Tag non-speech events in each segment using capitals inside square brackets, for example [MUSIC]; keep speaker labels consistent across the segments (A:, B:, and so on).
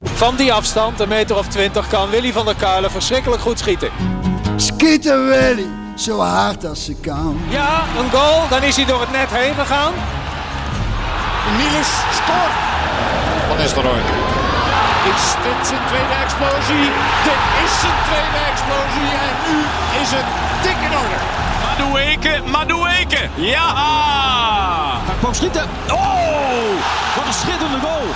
A: Van die afstand, een meter of twintig, kan Willy van der Kuilen verschrikkelijk goed schieten.
B: Schieten Willy, zo hard als ze kan.
A: Ja, een goal. Dan is hij door het net heen gegaan.
C: Niels scoort.
D: Van Nistelrooy.
C: Is dit zijn tweede explosie? Dit is zijn tweede explosie. En nu is het dik in orde.
E: Madueke, Madueke. Ja! Hij kwam schieten. Oh! Wat een schitterende goal.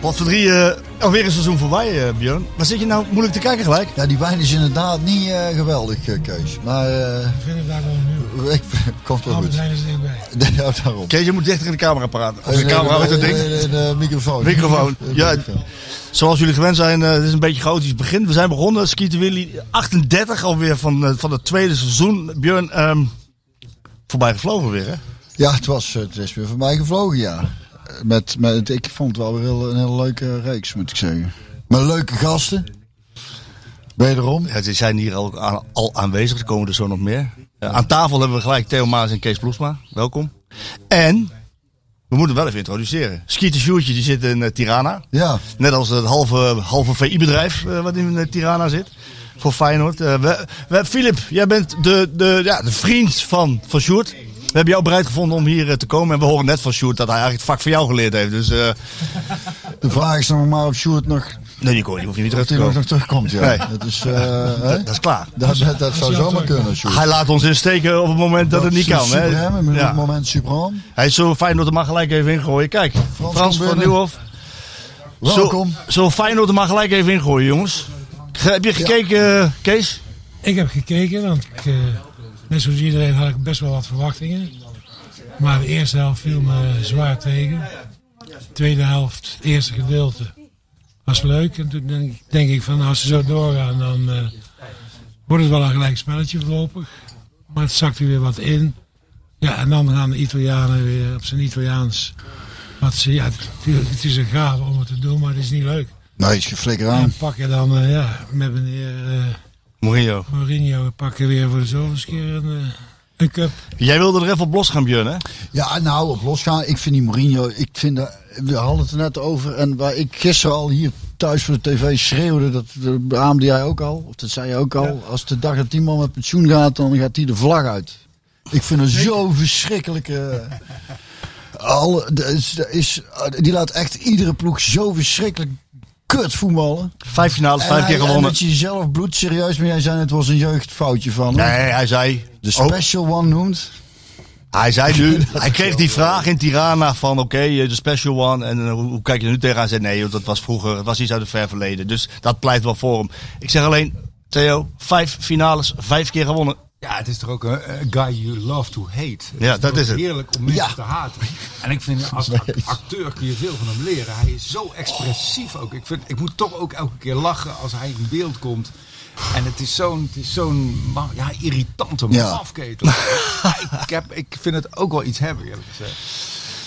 F: Wat voor drie, eh, alweer een seizoen voorbij, eh Björn. Waar zit je nou moeilijk te kijken gelijk?
B: Ja, die wijn is inderdaad niet eh, geweldig, eh, Kees. Maar eh,
G: Ik vind het daar wel nu.
B: [LAUGHS] ik, komt wel
G: Albert
B: goed.
G: Heijn is dichtbij.
B: Nee, [LAUGHS] ook daarom.
F: Kees, je moet dichter in de camera praten. Of de
B: Eh,
F: camera
B: eh,
F: uit het
B: eh,
F: ding.
B: eh, eh, eh, microfoon.
F: Microfoon.
B: Eh,
F: Ja,
B: microfoon.
F: zoals jullie gewend zijn, eh, het is een beetje chaotisch begin. We zijn begonnen, Skeeter Willy, 38 alweer van, eh, van het tweede seizoen. Björn, ehm, voorbij gevlogen weer, hè?
B: Ja, het, was, eh, het is weer voor mij gevlogen, ja. Eh, Met, met, ik vond het wel weer heel- een hele leuke reeks, moet ik zeggen. Met leuke gasten. Wederom.
F: Ja, ze zijn hier al, aan- al aanwezig, er komen er zo nog meer. Eh, aan tafel hebben we gelijk Theo Maas en Kees Ploesma. Welkom. En, we moeten wel even introduceren. Skeeter Sjoertje, die zit in eh, Tirana.
B: Ja,
F: Net als het halve, halve VI-bedrijf eh, wat in eh, Tirana zit. Voor Feyenoord. Eh, we, we, Filip, jij bent de, de, ja, de vriend van, van Sjoerd. We hebben jou bereid gevonden om hier eh, te komen. En we horen net van Sjoerd dat hij eigenlijk het vak van jou geleerd heeft. Dus eh,
B: de vraag is nog maar of Sjoerd nog,
F: nee, die, kon- die hoef je niet terug
B: dat
F: te
B: hij nog,
F: komen.
B: nog terugkomt. Ja.
F: Nee.
B: Dat, is, eh, hè?
F: Dat is klaar.
B: dat, dat, dat zou
G: hij al
B: zomaar
G: terugkomt.
B: kunnen, Sjoerd.
F: Hij laat ons insteken op het moment dat, het niet kan. Hè?
B: Supreme,
F: Ja.
B: moment supreme.
F: Hij is zo fijn dat er maar gelijk even ingooien. Kijk, Frans,
B: kom
F: van
B: binnen.
F: Nieuwhof.
B: Welkom.
F: Zo, zo fijn dat er maar gelijk even ingooien, jongens. Ge- Heb je gekeken, eh, Kees?
G: Ik heb gekeken, want ik, eh, net zoals iedereen had ik best wel wat verwachtingen. Maar de eerste helft viel me zwaar tegen. De tweede helft, het eerste gedeelte, was leuk. En toen denk, denk ik van als ze zo doorgaan, dan eh, wordt het wel een gelijk spelletje voorlopig. Maar het zakte weer wat in. Ja, en dan gaan de Italianen weer op zijn Italiaans. Wat ze, ja, natuurlijk, het is een gave om het te doen, maar het is niet leuk.
B: Nee, is geflikker aan.
G: En pak je dan eh, ja, met meneer... eh,
F: Mourinho.
G: Mourinho, we pakken weer voor de zoveelste keer een, eh, een cup.
F: Jij wilde er even op los gaan, Björn, hè?
B: Ja, nou, op losgaan. Ik vind die Mourinho, ik vind dat, we hadden het er net over. En waar ik gisteren al hier thuis voor de tv schreeuwde, dat dat beaamde jij ook al. Of dat zei jij ook al. Als de dag dat die man met pensioen gaat, dan gaat die de vlag uit. Ik vind het zo verschrikkelijke... Alle, dat is, dat is, die laat echt iedere ploeg zo verschrikkelijk kut voetballen.
F: Vijf finales,
B: En
F: vijf
B: hij-
F: keer
B: En
F: gewonnen.
B: dat je zelf bloedserieus mee jij zei, het was een jeugdfoutje van hem.
F: Nee, hij zei...
B: De
F: ook-
B: special one noemt.
F: hij zei
H: [LAUGHS]
F: nu... hij kreeg die vraag in Tirana van... Oké, eh, de special one. En eh, hoe, hoe kijk je er nu tegenaan? Hij zei... Nee, joh, dat was vroeger. Het was iets uit het ver verleden. Dus dat pleit wel voor hem. Ik zeg alleen... Theo, vijf finales, vijf keer gewonnen.
H: Ja, het is toch ook een eh, guy you love to hate. Het
F: Ja, dat
H: toch
F: is het.
H: Heerlijk om mensen
B: Ja.
H: te haten. En ik vind, als act- acteur kun je veel van hem leren. Hij is zo expressief ook. Ik, vind, ik moet toch ook elke keer lachen als hij in beeld komt. En het is zo'n het is zo'n ma- ja, irritante
B: Ja.
F: [LAUGHS]
H: mafketel. Ja, ik, heb, ik vind het ook wel iets hebben, eerlijk gezegd.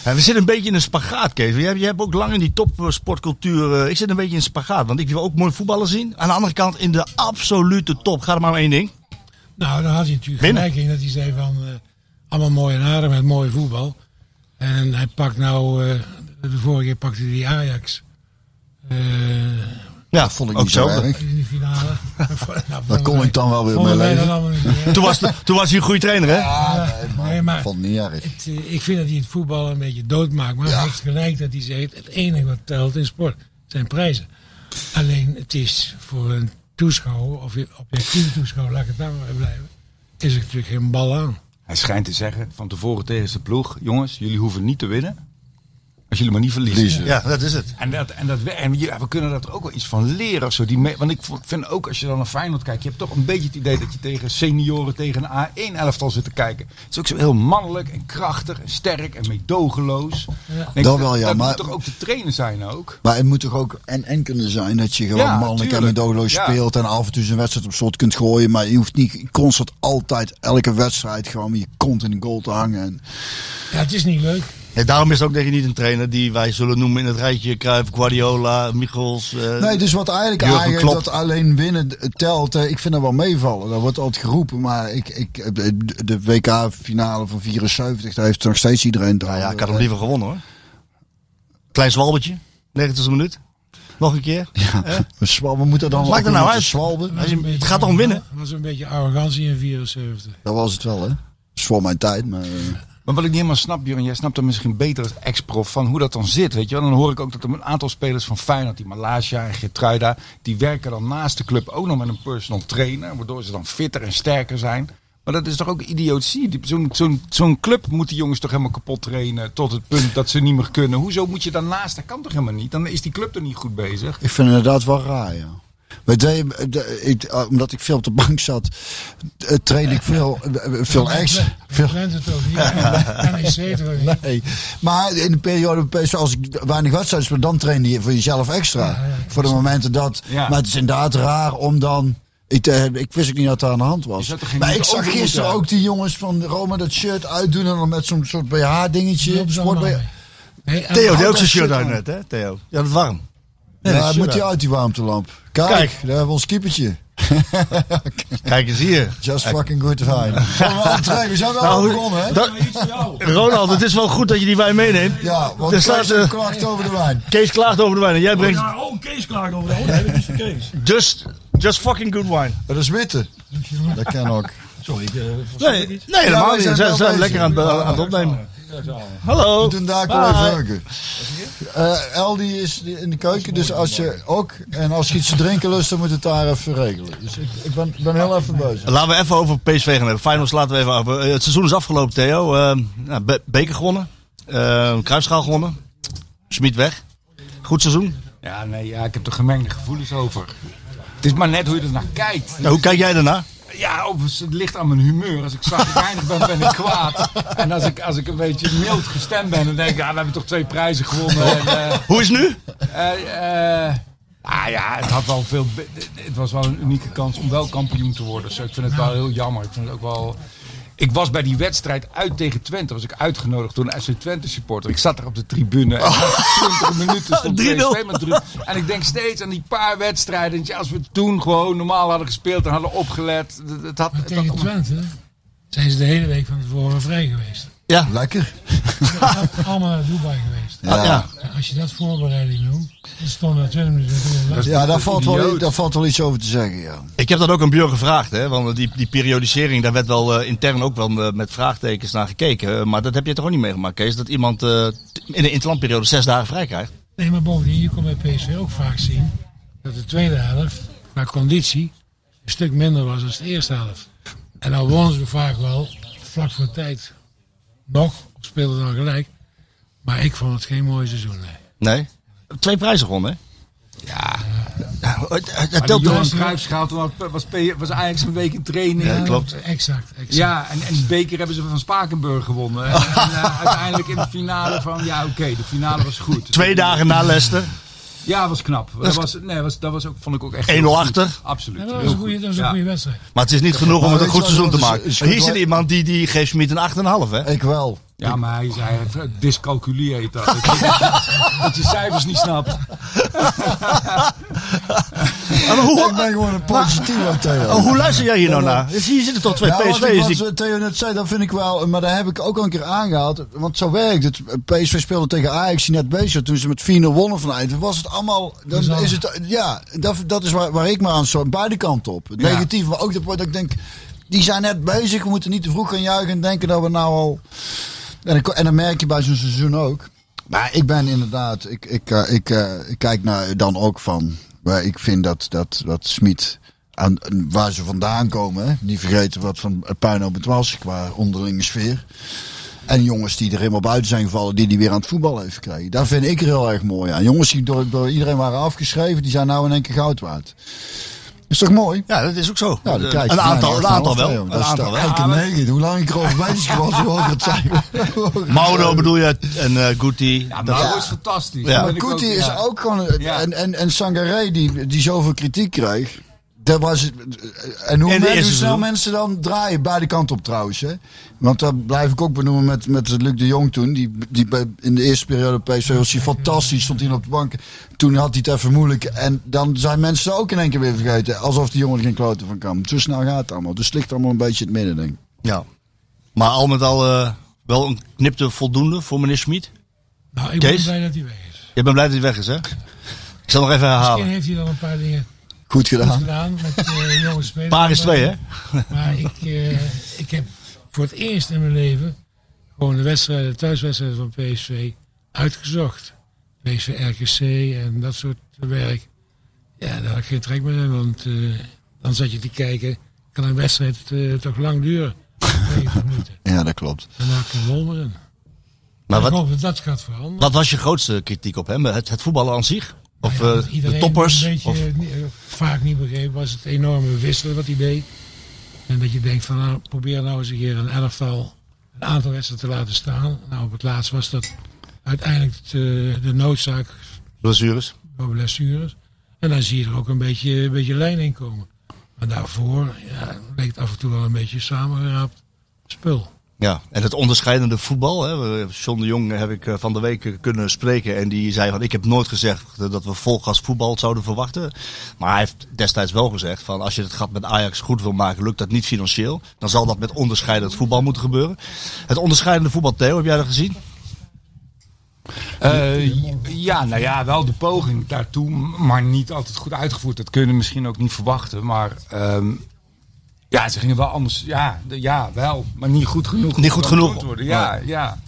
F: Ja, we zitten een beetje in een spagaat, Kees. Jij, jij hebt ook lang in die topsportcultuur... eh, ik zit een beetje in een spagaat. Want ik wil ook mooi voetballen zien. Aan de andere kant in de absolute top. Gaat er maar om één ding.
G: Nou, dan had hij natuurlijk
F: Winnen.
G: gelijk in dat hij zei van eh, allemaal mooie en aardig met mooi voetbal. En hij pakt nou, eh, de vorige keer pakte hij die Ajax eh,
F: Ja,
B: Dat vond ik niet zo erg.
G: in de
B: [LAUGHS]
G: finale. [LAUGHS] Nou, vonden
B: kon
G: wij-
B: ik dan wel weer
G: vonden
B: mee
G: wij dat
B: leven.
G: allemaal niet erg.
F: Toen was, de- toen was hij een goede trainer, hè?
G: nee, maar
B: Vond niet erg.
G: het, eh, ik vind dat hij het voetbal een beetje doodmaakt. Maar hij heeft gelijk dat hij zegt, het enige wat telt in sport zijn prijzen. Alleen het is voor een toeschouwer, of een objectieve toeschouwer, laat ik het daar maar bij blijven, is er natuurlijk geen bal aan.
H: Hij schijnt te zeggen van tevoren tegen zijn ploeg... jongens, jullie hoeven niet te winnen. Als jullie maar niet verliezen.
B: Verliezen.
F: Ja, dat is het.
H: En, dat, en, dat, we- en je- we kunnen daar toch ook wel iets van leren. of Zo, die me- want ik v- vind ook, als je dan naar Feyenoord kijkt... je hebt toch een beetje het idee dat je tegen senioren... tegen een A1-elftal zit te kijken. Het is ook zo heel mannelijk en krachtig en sterk en meedogenloos. Denk ik,
B: Dat wel, ja,
H: Dat
B: maar-
H: moet toch ook te trainen zijn ook?
B: Maar het moet toch ook en en kunnen zijn dat je gewoon
H: Ja,
B: mannelijk en
H: tuurlijk.
B: medogeloos
H: Ja.
B: speelt en af en toe zijn wedstrijd op slot kunt gooien. Maar je hoeft niet constant altijd elke wedstrijd gewoon je kont in de goal te hangen. En
G: Ja, het is niet leuk.
F: Ja, daarom is het ook denk ik niet een trainer die wij zullen noemen in het rijtje Cruijff, Guardiola, Michels. eh,
B: nee, dus wat eigenlijk
F: Jurgen
B: eigenlijk
F: Klopp.
B: dat alleen winnen eh, telt, eh, ik vind dat wel meevallen. Dat wordt altijd geroepen, maar ik, ik, eh, de- de WK-finale van 74, daar heeft nog steeds iedereen
F: Nou ja, ik had
B: kan
F: hem liever gewonnen hoor. Klein zwalbertje, 90 e minuut. Nog een keer.
B: [LAUGHS] Zwalbe moet er dan
F: Maakt er nou uit.
B: Zwalbe.
F: Als je- het gaat toch om winnen?
G: Dat was een beetje arrogantie in 74.
B: Dat was het wel, hè? Dat is voor mijn tijd, maar... eh,
H: Maar wat ik niet helemaal snap, Björn, jij snapt dat misschien beter als ex-prof van hoe dat dan zit. Weet je wel? Dan hoor ik ook dat er een aantal spelers van Feyenoord, die Malaysia en Getruida, die werken dan naast de club ook nog met een personal trainer. Waardoor ze dan fitter en sterker zijn. Maar dat is toch ook idiotie? Die- Zo'n zo'n zo'n club moet die jongens toch helemaal kapot trainen tot het punt dat ze niet meer kunnen. Hoezo moet je daarnaast? Dat kan toch helemaal niet? Dan is die club toch niet goed bezig?
B: Ik vind het inderdaad wel raar, ja. Weet je, de- ik- eh, omdat ik veel op de bank zat, eh, train ik veel, eh,
F: [LAUGHS]
B: veel ex.
G: Veel
B: Veel,
G: Twente toch niet?
B: [LAUGHS]
G: NEC toch niet?
B: nee. Maar in de periode, zoals ik weinig wedstrijden speel, dan train je voor jezelf extra. Voor de momenten dat.
H: Ja.
B: Maar het is inderdaad raar om dan. Ik, eh, ik wist ook niet dat er aan de hand was.
H: Je zou toch geen
B: Maar ik
H: moeten
B: zag
H: over moeten
B: gisteren
H: hebben?
B: ook die jongens van Roma dat shirt uitdoen en dan met zo'n soort BH-dingetje.
G: Lopen ze
B: Sport
G: allemaal
B: BH.
G: mee.
B: eh,
G: Nee, en-
F: Theo, die
B: dat
F: ook zijn shirt
B: shirt
F: uit
B: aan.
F: net, hè? Theo. Ja, dat warm.
B: Ja,
F: dat is
B: moet
F: shirt
B: die uit, die warmtelamp. Kijk,
F: Kijk.
B: daar hebben we ons keepertje.
F: Kijk eens hier.
B: Just fucking good to
F: [LAUGHS]
B: find. We zijn wel
F: Nou,
B: al begonnen, hè?
F: dat- Ronald, het is wel goed dat je die wijn meeneemt.
B: Ja, want
F: Er
B: er
F: staat,
B: staat
F: eh,
B: klacht over de wijn.
F: Kees klaagt over de wijn en jij brengt
D: Ja, oh, Kees klaagt over. Oh, nee, dat is de Kees.
F: just, just fucking good wine.
B: Dat is witte. Dat kan ook.
D: Sorry, ik, eh,
F: Nee, nee helemaal
B: wij
F: niet.
B: zijn
F: Ze
B: wel
F: zijn
B: bezig.
F: lekker aan, het- aan het opnemen. Hallo.
B: We doen daar ook
F: Bye.
B: wel even heuken. Eh El die is in de keuken, dus als je ook... En als je iets te drinken lust, dan moet het daar even regelen. Dus ik, ik ben, ben heel even bezig.
F: Laten we even over PSV gaan hebben. Finals laten we even af. Eh, Het seizoen is afgelopen, Theo. Eh, nou, be- beker gewonnen. Eh kruisschaal gewonnen. Smit weg. Goed seizoen.
H: Ja, nee, ja, ik heb er gemengde gevoelens over. Het is maar net hoe je er naar kijkt.
F: Ja, hoe kijk jij daarna?
H: Ja, of het ligt aan mijn humeur. Als ik zacht weinig ben, ben ik kwaad. En als ik, als ik een beetje mild gestemd ben, dan denk ik, ja, we hebben toch twee prijzen gewonnen. En, eh,
F: Hoe is het nu?
H: eh, eh, ah ja, het, had wel veel, be- het was wel een unieke kans om wel kampioen te worden. Dus ik vind het wel heel jammer. Ik vind het ook wel... Ik was bij die wedstrijd uit tegen Twente, was ik uitgenodigd door een SC Twente supporter. Ik zat daar op de tribune en
F: Oh.
H: [LAUGHS] na 20 minuten stond
F: [LAUGHS] 3-0.
H: PSV met druk. En ik denk steeds aan die paar wedstrijden. Ja, als we toen gewoon normaal hadden gespeeld en hadden opgelet. Het, het had,
G: Maar
H: het had
G: tegen Twente zijn ze de hele week van tevoren vrij geweest.
F: Ja.
B: Lekker.
G: Allemaal naar Dubai geweest.
F: Ja. ja.
G: Als je dat voorbereiding noemt, dan stonden er 20 minuten voor de
B: Ja, daar
H: een
B: valt, wel,
H: idioot.
B: daar valt wel iets over te zeggen, ja.
F: Ik heb dat ook aan Björn gevraagd. Hè? Want die, die periodisering, daar werd wel eh, intern ook wel eh, met vraagtekens naar gekeken. Eh, maar dat heb je toch ook niet meegemaakt, Kees? Dat iemand eh, t- in de interlandperiode zes dagen vrij krijgt.
G: Nee, maar bovendien, je kon bij PSV ook vaak zien dat de tweede helft qua conditie een stuk minder was dan de eerste helft. En dan wonnen ze vaak wel vlak voor tijd nog, of speelden dan gelijk. Maar ik vond het geen mooi seizoen. Nee.
F: Nee. Twee prijzen gewonnen, hè? Ja. Oh, het- het- het
H: Maar
F: telt
H: die Johan
F: toch...
H: Cruijffschaal, toen had- was, P- was Ajax een week in training.
F: Ja,
H: Ja,
F: klopt.
G: Exact, exact.
H: en, en die beker hebben ze van Spakenburg gewonnen. En,
F: [LAUGHS]
H: eh, uiteindelijk in de finale van, ja oké, de finale was goed.
F: Twee dagen na Leicester.
H: Ja, was knap. Dat was, nee, was, dat was ook, vond ik ook echt...
F: 1-0
H: heel goed.
F: achter.
H: Absoluut.
G: Ja, dat was
H: heel
G: een goede,
H: goed.
G: dat was een
H: Ja.
G: goede wedstrijd.
F: Maar het is niet genoeg om
B: Maar
F: het een
B: weet
F: goed
B: je wat
F: seizoen te
B: het is?
F: maken.
B: Is-
F: Hier
B: is-
F: zit iemand die, die geeft Smit een 8,5 hè?
B: Ik wel.
H: Ja, maar hij zei, hij- discalculie heet
F: [LAUGHS]
H: dat. Dat je- dat je cijfers niet
B: [LAUGHS]
H: snapt.
F: Maar
B: Ik
F: hoe,
B: ben gewoon een positieve, Theo.
F: oh, hoe luister jij hier nou naar? Dus Hier zitten toch twee
B: eh, Ja, wat ik-
F: PSV's
B: wat,
F: die...
B: eh, Theo net zei, dat vind ik wel. Maar daar heb ik ook al een keer aangehaald. Want zo werkt het. PSV speelde tegen Ajax die net bezig was, Toen ze met 4-0 wonnen van Eindhoven. Was het allemaal... Dan
G: Bizar.
B: is het, ja, dat, dat is waar, waar ik me aan zo Beide kanten op. Het
H: Ja.
B: Negatief, maar ook dat, dat ik denk... Die zijn net bezig. We moeten niet te vroeg gaan juichen en denken dat we nou al... En, ik- en dat merk je bij zo'n seizoen ook. Maar ik ben inderdaad... Ik, ik, eh, ik, eh, ik kijk naar dan ook van... Maar ik vind dat, dat, dat Smit... Aan, waar ze vandaan komen, hè? niet vergeten wat van puin op het was qua onderlinge sfeer. En jongens die er helemaal buiten zijn gevallen, die die weer aan het voetbal heeft gekregen. Daar vind ik er heel erg mooi aan. Jongens die door, door iedereen waren afgeschreven, die zijn nou in één keer goud waard. Is toch mooi?
F: Ja, dat is ook zo. Eh,
B: Ja, dan kijk je
F: een aantal,
B: naar
F: een
B: de
F: aantal wel.
B: afdeling.
F: Een
B: Dat is
F: aantal
B: toch
F: wel.
B: elke negen. Hoe lang ik erover bezig was, hoe hoger het zijn.
F: Mauro bedoel je en eh Guti.
H: Ja,
F: Dat-
H: maar dat is fantastisch.
F: Ja.
H: Dat
B: Maar
H: ben ik
B: Kuti
H: ook-
B: is
H: ja.
B: ook gewoon... een-
H: Ja.
B: En, en, en Sangaré, die, die zoveel kritiek kreeg... Dat was, en hoe,
F: In
B: men,
F: de
B: hoe
F: eerste
B: snel
F: seizoen.
B: mensen dan draaien, beide kanten op trouwens. Hè? Want dat blijf ik ook benoemen met, met Luc de Jong toen. Die, die bij- in de eerste periode bij PSV was hij fantastisch, stond hij op de bank. Toen had hij het even moeilijk. En dan zijn mensen het ook in één keer weer vergeten. Alsof die jongen er geen kloten van kan. Zo snel gaat het allemaal. Dus het ligt allemaal een beetje in het midden, denk ik.
F: Ja. Maar al met al eh, wel een knipte voldoende voor meneer Smit.
G: Nou, ik
F: Kees?
G: ben blij dat hij weg is.
F: Je bent blij dat hij weg is, hè? Ik zal nog even
G: Misschien
F: herhalen.
G: heeft hij dan een paar dingen
B: Goed gedaan.
G: gedaan met
F: [LAUGHS]
G: eh jonge spelers.
F: Paar is twee, hè?
G: Maar
F: [LAUGHS]
G: ik, eh, ik heb voor het eerst in mijn leven gewoon de wedstrijden, de thuiswedstrijden van PSV uitgezocht. PSV RKC en dat soort werk. Ja, daar had ik geen trek meer in, want eh, dan zat je te kijken, kan een wedstrijd eh, toch lang
F: [LAUGHS]
G: duren? 90 minuten.
B: Ja, dat klopt.
G: Daar maak ik een wonder in.
F: Maar
G: ik
F: wat,
G: hoop dat dat gaat veranderen.
F: wat was je grootste kritiek op hem? Het, het voetballen aan zich? Of
G: Nou Ja,
F: eh,
G: wat iedereen
F: de toppers?
G: Een beetje,
F: Of,
G: eh, niet- eh, vaak niet begrepen was het enorme wisselen wat hij deed. En dat je denkt van nou, probeer nou eens een keer een elftal een aantal wedstrijden te laten staan. Nou op het laatst was dat uiteindelijk het, eh, de noodzaak
F: blessures?
G: door blessures. En dan zie je er ook een beetje, een beetje lijn in komen. Maar daarvoor ja, leek het af en toe wel een beetje samengeraapt spul.
F: Ja, en het onderscheidende voetbal. Hè. We- John de Jong heb ik eh, van de week eh, kunnen spreken. En die zei van, ik heb nooit gezegd eh, dat we volgas voetbal zouden verwachten. Maar hij heeft destijds wel gezegd van, als je het gat met Ajax goed wil maken, lukt dat niet financieel. Dan zal dat met onderscheidend voetbal moeten gebeuren. Het onderscheidende voetbal, Theo, heb jij dat gezien?
H: Eh, ja, nou ja, wel de poging daartoe, maar niet altijd goed uitgevoerd. Dat kun je misschien ook niet verwachten, maar ehm, ja, ze gingen wel anders. Ja, de- ja, wel, maar niet goed genoeg.
F: Niet goed
H: om
F: genoeg. Oh.
H: beloond te Worden. Ja, ja.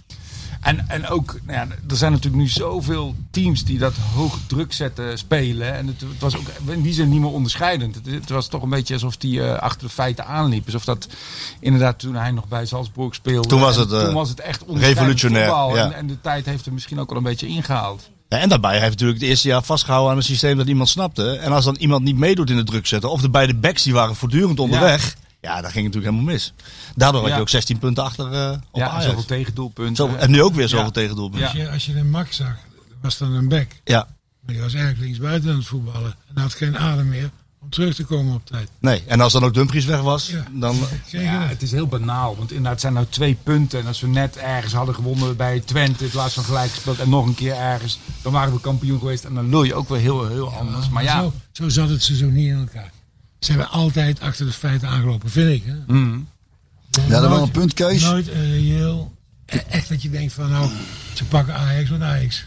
H: En, en ook, nou ja, er zijn natuurlijk nu zoveel teams die dat hoog druk zetten spelen. En het, het was ook in die zin niet meer onderscheidend. Het, het was toch een beetje alsof die eh, achter de feiten aanliep. Alsof dat inderdaad toen hij nog bij Salzburg speelde.
F: Toen was
H: en
F: het, eh,
H: toen was het echt onderscheidend
F: revolutionair,
H: voetbal.
F: ja.
H: En, en de tijd heeft er misschien ook al een beetje ingehaald.
F: Ja, en daarbij heeft hij natuurlijk het eerste jaar vastgehouden aan een systeem dat iemand snapte. En als dan iemand niet meedoet in de druk zetten, of de beide backs die waren voortdurend onderweg. Ja, dat ging natuurlijk helemaal mis. Daardoor had
H: Ja.
F: je ook 16 punten achter eh op
H: Ja, en
F: Ajax.
H: zoveel tegendoelpunten.
F: Zoveel- en nu ook weer zoveel
H: Ja.
F: tegendoelpunten.
G: Als je, als je een mak zag, was dan een bek.
F: ja.
G: Maar die was eigenlijk linksbuiten aan het voetballen. En had geen adem meer om terug te komen op tijd.
F: Nee, en als dan ook Dumfries weg was,
G: Ja.
F: dan...
G: Geen
H: Ja,
G: idee.
H: het is heel banaal. Want inderdaad het zijn nou twee punten. En als we net ergens hadden gewonnen bij Twente in plaats van gelijk gespeeld. En nog een keer ergens. Dan waren we kampioen geweest. En dan lul je ook wel heel, heel anders. Maar ja,
G: Zo, zo zat het seizoen niet in elkaar. Ze hebben altijd achter de feiten aangelopen, vind ik. Hè?
H: Mhm.
B: Ja, dat wel
G: Nooit-
B: een punt, Kees.
G: Nooit eh, een reëel. e- Echt dat je denkt van nou, ze pakken Ajax met Ajax.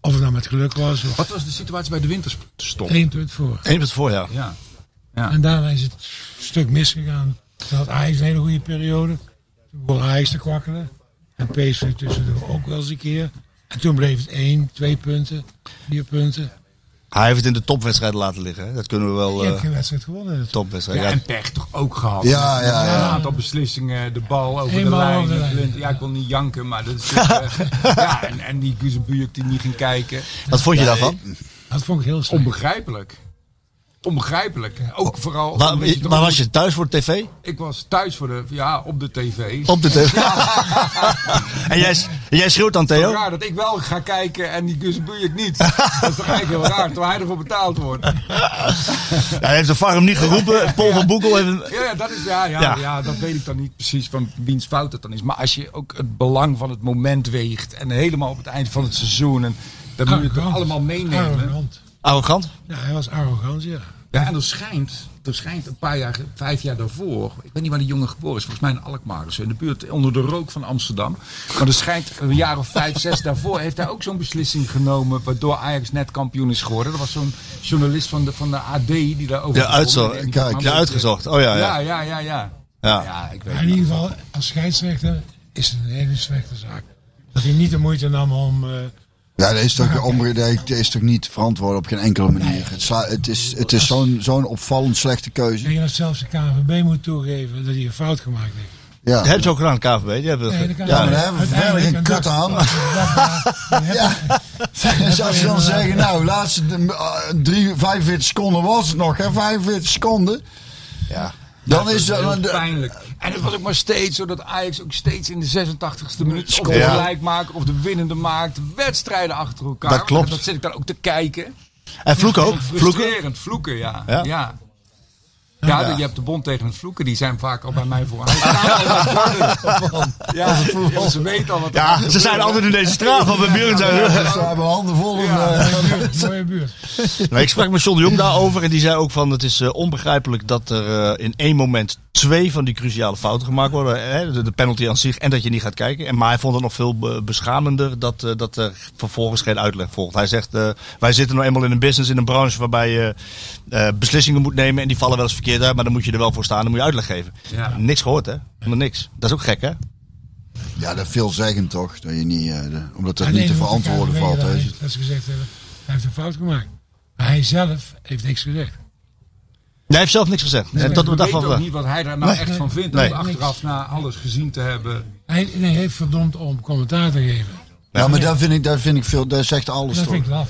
G: Of het nou met geluk was, of
H: wat was de situatie bij de winterstop?
G: één punt voor.
F: Eén punt voor, ja.
H: Ja.
G: En daarna is het een stuk misgegaan. Toen had Ajax een hele goede periode. Toen begon Ajax te kwakkelen. En PSV tussendoor ook wel eens een keer. En toen bleef het één, twee punten, vier punten.
F: Hij heeft het in de topwedstrijd laten liggen. hè. Dat kunnen we wel...
G: Je hebt
F: eh
G: geen wedstrijd gewonnen. in het
F: topwedstrijd.
H: ja.
F: Ja,
H: En pech toch ook gehad.
B: Ja, ja,
H: Een
B: ja.
H: aantal beslissingen, de bal over
G: Eenmaal
H: de lijn.
G: over de
H: het
G: lijn.
H: lint. Ja, ik wil niet janken, maar dat is dus, eh, [LAUGHS] ja, en, en die Guzenbujuk die niet ging kijken.
F: Wat vond je daarvan?
G: Dat vond ik heel slecht.
H: Onbegrijpelijk. Onbegrijpelijk. Ook vooral...
F: Waar,
H: omdat je toch
F: waar
H: ook-
F: was je? Thuis voor de tv?
H: Ik was thuis voor de, ja, op de tv.
F: Op de tv? [LAUGHS] en jij, en jij schreeuwt dan, Theo?
H: Raar dat ik wel ga kijken en die Gus Buurk
F: [LAUGHS]
H: niet. Dat is toch eigenlijk heel raar, terwijl hij ervoor betaald wordt.
F: Ja, hij heeft de farm niet geroepen. Paul van Boekel heeft... hem-
H: Ja, ja, dat is, ja, ja,
F: Ja.
H: ja. dat weet ik dan niet precies van wiens fout het dan is. Maar als je ook het belang van het moment weegt en helemaal op het eind van het seizoen. En, dan moet je het toch
G: Arrogant.
H: allemaal meenemen.
G: Arrogant.
F: Arrogant?
G: Ja, hij was arrogant, ja.
H: Ja, en er schijnt, er schijnt een paar jaar, vijf jaar daarvoor, ik weet niet waar die jongen geboren is, volgens mij in Alkmaar of zo, in de buurt onder de rook van Amsterdam. Maar er schijnt een jaar of vijf, zes daarvoor heeft hij ook zo'n beslissing genomen, waardoor Ajax net kampioen is geworden. Er was zo'n journalist van de, van de AD die daarover...
F: Ja, uitzo- kijk, ja, uitgezocht. Oh ja,
H: Ja,
F: ja.
H: ja, ja, ja.
F: Ja.
H: ik
G: Maar
H: weet
G: in
H: het.
G: ieder geval, als scheidsrechter is het een hele slechte zaak. Dat hij niet de moeite nam om... eh,
B: Ja, dat is toch, onbe- dat is toch niet verantwoord op geen enkele manier. Het, sla- het is, het is zo'n zo'n opvallend slechte keuze.
G: tegen dat zelfs de KNVB moet toegeven dat hij een fout gemaakt heeft.
B: Ja.
F: Dat hebben ze ook gedaan, KVB. Die hebben
G: Nee, de
F: ja,
G: KNVB.
B: maar daar hebben we verder geen
G: Uiteindelijk een
B: kut
G: dag-
B: aan.
G: een dag na- dan heb je-
B: En zou je dus dan zeggen, nou, laatste de, eh, drie, 45 seconden was het nog, hè? 45 seconden. Ja. Dan is
H: Heel
B: dat...
H: pijnlijk. En het was ook maar steeds zo dat Ajax ook steeds in de 86e minuut of de
F: Ja.
H: gelijkmaker of de winnende maakt. Wedstrijden achter elkaar.
F: Dat klopt.
H: En Dat zit ik daar ook te kijken.
F: En vloeken ook. Vloeken.
H: Frustrerend, vloeken, ja.
F: Ja.
H: Ja. ja. je hebt de bond tegen het vloeken, die zijn vaak al bij mij Nou, voor.
F: [LAUGHS]
H: Hij staat al aan het
B: [LAUGHS]
H: worden. Ja, ja, ze weten al wat er gaat
F: Ja, ze zijn
H: gebeuren.
F: altijd in deze straat van mijn buren zijn...
B: Dus we hebben handen vol. en,
H: Ja.
B: eh, [LAUGHS]
G: Mooie buurt.
F: Nou, ik sprak met John de Jong daarover en die zei ook van het is eh, onbegrijpelijk dat er eh, in één moment twee van die cruciale fouten gemaakt worden. Hè, de, de penalty aan zich en dat je niet gaat kijken. En, maar hij vond het nog veel be- beschamender dat, eh, dat er vervolgens geen uitleg volgt. Hij zegt, eh, wij zitten nou eenmaal in een business, in een branche waarbij je eh, beslissingen moet nemen. En die vallen wel eens verkeerd uit, maar dan moet je er wel voor staan. Dan moet je uitleg geven.
H: Ja.
F: Niks gehoord hè? Helemaal niks. Dat is ook gek hè?
B: Ja, dat veelzeggend toch? Dat je niet, eh, de- omdat dat
G: Ah,
B: niet
G: nee,
B: te
G: dat-
B: verantwoorden
G: nee,
B: valt.
G: dat
B: hè.
G: hij- Dat ze gezegd hebben, hij heeft een fout gemaakt. Maar hij zelf heeft niks gezegd.
F: Hij heeft zelf niks gezegd. En tot op de
H: ik
F: dag
H: weet
F: van
H: ook
F: vandaag.
H: niet wat hij daar nou
F: Nee.
H: echt van vindt.
F: Nee.
H: om achteraf na alles gezien te hebben.
G: Hij nee, hij heeft verdomd om commentaar te geven.
B: Ja, maar daar vind ik, daar vind ik veel, daar zegt alles
G: Dat
B: toch?
G: vind ik laf.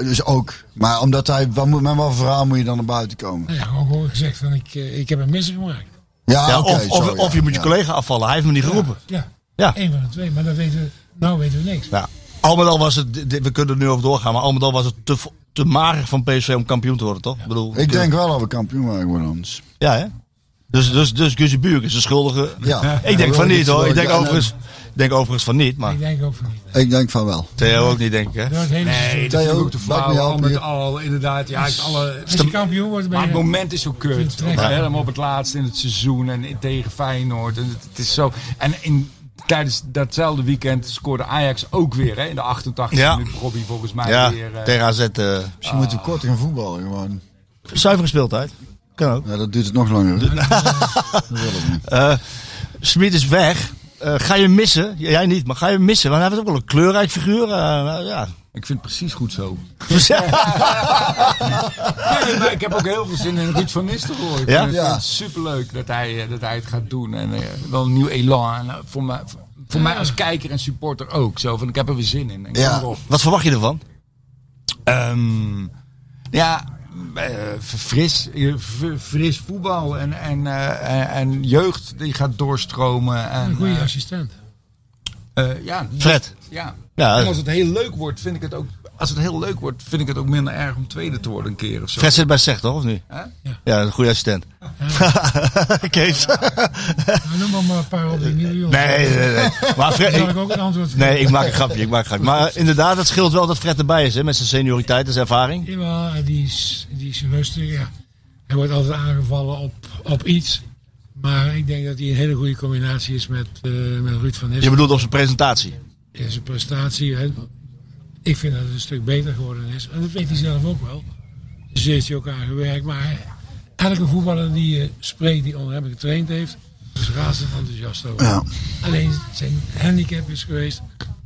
B: Dus ook. Maar omdat hij, wat moet, met wat voor verhaal moet je dan naar buiten komen?
G: Nou ja, gewoon, gewoon gezegd van ik, eh, ik heb een misser gemaakt.
B: Ja,
F: Ja,
B: oké,
F: of, of,
B: zo, ja,
F: of je moet je
B: ja.
F: collega afvallen. Hij heeft me niet geroepen.
G: Ja,
F: Ja.
G: één van de twee, maar dat weten we, nou weten we niks.
F: Ja. Al met al was het, dit- dit- we kunnen er nu over doorgaan, maar al met al was het te, vo- te mager van PSV om kampioen te worden, toch? Ik, bedoel,
B: Ik denk wel dat we kampioen waren geworden anders.
F: Ja, hè? Dus, dus, dus Guusje Buurk is de schuldige.
B: Ja.
F: [LAUGHS] Ik denk van niet, hoor. Ik denk
B: Ja, nee.
F: overigens, ik denk overigens van niet, maar
G: Ik denk ook van niet. nee.
B: Ik denk van wel.
F: Theo ook niet, denk ik, hè?
G: Door het hele seizoen.
B: Theo,
H: Ook de
B: laat me je
H: flauw, al
B: helpen
H: met
B: hier.
H: al, inderdaad. Ja, hij heeft alle...
G: Als je kampioen wordt, ben
H: Maar
G: je...
H: het moment is zo kut.
G: Ja.
H: Ook Helm op het laatst in het seizoen en tegen Feyenoord. En het, het is zo. En in, tijdens datzelfde weekend scoorde Ajax ook weer. Hè, in de 88
F: Ja.
H: e minuut Robbie volgens mij
F: Ja,
H: weer. eh,
F: tegen AZ. eh,
B: Misschien moeten we korter gaan voetballen gewoon.
F: zuiver gespeeldheid. Kan ook.
B: Ja, dat duurt het nog langer.
F: [LAUGHS]
B: hè?
F: Eh, Smit is weg. Eh, ga je missen? Jij niet, maar ga je missen? Want hij was ook wel een kleurrijk figuur. eh, ja.
H: Ik vind het precies goed
F: [LAUGHS]
H: zo. Nee, maar ik heb ook heel veel zin in Ruud van Nistelrooy. Ik
F: Ja?
H: vind het-
B: Ja.
H: vind het superleuk dat hij, eh, dat hij het gaat doen. En eh, wel een nieuw elan. En, eh, voor mij, voor, voor mij als kijker en supporter ook. Zo van, ik heb er weer zin in. En ik
B: Ja.
H: kom erop.
F: Wat verwacht je ervan?
H: Ehm, ja, eh, fris, eh, v- fris voetbal en, en, eh, en- en jeugd die gaat doorstromen. En,
G: Een goede
H: eh,
G: assistent.
H: eh, ja,
F: Fred.
H: ja.
F: Ja, eh.
H: En als het heel leuk wordt, vind ik het ook. Als het heel leuk wordt, vind ik het ook minder erg om tweede te worden een keer of zo.
F: Fred zit bij
H: [LAUGHS]
F: Zeg, toch? Of niet?
H: Hè?
F: Ja, een goede assistent. Kees.
G: Nou, noem maar maar een paar op die nieuwe jongens.
F: [LAUGHS]
G: [LAUGHS]
F: Nee, nee, nee. Maar Fred,
G: Daar had ik
F: ik,
G: ook een antwoord voor.
F: nee, ik maak een
G: [LAUGHS]
F: grapje. Ik maak een grapje. Maar inderdaad, het scheelt wel dat Fred erbij is, hè, met zijn senioriteit en zijn ervaring.
G: Jawel, en die is, die is rustig, ja. Hij wordt altijd aangevallen op, op iets. Maar ik denk dat hij een hele goede combinatie is met, eh, met Ruud van
F: Je
G: Nistelrooy.
F: bedoelt op zijn presentatie.
G: In zijn prestatie. hè. Ik vind dat het een stuk beter geworden is. En dat weet hij zelf ook wel. Dus daar heeft hij ook aan gewerkt. Maar elke voetballer die je spreekt, die onder hem getraind heeft, is razend enthousiast over.
B: Ja.
G: Alleen zijn handicap is geweest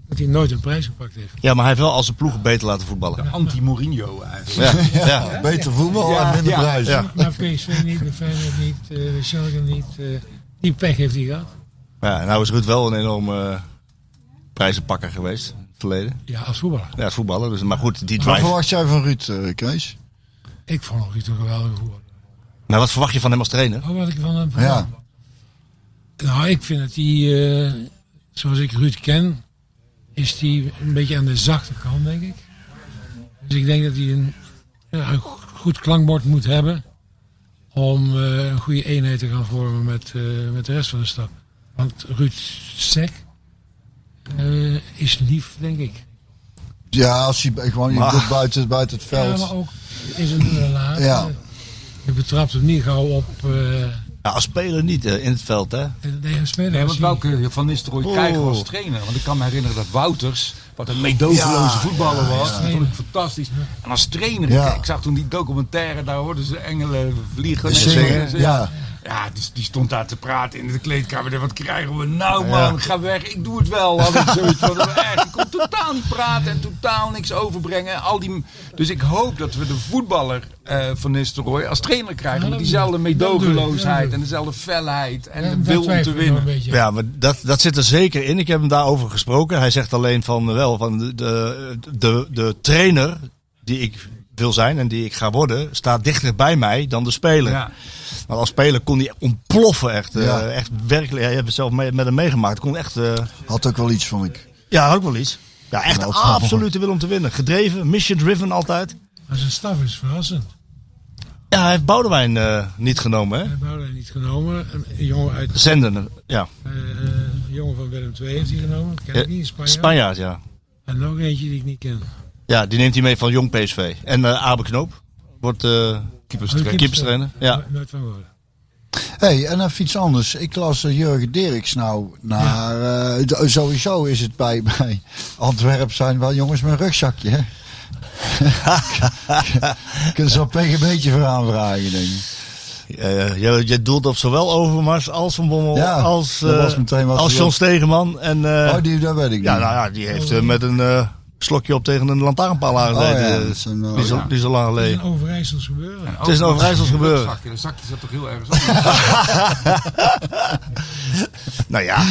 G: dat hij nooit een prijs gepakt heeft.
F: Ja, maar hij heeft wel als zijn ploeg beter laten voetballen.
H: Anti-Mourinho eigenlijk.
F: Ja,
G: [LAUGHS]
B: [LAUGHS]
F: ja.
B: Beter voetbal en minder
H: ja,
B: prijs.
F: ja.
G: Maar PSV niet, de Feyenoord niet, eh, de Schalke niet. eh, die pech heeft hij gehad.
F: ja nou is Ruud wel een enorme eh, prijzenpakker geweest in het verleden.
G: Ja, als voetballer.
F: Ja, als voetballer. Dus, maar goed, die
B: Wat
F: drive.
B: verwacht jij van Ruud, eh, Kees?
G: Ik vond Ruud een geweldige voetballer.
F: Nou, wat verwacht je van hem als trainer?
G: Oh, wat ik van hem
B: Ja.
G: verwacht. Nou, ik vind dat hij, eh, zoals ik Ruud ken, is hij een beetje aan de zachte kant, denk ik. Dus ik denk dat hij een, ja, een goed klankbord moet hebben om eh, een goede eenheid te gaan vormen met, eh, met de rest van de stad. Want Ruud Sek eh, is lief, denk ik.
B: Ja, als hij gewoon je
F: Maar-
B: doet buiten, buiten het
G: Ja,
B: veld.
G: maar ook in zijn relatie.
B: Ja.
G: Je betrapt hem niet gauw op eh
F: Ja, als speler niet eh, in het veld, hè?
G: de speler.
H: Nee,
G: Als
H: want
G: hij-
H: welke Van Nistelrooy
G: Oh.
H: krijgen we als trainer? Want ik kan me herinneren dat Wouters, wat een meedogenloze voetballer was. Dat vond ik fantastisch. En als trainer,
B: Ja.
H: ik, ik zag toen die documentaire, daar hoorden ze engelen vliegen. en
B: Zingen,
H: zingen.
B: ja.
H: Ja, die, die stond daar te praten in de kleedkamer. Wat krijgen we nou, man? Ga weg, ik doe het wel. Had ik zoiets van, [LAUGHS] echt, ik kon totaal niet praten en totaal niks overbrengen. Al die, dus ik hoop dat we de voetballer eh, van Nistelrooy als trainer krijgen.
G: Ja,
H: met
G: dat-
H: diezelfde
G: dat bedoel ik, dat bedoel
H: meedogenloosheid
G: ik.
H: en dezelfde felheid en
G: Ja,
H: de
G: daar
H: wil om
G: twijfel
H: te
G: ik nog
H: winnen.
G: Een beetje.
F: Ja, maar dat, dat zit er zeker in. Ik heb hem daarover gesproken. Hij zegt alleen van eh, wel, van de, de, de, de trainer die ik wil zijn en die ik ga worden, staat dichter bij mij dan de speler.
H: Ja.
F: Want als speler kon hij ontploffen echt. eh,
B: Ja.
F: echt werkelijk, ja, je hebt het zelf mee- met hem meegemaakt. Kon echt, eh,
B: Had ook wel iets van ik.
F: ja, ook wel iets. Ja, echt
B: Wel,
F: absolute wil om te winnen. Gedreven, mission driven altijd.
G: Maar zijn staf is verrassend.
F: Ja, hij heeft Boudewijn eh, niet genomen hè.
G: Hij heeft Boudewijn niet genomen. Een een jongen, uit,
F: Zenden, ja.
G: eh, eh, een jongen van Willem II heeft hij genomen. Ken ik niet, in Spanje.
F: Spanjaard, ja.
G: En nog eentje die ik niet ken.
F: Ja, die neemt hij mee van jong PSV. En eh Abe Knoop wordt eh
G: Oh, de
F: keeperstrainer. Ja.
G: Nooit van gehoord.
B: hey, en even iets anders. Ik las eh, Jurgen Dirks nou naar... eh, d- sowieso is het bij, bij Antwerpen zijn wel jongens met een rugzakje, hè? Kunnen ze al een beetje voor aanvragen, denk ik.
F: Eh, je, je doelt op zowel Overmars als Van Bommel
B: Ja,
F: als,
B: dat
F: eh,
B: was meteen wat
F: als
B: ze
F: John
B: wil.
F: Stegeman. En, eh,
B: oh, die, dat weet ik
F: ja,
B: niet.
F: nou, ja, die heeft eh, met een eh, slokje op tegen een lantaarnpaal
B: Oh, ja,
F: aangezeten.
B: dat is een,
F: die, is, al-
B: ja.
F: die is al lang
G: is
F: geleden.
G: een Overijssels gebeuren.
F: Het is een Overijssels gebeuren.
H: Zakje, dat zakje zat toch heel erg
F: [LAUGHS]
H: anders.
F: Nou ja.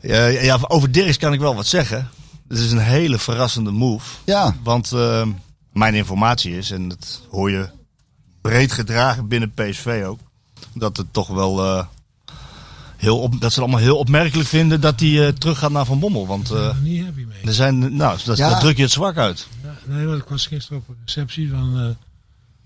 F: Eh, ja, over Dirks kan ik wel wat zeggen. Het is een hele verrassende move.
B: Ja.
F: Want eh, mijn informatie is, en dat hoor je breed gedragen binnen PSV ook, dat het toch wel eh, heel op, dat ze het allemaal heel opmerkelijk vinden dat hij eh, terug gaat naar Van Bommel. Want eh,
G: Daar ben ik niet happy mee.
F: er zijn, nou, dat,
B: Ja.
F: daar druk je het zwak uit.
G: Ja, nee, want ik was gisteren op een receptie van eh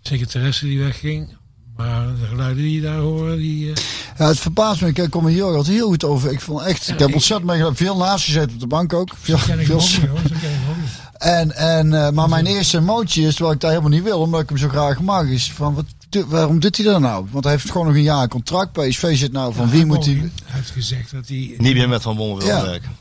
G: secretaresse die wegging. Maar de geluiden die je daar horen, die... eh,
B: Ja, het verbaast me. Ik eh, kom er Jurgen altijd heel goed over. Ik vond echt... Ik heb ontzettend mee, veel naast gezeten op de bank ook. Veel,
G: ken ik
B: veel,
G: ook niet, hoor. Dat ken ik ook niet.
B: En, en, eh, maar mijn eerste emotie is, terwijl ik dat helemaal niet wil, omdat ik hem zo graag mag, is van wat, do- waarom doet hij dat nou? Want hij heeft gewoon nog een jaar contract. PSV zit nou van wie moet hij...
G: Hij heeft gezegd dat hij...
F: Niet meer met Van Bommel wil
B: Ja.
F: werken.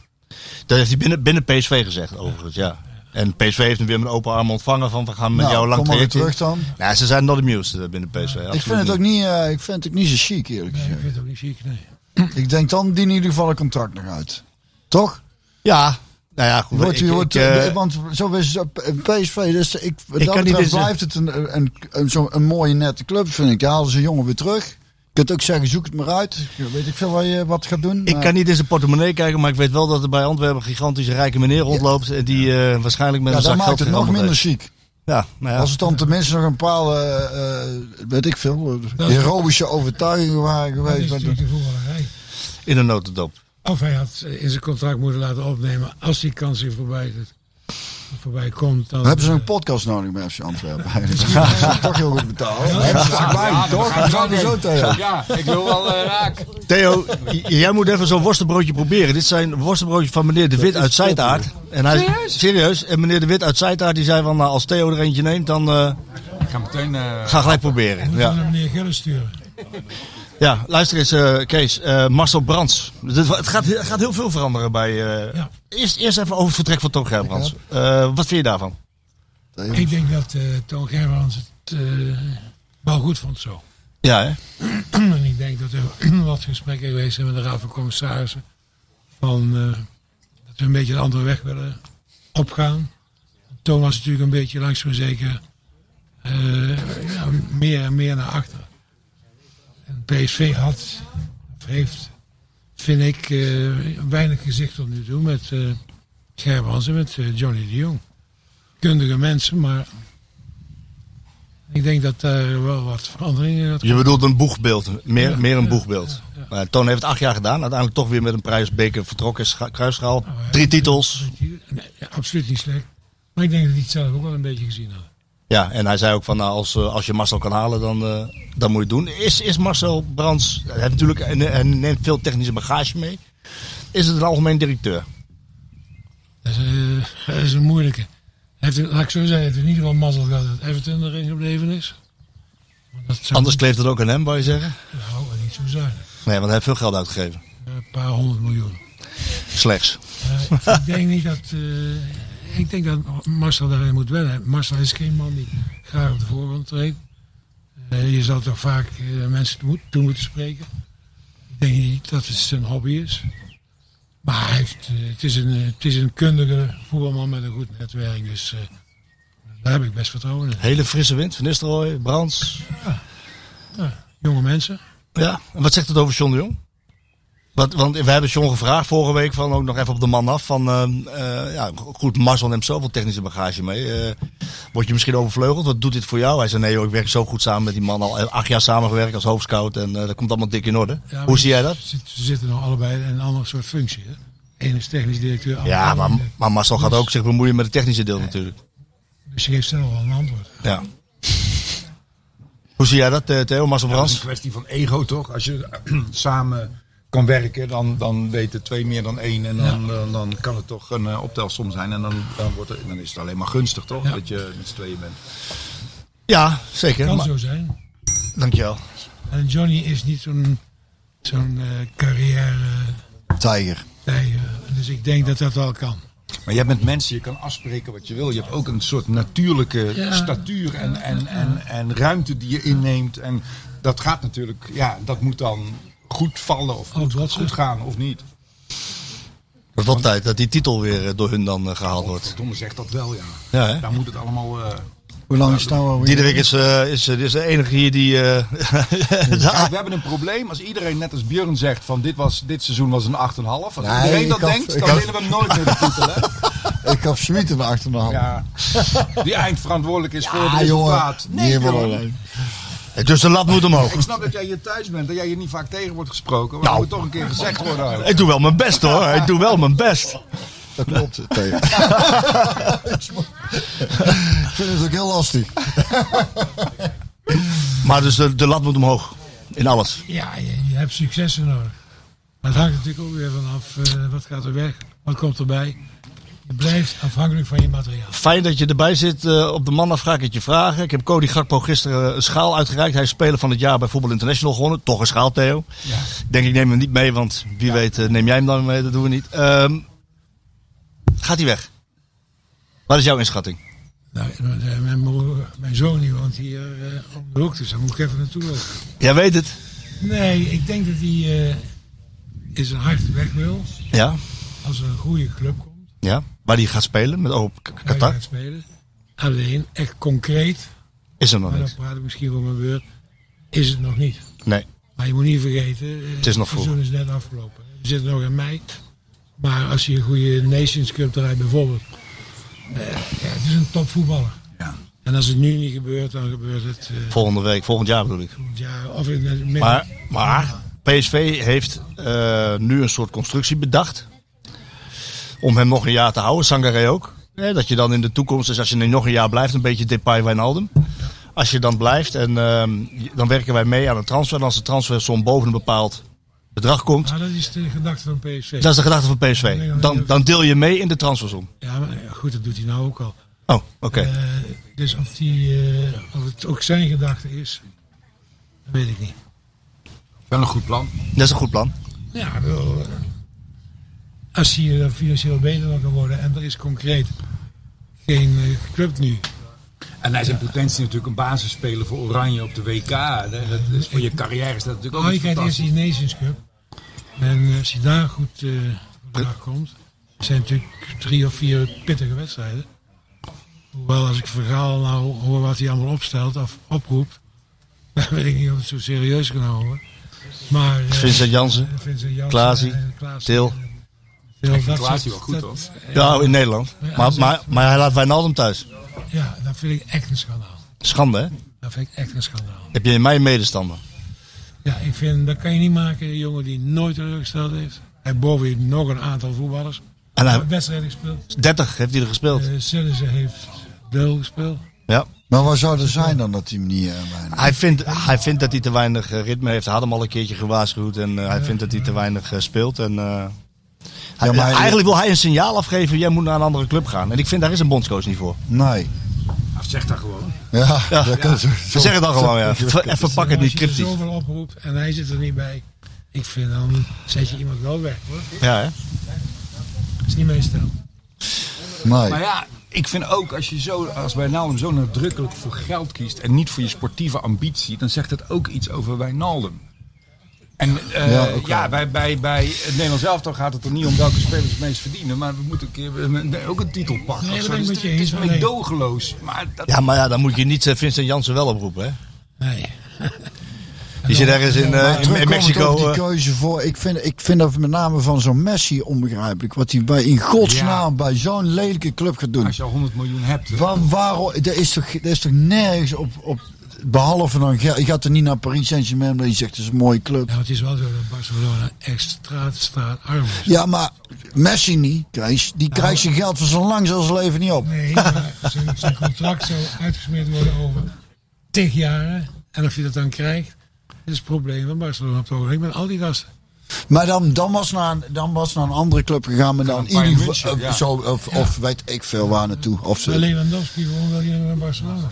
F: Dat heeft hij binnen, binnen PSV gezegd, overigens, ja. En PSV heeft hem weer met open armen ontvangen van we gaan met
B: Nou,
F: jou lang
B: kom maar weer
F: traject in.
B: terug dan.
F: Nou, ze zijn not amused eh, binnen PSV. absoluut
B: Ik vind het ook niet, eh, ik vind het ook niet zo chic eerlijk
G: Nee, ik
B: gezegd.
G: vind het ook niet ziek, nee.
B: Ik denk dan die in ieder geval een contract nog uit. Toch?
F: Ja, nou ja, goed.
B: Je wordt,
F: ik,
B: je
F: ik,
B: wordt,
F: eh,
B: eh, want zo is het op- eh, PSV. Dus ik, wat dat
F: kan niet
B: betreft
F: eens, eh,
B: blijft het een, een, een, zo een mooie nette club, vind ik. Daar halen ze een jongen weer terug. Je kunt ook zeggen, zoek het maar uit. Weet ik veel wat je wat gaat doen.
F: ik
B: maar-
F: kan niet in zijn portemonnee kijken, maar ik weet wel dat er bij Antwerpen een gigantische rijke meneer rondloopt. en Die eh, waarschijnlijk met
B: ja,
F: een
B: dat
F: zak
B: maakt
F: geld
B: het nog
F: gerammeld
B: minder
F: heeft.
B: chic.
F: Ja, nou ja.
B: Als het dan tenminste nog een paar, eh, eh, weet ik veel, eh, heroïsche overtuigingen waren
G: Dat
B: geweest.
G: is
B: wat-
G: natuurlijk de voetballerij.
F: in een notendop.
G: Of hij had eh, in zijn contract moeten laten opnemen als die kans hier voorbij, voorbij komt. Dan,
B: Dan hebben ze
G: eh,
B: een podcast nodig bij FC Antwerpen. [LAUGHS] eigenlijk. Dat is toch heel goed betaald. Ja, dat is erbij,
H: Ja,
B: toch?
H: dat
B: Dat gaan we zo tegen.
H: ja, ik wil wel eh, raak.
F: Theo, j- jij moet even zo'n worstenbroodje proberen. Dit zijn worstenbroodjes van meneer De Wit uit Zijtaart. En hij, serieus? Serieus. En meneer De Wit uit Zijtaart die zei van, nou, als Theo er eentje neemt, dan eh,
H: Ik ga meteen... eh,
F: ga gelijk proberen.
G: moeten we
F: Ja.
G: naar meneer Gillen sturen.
F: Ja, luister eens, eh, Kees. eh, Marcel Brands. Het, het gaat, het gaat heel veel veranderen bij. eh,
G: Ja.
F: eerst, eerst even over het vertrek van Tom Gerbrands. Eh, wat vind je daarvan?
G: Ik denk dat eh Toon Gerbrands het eh, wel goed vond zo. [CLEARS THROAT]
F: Ja, hè?
G: en ik denk dat er [CLEARS THROAT] wat gesprekken geweest zijn met de Raad van Commissarissen. Van, eh, dat we een beetje de andere weg willen opgaan. Toon was natuurlijk een beetje langs maar zeker eh, ja, meer en meer naar achter. En PSV had, of heeft, vind ik, eh, weinig gezicht tot nu toe met eh Gerbrands en met eh, Johnny de Jong. Kundige mensen, maar ik denk dat daar wel wat veranderingen gaat
F: Je bedoelt een boegbeeld. Meer, meer een boegbeeld. Maar Toon heeft het acht jaar gedaan. Uiteindelijk toch weer met een prijsbeker vertrokken. scha- Kruisschaal.
G: ja.
F: Drie titels.
G: Nee, ja, absoluut niet slecht. Maar ik denk dat die het zelf ook wel een beetje gezien hadden.
F: Ja, en hij zei ook van nou, als, eh, als je Marcel kan halen, dan, eh, dan moet je het doen. Is, is Marcel Brands, hij, heeft natuurlijk, en hij neemt veel technische bagage mee. Is het een algemeen directeur?
G: Dat is, eh, dat is een moeilijke. Hij Heeft, laat ik zo zeggen, hij heeft in ieder geval mazzel gehad dat Everton erin gebleven is. Want dat zou
F: Anders kleeft het ook aan hem, wou je zeggen?
G: Nou, wel niet zo zuinig.
F: Nee, want hij heeft veel geld uitgegeven.
G: Een paar honderd miljoen.
F: Slechts.
G: Eh, ik denk niet dat... eh, ik denk dat Marcel daarin moet wennen. Marcel is geen man die graag op de voorgrond treedt. Eh, je zal toch vaak eh, mensen toe, toe moeten spreken. Ik denk niet dat het zijn hobby is. Maar hij heeft, eh, het, is een, eh, het is een kundige voetbalman met een goed netwerk. Dus eh, daar heb ik best vertrouwen in.
F: Hele frisse wind. Van Nistelrooy, Brands.
G: Jonge mensen.
F: Ja. En wat zegt het over John de Jong? Wat, want we hebben John gevraagd vorige week van ook nog even op de man af. Van, ehm, eh, ja, goed, Marcel neemt zoveel technische bagage mee. eh, word je misschien overvleugeld? Wat doet dit voor jou? Hij zei nee joh, ik werk zo goed samen met die man. Al eh, acht jaar samengewerkt als hoofdscout en eh, dat komt allemaal dik in orde.
G: Ja, maar
F: Hoe zie jij dat?
G: Ze ze zitten nog allebei in een ander soort functie. Hè? Eén is technisch directeur.
F: Ja,
G: ander-
F: maar, maar Marcel gaat ook zich bemoeien met het technische deel natuurlijk.
G: Dus je geeft zelf wel een antwoord.
F: Ja. Hoe zie jij dat eh, Theo, Marcel
H: Dat is
F: Brands?
H: een kwestie van ego, toch? Als je eh, [CLEARS THROAT] samen kan werken, dan, dan weten twee meer dan één. En dan, dan, dan kan het toch een eh, optelsom zijn. En dan, dan, wordt het, dan is het alleen maar gunstig, toch?
G: Ja.
H: Dat je met z'n tweeën bent.
F: Ja, zeker.
G: Kan
F: Maar,
G: zo zijn.
F: dankjewel.
G: En Johnny is niet zo'n zo'n eh, carrière
B: Tijger.
G: tijger. Dus ik denk dat dat wel kan.
H: Maar je hebt met mensen, je kan afspreken wat je wil. Je hebt ook een soort natuurlijke
G: Ja.
H: statuur en, en, en, en ruimte die je inneemt. En dat gaat natuurlijk, ja, dat moet dan goed vallen of
G: Oh,
H: goed,
G: dat
H: goed
G: zo.
H: gaan of niet.
F: Het wordt tijd dat die titel weer eh, door hun dan eh, gehaald wordt.
H: Verdomme zegt dat wel, ja.
F: Ja, hè?
H: Daar moet het allemaal... eh,
B: Hoe lang is het nou alweer?
F: Diederik is, eh, is, eh, is de enige hier die... eh, [LAUGHS]
H: Kijk, we hebben een probleem als iedereen, net als Björn zegt, van dit, was, dit seizoen was een 8,5. Als
B: Nee,
H: iedereen
B: ik
H: dat
B: had-
H: denkt,
B: ik
H: dan
B: had-
H: willen we hem nooit meer de titel, hè?
B: Ik gaf Sweet een achter de hand.
H: Ja. Die eindverantwoordelijk is voor het
B: Ah, jongen.
H: resultaat.
B: Nee,
H: Nee, jongen.
F: dus de lat moet omhoog.
H: Ik snap dat jij hier thuis bent, dat jij hier niet vaak tegen wordt gesproken. Maar dat
F: Nou.
H: moet toch een keer gezegd worden. ook.
F: Ik doe wel mijn best hoor. Ik doe wel mijn best.
B: Dat
F: [LAUGHS]
B: klopt. Theo. ik vind het ook heel lastig.
F: Maar dus de, de lat moet omhoog. In alles.
G: Ja, je, je hebt successen nodig. Maar het hangt natuurlijk ook weer vanaf eh, wat gaat er weg, wat komt erbij. Je blijft afhankelijk van je materiaal.
F: Fijn dat je erbij zit. eh, op de man af ga ik het je vragen. Ik heb Cody Gakpo gisteren eh, een schaal uitgereikt. Hij is speler van het jaar bij Voetbal International gewonnen. Toch een schaal, Theo. Ik Denk ik neem hem niet mee, want wie weet eh, neem jij hem dan mee. Dat doen we niet. Ehm, gaat hij weg? Wat is jouw inschatting?
G: Nou, eh, mijn, broer- mijn zoon die woont hier eh, om de hoek, dus daar moet ik even naartoe lopen.
F: Jij weet het.
G: Nee, ik denk dat hij eh, in zijn hart weg wil.
F: Ja.
G: Als er een goede club komt,
F: ja. Waar hij gaat spelen met oh, K-
G: kan hij
F: Qatar.
G: gaat spelen. Alleen, echt concreet,
F: Is er nog
G: maar dan
F: niet.
G: praat ik misschien voor mijn beurt, is het nog niet.
F: Nee.
G: Maar je moet niet vergeten, eh,
F: is nog vroeg.
G: Het seizoen is net afgelopen. We zitten nog in mei. Maar als je een goede Nations Cup draait bijvoorbeeld. eh, ja, het is een topvoetballer.
H: Ja.
G: En als het nu niet gebeurt, dan gebeurt het eh,
F: Volgende week. Volgend jaar bedoel ik.
G: volgend jaar of in het midden.
F: Maar, maar PSV heeft eh, nu een soort constructie bedacht. Om hem nog een jaar te houden. Sangaré ook. Hè, dat je dan in de toekomst, dus als je nu nog een jaar blijft, een beetje Depay Wijnaldum. Als je dan blijft en ehm, je- dan werken wij mee aan een transfer. En als de transfersom boven een bepaald bedrag komt,
G: Maar Ah, dat is de gedachte van PSV.
F: dat is de gedachte van PSV. Dan, dan deel je mee in de transfersom.
G: Ja, maar ja, goed, dat doet hij nou ook al.
F: Oh, oké.
G: Eh, dus of, die, eh, of het ook zijn gedachte is, dat weet ik niet.
H: Wel een goed plan.
F: Dat is een goed plan.
G: Ja, ik bedoel, eh, als je er financieel beter van kan worden en er is concreet geen eh, club nu.
H: En hij is in potentie natuurlijk een basisspeler voor Oranje op de WK. hè. Dat is, voor je carrière is dat natuurlijk ook
G: Oh, je
H: iets
G: krijgt eerst
H: fantastisch.
G: die Nations Cup. En eh, als je daar goed eh voor de dag komt, zijn natuurlijk drie of vier pittige wedstrijden. Hoewel als ik verhaal nou hoor wat hij allemaal opstelt of oproept, [LAUGHS] dan weet ik niet of het zo serieus kan houden. Maar eh,
F: Vincent Jansen.
G: Vincent Jansen,
F: Klaasie,
G: eh, Klaasie,
F: Til.
G: eh, Til, dat soort-
H: Klaasie wel goed,
G: dat-
H: hoor.
F: Ja, in Nederland. Maar, maar, maar hij laat Wijnaldum thuis.
G: Ja, dat vind ik echt een schandaal.
F: Schande, hè?
G: Dat vind ik echt een schandaal.
F: Heb je in mijn medestander.
G: Ja, ik vind, dat kan je niet maken. Een jongen die nooit teleurgesteld heeft. En boven je nog een aantal voetballers.
F: En hij,
G: Wedstrijden gespeeld.
F: 30 heeft hij er gespeeld.
G: Eh Sillissen heeft deel gespeeld.
F: Ja.
B: Maar waar zou er zijn dan dat hij hem niet... eh, bijna-
F: Hij vindt, hij vindt dat hij te weinig eh, ritme heeft. Hij had hem al een keertje gewaarschuwd en eh, hij vindt dat hij te weinig eh, speelt. En, eh, hij-
B: maar hij-
F: eigenlijk wil hij een signaal afgeven, jij moet naar een andere club gaan. En ik vind, daar is een bondscoach niet voor.
B: Nee.
H: Hij zegt dat gewoon.
B: Ja,
F: Ja.
B: dat kan zo.
F: Ze zeggen dan gewoon, ja. Ver- Even pak het
G: Maar
F: niet
G: als je er
F: cryptisch.
G: zoveel oproept en hij zit er niet bij. Ik vind dan zet je iemand wel weg hoor.
F: Ja, hè?
G: Dat is niet mijn stijl.
B: Nee.
H: Maar ja, ik vind ook als je zo, als Wijnaldum zo nadrukkelijk voor geld kiest en niet voor je sportieve ambitie, dan zegt dat ook iets over Wijnaldum. En eh,
B: Ja,
H: ja,
B: ook
H: bij, bij, bij het Nederlands elftal gaat het er niet om welke spelers het meest verdienen, maar we moeten een keer een- een- ook een titel pakken.
G: Nee,
H: of
G: dat
H: zo.
G: ben ik met
H: Dus het
G: je
H: het is
G: eens, alleen-
H: meedogenloos. Maar dat,
F: ja, maar ja, dan moet je niet eh, Vincent Jansen wel oproepen. Hè?
G: Nee.
F: Die zit ergens in, eh, in- in
B: Terugkomend op
F: Mexico.
B: Die
F: eh,
B: keuze voor, ik, vind, ik vind dat met name van zo'n Messi onbegrijpelijk. Wat hij bij, in godsnaam bij zo'n lelijke club gaat doen.
H: als je al 100 miljoen hebt.
B: Waar, waarom, er, is toch, er is toch nergens op, op behalve dan, geld. je gaat er niet naar Paris Saint-Germain omdat je zegt het is een mooie club.
G: Nou, het is wel zo dat Barcelona extra straat arm is.
B: Ja, maar Messi niet, Kees. Die krijgt zijn geld van zijn lang zijn leven niet op.
G: Nee, maar zijn, zijn contract zou uitgesmeerd worden over tig jaren. En of je dat dan krijgt, dat is het probleem van Barcelona op het ogenblik met al die gasten.
B: Maar dan, dan, was naar, een- dan was naar een andere club gegaan, maar dan
H: Naar
B: in
H: Bayern
B: ieder geval,
H: München,
B: eh,
H: ja.
B: zo, of, of weet ik veel waar naartoe. Of
G: Maar
B: ze,
G: Lewandowski, gewoon wil je naar Barcelona?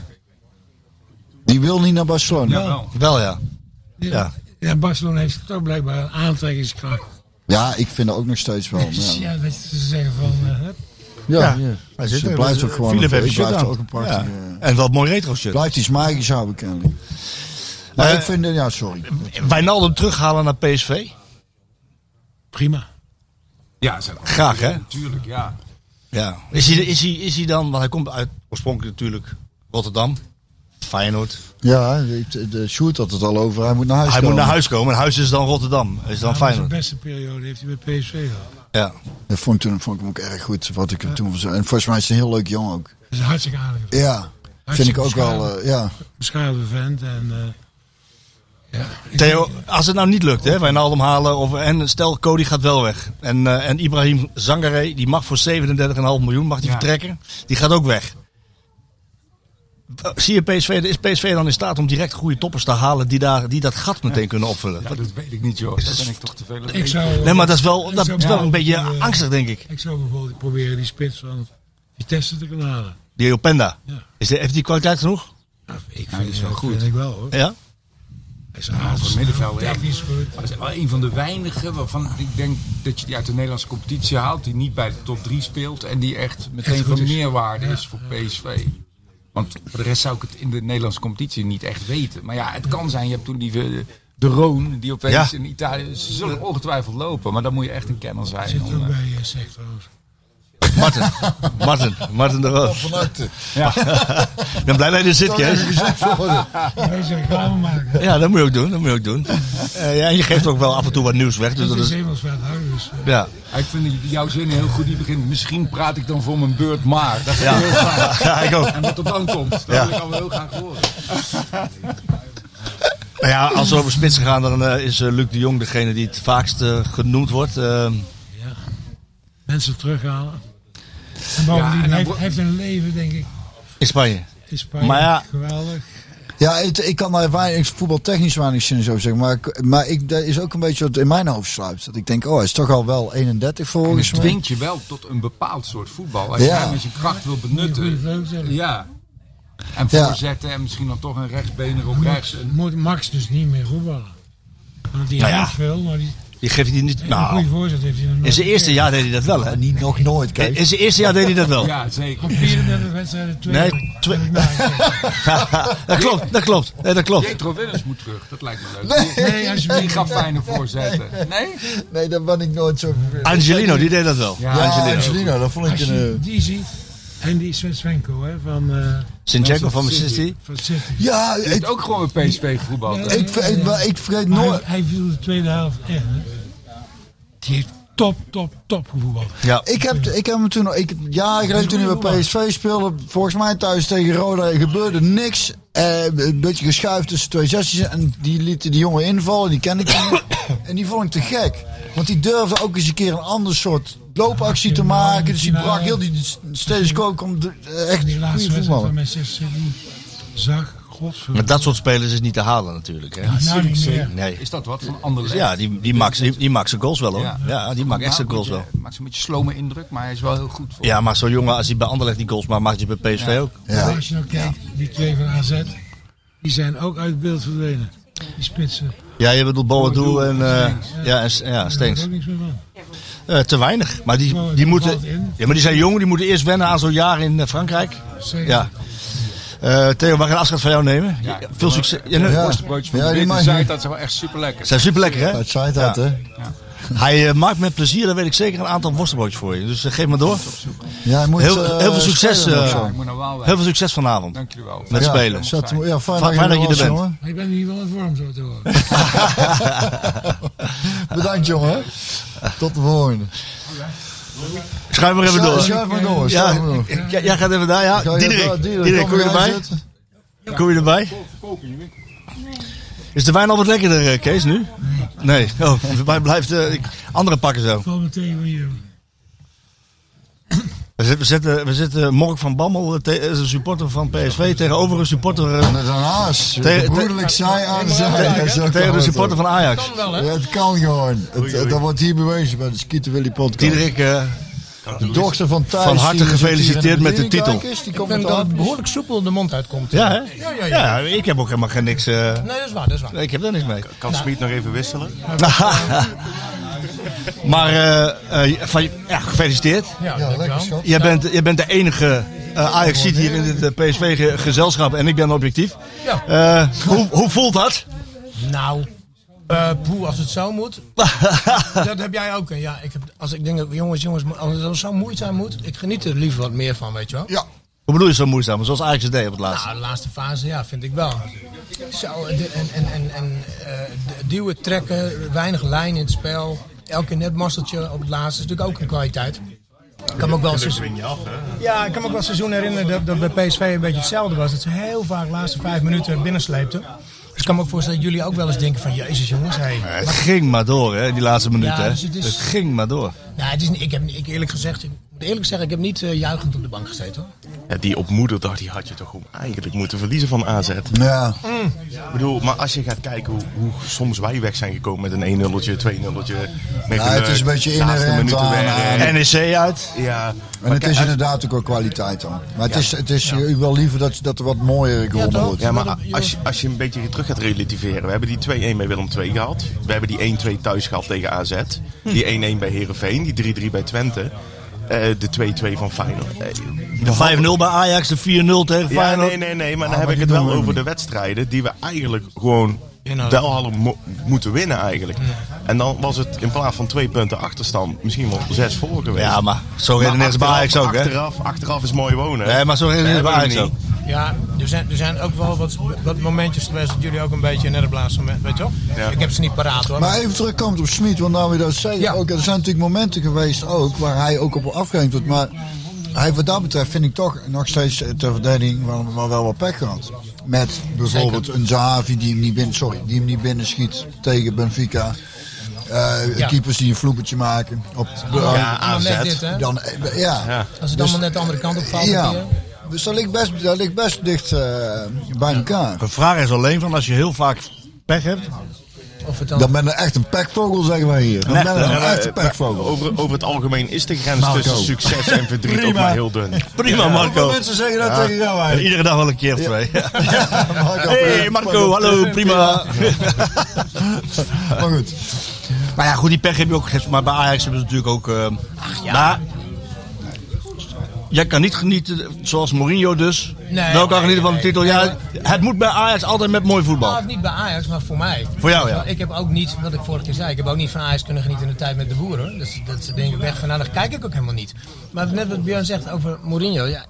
B: die wil niet naar Barcelona.
H: Jawel.
F: Wel ja. Ja.
G: ja, Barcelona heeft toch blijkbaar een aantrekkingskracht.
B: Ja, ik vind dat ook nog steeds
F: [LAUGHS]
B: wel.
G: Dus [LAUGHS]
B: Ja,
G: ja, dat ze zeggen van, eh, hup,
B: ja, ja.
F: Hij
B: Dus
F: zit
B: het
F: er.
B: blijft ook gewoon
F: Philip
B: een,
F: heeft
B: het
F: een
B: blijft
F: shirt
B: ook
F: aan.
B: een prachtige...
F: Ja. En wat mooi retro shirt.
B: Blijft iets magisch houden kennelijk. Maar
F: Eh,
B: ik vind... Ja, sorry.
F: Wijnaldum terughalen naar PSV?
G: prima.
H: Ja, zijn
F: Graag, hè?
H: Natuurlijk, ja.
F: Ja. Is hij, is hij, is hij dan, want hij komt uit oorspronkelijk natuurlijk Rotterdam, Feyenoord.
B: Ja, de, de Sjoerd had het al over. Hij moet naar huis
F: hij
B: komen.
F: moet naar huis komen en huis is dan Rotterdam, is dan
G: Dat was de
F: Feyenoord.
G: beste periode heeft hij bij PSV gehad.
F: Ja.
B: Dat vond ik, toen, vond ik hem ook erg goed, wat ik hem toen van zei. En volgens mij is hij een heel leuk jongen ook.
G: Dat is een hartstikke aardige vent.
B: Ja, vind ik ook wel... eh, ja.
G: Bescheiden vent en... eh, ja, ik
F: Theo,
G: denk,
F: als het nou niet lukt, hè, Wijnaldum halen of, en stel Cody gaat wel weg. En, eh, en Ibrahim Zangaré, die mag voor 37,5 miljoen, mag die
H: Ja.
F: vertrekken, die gaat ook weg. Zie je PSV, is PSV dan in staat om direct goede toppers te halen die, daar, die dat gat meteen kunnen opvullen?
H: Ja, dat weet ik niet, joh. Daar ben ik toch te veel
G: eh, ik zou,
F: Nee, maar dat is wel,
G: ik
F: dat
G: zou
F: is wel een
G: bijvoorbeeld,
F: beetje
G: eh,
F: angstig, denk ik.
G: Ik zou bijvoorbeeld proberen die spits van Vitesse te kunnen halen.
F: Die Openda.
G: Ja.
F: Is de, heeft die kwaliteit genoeg?
G: Nou, ik
H: die is wel
G: dat
H: goed.
G: Vind ik wel hoor.
F: Ja?
G: Hij is aardig.
H: middenveld, ja.
G: Technisch goed.
H: Maar dat is wel een van de weinigen waarvan ik denk dat je die uit de Nederlandse competitie haalt. Die niet bij de top 3 speelt. En die echt meteen
G: Echt goed
H: van
G: is.
H: meerwaarde is voor PSV. Want voor de rest zou ik het in de Nederlandse competitie niet echt weten. Maar ja, het kan zijn. Je hebt toen die eh, de Roon, die opeens
F: Ja.
H: in Italië... Ze zullen ongetwijfeld lopen, maar dan moet je echt een kenner zijn.
G: Zit
H: om,
G: ook
H: eh,
G: bij eh, SEC trouwens.
F: Martin. Martin. Martin de Roos. [LAUGHS] Ik ben blij dat je er zit, Kees.
G: Deze reclame maken.
F: Ja, dat moet je ook doen. Dat moet je ook doen. Eh, ja, en je geeft ook wel af en toe wat nieuws weg.
G: Dat
F: Dus dat
G: is
F: is,
G: helemaal zwaar houden. Dus, eh,
F: ja.
H: Ik vind die- jouw zin heel goed. Die begint, misschien praat ik dan voor mijn beurt maar. Dat vind ik
F: Ja.
H: heel graag.
F: [LAUGHS] ja, ik ook.
H: En wat op dan komt, dat
F: Ja.
H: wil ik allemaal heel graag horen.
F: Nou ja, als we over spitsen gaan, dan eh, is eh, Luc de Jong degene die het vaakst eh, genoemd wordt. Ehm,
G: ja. Mensen terughalen. En bovendien,
H: Ja, en dan
G: hij heeft,
H: wo-
G: hij heeft een leven, denk ik,
F: in Spanje.
G: in Spanje.
F: Maar ja.
G: Geweldig.
B: Ja, het- ik kan daar weinig, voetbaltechnisch weinig zin in zo zeggen. Maar, ik- maar ik, dat is ook een beetje wat in mijn hoofd sluipt. Dat ik denk, oh, hij is toch al wel 31
H: En
B: volgens
H: het
B: mij.
H: dwingt je wel tot een bepaald soort voetbal. Als je
B: Ja.
H: hem met je kracht wil
G: Moet je goede
H: benutten.
G: vleugels hebben.
H: Ja. En
B: Ja.
H: voorzetten en misschien dan toch een rechtsbener op rechts.
G: Max,
H: Een,
G: moet Max dus niet meer voetballen. Want die
F: Nou ja.
G: heeft veel, maar die
F: Die geeft hij niet...
G: een goede
F: Nou,
G: voorzet heeft hij nog
F: in
G: nooit
F: zijn eerste
G: gekregen.
F: jaar deed hij dat wel, hè?
B: Niet nog nooit, kijk.
F: In zijn eerste jaar deed hij dat wel.
H: ja, zeker.
G: Op 34 wedstrijden twee.
F: Nee,
G: heb ik-
F: twee-
G: heb ik nagekeken.
F: [LAUGHS] dat klopt, dat klopt. Nee, dat klopt.
H: Jetro Willems moet terug, dat lijkt me leuk. Die-
G: Nee,
H: Die
G: alsjeblieft.
H: gaf fijne voorzetten. Nee?
B: Nee, dat ben ik nooit zo...
F: Angelino, die deed dat wel.
H: Ja.
B: Ja,
F: Angelino.
B: Angelino. dat vond ik
G: Als je
B: een... eh,
G: die ziet, en die Svenko hè, van, eh
F: Sinchenko van Man City.
G: van City.
B: Ja,
H: Die heeft
B: ik,
H: ook gewoon bij PSV gevoetbald. hè?
B: ik, ik, maar ik vergeet
G: Maar
B: nooit...
G: hij, hij viel de tweede helft echt. hè. Die heeft top, top, top gevoetbald.
F: Ja.
B: Ik heb, ik heb hem toen, ik, ja, ik geleden toen hij bij PSV speelde, volgens mij thuis tegen Roda gebeurde niks. Eh, een beetje geschuift tussen twee sessies en die lieten die jongen invallen, die kende ik niet. [COUGHS] En die vond ik te gek. Want die durfde ook eens een keer een ander soort loopactie te maken. Dus die brak heel die steeds ook om de- eh, echt
G: Die
B: goede
G: laatste wedstrijd van
B: voetballen.
G: Manchester City zag, godverdomme.
F: Maar dat soort spelers is niet te halen natuurlijk. Hè?
G: Nou, niet meer.
F: Nee.
H: Is dat wat van andere
F: Ja, die, die, maakt, die, die maakt zijn goals wel hoor. Ja,
H: Ja.
F: die maakt echt zijn
H: Nou,
F: goals wel.
H: Maakt zo'n beetje slome indruk, maar hij is wel heel goed voor.
F: Ja, maar zo'n jongen als hij bij Anderlecht die goals maakt, maakt hij bij PSV
H: Ja.
F: ook.
G: Maar
B: Ja.
G: Als je nou kijkt, die twee van AZ, die zijn ook uit beeld verdwenen. Die spitsen.
F: Ja, je bedoelt Boadu en, eh ja, en S- ja,
G: Daar
F: Steens.
G: heb ik ook niks meer van.
F: Eh, te weinig. Maar die,
G: Boadu
F: die,
G: valt
F: moeten,
G: in.
F: ja, maar die zijn jongen, die moeten eerst wennen aan zo'n jaar in eh, Frankrijk.
G: Zeker.
F: Ja. Eh, Theo, we gaan afscheid van jou nemen.
H: Ja.
F: Veel succes. Ja, nou,
B: Ja.
H: Worstenbroodjes van
B: Ja,
H: de
B: die
H: Witte
B: mag-
H: zei dat ze wel echt super lekker.
F: Zijn super lekker hè?
B: Dat zei dat,
F: Ja.
B: hè?
F: Hij eh, maakt met plezier, dat weet ik zeker, een aantal worstenbroodjes voor je. Dus eh, geef maar door.
B: Ja, hij moet,
F: Heel-
B: eh,
F: heel veel succes,
B: spelen nog
F: eh,
B: zo.
H: Ja, ik moet naar Waalwijk.
F: Heel veel succes vanavond.
H: Dank jullie wel.
F: Met
B: Ja,
F: spelen.
B: zat- ja, fijn,
F: Fijn
B: dat je er
F: bent.
B: Jongen.
G: Maar ik ben hier wel in vorm zo te
B: [LAUGHS]
G: horen.
B: Bedankt, jongen. Tot de volgende.
F: Schuif maar even door.
B: Schuif maar door.
F: Ja,
B: schuif maar door.
F: ik- ja, jij gaat even daar, ja.
B: Ga je-
F: Diederik,
B: ja, Diederik,
F: Diederik, kom je
B: maar jij
F: erbij?
B: zitten.
F: Kom je erbij? Is de wijn al wat lekkerder, eh, Kees, nu? Nee. Oh, de wijn blijft... eh, ik- andere pakken zo.
G: Val me tegen van hier.
F: We zitten, we zitten, we zitten Mork van Bammel, eh, te- is een supporter van PSV, tegenover een supporter... eh,
B: En daarnaast,
F: Tegen-
B: broederlijk saai aan de zijde.
F: te-
B: Zo kan
F: tegen de
B: het
F: supporter
B: ook.
F: van Ajax.
B: Ja, het kan gewoon. Het, dat wordt hier bewezen bij de Skieten Willy podcast.
F: Diederik, eh,
B: De dochter van Thijs.
F: Van harte
B: die zit hier in
F: gefeliciteerd met de
B: Brinkenkijk
F: titel.
B: Is, die
I: Ik
B: komt
I: vind
B: met
I: dat
B: haar.
I: het behoorlijk soepel de mond uitkomt.
F: Ja, hè?
I: Ja, ja, ja.
F: Ja, ik heb ook helemaal geen niks. eh,
I: Nee, dat is waar, dat is waar.
F: nee, ik heb daar niks mee.
J: Kan Smit nog even wisselen?
F: [LAUGHS] maar eh, eh, van, ja, gefeliciteerd.
I: Ja,
B: Ja, lekker
I: dankjewel. Nou.
B: schat.
F: Jij bent, jij bent de enige eh ajax hier in dit eh, PSV-gezelschap en ik ben objectief.
I: Ja.
F: Eh, hoe, hoe voelt dat?
I: Nou, eh poeh, als het zo
B: [LAUGHS]
I: moet. dat heb jij ook. hè. Ja, ik heb, als ik denk, jongens, jongens, als het zo moeizaam moet, ik geniet er liever wat meer van, weet je wel.
B: Ja.
F: Hoe bedoel je zo moeizaam? Zoals Ajax het deed op het laatst.
I: Nou, de laatste fase, ja, vind ik wel. Zo, de- en, en, en, en eh, de- duwen, trekken, weinig lijn in het spel. Elke keer net masseltje op het laatste is natuurlijk ook een kwaliteit. Ik kan me ook wel een seizoen, ja, ik kan me ook wel een seizoen herinneren dat, dat bij PSV een beetje hetzelfde was. Dat ze heel vaak de laatste vijf minuten binnensleepten. Dus ik kan me ook voorstellen dat jullie ook wel eens denken van... Jezus jongens, hé.
F: Eh, Het ging maar door, hè, die laatste minuten.
I: Ja,
F: hè.
I: dus het is-
F: het ging maar door.
I: Nou, het is, niet- ik heb niet- ik, eerlijk gezegd... Ik, moet eerlijk zeggen, ik heb niet eh, juichend op de bank gezeten hoor.
J: Ja, die op moederdag die had je toch gewoon eigenlijk moeten verliezen van AZ.
B: Ja.
J: Ik bedoel, maar als je gaat kijken hoe, hoe soms wij weg zijn gekomen met een 1-0'tje, 2-0'tje. met
B: Ja,
J: eh,
B: Nou, het is een beetje
J: laatste
B: inherent
J: minuten
B: aan-
J: wegrennen.
B: aan-
F: NEC E uit.
J: Ja, maar
B: En het
J: kijk,
B: is
J: als-
B: inderdaad ook wel kwaliteit dan. Maar het is, het is eh, wel liever dat, dat er wat mooier gewonnen
I: toch?
B: wordt.
J: Ja, maar als je, als je een beetje terug gaat relativeren. We hebben die 2-1 bij Willem II gehad. We hebben die 1-2 thuis gehad tegen AZ. Die 1-1 bij Herenveen. Die 3-3 bij Twente. eh, de 2-2 van Feyenoord. Eh,
F: De 5-0 bij Ajax, de 4-0 tegen
J: ja,
F: Feyenoord. Ah,
J: nee, nee, nee. Maar dan heb ik het wel over de wedstrijden die we eigenlijk gewoon wel hadden mo- moeten winnen eigenlijk. En dan was het in plaats van twee punten achterstand misschien wel zes voor geweest.
F: Ja, maar zo redeneert ze bij
J: achteraf-
F: Ajax ook, hè?
J: Achteraf, achteraf is mooi wonen.
F: Nee, maar zo redeneert ze bij
J: Nee,
F: Ajax ook.
J: niet.
I: Ja, er zijn, er zijn ook wel wat, wat momentjes geweest dat jullie ook een beetje net op het laatste moment, weet je wel?
J: Ja.
I: Ik heb ze niet paraat hoor.
B: Maar even terugkomt op Smit, want nou we dat zeggen.
I: Ja.
B: Ook, er zijn natuurlijk momenten geweest ook waar hij ook op afgerekend wordt. Maar hij, wat dat betreft vind ik toch nog steeds eh, ter verdediging wel, wel, wel wat pech gehad. Met bijvoorbeeld een Zahavi die hem niet binnen, sorry, die hem niet binnen schiet tegen Benfica. Eh,
I: Ja.
B: Keepers die een vloepertje maken. Op,
J: Ja,
I: Allemaal net
J: AZ.
I: dit, hè?
B: dan, eh, ja.
J: Ja.
I: Als het allemaal net de andere kant op valt.
B: Ja.
I: een keer.
B: Dus dat ligt best, dat ligt best dicht eh, bij elkaar.
F: De vraag is alleen van als je heel vaak pech hebt.
I: Of het dan...
B: Dan ben je echt een pechvogel, zeggen wij hier. Dan ben je
F: Echt, hè?
B: een echte
J: Eh,
B: pechvogel.
J: Over, over het algemeen is de grens
B: Marco.
J: tussen succes en verdriet ook
F: Prima.
J: maar heel dun.
F: Prima, Marco.
B: mensen zeggen dat tegen jou
F: Ja, Iedere dag wel een keer of [LAUGHS] twee.
B: Marco,
F: Hey Marco, hallo, prima.
B: Maar goed.
F: Maar ja, goed, die pech heb je ook. gehad, Maar bij Ajax hebben ze natuurlijk ook. eh, Maar jij kan niet genieten, zoals Mourinho dus.
I: Nee,
F: Wel kan
I: nee,
F: genieten van de
I: nee,
F: titel.
I: nee.
F: Ja, het moet bij Ajax altijd met mooi voetbal.
I: Nou, of niet bij Ajax, maar voor mij.
F: Voor jou, ja.
I: Ik heb ook niet, wat ik vorige keer zei, ik heb ook niet van Ajax kunnen genieten in de tijd met de boeren. Dus dat ze denken weg van, nou, dat kijk ik ook helemaal niet. Maar net wat Björn zegt over Mourinho, ja,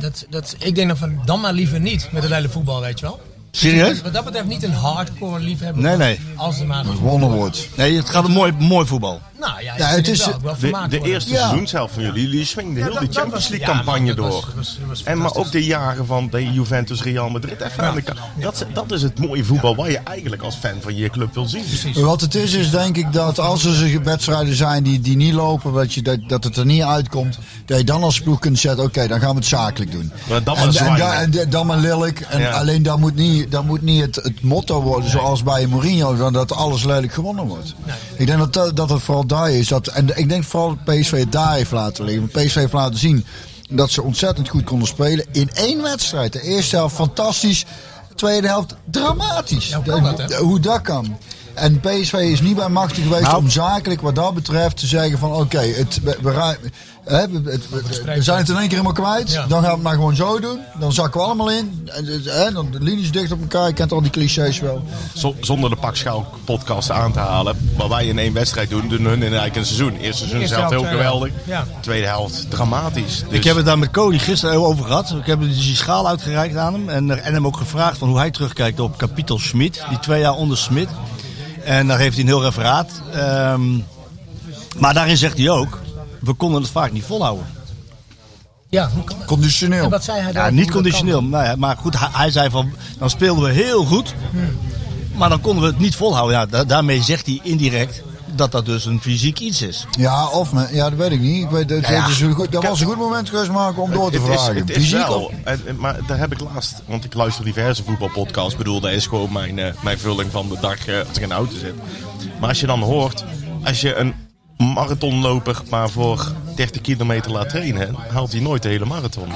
I: dat, dat, ik denk dan van, dan maar liever niet met het hele voetbal, weet je wel.
F: Serieus?
I: Wat dat betreft niet een hardcore liefhebber.
F: Nee, nee.
I: Als er maar...
B: Gewonnen wordt.
F: Nee, het gaat om mooi, mooi voetbal.
I: Nou ja,
B: Ja,
I: het
B: het
I: is
B: is-
I: wel, ook wel
J: De,
I: vermaakt
J: de
I: worden.
J: eerste
B: Ja.
J: seizoen zelf van jullie, jullie swingden heel
I: dat-
J: die
I: dat
J: Champions
I: was-
J: League
I: ja,
J: campagne
I: dat was-
J: door.
I: dat was- dat was
J: en maar ook
I: fantastisch.
J: de jaren van de Juventus, Real Madrid even aan de kant. Dat, is- dat is het mooie voetbal waar je eigenlijk als fan van je club wil zien.
B: Wat het is, is denk ik dat als er zich wedstrijden zijn die, die niet lopen, dat, je, dat, dat het er niet uitkomt, dat je dan als ploeg kunt zetten, oké, dan gaan we het zakelijk doen.
J: Maar dan maar
B: en, en,
J: zwaai,
B: da-
J: hè?
B: en da- dan maar lelijk. En
J: Ja.
B: Alleen dat moet niet, dat moet niet het, het motto worden zoals bij Mourinho, dan dat alles lelijk gewonnen wordt. Ik denk dat, dat dat het vooral daar is. Dat, en ik denk vooral dat PSV het daar heeft laten liggen. Want PSV heeft laten zien dat ze ontzettend goed konden spelen in één wedstrijd. De eerste helft fantastisch, de tweede helft dramatisch.
I: Ja, hoe kan dat, hè?
B: Hoe dat kan. En PSV is niet bij machten geweest om zakelijk wat dat betreft te zeggen van oké, het- we, we, ra- hè, we- het- we- we zijn het in één keer helemaal kwijt.
I: Ja.
B: Dan gaan we het maar gewoon zo doen. Dan zakken we allemaal in. En, eh, hè, dan de linies dicht op elkaar. Je kent al die clichés wel.
J: Z- zonder de pakschaal podcast aan te halen. Wat wij in één wedstrijd doen, doen hun in eigenlijk een seizoen. Eerste seizoen
I: Eerste
J: zelf heel
I: helft, tweede
J: geweldig.
I: helft. Ja.
J: Tweede helft dramatisch. Dus
F: Ik heb het daar met Cody gisteren heel over gehad. Ik heb dus die schaal uitgereikt aan hem. En, eh, en hem ook gevraagd van hoe hij terugkijkt op kapitel Schmid. Die twee jaar onder Schmid. En daar heeft hij een heel referaat. Ehm, maar daarin zegt hij ook, we konden het vaak niet volhouden.
I: Ja, hoe kan dat? En
B: Conditioneel.
I: wat zei hij
F: Ja,
I: daar?
F: niet conditioneel. Nou ja, maar goed, hij, hij zei van, dan speelden we heel goed.
I: Hmm.
F: Maar dan konden we het niet volhouden. Ja, da- daarmee zegt hij indirect dat dat dus een fysiek iets is.
B: Ja, of me, ja, dat weet ik niet. Ik weet, dat,
F: Ja, ja.
B: dat is een goed, dat was een goed moment geweest maken om door te
J: het is,
B: vragen.
J: het is
B: Fysiek
J: wel,
B: of-
J: en- en- maar daar heb ik laatst, want ik luister diverse voetbalpodcasts. Ik bedoel, dat is gewoon mijn, eh, mijn vulling van de dag eh, als ik in de auto zit. Maar als je dan hoort, als je een marathonloper maar voor 30 kilometer laat trainen, haalt hij nooit de hele marathon.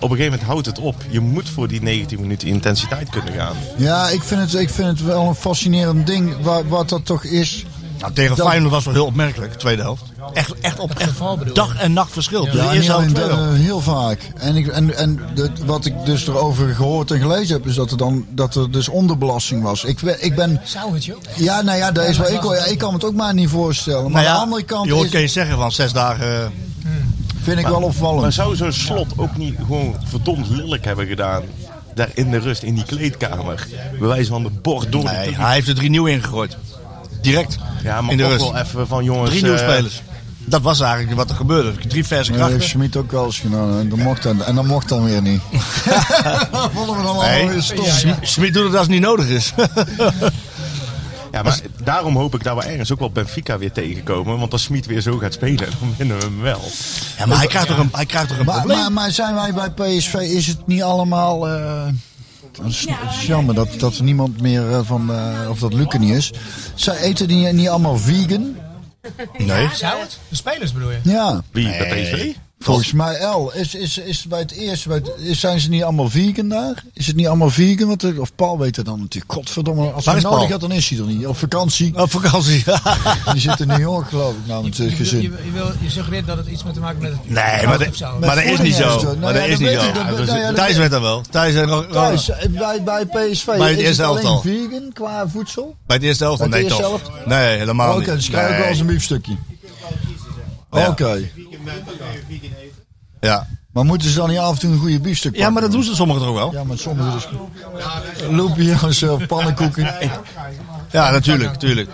J: Op een gegeven moment houdt het op. Je moet voor die 19 minuten intensiteit kunnen gaan.
B: Ja, ik vind het, ik vind het wel een fascinerend ding wa- wat dat toch is.
F: Nou, tegen
B: Dat-
F: Feyenoord was wel heel opmerkelijk, de tweede helft. Echt, echt op echt dag en nacht verschil. Dus
B: Ja,
F: de
B: niet
F: eerste helft,
B: alleen
F: tweede
B: dat,
F: helft.
B: eh, heel vaak. En, ik, en, en dat- wat ik dus erover gehoord en gelezen heb, is dat er dan dat er dus onderbelasting was. Ik, we- ik ben.
I: Zou het, joh?
B: Ja, nou ja, dat is wel, ik, hoor- ja, ik kan het ook maar niet voorstellen. Maar
F: Nou ja,
B: aan de andere kant
F: je hoort
B: is- Hmm.
F: Kees zeggen van zes dagen... eh,
B: vind ik wel opvallend.
J: Maar zou zo'n slot ook niet gewoon verdomd lelijk hebben gedaan? Daar in de rust, in die kleedkamer. Bij wijze van de bord door. de
F: Nee,
J: tribune.
F: hij heeft er drie nieuw ingegooid. Direct.
J: ja, maar
F: in de
J: ook
F: rust.
J: wel even van jongens.
F: Drie nieuwe
J: eh,
F: spelers. Dat was eigenlijk wat er gebeurde. Drie verse
B: Dat heeft
F: krachten.
B: Schmid ook wel eens gedaan. En dat mocht dan, en dat mocht dan weer
F: [LAUGHS]
B: niet. dat [LAUGHS] vonden we dan allemaal
F: Nee,
B: weer stom.
F: Sm- Smit doet het als het niet nodig is.
J: [LAUGHS] Ja, maar daarom hoop ik dat we ergens ook wel Benfica weer tegenkomen. Want als Smit weer zo gaat spelen, [LAUGHS] dan winnen we hem wel.
F: Ja, maar hij krijgt toch een, hij krijgt toch een
B: Maar,
F: probleem?
B: maar, maar zijn wij bij PSV, is het niet allemaal... eh, dat is, dat is jammer dat, dat er niemand meer eh, van... eh, of dat Luke niet is. Zij eten die niet allemaal vegan?
F: Nee.
I: Zou het? De spelers bedoel je?
B: Ja.
J: Wie? Bij PSV?
B: Volgens mij L. Is, is, is bij het eerste, bij het- is, zijn ze niet allemaal vegan daar? Is het niet allemaal vegan? Want, er- of Paul weet het dan natuurlijk. Godverdomme, als
F: Waar
B: hij
F: is
B: nodig
F: Paul?
B: had, dan is hij er niet. Op vakantie.
F: Op vakantie.
B: [LAUGHS] Die zit in New York, geloof ik, namens
I: Je,
B: het gezin.
I: je, je, wil, je suggereert dat het iets met te maken met het
F: Nee, maar,
I: of
F: de,
I: zo.
F: maar dat is niet
B: Met
F: zo.
B: voeding
F: Maar dat is
B: is het. Nou ja,
F: niet zo.
B: dat weet ik, dat- dat- ja, dat-
F: Thijs weet dat wel. Thijs weet nog-
B: Thuis, eh, bij, bij PSV
F: het
B: is het
F: eerste
B: alleen
F: elftal.
B: vegan qua voedsel?
F: Bij het eerste helft
B: Bij
F: van
B: de
F: nee
B: eerste
F: toch? Nee, helemaal
B: Oké,
F: niet.
B: dus krijg ik wel eens een
F: Nee.
B: biefstukje.
F: Ja.
B: Oké,
F: Ja.
B: maar moeten ze dan niet af en toe een goede biefstuk
F: ja, maar dat doen ze sommigen toch ook wel?
B: Ja, maar sommige dus... Loopio's of eh, pannenkoeken.
F: Ja, natuurlijk, natuurlijk.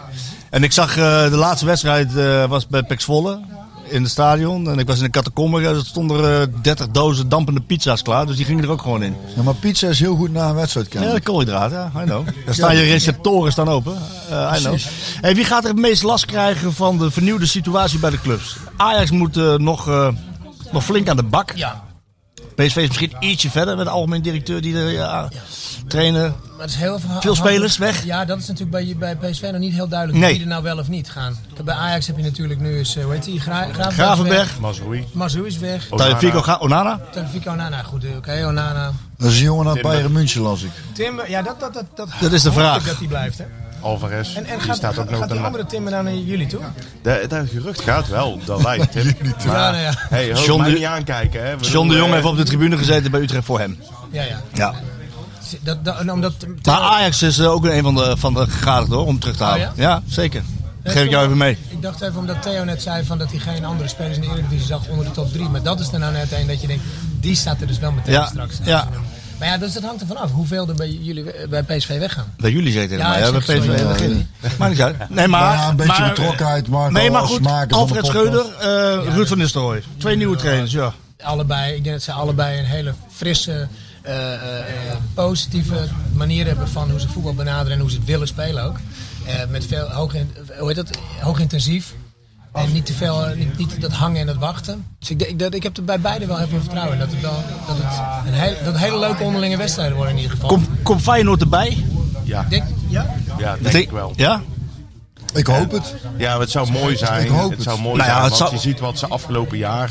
F: En ik zag eh, de laatste wedstrijd eh, was bij Pek Zwolle in het stadion. En ik was in de catacombe. Er stonden er eh, 30 dozen dampende pizza's klaar. Dus die gingen er ook gewoon in.
B: Ja, maar pizza is heel goed na een wedstrijd,
F: Ja,
B: kennelijk.
F: koolhydraten, ja, I
B: [LAUGHS]
F: know. Daar staan je receptoren staan open. eh, I know. Hey, wie gaat er het meest last krijgen van de vernieuwde situatie bij de clubs? Ajax moet eh, nog, eh, nog flink aan de bak.
I: Ja,
F: PSV is misschien ietsje verder met de algemeen directeur die er ja, trainen.
I: maar het is heel verha-
F: Veel spelers weg.
I: Ja, dat is natuurlijk bij, bij PSV nog niet heel duidelijk
F: Nee.
I: wie er nou wel of niet gaan. Kijk, Bij Ajax heb je natuurlijk nu eens, eh, hoe heet die, Gra Gravenberg.
F: Gravenberg,
J: Mazroui.
I: Mazou is weg.
F: Tavico Ga- Onana.
I: Telefico Onana, goed, eh, oké, Onana.
B: Dat is een jongen uit Bayern München, las ik.
I: Timber, ja, dat, dat, dat, dat,
F: Dat is de
I: hoop ik
F: vraag.
I: Dat die blijft, hè.
J: Alvarez.
I: En, en
J: die
I: gaat,
J: staat ook
I: gaat,
J: nog
I: gaat die
J: daarna.
I: andere Timber nou naar jullie toe?
J: De- Dat gerucht gaat wel, dat lijkt.
F: [LAUGHS]
J: hè.
I: Ja,
J: Maar,
I: nou ja.
J: hey, ho,
F: John
J: mij
F: de-
J: niet aankijken. Hè. We
F: John de
J: doen,
F: Jong
J: eh,
F: heeft op de tribune gezeten bij Utrecht voor hem.
I: Ja, ja.
F: Ja.
I: Dat, dat, nou, omdat,
F: Maar Ajax is eh, ook een van de, van de gegadigden hoor, om terug te halen.
I: Oh
F: ja? zeker. Dat geef ik jou even mee.
I: Ik dacht even omdat Theo net zei van dat hij geen andere spelers in de Eredivisie zag onder de top 3. Maar dat is er nou net een dat je denkt, die staat er dus wel meteen
F: Ja,
I: straks.
F: ja.
I: Maar ja, dus dat hangt ervan af hoeveel er bij jullie eh, bij PSV weggaan.
F: Dat jullie zeiden
I: Ja,
F: helemaal.
I: ik
F: Ja,
I: zeg
F: bij PSV.
I: sorry.
F: dat geeft niet. Maakt niet uit. Nee, maar,
B: Ja, een beetje betrokkenheid, Marco,
F: Nee, maar
B: als
F: goed.
B: maker van de
F: Alfred
B: podcast.
F: Schreuder, eh, Ruud van Nistelrooy. Twee nieuwe trainers, ja.
I: Allebei, ik denk dat ze allebei een hele frisse, eh, eh, eh, positieve manier hebben van hoe ze voetbal benaderen en hoe ze het willen spelen ook. Eh, met veel hoog, in- hoe heet dat? hoog intensief. En niet te veel, eh, niet, niet dat hangen en dat wachten. Dus ik, denk- ik, dat, ik heb er bij beide wel heel veel vertrouwen in. Dat het, wel, dat het een heel, dat het hele leuke onderlinge wedstrijden worden in ieder geval.
F: Komt kom Feyenoord erbij?
J: Ja,
I: Ik Denk, ja?
J: ja denk ik wel.
F: Ja?
B: Ik hoop het.
J: Ja, maar het zou mooi zijn.
B: Ik hoop
J: het.
B: het.
J: zou mooi
F: Nou ja,
J: zijn,
F: het
J: want
F: zou-
J: je ziet wat ze afgelopen jaar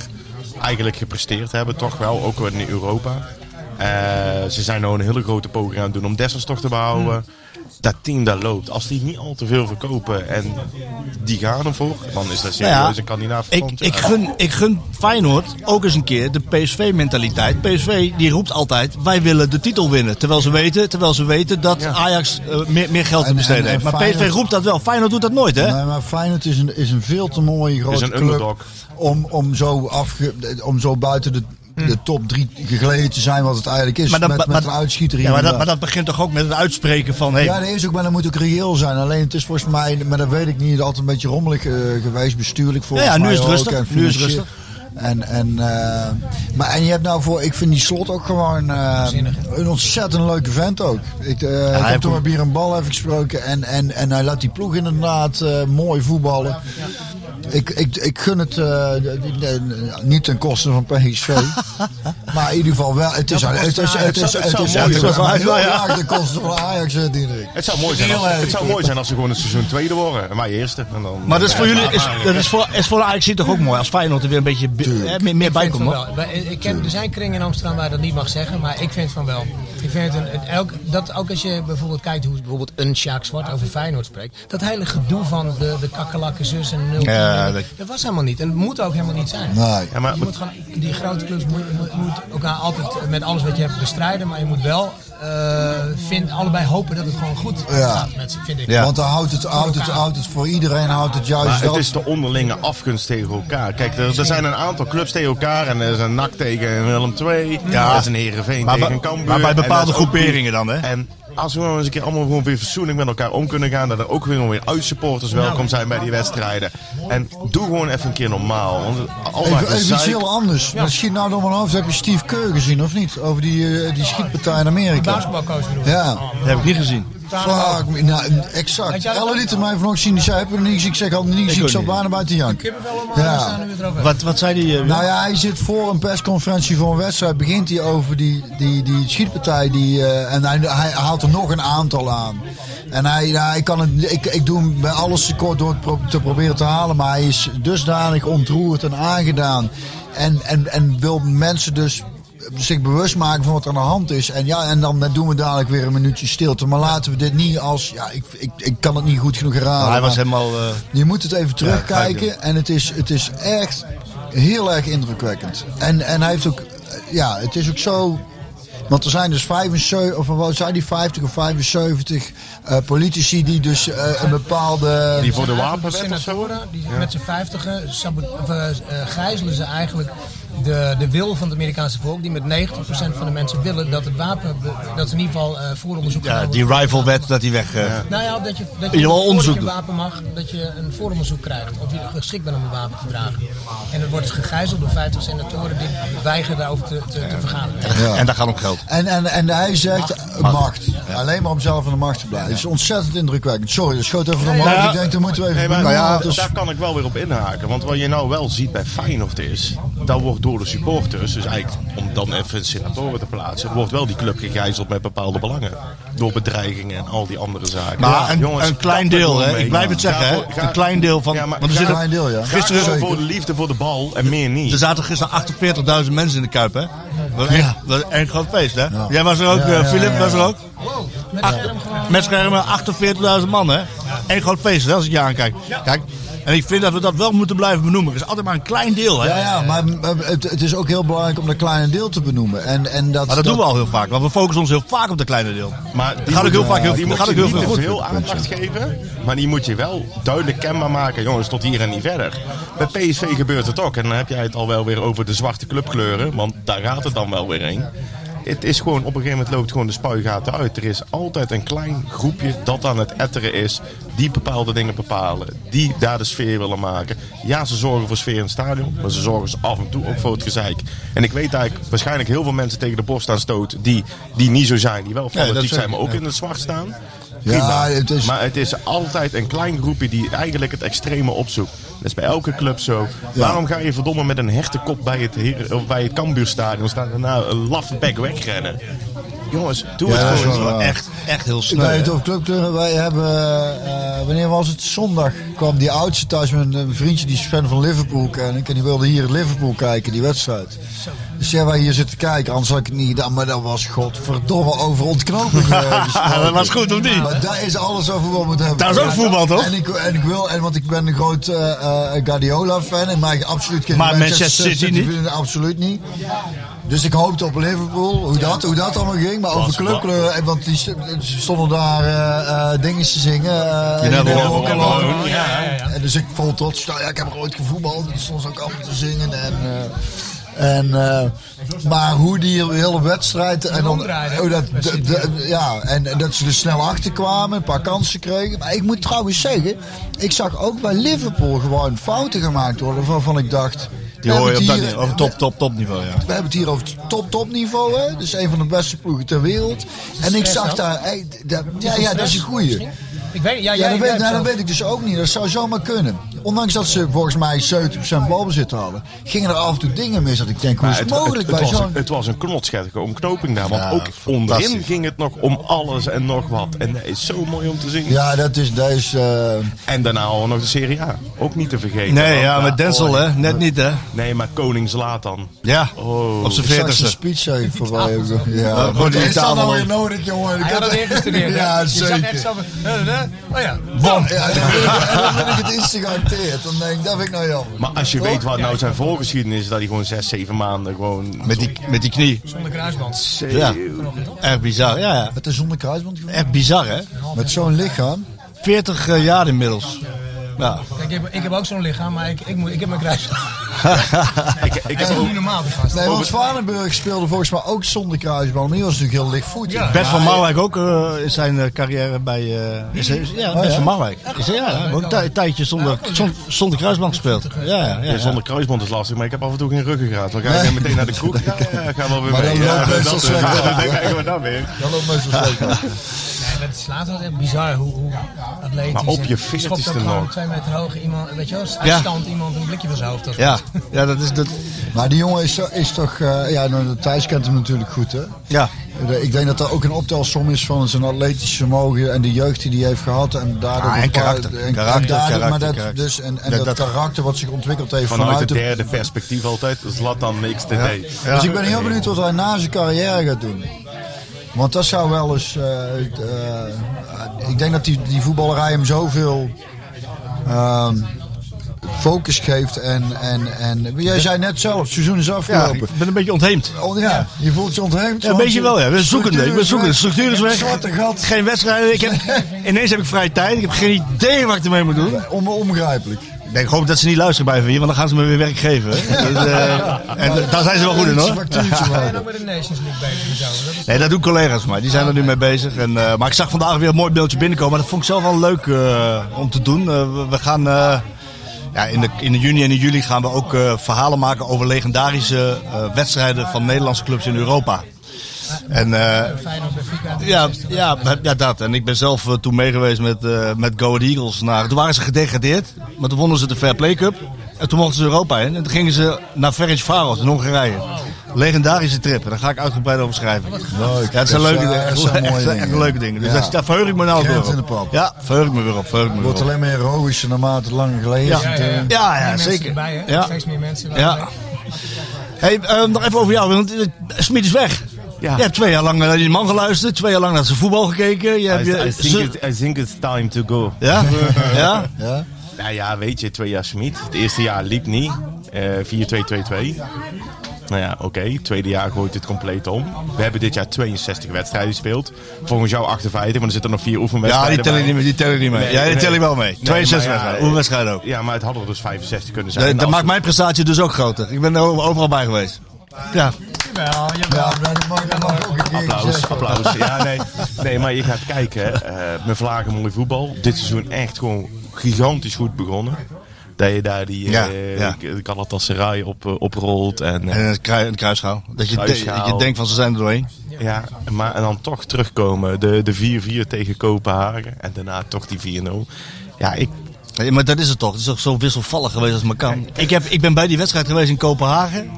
J: eigenlijk gepresteerd hebben. Toch wel, ook wel in Europa. Eh, ze zijn nou een hele grote poging aan het doen om Dessers toch te behouden.
F: Hmm.
J: Dat team dat loopt. Als die niet al te veel verkopen en die gaan ervoor, dan is dat serieus
F: Nou ja,
J: een kandidaat voor
F: Ik,
J: Frans,
F: ik,
J: ja.
F: gun, ik gun Feyenoord ook eens een keer de PSV-mentaliteit. PSV die roept altijd, wij willen de titel winnen. Terwijl ze weten, terwijl ze weten dat Ajax eh, meer, meer geld te
B: En-
F: besteden
B: en- en
F: heeft. Maar PSV
B: Feyenoord-
F: roept dat wel. Feyenoord doet dat nooit, hè?
B: Nee, maar Feyenoord is een, is een veel te mooie grote
J: een
B: club
J: underdog.
B: Om, om, zo afge, om zo buiten de, de top drie gegleden te zijn wat het eigenlijk is.
F: Hm. dat-
B: met, met een uitschieter
F: ja,
B: hier
F: maar,
B: en eh,
F: dat,
B: daar.
F: maar dat begint toch ook met het uitspreken van... Hey,
B: Ja, dat is ook, maar dat moet ook reëel zijn. Alleen het is volgens mij, maar dat weet ik niet, altijd een beetje rommelig eh, geweest, bestuurlijk volgens
F: Ja, ja, nu
B: mij
F: is het
B: ook,
F: rustig.
B: en
F: Nu is het
B: financieel.
F: rustig.
B: En, en, eh, maar, en je hebt nou voor, ik vind die slot ook gewoon eh, een ontzettend leuke vent ook. Ik, eh, ik
F: heeft
B: heb toen
F: ook-
B: met Bier en Bal even gesproken en, en, en hij laat die ploeg inderdaad eh, mooi voetballen. Ik, ik, ik gun het eh, eh, eh, niet ten koste van PSV. Maar in ieder geval wel. Het is
J: Ja,
B: het is- het is-
J: het
B: het is-
J: zou-
B: het
J: het zou
B: is
J: mooi
B: echt
J: zijn.
B: wel heel
J: Ja, ja.
B: laag de kosten van Ajax, eh, Diederik.
J: Het zou, mooi zijn
B: Heel
J: als,
B: erg.
J: het zou mooi zijn als ze gewoon het seizoen tweede worden. En wij eerste. En dan,
F: eh, Maar dat is voor
J: Ja,
F: jullie,
J: maar-
F: is, dat is voor, is voor Ajax toch ook mooi als Feyenoord er weer een beetje bi- hè, meer, meer bij
I: vind
F: komt.
I: van
F: hoor.
I: wel. Wij- Ik ken, er zijn kringen in Amsterdam waar je dat niet mag zeggen, maar ik vind van wel. Ik vind het een, een- elk, dat ook als je bijvoorbeeld kijkt hoe bijvoorbeeld een Sjaak Zwart over Feyenoord spreekt. Dat hele gedoe van de, de kakkelakken zus en 0
J: Ja, dat-
I: dat... was helemaal niet. En het moet ook helemaal niet zijn.
J: Nee. Ja, maar-
I: je moet gewoon, die grote clubs moet, moet- moet elkaar altijd met alles wat je hebt bestrijden, maar je moet wel eh, vind, allebei hopen dat het gewoon goed
B: Ja.
I: gaat met ze, vind ik.
B: Want dan houdt het, houdt, het, houdt het voor iedereen houdt het juist
J: Maar het
B: dat-
J: is de onderlinge afgunst tegen elkaar. Kijk, er, er zijn een aantal clubs tegen elkaar. En er is een NAC tegen Willem II.
F: Ja.
J: Er is een Heerenveen
F: Maar
J: tegen
F: bij-
J: Cambuur.
F: maar bij
J: En dat is
F: bepaalde
J: ook
F: groeperingen dan, hè?
J: En als we gewoon eens een keer allemaal gewoon weer fatsoenlijk met elkaar om kunnen gaan. Dat er ook weer, weer uitsupporters
F: Nou.
J: welkom zijn bij die wedstrijden. En doe gewoon even een keer normaal. Want al dat
B: Even, even iets
J: gezeik-
B: heel anders. Misschien nou door mijn hoofd. Heb je Steve Keur gezien of niet? Over die, eh, die schietpartij in
I: De
B: Amerika.
I: basketbalcoach bedoel ik. Oh,
B: Ja.
F: heb ik niet gezien.
B: Fuck me. Nou, exact.
I: Had jij dat
B: Ellen
I: ook?
B: liet er mij vanochtend zien. Die zei, heb je er niet gezien? Ik zeg, al niet gezien.
F: ook
B: Ik zat
F: niet.
B: bijna buiten jank.
I: Daar staan we weer erover.
F: Wat, wat zei die? eh,
B: Nou ja, hij zit voor een persconferentie voor een wedstrijd. Begint hij over die, die, die schietpartij. Die, eh, en hij, hij haalt er nog een aantal aan. En hij, ja, ik, kan het, ik, ik doe hem bij alles tekort door het pro- te proberen te halen. Maar hij is dusdanig ontroerd en aangedaan. En, en, en wil mensen dus zich bewust maken van wat er aan de hand is. En ja, en dan doen we dadelijk weer een minuutje stilte. Maar laten we dit niet als... Ja, ik, ik, ik kan het niet goed genoeg herhalen.
F: hij was
B: maar-
F: helemaal... eh,
B: je moet het even terugkijken
F: Ja, ga ik
B: en het is, het is echt heel erg indrukwekkend. En, en hij heeft ook, ja, het is ook zo. Want er zijn dus 75, of wat zijn die 50 of 75 eh, politici die dus eh, een bepaalde.
J: Die voor de
I: Eigenlijk
J: wapenwet of zo?
I: senatoren, die met z'n vijftigen sabo- of, eh, eh, gijzelen ze eigenlijk de, de wil van het Amerikaanse volk. Die met 90% van de mensen willen dat het wapen, be- dat ze in ieder geval eh vooronderzoek gaan
F: ja,
I: doen.
F: die rivalwet dat hij weg... eh,
I: Nou ja, dat je, dat je,
F: ieder geval
I: voordat je
F: onderzoek
I: een
F: doet.
I: wapen mag, dat je een vooronderzoek krijgt. Of je geschikt bent om een wapen te dragen. En dan wordt dus gegijzeld door 50 senatoren die weigeren daarover te, te, te vergaderen.
F: En daar gaat om geld.
B: En, en, en hij zegt eh, macht. Alleen maar om zelf aan de macht te blijven. Het is ontzettend indrukwekkend. Sorry, dat schoot even omhoog.
J: ja.
B: Ik denk, daar moeten we even.
J: Nee, maar
B: Nou ja,
J: daar-
B: het is-
J: daar kan ik wel weer op inhaken. Want wat je nou wel ziet bij Feyenoord is... dat wordt door de supporters, dus eigenlijk om dan even senatoren te plaatsen... wordt wel die club gegijzeld met bepaalde belangen. Door bedreigingen en al die andere zaken.
F: Maar
J: Ja,
F: een,
J: jongens,
F: een klein
J: kap er
F: deel,
J: gewoon
F: hè?
J: mee.
F: Ik blijf het
J: Ja.
F: zeggen,
J: Ga voor-
F: hè?
J: ga-
F: Een klein deel van...
J: Ja, maar
F: want
J: ga-
F: er, zitten,
B: Klein deel, ja.
J: Gisteren
F: Gisteren-
J: voor de liefde voor de bal en meer niet.
F: er zaten gisteren 48.000 mensen in de Kuip, hè? Dat was echt, dat was echt een groot feest, hè? Jij was er ook, eh, Filip was er ook.
I: Wow, met scherm gewoon.
F: Met schermen 48.000 man, hè? Eén groot feest, hè, als ik je aankijk. Kijk, en ik vind dat we dat wel moeten blijven benoemen. Het is altijd maar een klein deel, hè?
B: ja, ja, maar eh, het, het is ook heel belangrijk om dat kleine deel te benoemen. En, en dat,
F: Maar dat, doen we al heel vaak, want we focussen ons heel vaak op dat kleine deel.
J: Maar
F: Dat gaat ook heel vaak heel-
J: die
F: dat
J: moet
F: gaat
J: je
F: ook heel
J: niet
F: veel
J: te
F: goed.
J: veel aandacht geven, maar die moet je wel duidelijk kenbaar maken. Jongens, tot hier en niet verder. Bij PSV gebeurt het ook. En dan heb jij het al wel weer over de zwarte clubkleuren, want daar gaat het dan wel weer heen. Het is gewoon, op een gegeven moment loopt gewoon de spuigaten uit. Er is altijd een klein groepje dat aan het etteren is. Die bepaalde dingen bepalen. Die daar de sfeer willen maken. Ja, ze zorgen voor sfeer in het stadion. Maar ze zorgen ze af en toe ook voor het gezeik. En ik weet dat ik waarschijnlijk heel veel mensen tegen de borst aan stoot. Die, die niet zo zijn. Die wel
F: Nee, dat
J: fanatiek
F: zeker,
J: zijn, maar ook
F: ja.
J: in het zwart staan.
B: Ja,
J: Prima.
B: het is-
J: Maar het is altijd een klein groepje die eigenlijk het extreme opzoekt. Dat is bij elke club zo. Waarom ga je verdomme met een hertenkop bij het, Heer- of bij het Cambuurstadion staan en nou een laffe bek wegrennen? Jongens, doe
B: Ja,
J: het
B: dat is
J: gewoon.
B: wel waar.
F: Echt, echt heel snel.
B: Bij
F: hè.
B: het over clubkleuren, wij hebben, eh, wanneer was het? Zondag kwam die oudste thuis met een vriendje die is fan van Liverpool ken ik. En die wilde hier in Liverpool kijken, die wedstrijd. Dus ja, wij hier zitten kijken, anders had ik het niet gedaan. Maar dat was godverdomme over ontknoping. eh,
F: [LAUGHS]
B: gesproken.
F: Dat was goed, of niet?
B: Maar daar is alles over wat we het hebben.
F: Daar is ook
B: Ja,
F: voetbal, toch?
B: En ik, en ik wil, en want ik ben een groot eh, eh, Guardiola-fan. En mij absoluut geen
F: Maar Manchester City niet?
B: vinden, Absoluut niet. Dus ik hoopte op Liverpool, hoe dat, hoe dat allemaal ging. Maar over clubkleuren, eh, want die st- stonden daar eh, eh, dingen te zingen. eh,
F: You never
B: You
F: walk
B: walk
F: alone.
B: alone. En dus ik vol trots, nou ja, ik heb er ooit gevoetbald. Die stonden ze ook allemaal te zingen. En, eh, en, eh, maar hoe die hele wedstrijd... En dan,
I: omdraaien, hè?
B: oh, dat, d- d- ja, en dat ze er snel achter kwamen, een paar kansen kregen. Maar ik moet trouwens zeggen, ik zag ook bij Liverpool gewoon fouten gemaakt worden... waarvan ik dacht,
F: Die
B: We
F: hoor je op
B: hebben
F: dat
B: het
F: niveau,
B: hier-
F: over top, top, top niveau, ja.
B: We hebben het hier over het top-topniveau, hè? Dus een van de beste ploegen ter wereld. En ik zag daar, hey, dat- ja, ja, dat is een goeie.
I: Ik weet, ja,
B: Ja,
I: jij
B: dat weet,
I: werkt
B: nou, dat
I: zelf.
B: weet ik dus ook niet. Dat zou zomaar kunnen. Ondanks dat ze volgens mij 70% balbezit hadden, gingen er af en toe dingen mis. Dat ik denk, hoe
J: Maar
B: is het mogelijk bij
J: het, was
B: zo'n...
J: een, het was een knotsgekke omknoping daar. Want
B: Ja,
J: ook onderin
B: fantastisch.
J: ging het nog om alles en nog wat. En dat is zo mooi om te zien.
B: Ja, dat is... Dat is eh,
J: En daarna al nog de Serie A. Ook niet te vergeten.
F: Nee,
J: Want
F: ja,
J: daar-
F: met Denzel, hè. Net niet, hè.
J: Nee, maar Koning Zlatan.
F: Ja,
J: Oh.
B: ik
F: op zijn
B: zag zijn
F: veertigste.
B: speech zag ik voorbij. Ja,
F: gewoon die
B: is dat
F: tafel,
B: nou weer
F: man.
B: nodig, jongen? Ik
I: Hij had het ingestudeerd. hè?
B: Ja,
I: Je zag
B: zeker.
I: echt zo van, eh, eh, Oh ja.
B: Bam! Ja, dan vind ik- en dan vind ik het instant geacteerd. Dan denk ik, dat vind ik nou jammer.
J: Maar als je weet wat nou zijn voorgeschiedenis is, dat hij gewoon zes, zeven maanden gewoon...
F: Met die, met die knie.
I: Zonder kruisband.
F: Ja, echt bizar, ja, ja.
B: Met een zonder kruisband gevoel.
F: Echt bizar, hè.
B: Met zo'n lichaam.
F: 40 jaar inmiddels.
I: eh,
F: Ja.
I: Kijk, ik heb, ik heb ook zo'n lichaam, maar ik, ik, moet, ik heb mijn kruisband.
J: [LAUGHS] Ik, ik
I: Dat is
J: heb ook...
I: niet normaal, die gast.
B: Nee, want Zwanenburg speelde volgens mij ook zonder kruisband. Maar die was natuurlijk heel lichtvoetig.
I: Ja.
F: Bert van Marwijk ook eh, in zijn eh, carrière bij... eh, is, is- ja, Bert
B: Oh, ja?
F: van Marwijk. Is, ja, ja, ook een tij- tijdje zonder, zon- zonder kruisband gespeeld. Ja, ja, ja.
J: Ja, zonder kruisband is lastig, maar ik heb af en toe geen ruggengraat. Dan ga ik
B: Nee.
J: meteen naar de kroeg. Ja, ja, ga wel weer
B: Maar
J: mee.
B: dan
J: ja,
B: loopt het zo slecht
J: [LAUGHS]
F: [LAUGHS]
J: dan
B: af,
J: krijgen we dat weer.
B: Dat loopt meestal slecht af.
I: Nee, maar het slaat wel echt bizar hoe, hoe atletisch.
J: Maar op je
I: en
J: veertigste
I: schopt ook gewoon
J: nog.
I: twee meter hoog iemand, weet je wel,
F: Ja.
I: afstand iemand een blikje van zijn hoofd. of
F: [LAUGHS] Ja,
I: zo.
F: ja, dat is... Dat,
B: Maar die jongen is, zo- is toch... eh, ja, nou, Thijs kent hem natuurlijk goed, hè?
F: ja.
B: Ik denk dat er ook een optelsom is van zijn atletisch vermogen en de jeugd die hij heeft gehad. En daardoor
F: Ah, en
B: een paar-
F: karakter. Karakter,
B: daardoor- maar
F: karakter,
B: dat,
F: karakter.
B: Dus, en, en
F: Dat-
B: dat,
F: dat-
B: karakter wat zich ontwikkeld heeft vanuit,
J: Vanuit het
B: de-
J: derde perspectief altijd. Zlatan niks te
F: Ja.
B: Dus ik ben heel benieuwd wat hij na zijn carrière gaat doen. Want dat zou wel eens... eh, het, eh, ik denk dat die, die voetballerij hem zoveel... ehm, focus geeft en, en, en... Jij zei net zelf, het seizoen is
F: ja,
B: afgelopen.
F: ik ben een beetje ontheemd.
B: Oh, ja, je voelt je ontheemd.
F: [LAUGHS] Ja, een beetje wel, ja. We zoeken. Ik ben zoeken. De structuur is weg.
B: Zwarte gat.
F: Geen wedstrijden. Ik heb, ineens heb ik vrije tijd. Ik heb geen idee wat ik ermee moet doen.
B: On- onbegrijpelijk.
F: Ik denk gewoon dat ze niet luisteren bij van hier, want dan gaan ze me weer werk geven. hè. Dus, eh, en daar zijn ze wel goed in,
B: Een
F: hoor.
B: factuurtje
I: Ben je
F: [LAUGHS]
B: maken.
I: nog met de Nations League bezig en zo? Dat is
F: Nee, dat doen collega's maar. Die zijn er nu mee bezig. En, eh, maar ik zag vandaag weer een mooi beeldje binnenkomen. Maar dat vond ik zelf wel leuk eh, om te doen. Eh, we, we gaan eh, ja, in, de, in de juni en in juli gaan we ook eh, verhalen maken over legendarische eh, wedstrijden van Nederlandse clubs in Europa. En eh,
I: fijn op Benfica.
F: ja, ja, maar- ja, dat. En ik ben zelf eh, toen meegeweest met, eh met Go Ahead Eagles. Naar, toen waren ze gedegradeerd, maar toen wonnen ze de Fair Play Cup. En toen mochten ze Europa in. En toen gingen ze naar Ferenc Varos in Hongarije. Legendarische trip. En daar ga ik uitgebreid over schrijven.
B: Leuk.
F: [LAUGHS] Ja, het zijn
B: Dat
F: leuke
B: zijn-
F: dingen.
B: dat zijn mooie
F: Echt- echt
B: dingen.
F: leuke dingen. Dus
B: Ja.
F: daar- daar verheug ik me nou
B: Krent
F: weer op.
B: in de pap.
F: Ja, verheug ik me weer op. Verheug ik me weer
B: Wordt
F: op.
B: alleen maar heroïscher naarmate het langer geleden is.
F: Ja,
I: ja, ja.
F: eh? Ja, ja,
I: Meer mensen
F: zeker.
I: Erbij, hè?
F: Ja.
I: Steeds meer mensen.
F: Ja. Hey, ehm, nog even over jou, want eh, Smit is weg.
J: Ja.
F: Je hebt twee jaar lang eh, naar die man geluisterd, twee jaar lang naar zijn voetbal gekeken. Je hebt je-
J: I, I,
F: ze-
J: think it, I think it's time to go. [LAUGHS]
F: Ja? ja?
B: Ja?
J: Nou ja, weet je, twee jaar Smit. Het eerste jaar liep niet. Eh 4-2-2-2. Nou ja, oké. Tweede jaar gooit het compleet om. We hebben dit jaar 62 wedstrijden gespeeld. Volgens jou 58, maar er zitten nog vier
F: Ja,
J: oefenwedstrijden
F: die tel ik
J: bij.
F: niet mee. Die tel ik niet mee.
J: Nee,
F: ja, die
J: nee.
F: tel ik wel mee.
J: Nee,
F: 62
J: maar ja,
F: wedstrijden. Oefenwedstrijden ook.
J: Ja, maar het had er dus 65 kunnen zijn.
F: Dat, dat
J: Als-
F: maakt mijn prestatie dus ook groter. Ik ben er overal bij geweest. Ja.
I: Jawel, jawel.
B: Ja, dat mag, dat mag ook een keer
J: Applaus,
B: gezegd worden.
J: applaus. Ja, nee. nee, maar je gaat kijken. eh mijn vlagen mooi voetbal. Dit seizoen echt gewoon gigantisch goed begonnen. Dat je daar die
F: Ja,
J: eh
F: ja.
J: Galatasaray op, eh, oprolt. En, eh,
F: En het, krui, het kruisschaal. Dat je, de-
J: Kruisschaal.
F: dat je denkt van ze zijn er doorheen.
J: ja, maar en dan toch terugkomen. De, de 4-4 tegen Kopenhagen. En daarna toch die 4-0. Ja, ik,
F: Ja, maar dat is het toch. Het is toch zo wisselvallig geweest als maar kan. Ik, heb, ik ben bij die wedstrijd geweest in Kopenhagen.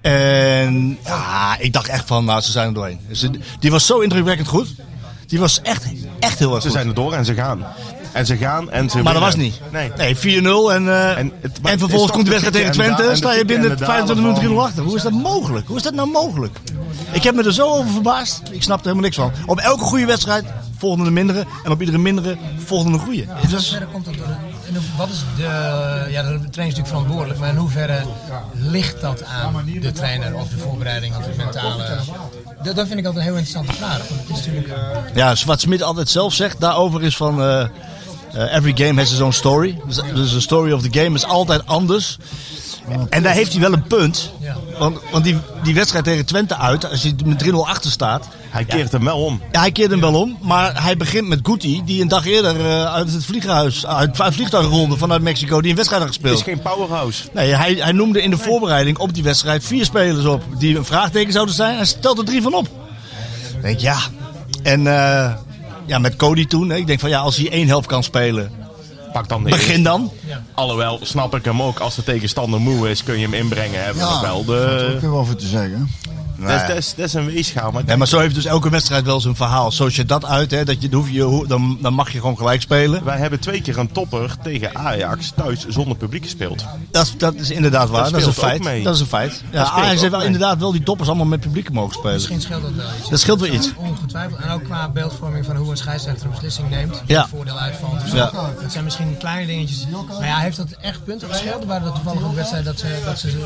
F: En ja, ik dacht echt van, nou, ze zijn er doorheen. Dus die- die was zo indrukwekkend goed. Die was echt, echt heel erg
J: ze
F: goed.
J: zijn er door en ze gaan. En ze gaan en ze
F: maar dat
J: winnen.
F: was niet.
J: Nee.
F: nee 4-0. En, eh,
J: En
F: en,
J: het- maar het is
F: vervolgens
J: toch
F: komt de
J: de
F: wedstrijd
J: pieken
F: tegen
J: en
F: Twente.
J: da- en
F: sta
J: de
F: je binnen
J: pieken en de
F: 25 minuten 3-0
J: dalen
F: achter. Hoe is dat mogelijk? Hoe is dat nou mogelijk? Ik heb me er zo over verbaasd. Ik snap er helemaal niks van. Op elke goede wedstrijd volgende de mindere. En op iedere mindere volgende de goede.
I: In hoeverre komt dat door de- in hoe- wat is de, ja, de trainer is natuurlijk verantwoordelijk, maar in hoeverre ligt dat aan de trainer of de voorbereiding of de mentale? Dat, dat vind ik altijd een heel interessante vraag. Want het is natuurlijk
F: Ja, wat Smit altijd zelf zegt daarover is van... eh, eh, every game has its own story. Dus- Dus de story of the game is altijd anders. En daar heeft hij wel een punt.
I: Ja.
F: Want, want die, die wedstrijd tegen Twente uit, als je met 3-0 achter staat...
J: Hij keert hem wel om.
F: Ja, hij keert hem wel om, maar hij begint met Guti, die een dag eerder eh, uit het vlieghuis, uit, uit vliegtuigronde vanuit Mexico, die een wedstrijd had
J: Het is
F: gespeeld.
J: geen powerhouse.
F: Nee, hij, hij noemde in de voorbereiding op die wedstrijd vier spelers op die een vraagteken zouden zijn. Hij stelt er drie van op. Ik denk ja. En eh, ja, met Cody toen, hè, ik denk van ja, als hij één helft kan spelen,
J: Pak dan de
F: begin
J: eerste.
F: dan.
J: Alhoewel, snap ik hem ook. Als de tegenstander moe is, kun je hem inbrengen. Hebben we nog wel
B: Daar
J: de...
B: heb ik wel voor te zeggen.
J: Dat is- dat is- dat is een weegschaal. Maar
F: Ja, maar zo heeft dus elke wedstrijd wel zijn verhaal. Zo je dat uit, hè, dat je, dan hoef je, hoe- dan, dan mag je gewoon gelijk spelen.
J: wij hebben twee keer een topper tegen Ajax thuis zonder publiek gespeeld.
F: Dat, is- dat is inderdaad waar,
J: Dat
F: dat, is een
J: speelt ook
F: feit.
J: mee.
F: Dat is een feit. Ja,
J: Dat speelt
F: Ajax
J: ook
F: heeft wel
J: mee.
F: inderdaad wel die toppers allemaal met publiek mogen spelen.
I: Misschien scheelt dat wel iets.
F: Dat scheelt wel iets.
I: Ongetwijfeld. En ook qua beeldvorming van hoe een scheidsrechter een beslissing neemt.
F: Ja.
I: Ja. Voordeel uitvalt. Dus
F: Ja.
I: Dat zijn misschien kleine dingetjes. Maar ja, heeft dat echt punten gescheeld? Waren dat toevallig ook wedstrijd dat ze... Dat ze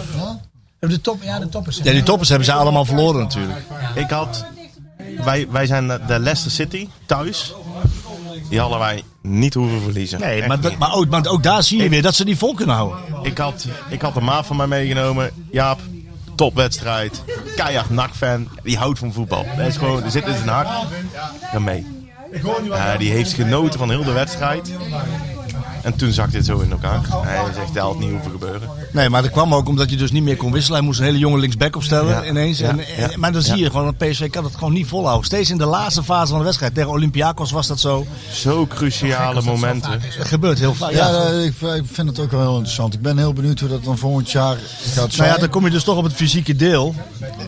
I: de, top, ja, de toppers.
F: Ja, die toppers hebben ze allemaal verloren natuurlijk.
J: Ik had... Wij, wij zijn de de Leicester City thuis. Die hadden wij niet hoeven verliezen.
F: Nee,
J: Echt
F: maar, dat,
J: niet.
F: maar, ook, maar ook daar zie je weer dat ze die vol kunnen houden.
J: Ik had, ik had de maat van mij meegenomen. Jaap, topwedstrijd. Keihard NAC-fan. Die houdt van voetbal. Dat is gewoon, er zit in zijn hart. Ga mee. Eh, die heeft genoten van heel de wedstrijd. En toen zakte dit zo in elkaar. Hij zegt, dat had niet hoeven gebeuren.
F: Nee, maar dat kwam ook omdat je dus niet meer kon wisselen. Hij moest een hele jonge linksback opstellen
J: Ja,
F: ineens.
J: ja,
F: en, en-
J: ja,
F: maar dan
J: ja.
F: zie je gewoon dat PSV kan het gewoon niet volhouden. Steeds in de laatste fase van de wedstrijd. Tegen Olympiakos was dat zo.
J: Zo cruciale momenten.
F: Dat gebeurt heel vaak. Ja.
B: Ja, eh, ik, ik vind het ook wel heel interessant. Ik ben heel benieuwd hoe dat dan volgend jaar gaat zijn.
F: Nou ja, dan kom je dus toch op het fysieke deel.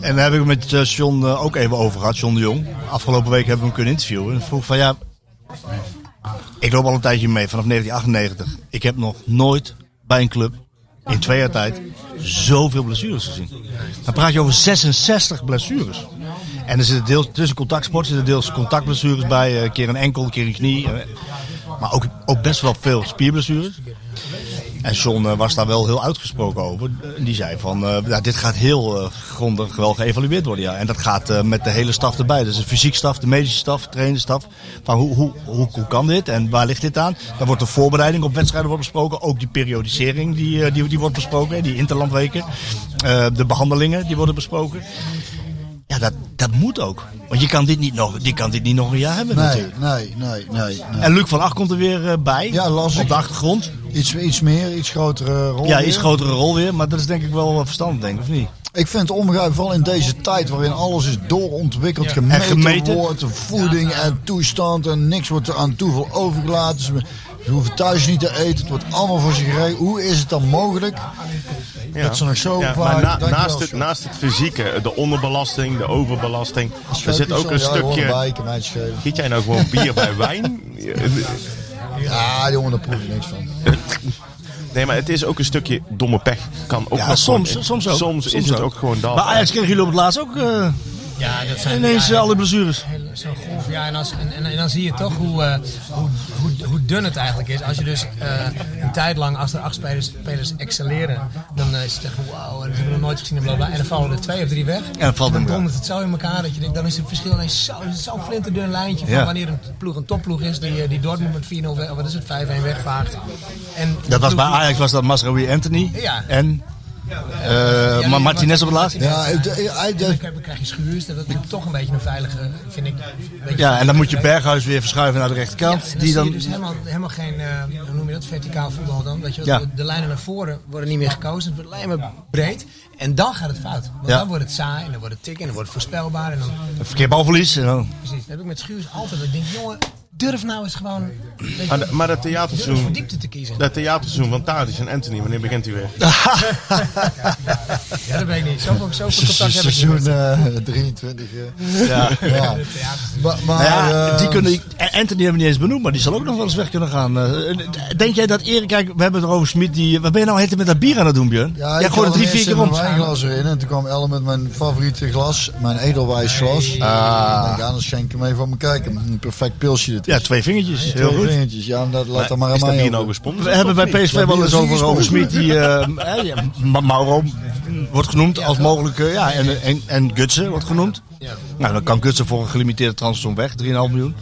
F: En daar heb ik met eh, John eh, ook even over gehad, John de Jong. Afgelopen week hebben we hem kunnen interviewen. En vroeg van ja, ik loop al een tijdje mee, vanaf 1998. Ik heb nog nooit bij een club in twee jaar tijd zoveel blessures gezien. Dan praat je over 66 blessures. En er zitten deels tussen contactsport zitten deels contactblessures bij. eh, Een keer een enkel, een keer een knie. eh, Maar ook, ook best wel veel spierblessures. En John eh, was daar wel heel uitgesproken over. Eh, Die zei van, eh, ja, dit gaat heel eh, grondig wel geëvalueerd worden. Ja. En dat gaat eh, met de hele staf erbij. Dus de fysiek staf, de medische staf, de trainerstaf. Van hoe, hoe, hoe, hoe kan dit en waar ligt dit aan? Dan wordt de voorbereiding op wedstrijden wordt besproken. Ook die periodisering die, eh, die, die wordt besproken. hè, Die interlandweken. Eh, de behandelingen die worden besproken. Ja, dat, dat moet ook. Want je kan dit niet nog, je kan dit niet nog een jaar hebben
B: Nee,
F: natuurlijk.
B: nee, nee, nee. nee.
F: En Luc van Acht komt er weer eh, bij.
B: Ja, las
F: op
B: ik.
F: de achtergrond.
B: Iets, iets meer, iets grotere rol.
F: Ja,
B: weer.
F: iets grotere rol weer, maar dat is denk ik wel wel verstandig, denk ik, of niet?
B: Ik vind het onbegrijpelijk, vooral in deze tijd waarin alles is doorontwikkeld,
F: En
B: gemeten,
F: gemeten.
B: wordt, voeding en toestand en niks wordt er aan toeval overgelaten. Ze, ze hoeven thuis niet te eten, het wordt allemaal voor ze geregeld. Hoe is het dan mogelijk?
J: Ja.
B: Dat ze nog zo
J: Ja,
B: kwaad-
J: maar na-
B: dankjewel,
J: naast, het,
B: John.
J: naast het fysieke, de onderbelasting, de overbelasting. Er zit ook een
B: Ja, hoor, erbij,
J: stukje...
B: kan mij het schelen.
J: Giet jij nou gewoon bier bij wijn?
B: [LAUGHS] Ja, jongen, daar proef ik niks van.
J: Nee, maar het is ook een stukje domme pech. Kan ook
F: Ja,
J: nog
F: soms,
J: gewoon-
F: soms ook.
J: Soms, is het ook gewoon dat.
F: Maar Ajax kregen jullie op het laatst ook eh,
I: Ja, dat zijn
F: ineens
I: ja,
F: eh, alle blessures.
I: hele- Zo'n golf, ja. En, als, en, en, en dan zie je toch hoe, eh, hoe, hoe, hoe dun het eigenlijk is. Als je dus eh, een tijd lang, als er acht spelers, spelers excelleren, dan eh, is het echt van, wauw, dat hebben we nog nooit gezien en bla bla. En dan vallen er twee of drie weg.
F: dan valt
I: dan
F: hem
I: dondert het zo in elkaar dat je denkt, dan is het verschil ineens zo- zo'n flinterdun lijntje van
F: Ja.
I: wanneer een ploeg een topploeg is die, eh, die Dortmund met 4-0, weg- of wat is het, 5-1 wegvaagt. En
F: Dat was bij
I: ploeg die-
F: Ajax, was dat Masraoui Anthony
I: Ja.
F: en eh, Ma- Martinez op het laatst.
B: Ja, het- het- het-
I: Dan krijg je schuurs, dat is toch een beetje een veilige, vind ik. een beetje-
F: Ja, en dan moet je Berghuis weer verschuiven naar de rechterkant.
I: Ja, en dan
F: die
I: zie je
F: dan,
I: dus helemaal, helemaal geen, eh, hoe noem je dat, verticaal voetbal dan. Weet je, wel.
F: Ja.
I: de, de lijnen naar voren worden niet meer gekozen, het wordt alleen maar breed. En dan gaat het fout. Want
F: Ja.
I: dan wordt het saai, en dan wordt het tikken, en dan wordt het voorspelbaar. En dan,
F: verkeer balverlies. en dan-
I: precies, dat heb ik met Schuurs altijd. Ik denk, jongen, durf nou eens gewoon weet je,
J: Maar, de- maar dat
I: durf voor
J: theaterseizoen,
I: diepte te kiezen.
J: dat theaterseizoen van Tadic en Anthony, wanneer begint hij weer?
I: Ja, dat weet ik niet. Zoveel,
J: [LAUGHS]
I: zoveel contact heb ik niet
B: Seizoen
I: met ze.
B: eh, 23. eh.
F: ja.
B: Ja. Maar, maar,
F: Nou ja,
B: eh,
F: die kunnen, en Anthony hebben we niet eens benoemd, maar die zal ook nog wel eens weg kunnen gaan. Eh, Denk jij dat Erik, kijk, we hebben het over Smit, die, wat ben je nou heten met dat bier aan het doen, Björn?
B: Ja,
F: Jij
B: ik
F: gooit
B: gooide
F: er drie, vier keer
B: om.
F: om.
B: Ik wijnglas erin en toen kwam Ellen met mijn favoriete glas, mijn edelwijs glas. Ah. Ik denk, ja, dan schenk ik hem even aan me kijken. Een perfect pilsje dit.
F: Ja, twee vingertjes, heel
B: Twee
F: goed.
B: vingertjes. Ja, dat laat dan maar aan
J: Is dat
B: mij
J: hier
B: over.
J: nou gesponsord?
F: We hebben bij
J: of niet?
F: PSV
B: Ja,
F: wel
B: die
F: eens
B: is
F: over, over
B: gesproken.
F: Smit, die eh, eh, ja, Ma- Mauro wordt genoemd als mogelijke, ja, en, en, en Gutsen wordt genoemd.
I: Ja.
F: Nou, dan kan Gutsen voor een gelimiteerde transfer weg, 3,5 miljoen.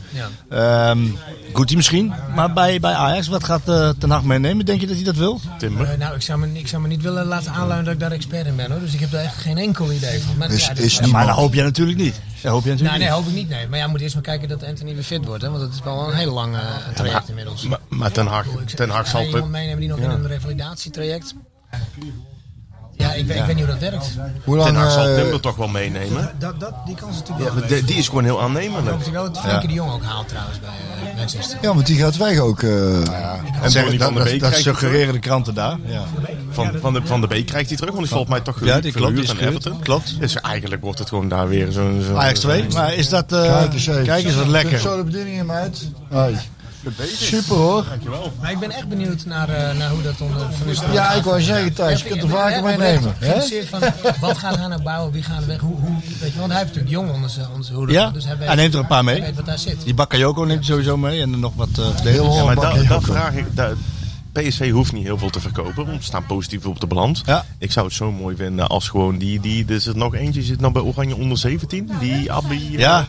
I: Ja.
F: Ehm Guti misschien, maar bij, bij Ajax, wat gaat eh, Ten Hag meenemen? Denk je dat hij dat wil?
J: Timber.
I: Eh, nou, ik zou, me, ik zou me niet willen laten aanluiden dat ik daar expert in ben hoor. Dus ik heb daar echt geen enkel idee van. Maar,
B: Is-
I: ja, dat-
B: is
I: ja,
B: niet-
F: Maar dat hoop jij natuurlijk niet. Ja, hoop je natuurlijk
I: Nou, nee,
F: niet.
I: hoop ik niet. Nee. Maar ja, moet eerst maar kijken dat Anthony weer fit wordt. Hè? Want dat is wel een hele lange eh, traject
J: maar-
I: inmiddels.
J: Maar, maar Ten Hag, ten Hag
I: Ga
J: zal...
I: je iemand meenemen die nog in een revalidatietraject? Ja, ik, weet- ik weet niet hoe dat werkt.
B: Hoe
J: Ten
B: lang,
J: Hag zal
B: eh,
J: Timber toch wel meenemen?
I: Dat, dat, die kans natuurlijk
J: Ja, maar de- die is gewoon heel aannemelijk.
I: Ik wel dat Frenkie de Jong ook haalt trouwens bij eh, Manchester.
B: Ja, want die gaat weg ook. eh.
J: En Donny van de Beek
F: dat
J: krijgt hij terug.
F: suggereren de kranten daar. Ja.
J: Van, van, de, van de Beek krijgt hij terug, want die valt mij toch gehuurd.
F: Ja, die klopt, die is
J: Verhuurd aan
F: gehuurd.
J: Everton.
F: Klopt.
J: Dus eigenlijk wordt het gewoon daar weer zo'n... zo'n-
F: Ajax 2, maar is dat... eh,
B: Kijk eens even.
F: Kijk eens wat
B: Zet
F: lekker.
B: Zo de bediening in me uit. Hoi. Super hoor.
I: Maar ik ben echt benieuwd naar, eh, naar hoe dat onder Van Nistelrooy
B: Ja,
I: gaat.
B: ik wou zeggen, Thijs, je
I: Ja,
B: kunt
I: ik
B: er
I: ben
B: vaker
I: echt
B: mee
I: oprecht
B: nemen, hè?
I: geïnteresseerd van, wat gaat hij nou bouwen, wie gaat er weg, hoe, hoe, weet je, want hij heeft natuurlijk jong onder zijn onder zijn hoede.
F: Ja,
I: dus hij, weet,
F: hij neemt er een paar
I: hij
F: mee.
I: weet wat daar zit.
F: Die Bakayoko neemt hij sowieso mee en nog wat... eh,
B: Heel
F: verdedigers.
J: Ja, maar
B: Holland.
J: dat,
B: Bakayoko.
J: dat vraag ik... dat- PSV hoeft niet heel veel te verkopen, want ze staan positief op de balans.
F: Ja.
J: Ik zou het zo mooi vinden als gewoon die... die er zit nog eentje, zit nog bij Oranje onder 17. Die Abbi... eh,
F: Ja,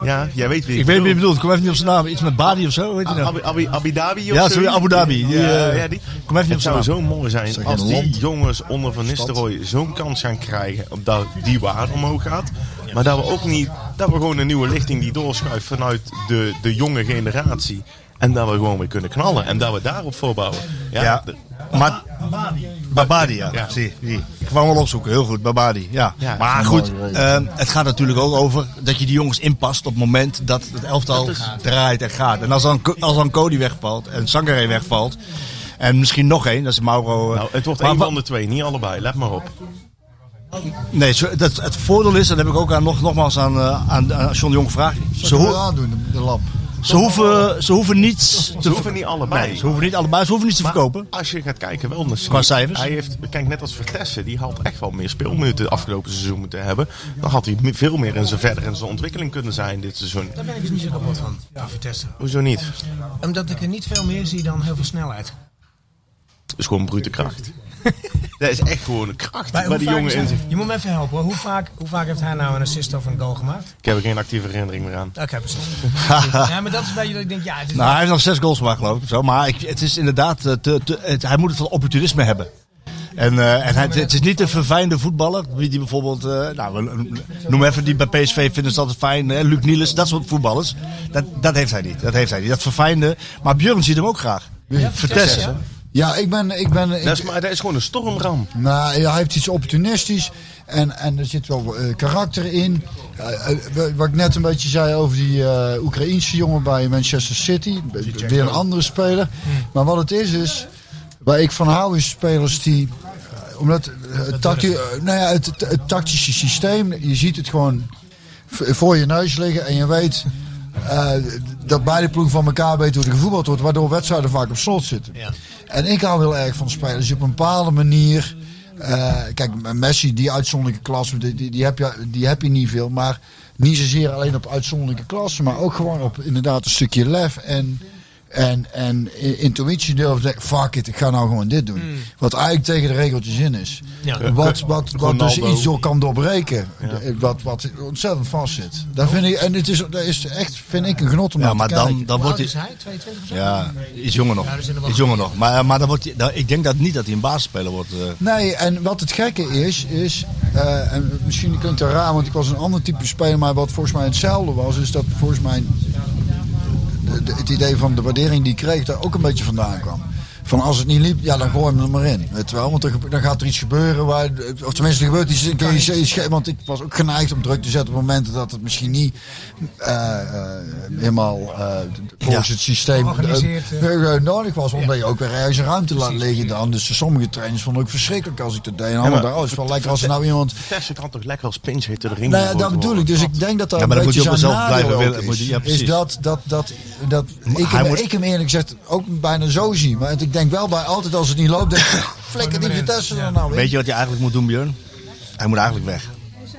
J: ja, jij weet wie
F: ik weet wie je bedoelt. Ik Kom even niet op zijn naam. Iets met Badi of zo, weet je nog?
J: Ah, Abi, Abi, Abu Dhabi of
F: Ja,
J: zoiets?
F: sorry, Abu Dhabi. Die,
J: ja,
F: eh,
J: ja, die.
F: Kom even niet op
J: Het
F: zijn
J: zou
F: naam.
J: zo mooi zijn
B: Zeg,
J: als
B: een
J: die
B: land.
J: jongens onder Van Nistelrooy zo'n kans gaan krijgen dat die waarde omhoog gaat. Maar dat we ook niet, dat we gewoon een nieuwe lichting die doorschuift vanuit de, de jonge generatie. En dat we gewoon weer kunnen knallen. En dat we daarop voorbouwen. Ja,
F: Ja.
J: d-
F: Maar, Babadi, ja.
J: Ja.
F: Zie, die. Ik kwam wel opzoeken, heel goed. Babadi, ja.
J: Ja.
F: maar
B: Mooi
F: goed,
B: geweest.
F: ehm, het gaat natuurlijk ook over dat je die jongens inpast op het moment dat het elftal draait en gaat. En als dan, Ko- als dan Cody wegvalt en Sangaré wegvalt en misschien nog één, dat is Mauro. eh,
J: nou, het wordt
F: maar
J: één
F: wa-
J: van de twee, niet allebei. Let maar op.
F: Nee, zo- dat, het voordeel is, dat heb ik ook aan, nog, nogmaals aan, eh, aan, aan John de Jong gevraagd. Ze,
B: Zo
F: ho-
B: hoe aandoen, de- de lamp.
F: ze, hoeven, ze hoeven niets te
J: Ze hoeven niet allebei.
F: Nee, ze hoeven niet allebei, ze hoeven niets te
J: Maar
F: verkopen.
J: Als je gaat kijken, wel een
F: Qua cijfers?
J: Hij heeft, kijk, net als Vertessen, die had echt wel meer speelminuten het afgelopen seizoen moeten hebben. Dan had hij me- veel meer in zijn verder in zijn ontwikkeling kunnen zijn dit seizoen.
I: Daar ben ik dus niet zo kapot van, ja. Vitesse.
J: Hoezo niet?
I: Omdat ik er niet veel meer zie dan heel veel snelheid.
J: Dat is gewoon brute kracht. [LAUGHS] dat is echt gewoon een kracht bij,
I: hoe
J: die
I: vaak
J: jongen
I: is
J: in
I: hij-
J: zich.
I: Je moet me even helpen hoor. Hoe vaak, hoe vaak heeft hij nou een assist of een goal gemaakt?
J: Ik heb er geen actieve herinnering meer
F: [LAUGHS]
J: aan.
I: Oké,
B: [LAUGHS]
I: precies. ja, maar dat is bij je dat ik denk, ja, het is
F: Nou, hij heeft nog zes goals gemaakt, geloof ik. of Zo. Maar ik, het is inderdaad, eh, te, te, het- hij moet het van opportunisme hebben. En, eh, en hij, het is niet een verfijnde voetballer. Die, die bijvoorbeeld, eh, nou, noem even die bij PSV vinden ze altijd fijn. Hè? Luc Niels, dat soort voetballers. Dat, dat heeft hij niet. Dat heeft hij niet. Dat verfijnde. Maar Björn ziet hem ook graag.
I: ja,
F: Vitesse.
I: ja.
B: Ja, ik ben... Ik ben ik-
J: Dat is, maar dat is gewoon een stormram.
B: Nou, ja, hij heeft iets opportunistisch en, en er zit wel eh, karakter in. Eh, eh, wa- wat ik net een beetje zei over die eh, Oekraïense jongen bij Manchester City. B- Weer een andere speler. Maar wat het is, is waar ik van hou is spelers die... eh, Omdat eh, het, tacti- eh, nou ja, het, het- het tactische systeem, je ziet het gewoon v- voor je neus liggen en je weet... eh, dat beide ploegen van elkaar weten hoe er gevoetbald wordt, waardoor wedstrijden vaak op slot zitten. En ik hou heel erg van spelers die op een bepaalde manier. eh, kijk, Messi, die uitzonderlijke klasse, die, die, die, heb je, die heb je niet veel. Maar niet zozeer alleen op uitzonderlijke klasse, maar ook gewoon op inderdaad een stukje lef en, en, en i- intuïtie durven te zeggen: fuck it, ik ga nou gewoon dit
I: Hmm.
B: doen. Wat eigenlijk tegen de regeltjes in is.
F: Eh,
B: Wat, wat, wat dus
J: Ronaldo.
B: iets door kan doorbreken. eh, Wat, wat ontzettend vast zit. Dat vind ik, en het is, dat is echt, vind ik, een genot om
F: Ja,
B: naar
F: maar
B: te
F: dan,
B: kijken.
F: dan
I: Hoe
F: wordt
I: oud
F: hij...
I: is hij? 22 of zo?
F: Ja, iets jonger nog.
I: Ja, er zitten wel-
F: Iets jonger nog. Maar, eh, maar dan wordt hij, dan- ik denk dat niet dat hij een basisspeler wordt. eh.
B: Nee, en wat het gekke is, is eh, en misschien klinkt dat raar, want ik was een ander type speler, maar wat volgens mij hetzelfde was, is dat volgens mij de- de- het idee van de waardering die ik kreeg daar ook een beetje vandaan kwam. Van als het niet liep, ja, dan gooi hem er maar in. Weet je wel? Want dan, gebe- dan gaat er iets gebeuren. Waar, of tenminste, er gebeurt iets. dan kun je iets ge- Want ik was ook geneigd om druk te zetten op momenten dat het misschien niet eh, eh, helemaal eh, volgens
F: Ja.
B: het systeem
I: Georganiseerd,
B: eh, eh, nodig was. Omdat je ook weer ergens een ruimte laat liggen dan. Dus sommige trainers vonden het ook verschrikkelijk als ik dat deed. En anderen,
J: maar-
B: oh, het is wel lekker als er nou iemand...
J: Vertessen kan toch lekker als pinch hitter erin
B: Nou ja,
J: gegooid
B: dat bedoel ik.
J: worden?
B: Dus ik denk dat daar
F: Ja, maar
B: een
F: dan
B: beetje
F: moet je ook
B: zijn
F: wel zelf
B: nadeel
F: blijven
B: ook
F: willen.
B: is.
F: Moet je- ja,
B: is
F: precies.
B: dat, dat, dat, dat ik,
F: hij
B: hem,
F: moet-
B: ik hem eerlijk gezegd ook bijna zo zie. Maar ik denk wel bij altijd als het niet loopt, denk
F: [COUGHS]
B: ik, flikker die Vitesse er nou in.
F: Weet je wat je eigenlijk moet doen, Björn? Hij moet eigenlijk weg.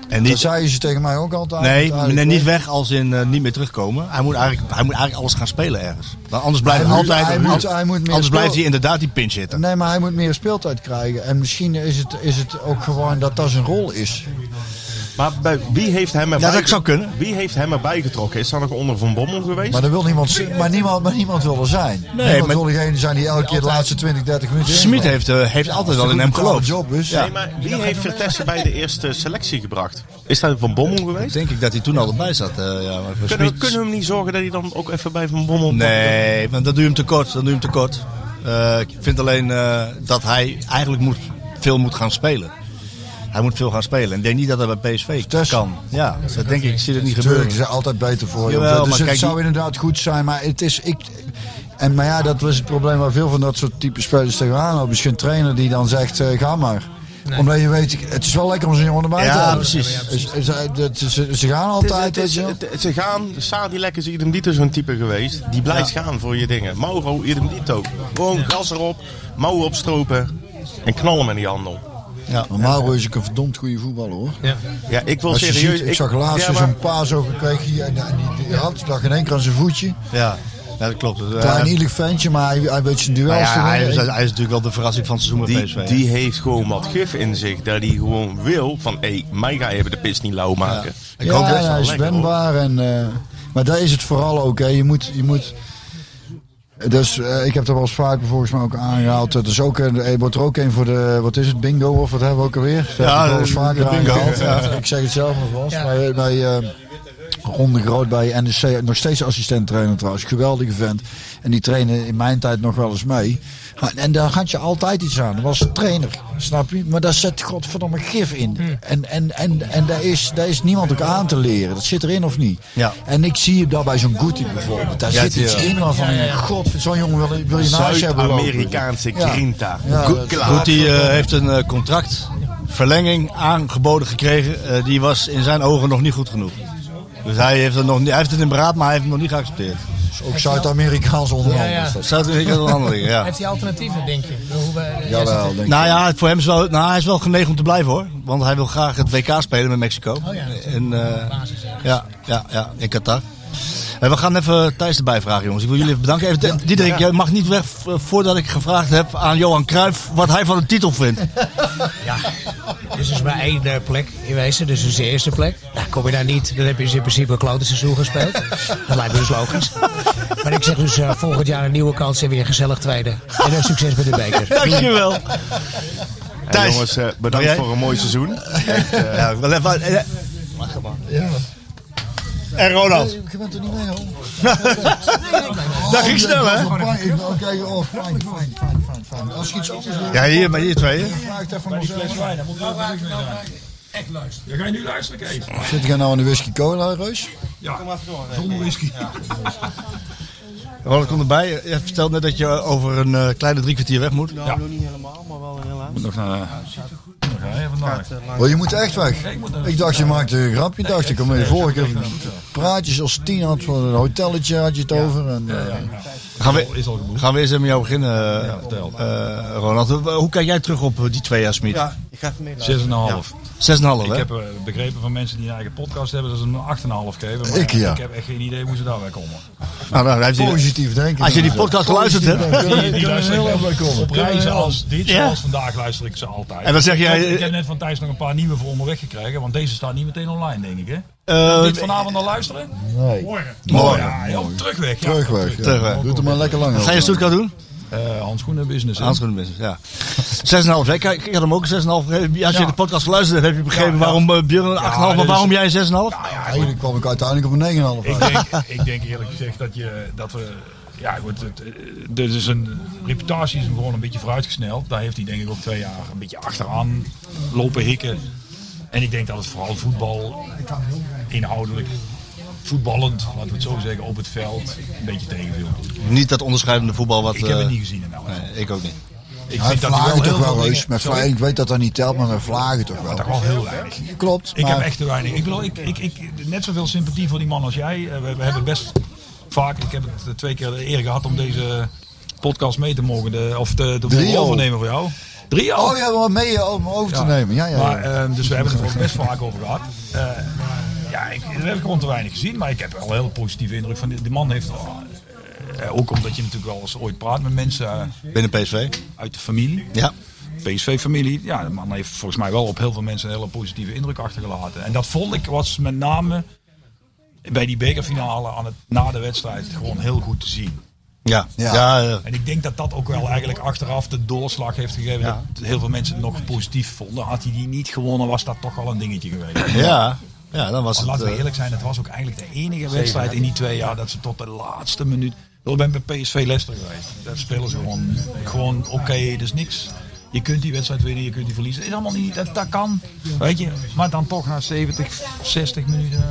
F: En
B: dat
F: niet,
B: zeiden ze tegen mij ook altijd.
F: Nee,
B: Eigenlijk
F: nee, niet
B: wel.
F: weg als in eh, niet meer terugkomen. Hij moet, eigenlijk, hij moet eigenlijk alles gaan spelen ergens. Want anders blijft hij
B: Hij moet-
F: altijd.
B: hij moet- hij moet meer
F: anders blijft hij
B: spelen.
F: inderdaad die pinch zitten.
B: Nee, maar hij moet meer speeltijd krijgen. En misschien is het, is het ook gewoon dat dat zijn rol is.
J: Maar bij, wie heeft hem erbij...
B: Ja, dat zou kunnen.
J: Wie heeft hem erbij getrokken? Is dat nog onder Van Bommel geweest?
B: Maar, dat wil niemand, maar, niemand, maar niemand wil er zijn.
J: Nee,
B: niemand
J: maar-
B: wil degene zijn die elke keer de laatste 20, 30 minuten...
F: Smit
B: ingaat.
F: heeft, eh, heeft altijd wel in hem geloofd.
B: job dus. is.
J: Nee, maar wie heeft Vitesse bij de eerste selectie gebracht? Is dat Van Bommel geweest?
F: Denk ik dat hij toen al erbij zat. eh, ja, maar
J: Kunnen we,
F: Smit-
J: kunnen we hem niet zorgen dat hij dan ook even bij Van Bommel...
F: Nee, want dan doe je hem tekort. Dan doe je hem tekort. Eh, ik vind alleen eh, dat hij eigenlijk moet, veel moet gaan spelen. Hij moet veel gaan spelen. En ik denk niet dat dat bij PSV kan. Ja, dat denk ik. Ik zie het niet gebeuren.
B: Tuurlijk, ze zijn altijd beter voor je.
F: Jawel,
B: dus
F: maar
B: het
F: kijk,
B: zou
F: die-
B: inderdaad goed zijn, maar het is... Ik, en maar ja, dat was het probleem waar veel van dat soort type spelers tegenaan lopen. Is geen trainer die dan zegt, eh, ga maar. Omdat je weet, het is wel lekker om zo'n jongen erbij
F: Ja,
B: te hebben.
F: precies.
B: Dus, eh, ze- dat- ze, ze gaan
J: Het is-
B: altijd,
J: het is-
B: weet je wel.
J: het- Ze gaan, Sadilek is Idem Dito zo'n type geweest. Die blijft gaan voor je dingen. Mauro, Idem Dito. Gewoon gas erop, mouwen opstropen en knallen met die handel.
F: Ja.
B: Maar Mauro is ook een verdomd goede voetballer, hoor.
J: Ja, ik wil
B: Als je
J: serieus...
B: ziet, ik zag laatst
J: Ja,
B: weer
J: maar-
B: zo'n paar zo gekregen hier. En, en die, die had lag in één keer aan zijn voetje.
F: Ja, ja, dat klopt. Eh,
B: Klein
F: hij-
B: ielig ventje, maar hij, hij weet zijn
F: nou
B: duels
F: ja,
B: te
F: hij, is,
B: winnen.
F: hij is natuurlijk wel de verrassing van het seizoen bij
J: Die,
F: PSV.
J: die heeft gewoon wat gif in zich. Dat hij gewoon wil van... Hé, mij ga je even de pis niet lauw maken.
F: Ik
B: ja,
F: hoop dat
B: en hij is
J: lekker, hoor.
B: wendbaar. En, eh, maar daar is het vooral ook. Hè. Je moet... Je moet dus eh, ik heb er wel eens vaker volgens mij ook aangehaald. Het is ook een, er wordt er ook een voor de, wat is het, bingo of wat hebben we ook alweer? Dat
F: Ja,
B: heb ik wel eens
F: de-
B: vaker
F: de bingo,
B: aangehaald.
F: ja.
B: Ik zeg het zelf nog wel eens.
I: Ja.
B: Maar eh, bij eh, Ron de Groot bij NEC, nog steeds assistent trainer trouwens. Geweldige vent. En die trainen in mijn tijd nog wel eens mee. Maar- En daar had je altijd iets aan. Dat was een trainer, snap je? Maar daar zet godverdomme gif in. En, en, en, en daar, is, daar is niemand ook aan te leren. Dat zit erin of niet?
F: Ja.
B: En ik zie het daar bij zo'n Guti bijvoorbeeld. Daar
F: Ja,
B: zit
F: die,
B: iets
F: ja.
B: in waarvan je denkt, god, zo'n jongen wil, wil je naast je hebben lopen.
J: Zuid-Amerikaanse
B: Ja.
J: grinta.
B: Ja,
J: Goed
B: dat-
J: klaar.
F: Goed, die eh, heeft een eh, contract, verlenging aangeboden gekregen. Eh, die was in zijn ogen nog niet goed genoeg. Dus hij heeft het, nog niet, hij heeft het in beraad, maar hij heeft het nog niet geaccepteerd.
B: Ook Zuid-Amerikaans onderhandelen.
I: Ja, ja.
B: is dat.
F: Zou het een onderhandeling,
I: [LAUGHS]
F: ja.
I: Heeft hij alternatieven, denk je? Ik bedoel, Hoe we,
B: Jawel, denk ik.
F: Nou ja, voor hem is wel, nou, hij is wel genegen om te blijven hoor. Want hij wil graag het WK spelen met Mexico.
I: Oh ja, natuurlijk.
F: in, eh,
I: Basis ergens.
F: ja, ja, ja, in Qatar. Eh, we gaan even Thijs erbij vragen, jongens. Ik wil jullie even bedanken. Even, Diederik, jij mag niet weg eh, voordat ik gevraagd heb aan Johan Cruijff wat hij van de titel
B: [LAUGHS]
F: vindt.
I: Ja, dus is maar één eh, plek in wezen, dus dat is de eerste plek. Nou, kom je daar niet, dan heb je dus in principe een klote seizoen gespeeld. Dat lijkt me dus logisch. Maar ik zeg dus eh, volgend jaar een nieuwe kans en weer gezellig tweede. En dan succes met de beker.
F: Dankjewel.
J: En
F: Thijs,
J: jongens, eh,
F: mag
J: bedankt
F: jij?
J: voor een mooi seizoen.
F: Ja, wel even... eh, En Ronald.
B: Je bent er niet mee, hoor.
F: [LAUGHS] Dat ging snel, hè?
B: Ik wil kijken, oh, fijn, fijn, fijn, fijn, fijn. Als ik iets anders wil,
F: Ja, hier, maar hier tweeën.
B: vraag het even van
D: Fles
B: mezelf.
D: wijn, daar moet je even niks mee doen. nou Echt luisteren. Ja, ga je nu luisteren, Kees?
B: Zit ik nou aan de whisky cola, Reus?
D: Ja. Kom even door. eh, Zonder whisky.
F: Ronald, kom erbij. Je vertelde net dat je over een eh, kleine drie kwartier weg
K: Nou,
F: moet.
D: Ja. eh,
K: eh,
B: Oh, je moet echt weg. Ik dacht, je maakte een grapje. dacht ik, om je vorige keer praatjes als tien had van een hotelletje had je het over. En, eh,
F: Gaan we, gaan we eerst even met jou beginnen, eh, eh, Ronald. Hoe- Hoe kijk jij terug op eh, die twee jaar, Smit?
D: Zes en een half.
F: Zes en een half,
D: Ik
F: hè?
D: heb eh, begrepen van mensen die een eigen podcast hebben dat ze een 8,5 geven. Maar
B: Ik, ja.
D: ik heb echt geen idee hoe ze daar weer komen.
F: Nou, nou, hij heeft hier-
B: positief denken. dus, eh,
F: Als je die podcast geluisterd hebt.
D: Die, die luister ik
B: erg
D: echt op reizen als dit,
F: Ja.
D: zoals vandaag luister ik ze altijd.
F: En dan zeg jij-
D: Ik heb- Ik heb net van Thijs nog een paar nieuwe voor onderweg gekregen, want deze staat niet meteen online, denk ik, hè?
F: Eh,
D: Dit vanavond al luisteren?
B: Nee.
D: Morgen.
F: Morgen.
D: Ja, ja, op terugweg. Ja.
B: Terugweg. ja.
F: Terugweg.
B: Doet hem maar lekker lang.
F: wat ga je
B: over.
F: Stuttgart doen?
D: Eh, handschoenen business. hè?
F: Handschoenen business, ja. [LAUGHS] Zes en een half. hè? Kijk, Ik had hem ook zes en een half gegeven. Als je
D: Ja.
F: de podcast geluisterd hebt, heb je begrepen
D: Ja, ja.
F: waarom eh, Björn een acht en een half, maar
D: dat is-
F: waarom jij een zes en een half?
B: Eigenlijk kwam ik uiteindelijk op een 9,5
D: Ik
B: uit.
D: denk, ik denk eerlijk gezegd dat, je, dat we. Ja, goed. Het, eh, dit is een, reputatie is hem gewoon een beetje vooruitgesneld. Daar heeft hij denk ik ook twee jaar een beetje achteraan lopen hikken. En ik denk dat het vooral voetbal inhoudelijk. Voetballend, laten we het zo zeggen, op het veld een beetje tegenviel.
F: Niet dat onderscheidende voetbal wat...
D: Ik heb het
F: eh,
D: niet gezien in elk geval.
F: nee, ik ook niet.
D: Ik
B: Hij
D: vind dat hij wel
B: vlagen
D: heel
B: toch wel,
D: veel dingen,
B: Reus. Met vlagen- Ik weet dat dat niet telt, maar met vlagen toch
D: maar
B: wel.
D: toch wel heel weinig.
B: Klopt.
D: Ik
B: maar-
D: heb echt te weinig. Ik bedoel, ik, ik, ik, net zoveel sympathie voor die man als jij. Eh, We, we hebben best vaak, ik heb het eh, twee keer de eer gehad om deze podcast mee te mogen, de, of te, te
B: Drie
D: mogen
B: al.
D: overnemen voor jou. Drie al?
B: Oh ja, maar mee om over te
D: Ja.
B: nemen. Ja, ja, ja.
D: Maar, eh, dus we hebben het er ook
B: [LAUGHS]
D: best vaak over gehad. Eh, ja, ik, daar heb ik gewoon te weinig gezien, maar ik heb wel een heel positieve indruk van die, die man. Heeft, eh, ook omdat je natuurlijk wel eens ooit praat met mensen eh,
F: Binnen PSV?
D: uit de familie.
F: Ja.
D: PSV-familie, ja, de man heeft volgens mij wel op heel veel mensen een hele positieve indruk achtergelaten. En dat vond ik was met name bij die bekerfinale aan het, na de wedstrijd gewoon heel goed te zien.
F: Ja, ja. ja.
D: En ik denk dat dat ook wel eigenlijk achteraf de doorslag heeft gegeven dat heel veel mensen het nog positief vonden. Had hij die niet gewonnen, was dat toch wel een dingetje geweest.
F: ja. Ja, dan
D: Want
F: was het...
D: laten we
F: eh,
D: eerlijk zijn, het was ook eigenlijk de enige wedstrijd in die twee jaar dat ze tot de laatste minuut. Ik ben bij PSV Leicester geweest. Dat spelen ze gewoon, gewoon oké, dus niks. Je kunt die wedstrijd winnen, je kunt die verliezen. Is allemaal niet, dat, dat kan. Weet je, maar dan toch na 70, 60 minuten.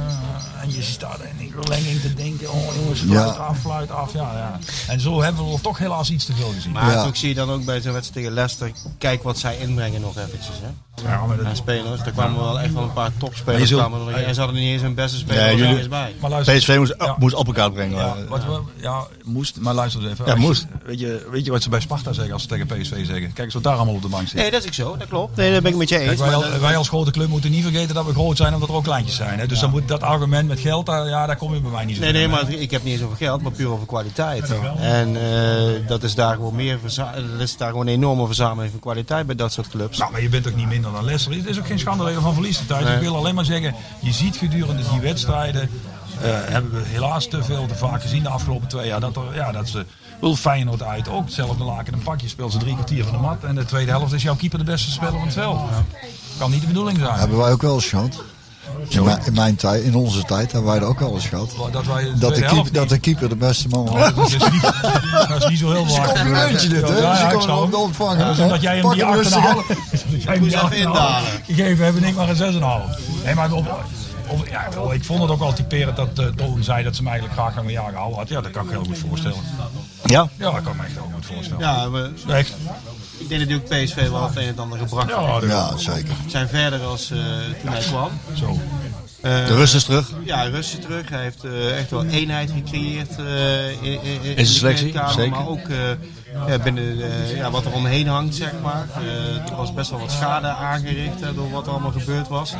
D: eh, En je ziet daar in de verlenging te denken: oh jongens, fluit
B: Ja.
D: af, fluit af. Ja, ja. En zo hebben we er toch helaas iets te veel gezien.
K: Maar
B: Ja.
K: natuurlijk zie je dan ook bij zo'n wedstrijd tegen Leicester, kijk wat zij inbrengen nog eventjes. Hè?
D: ja, maar
K: En
D: dat,
K: spelers, er kwamen wel echt wel een paar
F: Maar je
K: topspelers.
F: zult-
K: kwamen er, en ze hadden niet eens hun beste speler
F: Nee,
K: er
F: jullie-
K: eens bij.
D: maar luister,
F: PSV moest,
D: Ja.
F: moest op elkaar brengen.
D: Ja,
F: eh,
D: wat we, ja, moest, maar luister eens even.
F: Ja,
D: Als je-
F: moest.
D: weet, je, weet je wat ze bij Sparta zeggen als ze tegen PSV zeggen? Kijk eens wat daar allemaal op de bank zit.
K: Nee, dat is ik zo, dat klopt. Nee, dat ben ik met je eens.
D: Kijk, wij,
K: maar
D: al-
K: dat-
D: wij als grote club moeten niet vergeten dat we groot zijn omdat er ook kleintjes zijn. Hè? Dus dan moet dat argument met geld, daar, ja, daar kom je bij mij niet zo
K: Nee,
D: ver
K: nee,
D: mee.
K: maar ik heb niet eens over geld, maar puur over kwaliteit. En eh, dat is daar gewoon meer verza- er is daar gewoon een enorme verzameling van kwaliteit bij dat soort clubs.
D: Nou, maar je bent ook niet minder dan Leicester. Het is ook geen schande dat je van verlies thuis. Ik wil alleen maar zeggen, je ziet gedurende die wedstrijden... eh, hebben we helaas te veel te vaak gezien de afgelopen twee jaar. Dat, er, ja, dat ze... Wil Feyenoord uit ook. Hetzelfde laken en een pakje. Speelt ze drie kwartier van de mat. En de tweede helft is jouw keeper de beste speler van het veld. Kan niet de bedoeling zijn.
B: Hebben wij ook wel eens gehad. In, mijn, in, mijn tijd, in onze tijd hebben wij dat ook wel eens gehad.
D: Dat, wij de
B: Dat
D: tweede
B: de,
D: helft
B: keep, dat
D: niet-
B: de keeper de beste man was.
D: Oh, Dat
B: [LAUGHS]
D: is niet, dat is niet zo heel belangrijk.
B: complimentje dit, hè?
D: Ja, ja,
B: Dus je
D: ik
B: kan
D: snap
B: hem
D: het.
B: ontvangen,
D: Ja,
B: hè?
D: Zodat jij hem
B: Pak
D: die
B: hem
D: 8,5 [LAUGHS]
B: rustig
D: zodat jij hem die 8,5 gegeven hebben, ik maar een 6,5. Nee, maar op, op- ja, wel, ik vond het ook wel typerend dat eh Toon zei dat ze me eigenlijk graag naar mijn jaar gehouden had. Ja, dat kan ik heel goed voorstellen.
F: ja.
D: Ja, dat kan ik me echt heel goed voorstellen.
K: Ja, maar
D: Echt.
K: ik denk natuurlijk PSV wel het een en het ander gebracht. heeft.
D: Ja, dat-
B: Ja, zeker.
K: Ze zijn verder als eh, toen hij kwam.
D: zo.
K: Eh,
F: De rust is terug.
K: Ja, Russen terug. Hij heeft eh, echt wel eenheid gecreëerd eh, in, in, in de
F: selectie,
K: kleedkamer,
F: zeker.
K: Maar ook eh, ja, binnen eh, ja, wat er omheen hangt, zeg maar. Eh, er was best wel wat schade aangericht eh, door wat er allemaal gebeurd was.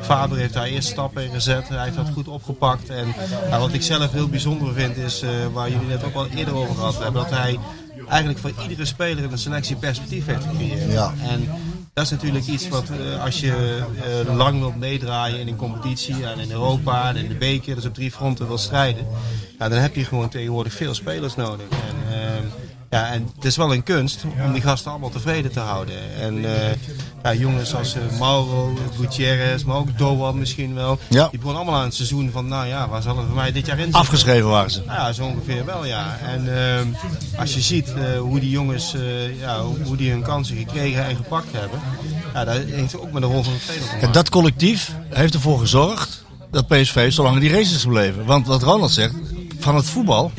K: Faber heeft daar eerst stappen in gezet. Hij heeft dat goed opgepakt. En ja, wat ik zelf heel bijzonder vind is, eh, waar jullie net ook al eerder over gehad hebben, dat hij eigenlijk voor iedere speler in de selectie perspectief heeft gecreëerd.
B: Ja.
K: En dat is natuurlijk iets wat eh, als je eh, lang wilt meedraaien in een competitie en in Europa en in de beker, dus op drie fronten wil strijden, ja, dan heb je gewoon tegenwoordig veel spelers nodig. En, ehm, ja, en het is wel een kunst om die gasten allemaal tevreden te houden. En eh, ja, jongens als eh, Mauro, Gutierrez, maar ook Doan misschien wel,
F: Ja.
K: die begonnen allemaal aan het seizoen van, nou ja, waar zal het voor mij dit jaar in zitten?
F: Afgeschreven waren ze.
K: Nou ja, zo ongeveer wel, ja. En ehm, als je ziet eh, hoe die jongens eh, ja, hoe hoe die hun kansen gekregen en gepakt hebben, ja, dat heeft ook met de rol van de trainer te
F: En
K: maken.
F: dat collectief heeft ervoor gezorgd dat PSV zo lang in die race is gebleven. Want wat Ronald zegt, van het voetbal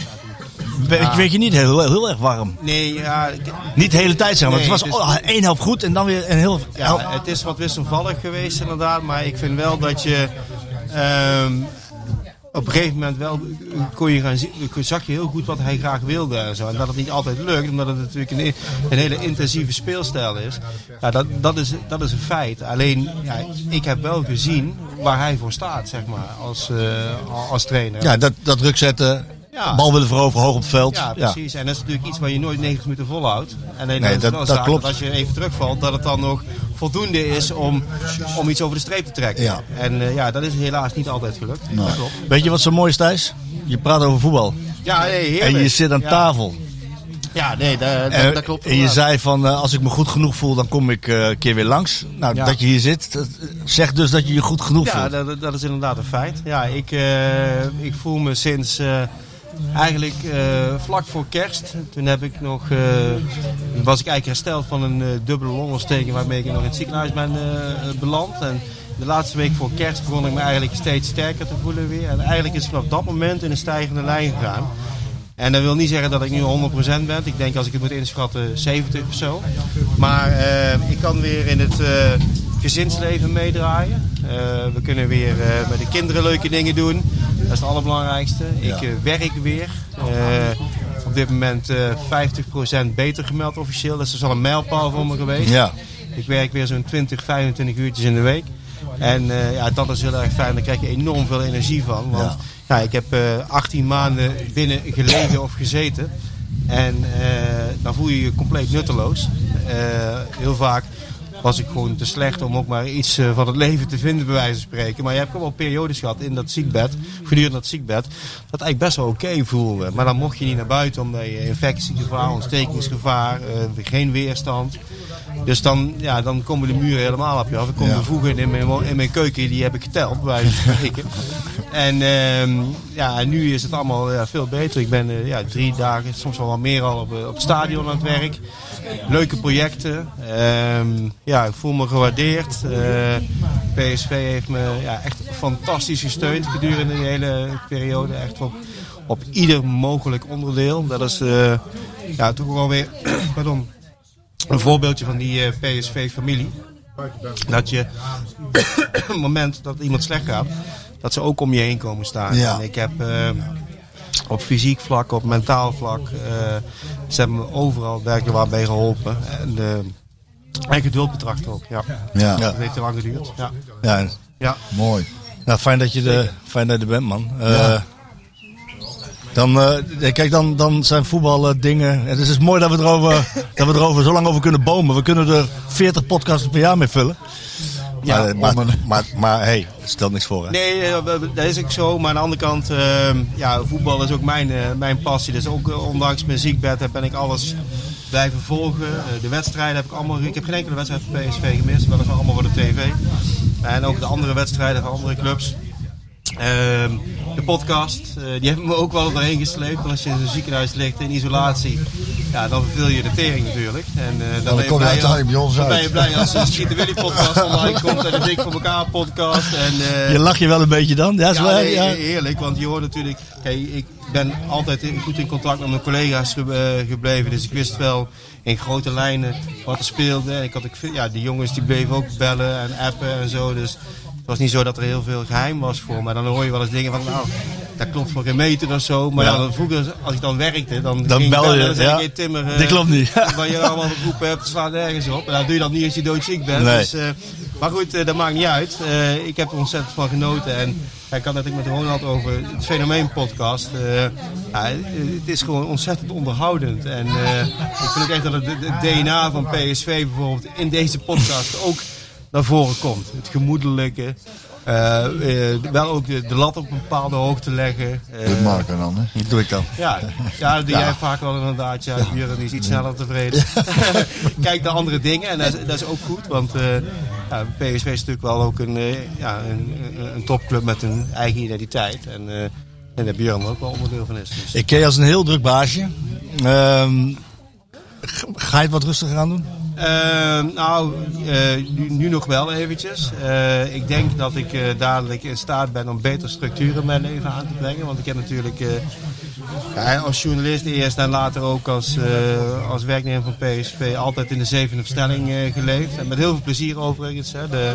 F: we- weet je niet heel, heel erg warm.
K: Nee, ja, ik-
F: Niet de hele tijd zeg maar.
K: Nee,
F: het was
K: het is-
F: oh, één helft goed en dan weer een heel... helft-
K: ja, het is wat wisselvallig geweest inderdaad, maar ik vind wel dat je ehm, op een gegeven moment wel kon je gaan zien, zag je heel goed wat hij graag wilde en zo. En dat het niet altijd lukt, omdat het natuurlijk een, e- een hele intensieve speelstijl is. Ja, dat, dat is. Dat is een feit. Alleen, ja, ik heb wel gezien waar hij voor staat, zeg maar, als, eh, als trainer.
F: ja, dat, dat druk zetten,
K: Ja.
F: bal willen veroveren, hoog op het veld.
K: Ja,
F: Ja.
K: precies. En dat is natuurlijk iets waar je nooit 90 minuten volhoudt. En
F: Nee, dat- dat klopt.
K: Als je even terugvalt, dat het dan nog voldoende is om, om iets over de streep te trekken.
B: Ja.
K: En eh, ja, dat is helaas niet altijd gelukt. Dat klopt.
F: Nou. Weet je wat zo mooi is Thijs? Je praat over voetbal
K: Ja, nee, heerlijk.
F: en je zit aan
K: Ja.
F: tafel.
K: Ja, nee, dat,
F: En,
K: dat, dat klopt.
F: en je
K: inderdaad.
F: zei van, eh, als ik me goed genoeg voel, dan kom ik eh, een keer weer langs. Nou,
K: Ja.
F: dat je hier zit, dat zegt dus dat je je goed genoeg
K: Ja,
F: voelt.
K: dat, dat- dat is inderdaad een feit. Ja, ik, eh, ik voel me sinds eh, eigenlijk eh, vlak voor kerst. Toen heb ik nog, eh, was ik eigenlijk hersteld van een eh, dubbele longontsteking waarmee ik nog in het ziekenhuis ben eh, beland. En de laatste week voor kerst begon ik me eigenlijk steeds sterker te voelen weer. En eigenlijk is het vanaf dat moment in een stijgende lijn gegaan. En dat wil niet zeggen dat ik nu 100% ben. Ik denk als ik het moet inschatten 70 of zo. Maar eh, ik kan weer in het eh, gezinsleven meedraaien. Eh, we kunnen weer eh, met de kinderen leuke dingen doen. Dat is het allerbelangrijkste. Ik eh, werk weer. Eh, op dit moment eh 50% beter gemeld officieel. Dat is dus al een mijlpaal voor me geweest.
F: Ja.
K: Ik werk weer zo'n 20, 25 uurtjes in de week. En eh, ja, dat is heel erg fijn. Daar krijg je enorm veel energie van. Want ja, ik heb eh, 18 maanden binnen gelegen of gezeten. En eh, dan voel je je compleet nutteloos. eh, heel vaak was ik gewoon te slecht om ook maar iets eh, van het leven te vinden, bij wijze van spreken. Maar je hebt ook wel periodes gehad in dat ziekbed, gedurende dat ziekbed, dat eigenlijk best wel oké voelde. Maar dan mocht je niet naar buiten omdat je infectiegevaar, ontstekingsgevaar, eh, geen weerstand. Dus dan, ja, dan komen de muren helemaal op je af. Ik kom de voegen in mijn, wo- in mijn keuken, die heb ik geteld, bij wijze van spreken. en ehm, ja, nu is het allemaal ja, veel beter. Ik ben eh, ja, drie dagen, soms wel wat meer al op, eh, op het stadion aan het werk. Leuke projecten. Ehm, ja, ik voel me gewaardeerd. Eh, PSV heeft me ja, echt fantastisch gesteund gedurende die hele periode. Echt op, op ieder mogelijk onderdeel. Dat is eh, ja, toch wel weer [CLEARS THROAT] pardon, een voorbeeldje van die eh, PSV-familie. Dat je [COUGHS] op het moment dat iemand slecht gaat, dat ze ook om je heen komen staan.
F: Ja.
K: En ik heb eh, op fysiek vlak, op mentaal vlak, eh, ze hebben me overal werkelijk waar mee geholpen. En, eh, en geduld betracht ook, ja.
F: Ja.
K: Dat heeft heel lang geduurd. Ja.
F: Ja.
K: ja.
F: Mooi. Nou, fijn dat je, de, fijn dat je er bent, man. Eh,
K: Ja.
F: Dan, eh, kijk, dan, dan zijn voetbaldingen. Het is dus mooi dat we,
K: [LAUGHS]
F: erover, dat we erover zo lang over kunnen bomen. We kunnen er 40 podcasts per jaar mee vullen.
K: Ja,
F: maar, eh, maar, maar, maar, hey, dat stelt niks voor. Hè?
K: Nee, eh, we- we- dat is ook zo. Maar aan de andere kant, eh, ja, voetbal is ook mijn, eh, mijn passie. Dus ook eh, ondanks mijn ziekbed heb- ben ik alles blijven volgen. Eh, de wedstrijden heb ik allemaal... Ik heb geen enkele wedstrijd van PSV gemist. Weliswaar allemaal voor de tv. En ook de andere wedstrijden van andere clubs. Ehm, de podcast, eh, die hebben me ook wel doorheen gesleept. Want als je in een ziekenhuis ligt in isolatie, ja, dan verveel je de tering natuurlijk. En, eh,
B: dan
K: ben je
B: kom je
K: blij
B: uiteindelijk
K: als-
B: bij ons
K: dan ben
B: uit.
K: je blij als de Schieten Willy
B: [LAUGHS]
K: podcast online komt en de Dik voor elkaar podcast. En, eh,
F: Je lacht je wel een beetje dan. Ja, is
K: ja,
F: wel,
K: nee,
F: ja.
K: heerlijk, want je hoort natuurlijk... Kijk, ik ben altijd in- goed in contact met mijn collega's ge- eh, gebleven. Dus ik wist wel in grote lijnen wat er speelde. En ik had ook, veel- ja, die jongens die bleven ook bellen en appen en zo. Dus het was niet zo dat er heel veel geheim was voor me. Dan hoor je wel eens dingen van... Nou, dat klopt voor geen meter of zo. Maar
F: Ja.
K: ja. dan vroeger, als ik dan werkte, dan,
F: Dan
K: ging ik
F: bel je,
K: bellen en dan zei
F: ja.
K: ik, hey, Timmer, eh,
F: Dit klopt niet.
K: Wat je nou allemaal geroepen hebt, slaat nergens op. En dat doe je dan niet als je doodziek bent.
F: Nee.
K: Dus, eh, maar goed, eh, dat maakt niet uit. Eh, ik heb er ontzettend van genoten. En ja, ik had het net ook met Ronald over het fenomeen podcast. Eh, ja, eh, het is gewoon ontzettend onderhoudend. En eh, ik vind ook echt dat het, het DNA van PSV bijvoorbeeld in deze podcast ook naar voren komt. Het gemoedelijke. eh, eh, wel ook de, de lat op een bepaalde hoogte leggen. Eh,
B: Doet Marco dan, hè?
F: doe ik dan.
K: ja, ja, dat doe
B: Ja.
K: jij vaak wel inderdaad. Ja, Björn is iets sneller tevreden. Kijk naar andere dingen en dat is, dat is ook goed. Want eh, ja, PSV is natuurlijk wel ook een, eh, ja, een, een- een topclub met een eigen identiteit. En, eh en daar Björn ook wel onderdeel van is. Dus.
F: Ik ken je als een heel druk baasje. Ehm, g- ga je het wat rustiger aan doen?
K: Eh, nou, eh, nu, nu nog wel eventjes. Eh, ik denk dat ik eh, dadelijk in staat ben om betere structuren in mijn leven aan te brengen. Want ik heb natuurlijk eh, ja, als journalist eerst en later ook als, eh, als werknemer van PSV altijd in de zevende versnelling eh, geleefd. En met heel veel plezier overigens. Hè. De,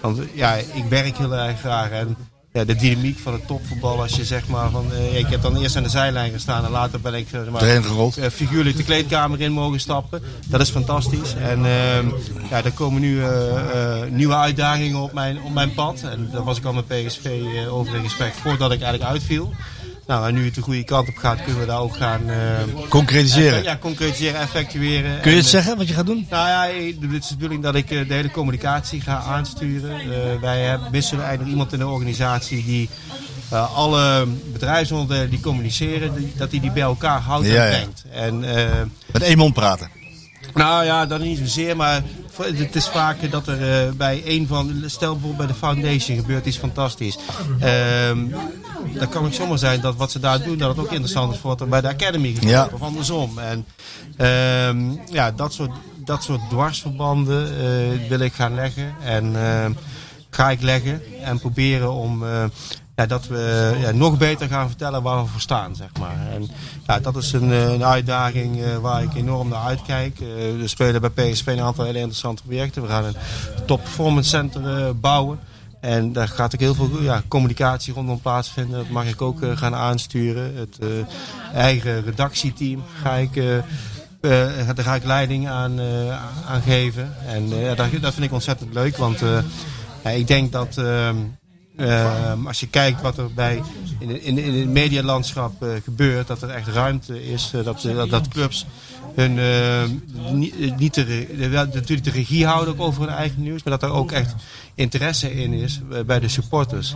K: want eh, ja, ik werk heel erg graag. En ja, de dynamiek van het topvoetbal, als je zeg maar van... eh, ik heb dan eerst aan de zijlijn gestaan en later ben ik... Zeg maar,
F: Erin gerold.
K: eh, figuurlijk de kleedkamer in mogen stappen. Dat is fantastisch. En ehm, ja, er komen nu eh, eh, nieuwe uitdagingen op mijn, op mijn pad. En daar was ik al met PSV eh, over in gesprek voordat ik eigenlijk uitviel. Nou, en nu het de goede kant op gaat, kunnen we daar ook gaan... eh,
F: Concretiseren.
K: effe- Ja, concretiseren, effectueren.
F: Kun je
K: En,
F: het
K: eh,
F: zeggen wat je gaat doen?
K: nou ja, het is de bedoeling dat ik eh, de hele communicatie ga aansturen. Eh, wij hebben- wisselen eigenlijk iemand in de organisatie die eh, alle bedrijfsonderdelen die communiceren, die- dat hij die, bij elkaar houdt
F: Ja,
K: en
F: ja.
K: brengt. En, eh,
F: Met één mond praten.
K: nou ja, dat niet zozeer, maar voor- het is vaak eh, dat er eh, bij een van, stel bijvoorbeeld bij de Foundation gebeurt iets fantastisch. Ehm dan kan het zomaar zijn dat wat ze daar doen, dat het ook interessant is voor wat er bij de Academy gebeurt.
F: Ja.
K: Of andersom. En ehm, ja, dat soort, dat soort dwarsverbanden eh, wil ik gaan leggen. En ehm, ga ik leggen en proberen om... eh, ja, dat we ja, nog beter gaan vertellen waar we voor staan, zeg maar. En ja, dat is een, eh, een uitdaging eh, waar ik enorm naar uitkijk. Eh, we spelen bij PSV een aantal hele interessante projecten. We gaan een top performance center eh, bouwen. En daar gaat ook heel veel ja, communicatie rondom plaatsvinden. Dat mag ik ook eh, gaan aansturen. Het eh, eigen redactieteam ga ik... eh, eh, daar ga ik leiding aan, eh, aan geven. En eh, ja, dat, dat vind ik ontzettend leuk. Want eh, ja, ik denk dat ehm, Ehm, als je kijkt wat er bij, in, de- in, de- in het medialandschap eh, gebeurt, dat er echt ruimte is, eh, dat, eh, dat, dat clubs hun, eh, ni- eh, niet de, re- de- wel natuurlijk de regie houden ook over hun eigen nieuws, maar dat er ook echt interesse in is eh, bij de supporters.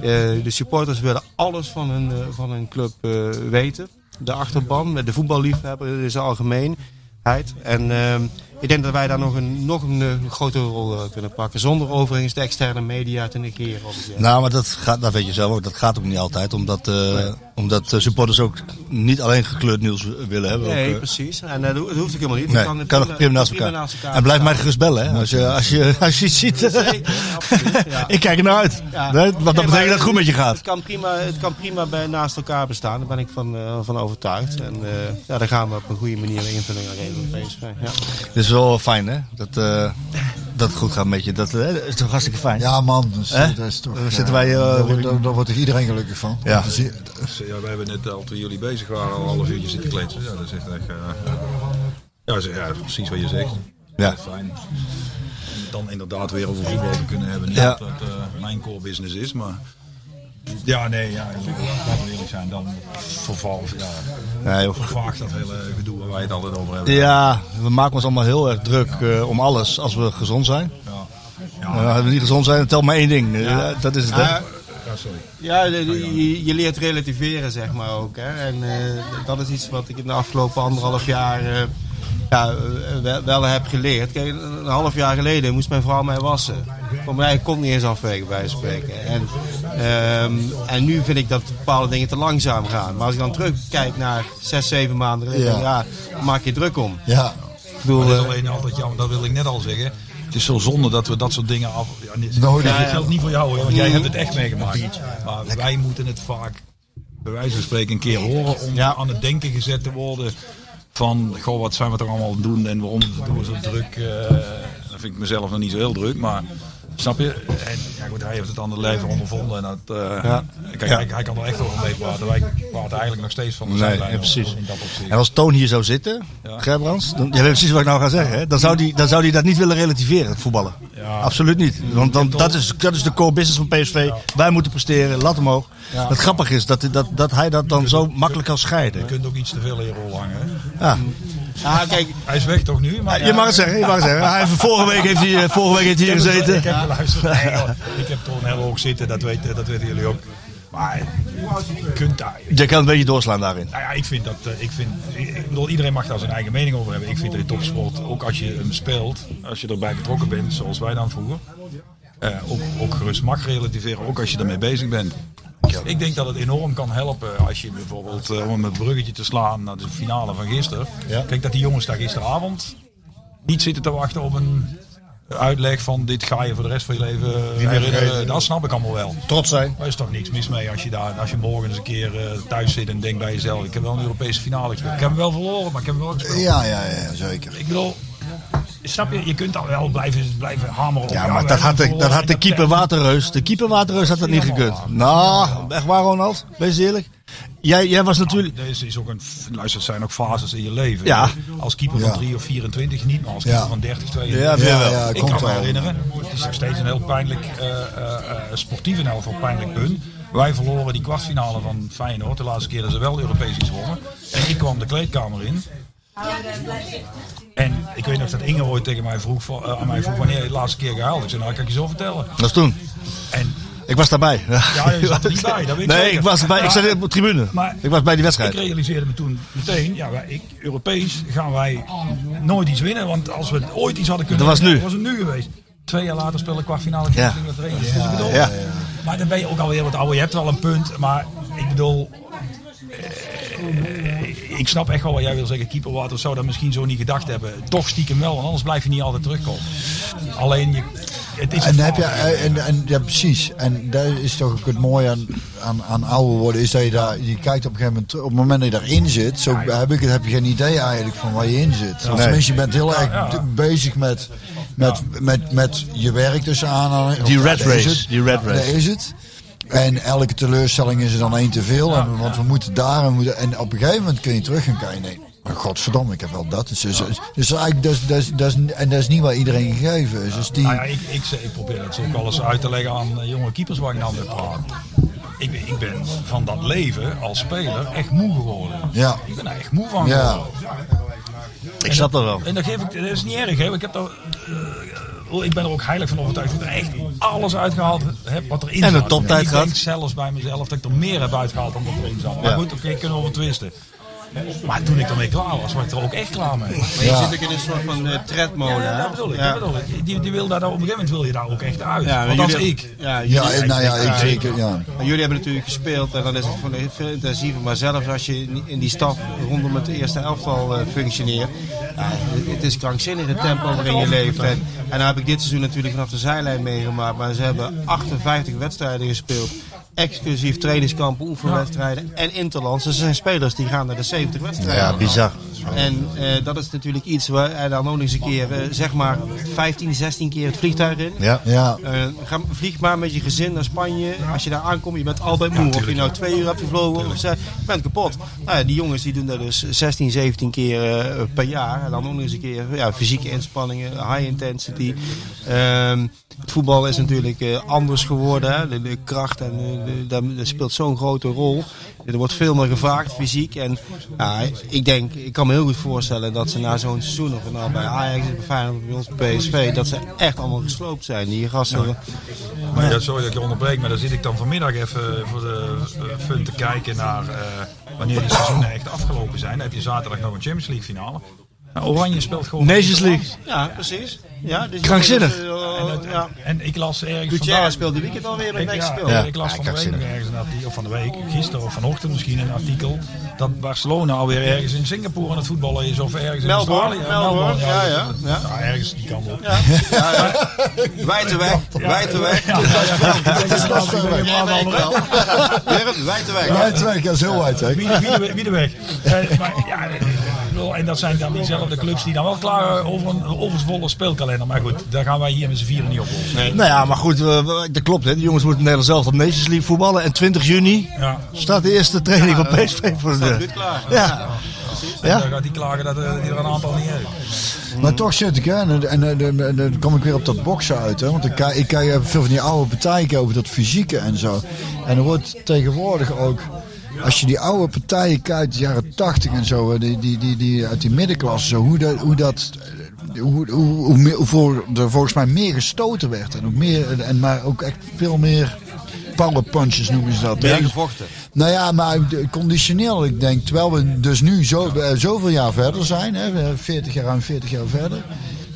K: Eh, de supporters willen alles van hun, eh, van hun club eh, weten. De achterban, de voetballiefhebber in zijn algemeenheid. En ehm, ik denk dat wij daar nog een, nog een eh, grotere rol eh, kunnen pakken, zonder overigens de externe media te negeren. of iets.
F: Nou, maar dat, gaat, dat weet je zelf ook. Dat gaat ook niet altijd. Omdat, eh, omdat eh, supporters ook niet alleen gekleurd nieuws willen hebben.
K: Nee,
F: Ook, eh,
K: precies. En eh, dat ho- dat hoeft ook helemaal niet.
F: nee,
K: Dat
F: kan,
K: prima-
F: ook prima naast
K: prima
F: elkaar. en blijf mij
K: staan.
F: gerust bellen, hè, als, je, als, je, [LAUGHS] als je iets ziet.
K: Zeker, absoluut, ja.
F: [LAUGHS] Ik kijk er naar uit.
K: Ja.
F: Nee,
K: Nee,
F: want dat
K: maar
F: betekent dat het goed met je gaat.
K: Het kan prima, het kan prima bij, naast elkaar bestaan. Daar ben ik van, eh, van overtuigd. En eh, ja, daar gaan we op een goede manier invulling aan geven. bij PSV, Ja.
F: Het is wel fijn, hè? Dat, eh, dat het goed gaat met je. Dat, eh, dat is toch hartstikke fijn?
B: Ja, man. Dat is,
F: Hè?
B: dat is toch,
F: Daar
B: ja,
F: zitten wij... eh,
B: daar, wordt- daar- daar wordt toch iedereen gelukkig van.
F: Ja.
B: Dat is-
D: Dus, ja, we hebben net al toen jullie bezig waren al een half uurtje zitten kletsen. Ja, dat is echt... echt eh, ja, dat is- ja, dat is precies wat je zegt.
F: Ja.
D: Dat is Fijn. En het dan inderdaad weer over voetbal te kunnen hebben. Niet
F: Ja.
D: dat dat eh, mijn core business is, maar... Ja, nee, ja, laten we eerlijk zijn. Dan verval, ja,
F: Nee, joh.
D: vervaagt dat hele gedoe waar wij het altijd over hebben.
F: Ja, we maken ons allemaal heel erg druk eh, om alles als we gezond zijn.
D: Ja.
F: Nou, als we niet gezond zijn, dan telt maar één ding. Eh,
K: Ja.
F: Dat is het, hè?
K: Ah,
D: Ja, sorry.
K: Ja, de- de- je, je leert relativeren, zeg maar ook. Hè. En eh, dat is iets wat ik in de afgelopen anderhalf jaar eh, ja, eh, wel, wel heb geleerd. Kijk, een half jaar geleden moest mijn vrouw mij wassen. Voor mij kon niet eens afwegen bij wijze van spreken. En, ehm, en nu vind ik dat bepaalde dingen te langzaam gaan. Maar als ik dan terugkijk naar zes, zeven maanden geleden,
D: Ja.
K: dan, ja, maak je druk om.
B: Ja.
D: Maar
F: eh,
D: dat is alleen altijd jammer, dat wil ik net al zeggen. Het is zo zonde dat we dat soort dingen af. Ja, nee,
F: Nou,
B: Nooit.
D: dat
B: Ja, ja.
D: geldt niet voor jou, hoor, want jij
B: Mhm.
D: hebt het echt meegemaakt. Maar wij moeten het eh, vaak, bij wijze van spreken, een keer horen om aan het denken gezet te worden. Van, goh, wat zijn we toch allemaal aan het doen en waarom doen we zo druk? eh dat vind ik mezelf nog niet zo heel druk, maar snap je? En ja, goed, hij heeft het aan het leven ondervonden. En dat, eh,
F: Ja.
D: Kijk,
F: Ja.
D: hij, hij kan er echt over mee praten. Wij praten eigenlijk nog steeds van de
F: Nee,
D: zijlijn
F: ja,
D: over,
F: precies.
D: in dat opzicht.
F: En als Toon hier zou zitten,
D: Ja.
F: Gerbrands, dan, jij weet precies wat ik nou ga zeggen. Hè? Dan, zou die, dan zou die dat niet willen relativeren, het voetballen.
D: Ja.
F: Absoluut niet. Want dan, dat, is, dat is de core business van PSV. Wij moeten presteren, lat omhoog.
D: Ja.
F: Het grappige is dat, dat, dat hij dat dan zo makkelijk kan
D: Je
F: scheiden.
D: kunt ook iets te veel in je rol hangen. hè?
F: Ja.
K: Ah, kijk.
D: [LAUGHS] Hij is weg toch nu? Maar
F: Je mag het zeggen, je mag het zeggen. Hij heeft, vorige week heeft hij, eh, vorige week heeft hij hier
D: Ik heb
F: gezeten.
D: het- Ik heb geluisterd. Nee, joh, Ik heb toch een hele hoog zitten, dat weten, dat weten jullie ook. Maar je kunt daar...
F: Je kan een beetje doorslaan daarin.
D: Nou ja, ik vind dat... eh, Ik, vind, ik ik bedoel, iedereen mag daar zijn eigen mening over hebben. Ik vind dat in topsport, ook als je hem speelt, als je erbij betrokken bent, zoals wij dan vroeger, eh, ook, ook gerust mag relativeren, ook als je ermee bezig bent. Ik denk dat het enorm kan helpen als je bijvoorbeeld, eh, om het bruggetje te slaan naar de finale van gisteren. Kijk, dat die jongens daar gisteravond niet zitten te wachten op een uitleg van dit ga je voor de rest van je leven eh,
F: meer
D: herinneren.
F: vergeten.
D: Dat snap ik allemaal wel.
F: Trots zijn.
D: Er is toch niks mis mee als je, daar, als je morgen eens een keer eh, thuis zit en denkt bij jezelf, ik heb wel een Europese finale gespeeld. Ik heb hem wel verloren, maar ik heb hem wel gespeeld.
B: Ja, ja, ja, zeker.
D: Ik bedoel, snap je, je kunt dan wel blijven, blijven hameren op.
F: Ja, maar
D: we
F: dat had,
D: hebben
F: de,
D: hem
F: dat had de
D: verloren.
F: keeper Waterreus. De keeper Waterreus had dat niet gekund. Nou, echt waar Ronald? Wees eerlijk. Jij, jij was natuurlijk...
D: Deze is ook een, luister, het zijn ook fases in je leven.
F: Ja.
D: Als keeper
F: Ja.
D: van 3 of 24 niet, maar als keeper
F: Ja.
D: van 30,
F: Ja,
D: 32.
F: weer wel. Ja, ja,
D: ik
F: komt
D: kan me
F: wel.
D: herinneren. Het is nog steeds een heel pijnlijk, eh, eh, eh, sportief in elk geval pijnlijk punt. Wij verloren die kwartfinale van Feyenoord, de laatste keer dat ze wel Europees iets wonnen. En ik kwam de kleedkamer in. En ik weet nog dat Inge ooit tegen mij vroeg, van- eh, aan mij vroeg wanneer je de laatste keer gehaald. Ik zei, nou, dat kan ik je zo vertellen.
F: Dat is toen.
D: En
F: Ik was daarbij.
D: Ja, je
F: [LAUGHS]
D: zat er niet bij, dat weet ik
F: Nee,
D: zeker.
F: ik was bij, ik
D: Maar-
F: zat op de tribune.
D: maar-
F: ik was bij die wedstrijd.
D: Ik realiseerde me toen meteen, ja, wij, ik, Europees gaan wij nooit iets winnen. Want als we ooit iets hadden kunnen
F: Dat was nu.
D: winnen, was het nu geweest. Twee jaar later spelen kwartfinale
F: Ja.
D: Champions League met Verenigd. Dus ik bedoel,
F: Ja.
D: Maar dan ben je ook alweer wat ouder. Je hebt wel een punt, maar ik bedoel... eh, Ik snap echt wel wat jij wil zeggen. Keeper Water zou dat misschien zo niet gedacht hebben. Toch stiekem wel, want anders blijf je niet altijd terugkomen. Alleen, je, het is
B: En
D: een
B: dan heb je,
D: fase.
B: en, en, ja, precies. En daar is toch ook het mooie aan, aan, aan ouder worden, is dat je daar, je kijkt op een gegeven moment, terug. op het moment dat je daarin zit, zo heb ik het, heb je geen idee eigenlijk van waar je in zit. Of
F: Nee.
B: tenminste, je bent heel erg
D: Ja, ja.
B: bezig met, met, met, met je werk tussen aanhalingstekens.
F: Die
B: Of,
F: red
B: daar is
F: race,
B: het.
F: die red
B: Ja,
F: race.
B: Daar is het. En elke teleurstelling is er dan één te veel, en, want we moeten daar, en, we moeten, en op een gegeven moment kun je terug gaan kijken. nee, Maar godverdomme, ik heb wel dat. Dus, dus, dus eigenlijk, dat is- dat is- dat is- en dat is niet waar iedereen gegeven is. Dus die,
D: Nou ja, ik, ik, ik, probeer dat ook wel eens uit te leggen aan eh, jonge keepers waar ik nou mee praat. Ik, ben- ik ben van dat leven als speler echt moe geworden.
B: Ja.
D: Ik ben daar echt moe van
B: Ja.
D: geworden.
F: Ik snap dat wel.
D: En dat, geef ik, dat is niet erg, hè. Ik, heb daar, eh, ik ben er ook heilig van overtuigd dat ik er echt alles uitgehaald heb wat erin
F: En een
D: zat.
F: toptijd
D: ik
F: gehad.
D: denk zelfs bij mezelf dat ik er meer heb uitgehaald dan wat erin zat. Maar
F: Ja.
D: goed, oké, kunnen we over twisten. Maar toen ik ermee klaar was, was ik er ook echt klaar mee.
K: Maar je zit ook in een soort van eh, tredmolen.
D: Ja,
K: hè?
D: dat bedoel ik.
K: Ja.
D: dat bedoel ik. Die, die wil daar, op een gegeven moment wil je daar ook echt uit.
K: Ja,
D: Want
K: jullie
D: als
K: hebben-
D: ik.
K: Ja,
B: Ja,
K: jullie-
B: nou ja, ik zeker, ja.
K: Maar jullie hebben natuurlijk gespeeld en dan is het voor- veel intensiever. Maar zelfs als je in- in die staf rondom het eerste elftal eh, functioneert, ja, het- het is krankzinnig het tempo waarin je leeft. En, en nou heb ik dit seizoen natuurlijk vanaf de zijlijn meegemaakt. Maar ze hebben 58 wedstrijden gespeeld. Exclusief trainingskampen, oefenwedstrijden en interlands. Dus er zijn spelers die gaan naar de 70 wedstrijden.
F: Ja, bizar.
K: En eh, dat is natuurlijk iets waar hij dan ook nog eens een keer, eh, zeg maar, 15, 16 keer het vliegtuig in.
F: Ja.
B: Ja.
K: Eh, ga, vlieg maar met je gezin naar Spanje. Als je daar aankomt, je bent altijd moe. of je nou twee uur hebt gevlogen of zes, je bent kapot. Nou ja, die jongens die doen dat dus 16, 17 keer eh, per jaar. En dan ook nog eens een keer ja, fysieke inspanningen, high intensity. Ehm, het voetbal is natuurlijk eh, anders geworden. Hè? De, de kracht en, eh, de- daar- dat speelt zo'n grote rol. Er wordt veel meer gevraagd, fysiek. En ja, ik denk, ik kan me heel goed voorstellen dat ze na zo'n seizoen, of het nou bij Ajax, bij Feyenoord, bij ons, bij PSV, dat ze echt allemaal gesloopt zijn. Die gasten.
D: Maar ja, sorry dat ik je onderbreek, maar daar zit ik dan vanmiddag even voor de eh, fun te kijken naar eh, wanneer die seizoenen echt afgelopen zijn. Dan heb je zaterdag nog een Champions League finale. Nou, Oranje speelt gewoon.
F: Nations League.
K: Ja, precies. Ja, dus
F: Krankzinnig.
K: eh, ja.
D: En ik las ergens.
K: Gutierrez
D: vandaag-
K: speelde weekend alweer een
D: Ik, ja, ik
K: Mexico.
D: las
F: Ja,
D: van de week
F: krankzinnig.
D: nog ergens een artikel, of van de week, gisteren of vanochtend misschien een artikel, dat Barcelona alweer ergens in Singapore aan het voetballen is of ergens in
K: Melbourne,
D: Australië.
K: Melbourne, ja, ja, ja.
D: Nou, ergens die kant op.
K: Wijd de weg, wijd de weg.
D: Ja, ja, ja.
B: Dat is best wel weg.
K: Jij weet wel. Gerrit, wijd de weg.
B: Wijdweg, dat is heel wijdweg.
D: Wie- wie- wie de weg. Eh, maar ja, ik bedoel, en dat zijn dan diezelfde clubs die dan wel klaar waren over een overvolle speelkalender. Maar goed, daar gaan wij hier met z'n vieren niet op los.
F: Nou ja, maar goed, eh, dat klopt. Hè. De jongens moeten Nederland zelf op Nations League voetballen. En 20 juni
D: Ja.
F: staat de eerste training van PSV voor de
K: Absoluut klaar.
F: Ja.
D: En
F: Ja.
D: dan gaat die klagen dat eh, die er een aantal niet heeft.
B: Maar toch zit ik, hè, en, en, en- en- en dan kom ik weer op dat boksen uit, hè, want ik, kijk- ik kijk veel van die oude partijen over dat fysieke en zo. En er wordt tegenwoordig ook, als je die oude partijen kijkt, de jaren 80 en zo, hè, die, die, die, die uit die middenklasse, zo, hoe dat, hoe dat eh, hoe, hoe, hoe, meer- hoe voor, er volgens mij meer gestoten werd. En ook meer, en, maar ook echt veel meer power punches noemen ze dat. hè.
K: Meer gevochten.
B: Nou ja, maar de- conditioneel, ik denk, terwijl we dus nu zo, eh, zoveel jaar verder zijn, hè, we- 40 jaar, ruim 40 jaar verder,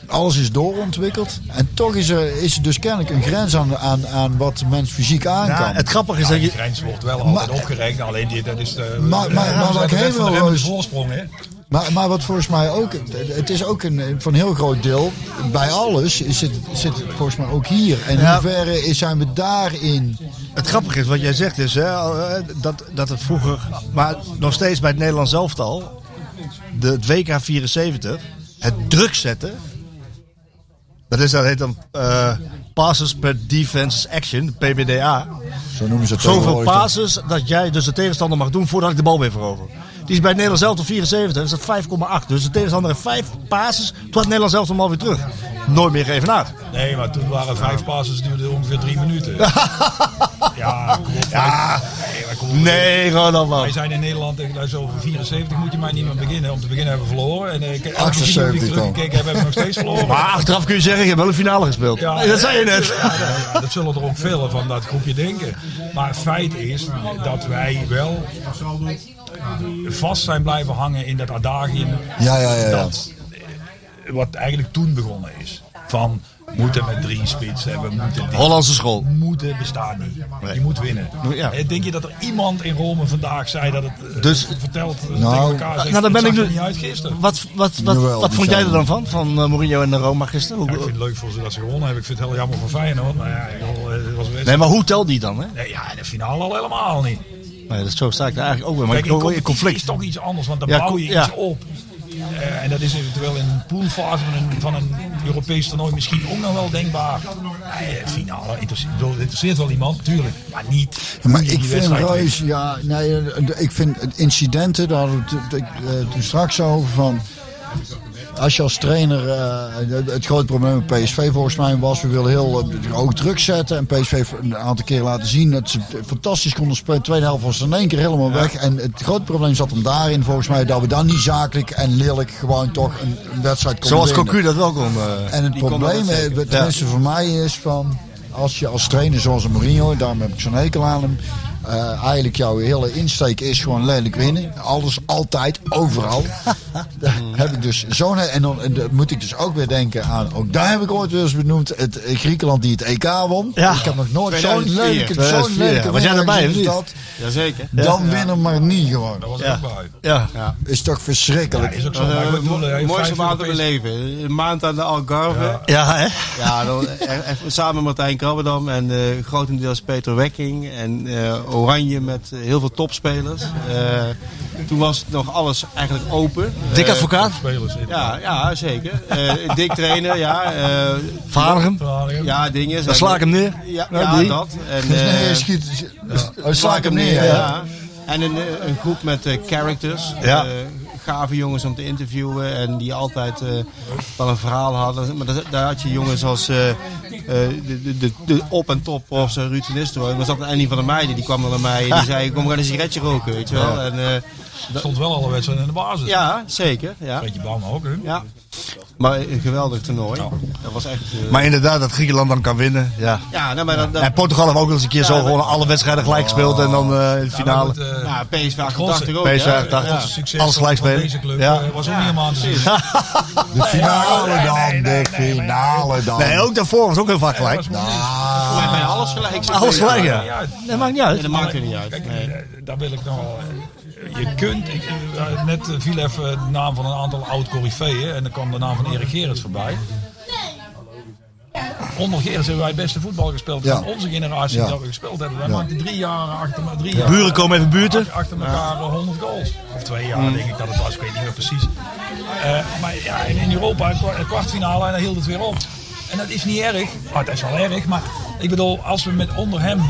B: alles is doorontwikkeld. En toch is er, is er dus kennelijk een grens aan, aan, aan wat mens fysiek aan
F: Ja,
B: kan.
F: het grappige is
D: Ja,
F: dat je...
D: die grens wordt wel altijd
B: Maar-
D: opgereikt, alleen die, dat is eh, de...
B: Maar- maar- maar wat ik
D: even
B: heel
D: wel
B: wil-
D: voorsprong, hè.
B: Maar, maar wat volgens mij ook, het is ook een, van een heel groot deel, bij alles zit, zit het volgens mij ook hier. En in
F: Ja.
B: hoeverre is- zijn we daarin?
F: Het grappige is, wat jij zegt is hè, eh, dat, dat het vroeger, maar nog steeds bij het Nederlands elftal, de, het WK 74, het druk zetten, dat, is, dat heet dan eh, passes per defense action, PBDA.
B: Zo noemen ze het
F: Zoveel
B: tegenwoordig.
F: passes dat jij dus de tegenstander mag doen voordat ik de bal weer verover. Die is bij het Nederlands elftal 74, is dat 5,8. Dus de tegenstander heeft 5 passes, toen had het Nederlands elftal hem alweer terug. Nooit meer geven uit.
D: Nee, maar toen waren vijf passes, duurde ongeveer drie
F: [LAUGHS]
D: minuten. Ja, kom op.
F: Ja,
D: Nee, maar kom op.
F: nee, gewoon dan
D: Wij
F: wel.
D: zijn in Nederland tegen luister, over 74 moet je mij niet meer beginnen. Om te beginnen hebben we verloren. En eh, ik elke keer die ik
B: 78 dan.
D: teruggekeken heb, hebben we nog steeds verloren.
F: Maar achteraf kun je zeggen, je hebt wel een finale gespeeld.
D: Oh.
F: Eh,
D: Ja.
F: [LAUGHS] Nee, dat zei je net.
D: Ja, nou ja, dat zullen er ook veel van dat groepje denken. Maar feit is dat wij wel eh, vast zijn blijven hangen in dat adagium.
B: Ja, ja, ja, ja.
D: Dat, eh, wat eigenlijk toen begonnen is. Van moeten met drie spitsen en we moeten die
F: Hollandse school.
D: moeten bestaat niet. Je moet winnen.
F: Ja.
D: Eh, Denk je dat er iemand in Rome vandaag zei dat het
F: Dus-
D: dus, verteld eh,
B: Nou,
D: tegen elkaar zegt,
F: Nou, dan ben
D: "Het
F: ik
D: zag
F: nu...
D: er niet uit gisteren.
F: Wat, wat, wat,
B: Jawel,
F: wat
B: die
F: vond jij
B: zijn
F: er dan van, van eh, Mourinho en de Roma gisteren? Hoe-
D: Ja, ik vind het leuk voor ze dat ze gewonnen hebben. Ik vind het heel jammer voor Feyenoord. Maar ja, joh, eh, het was best...
F: Nee, maar hoe telt die dan? Hè?
D: Nee, ja, in de finale al helemaal niet.
F: Nee, dat is zo sta ik er eigenlijk ook weer. Maar
D: Kijk,
F: ik hoor je
D: competitie
F: conflict.
D: is toch iets anders, want dan
F: Ja,
D: bouw
F: co-
D: je
F: ja.
D: iets op. Eh, en dat is eventueel in een poolfase van een, van een Europees toernooi misschien ook nog wel denkbaar. Eh, finale interesseert, ik bedoel, het interesseert wel iemand, natuurlijk. Maar niet.
B: Ja, maar
D: niet
B: ik
D: die
B: vind
D: wedstrijd.
B: ruis, ja, nee, eh, d- ik vind het incidenten, daar hadden we het eh, eh, toen straks over van. Als je als trainer, eh, het- het grote probleem met PSV volgens mij was, we willen heel eh, hoog druk zetten. En PSV heeft een aantal keer laten zien dat ze fantastisch konden spelen. Tweede helft was in één keer helemaal weg. En het grote probleem zat hem daarin volgens mij, dat we dan niet zakelijk en lelijk gewoon toch een, een wedstrijd konden
F: Zoals
B: winnen.
F: Cocu dat wel kon. eh,
B: En het
F: die kon dat
B: probleem,
F: zeker.
B: eh,
F: Ja.
B: tenminste voor mij, is van... Als je als trainer zoals een Mourinho, daarom heb ik zo'n hekel aan hem... eh, eigenlijk jouw hele insteek is gewoon lelijk winnen. Alles, altijd,
F: [LAUGHS]
B: overal. daar heb ik dus zo'n... he- En dan eh, dan moet ik dus ook weer denken aan... Ook daar heb ik ooit weer eens benoemd. Het eh, Griekenland die het EK won.
F: Ja.
B: Ik heb nog nooit zo'n
F: 2004.
B: lelijke, zo'n
F: 2004,
B: lelijke
F: ja. Was jij
B: winnaar
F: erbij,
B: gezien
F: of
B: als
F: niet?
K: Jazeker.
B: Dan
F: Ja.
B: winnen maar niet gewoon.
D: Dat was
F: Ja.
D: ook bij.
F: Ja.
B: Is toch verschrikkelijk.
D: Is ook zo. maar ik
K: Het
D: bedoel, hij heeft
K: eh, mooiste
D: vijf
K: maand van mijn
D: Europese-
K: leven. Een maand aan de Algarve. Ja,
F: Ja, hè?
K: dan, echt- echt samen met Martijn Krabberdam en eh, grotendeels Peter Wekking. En eh, Oranje met eh, heel veel topspelers. Eh, toen was het nog alles eigenlijk open.
F: Dik
K: Eh,
F: advocaat.
D: Spelers in.
K: Ja, ja zeker. Eh dik trainen, ja. eh,
F: Verhaal hem.
K: ja, dingen.
F: Dan sla ik hem neer.
K: Ja,
F: Nou,
K: ja
F: die.
K: dat. En,
B: Nee,
K: eh,
B: je schiet... Oh, sla ik hem neer.
K: ja.
B: ja.
K: En een, eh, een groep met eh, characters.
F: Ja.
K: Eh, gave jongens om te interviewen en die altijd eh, wel een verhaal hadden. Maar dat- daar had je jongens als eh, eh, de, de, de, de op- en top of zo, Ruud van Nistelrooy. Maar zat een van de meiden, die kwam dan naar mij
F: [LAUGHS]
K: en die zei, kom we gaan een sigaretje roken, weet je wel. En, eh,
D: Stond wel alle wedstrijden in de basis.
K: ja, zeker. Ja.
D: Beetje Bouwman ook, hè?
K: Ja. Maar eh, een geweldig toernooi. Dat was echt... eh,
F: Maar inderdaad, dat Griekenland dan kan winnen. Ja.
K: ja, nou, maar dat, dat,
F: En Portugal heeft ook eens een keer zo
K: Ja,
F: gewoon
K: maar-
F: alle wedstrijden gelijk gespeeld en dan eh, in de finale.
D: Oh. Ja, maar goed, eh,
K: ja, PSV 88 ook.
F: PSV
K: ja.
F: 88.
K: Ja.
D: het succes
F: Alles gelijk
D: van
F: spelen.
D: deze club
F: Ja.
D: eh, was ook niet helemaal aan te zien.
K: [LAUGHS]
B: De finale dan, de finale dan.
F: Nee, ook daarvoor was ook heel vaak gelijk.
K: Volgens mij alles gelijk.
F: Alles gelijk, ja.
K: Dat maakt niet uit. Dat maakt er niet uit.
D: Kijk,
K: Nee.
D: eh, daar wil ik nog wel. eh, Je kunt, ik, eh, net eh, viel even de naam van een aantal oud corifeeën en dan kwam de naam van Erik Gerrits voorbij. Onder Gerrits hebben wij het beste voetbal gespeeld
B: Ja.
D: van onze generatie
B: Ja.
D: dat we gespeeld hebben. Wij maakten drie jaar achter, me- drie jaar
F: Buren komen even buurten.
D: achter elkaar eh, 100 goals. Of twee jaar denk ik dat het was, ik weet niet meer precies. Eh, maar ja, in, in Europa, een kwa- een kwartfinale en dan hield het weer op. En dat is niet erg. Ah, dat is wel erg, maar ik bedoel, als we met onder hem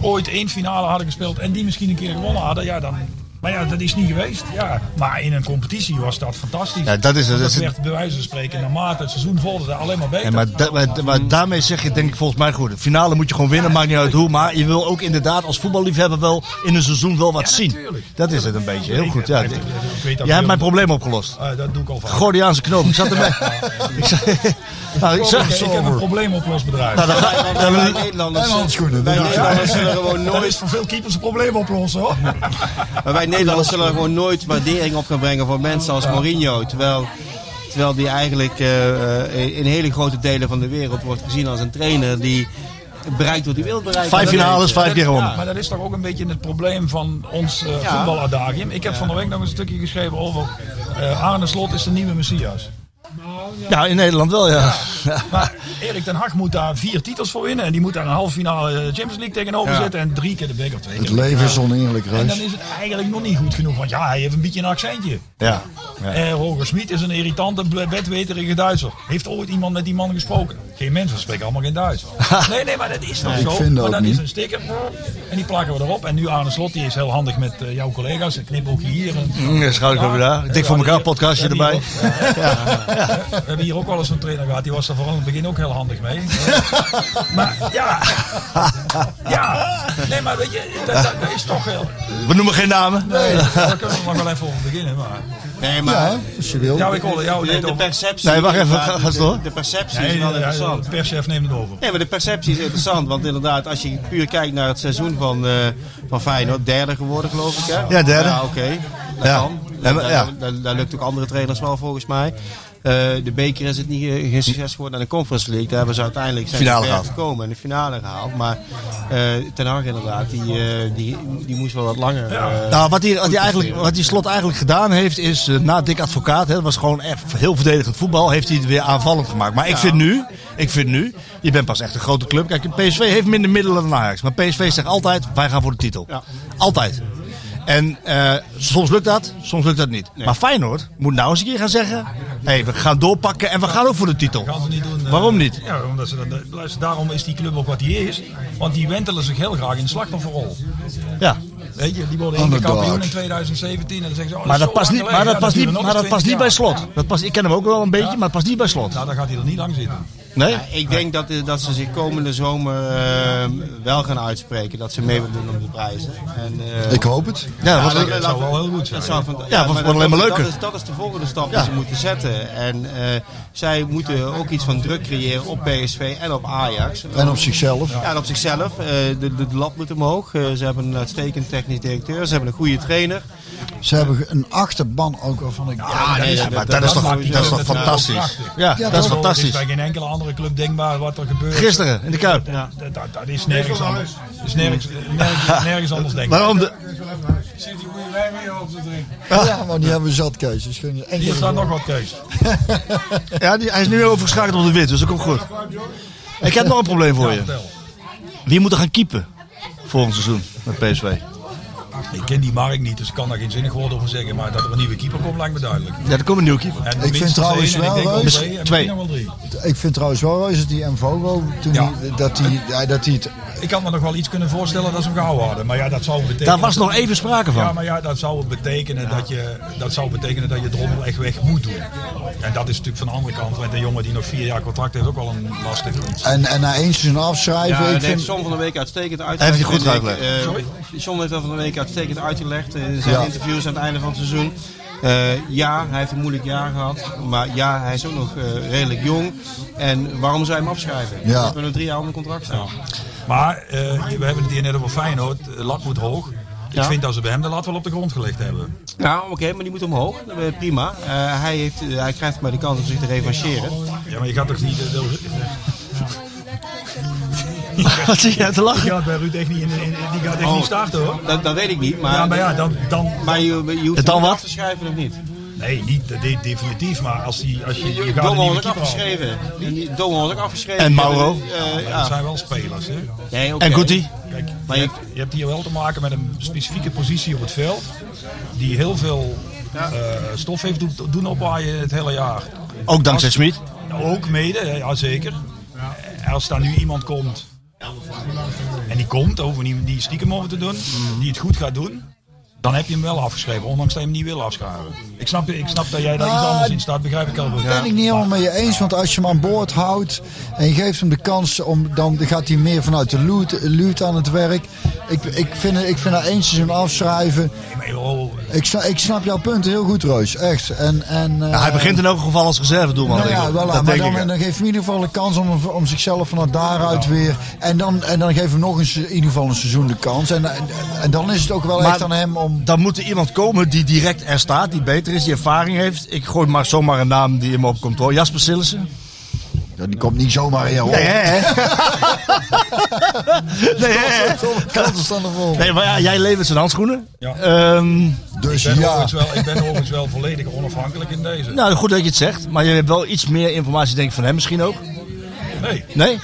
D: ooit één finale hadden gespeeld en die misschien een keer gewonnen hadden, ja dan... Maar ja, dat is niet geweest. Ja. Maar in een competitie was dat fantastisch.
F: Ja, dat is-
D: Want
F: dat is-
D: werd bij wijze van spreken, naarmate het seizoen volgde, alleen maar beter. Nou,
F: Ja, maar, da- maar, maar daarmee zeg je denk ik volgens mij goed. De finale moet je gewoon winnen, maakt niet uit hoe. Maar je wil ook inderdaad als voetballiefhebber wel in een seizoen wel wat zien. Dat is het een beetje. Heel goed, ja.
D: Ik weet- ik weet dat
F: Jij hebt
D: veel-
F: mijn probleem opgelost.
D: Eh, dat doe ik al vaak.
F: Gordiaanse knoop. Ik
D: [LAUGHS]
F: zat ermee. Ik zat- [LAUGHS] Nou, ik zag
D: Ik, ik heb een
F: Nou,
D: probleemoplosbedrijf.
F: dan ga dan wil
K: Wij
F: ik-
K: Nederlanders,
B: En handschoenen,
K: wij
B: ja.
K: Nederlanders zullen gewoon
D: Dat
K: nooit,
D: is voor veel keepers een probleem oplossen hoor.
K: maar wij Nederlanders zullen gewoon nooit waardering op gaan brengen voor mensen als Mourinho. Terwijl, terwijl die eigenlijk eh, eh, in hele grote delen van de wereld wordt gezien als een trainer die bereikt wat hij wil bereiken.
F: Vijf
K: Dat
F: finales,
K: weet je.
F: vijf keer gewonnen.
D: Maar dat is toch ook een beetje het probleem van ons eh
K: Ja.
D: voetbaladagium. Ik heb van de week nog een stukje geschreven over eh Arne Slot is de nieuwe Messias.
F: Ja, in Nederland wel, ja.
D: Maar Erik ten Hag moet daar vier titels voor winnen. En die moet daar een halve finale eh, Champions League tegenover zetten. En drie keer de beker, twee
B: Het
D: keer.
B: leven is oneerlijk,
D: En dan
B: Reus.
D: is het eigenlijk nog niet goed genoeg. Want ja, hij heeft een beetje een accentje.
F: Ja.
D: Eh, Roger Smit is een irritante, ble- bedweterige Duitser. Heeft ooit iemand met die man gesproken? Geen mensen spreken allemaal geen
F: [LAUGHS]
D: Duits. Nee, nee, maar dat is toch
B: Nee,
D: zo.
B: ik vind dat
D: maar dat
B: ook
D: is
B: niet.
D: een sticker. En die plakken we erop. En nu Arne Slot, die is heel handig met eh, jouw collega's. Een knipoogje hier. en-
F: Mm, Schouderklopje daar. Dik voor elkaar, podcastje
D: We hebben
F: erbij.
D: hier ook-
F: [LAUGHS]
D: We hebben hier ook wel eens een trainer gehad. Die was er vooral in het begin ook heel handig mee. maar
F: [LAUGHS]
D: ja. Ja. Nee, maar weet je, dat, dat- dat is toch eh, heel...
F: We noemen geen namen.
D: Nee, daar kunnen we nog wel even over beginnen. Maar...
K: Nee, maar
B: Ja, als je wil.
D: Jou, ik hoorde jou
K: de,
D: net
K: de
D: over...
K: perceptie...
F: Nee, wacht even,
K: maar
F: ga- ga eens door.
K: De, de perceptie
D: Nee,
K: is wel
D: nee, nee,
K: interessant.
D: de perschef neemt het over.
K: Nee, maar de perceptie is interessant. Want inderdaad, als je puur kijkt naar het seizoen van, eh, van Feyenoord. Derde geworden, geloof ik, hè?
F: Ja, derde.
K: Ja, oké. Dat
F: Ja.
K: kan.
F: Ja, maar-
K: Daar-
F: ja.
K: Daar, daar, daar lukt ook andere trainers wel, volgens mij. Eh, de beker is het niet eh, geen succes geworden. En de Conference League, daar hebben ze uiteindelijk zijn
F: Finale
K: ze ver
F: gehaald.
K: gekomen. En de finale gehaald. Maar eh, Ten Hag inderdaad, die, eh, die, die moest wel wat langer... eh,
F: Nou, wat, die, wat, die eigenlijk, wat die slot eigenlijk gedaan heeft, is eh, na Dick Advocaat, hè, dat was gewoon echt heel verdedigend voetbal, heeft hij het weer aanvallend gemaakt. Maar ik vind nu, ik vind nu, je bent pas echt een grote club. Kijk, PSV heeft minder middelen dan Ajax. Maar PSV zegt altijd, wij gaan voor de titel.
K: Ja.
F: Altijd. En eh, soms lukt dat, soms lukt dat niet. Maar Feyenoord moet nou eens een keer gaan zeggen... hey, we gaan doorpakken en we gaan ook voor de titel.
D: Gaan ze niet doen, eh,
F: Waarom niet?
D: Ja, omdat ze dat, luister, daarom is die club ook wat die is. Want die wentelen zich heel graag in de slachtofferrol.
F: Ja.
D: Weet je, die worden één keer
F: Underdog.
D: kampioen in 2017 en dan zeggen ze... Oh,
F: Maar dat
D: is zo
F: past
D: lang
F: niet, maar
D: geleden.
F: dat
D: Ja,
F: past niet,
D: duurt nog
F: maar dat
D: eens
F: past niet
D: 20
F: bij slot. Dat past, ik ken hem ook wel een beetje, maar het past niet bij slot.
D: jaar. Nou, dan gaat hij er niet lang zitten.
F: Nee?
K: Ik denk dat, eh, dat ze zich komende zomer eh, wel gaan uitspreken. Dat ze mee willen doen om de prijzen. En, eh,
F: Ik hoop het. Ja, dat zou- dat zou wel heel goed zijn.
K: Dat zou fanta-
F: Ja, dat wordt
K: maar
F: alleen maar leuker.
K: Dat is, dat is de volgende stap
F: Ja.
K: die ze moeten zetten. En eh, zij moeten ook iets van druk creëren op PSV en op Ajax.
B: En op zichzelf.
K: Ja, en op zichzelf. Eh, de, de, de lat moet omhoog. Eh, ze hebben een uitstekend technisch directeur. Ze hebben een goede trainer.
B: Ze hebben een achterban ook waarvan ik...
K: Ja, nee, dat- dat- dat maakt niet uit. Dat is prachtig. Ja, dat is fantastisch.
D: is bij geen enkele andere club denkbaar wat er gebeurt.
F: Gisteren, in de Kuip.
D: Dat, dat- dat- dat is nergens anders. Dat is nergens, nergens, nergens anders denkbaar.
F: Waarom de-
G: Zit die goede wijn mee op te drinken?
B: Ja, maar die hebben we zat, Kees. Dus geen enkele
D: Hier staat nog
B: zorg.
D: wat keus.
F: Ja, die, hij is nu weer overgeschakeld op de wit, dus dat komt goed. Ik heb nog een probleem voor je. Wie moet er gaan keepen volgend seizoen met PSV?
D: Ik ken die markt niet, dus ik kan daar geen zinnig woord over zeggen. Maar dat er een nieuwe keeper komt, lijkt me duidelijk.
F: Ja, er komt een nieuwe keeper.
D: En
B: Ik vind
D: minstens
B: trouwens
D: één en ik
B: wel
D: denk wel
B: reus-
D: twee en misschien
B: twee.
D: nog wel drie.
B: Ik vind trouwens wel is het die MVO toen die- dat hij ja, dat die het
D: Ik had me nog wel iets kunnen voorstellen dat ze hem gehouden hadden. Maar ja, dat zou betekenen...
B: Daar was nog even sprake van.
D: Ja, maar ja, dat zou betekenen, dat, je, dat, zou betekenen dat je Drommel echt weg moet doen. En dat is natuurlijk van de andere kant. Want een jongen die nog vier jaar contract heeft, ook wel een lastig iets.
B: En, en na één seizoen afschrijven.
K: Ja,
B: ik
K: dat heeft
B: vind,
K: John van de Week uitstekend uitgelegd.
B: Hij heeft het goed
K: vind ik.
B: uitgelegd.
K: Eh,
B: Sorry?
K: John heeft dat van de Week uitstekend uitgelegd in zijn
B: Ja.
K: interviews aan het einde van het seizoen. Eh, ja, hij heeft een moeilijk jaar gehad. Maar ja, hij is ook nog eh, redelijk jong. En waarom zou je hem afschrijven?
D: Ja.
K: We hebben nog drie jaar onder contract staan.
D: Maar eh, we hebben het hier net over Feyenoord. De lat moet hoog.
K: Ja.
D: Ik vind dat ze bij hem de lat wel op de grond gelegd hebben.
K: Nou, oké, maar die moet omhoog. Eh, Prima. Eh, hij, heeft, eh, hij krijgt maar de kans om zich te revancheren.
D: Ja, maar je gaat toch niet...
F: [LAUGHS]
D: eh,
F: Wat zie jij te lachen?
D: Die gaat bij Ruud echt niet, in, in- in- die gaat echt
K: Oh,
D: niet starten hoor.
K: Dat, dat weet ik niet, maar...
D: Ja, maar ja, dan... dan
K: maar je, je hoeft hem niet af te schrijven of niet?
D: Nee, niet de- de- definitief, maar als, die, als je... je gaat een
K: Domo
D: nieuwe
K: had ik
D: keeper
K: afgeschreven.
D: halen.
K: Domo had ik afgeschreven.
F: En Mauro?
K: Eh, eh,
D: Ja,
K: ja.
D: Dat zijn wel spelers, hè?
K: Nee, oké. En Guti?
D: Kijk,
K: Maar
D: je, hebt, je hebt hier wel te maken met een specifieke positie op het veld. Die heel veel eh, stof heeft doen- doen opwaaien het hele jaar.
F: Ook dankzij
D: Als-
F: Smit.
D: Ook mede, ja zeker. Eh, Als daar nu iemand komt, en die komt, daar hoeven we niet, niet stiekem over te doen, die het goed gaat doen, dan heb je hem wel afgeschreven, ondanks dat je hem niet wil afschrijven. Ik snap, ik snap dat jij daar iets
B: Ah,
D: anders in staat, begrijp ik al. wel.
B: Daar ben ik niet helemaal mee eens. Want als je hem aan boord houdt en je geeft hem de kans om, dan gaat hij meer vanuit de loot, loot aan het werk. Ik, ik, vind, ik vind dat één seizoen afschrijven. Ik, sna- ik snap jouw punt heel goed, Reus. Echt. En, en,
F: Ja, hij
B: eh,
F: begint in elk geval als reserve doelman.
B: nou ja, voilà,
F: dat
B: maar
F: denk
B: dan,
F: ik.
B: dan geef je hem in ieder geval een kans om, om zichzelf vanuit daaruit weer. En dan, en dan geef je hem nog eens in ieder geval een seizoen de kans. En, en, en dan is het ook wel echt aan hem om.
F: Dan moet er iemand komen die direct er staat, die beter is, die ervaring heeft. Ik gooi maar zomaar een naam die in me opkomt hoor. Jasper Sillissen.
B: Ja, die komt niet zomaar in jouw [LAUGHS]
F: Nee, hè? nee, hè?
B: hè?
F: Nee, maar ja, jij levert zijn handschoenen.
D: Ja.
F: Ehm,
B: dus
D: ik ben, overigens wel,
F: [LAUGHS]
D: ik ben overigens wel volledig onafhankelijk in deze.
F: Nou, goed dat je het zegt, maar je hebt wel iets meer informatie denk ik van hem misschien ook.
D: Nee.
F: Nee?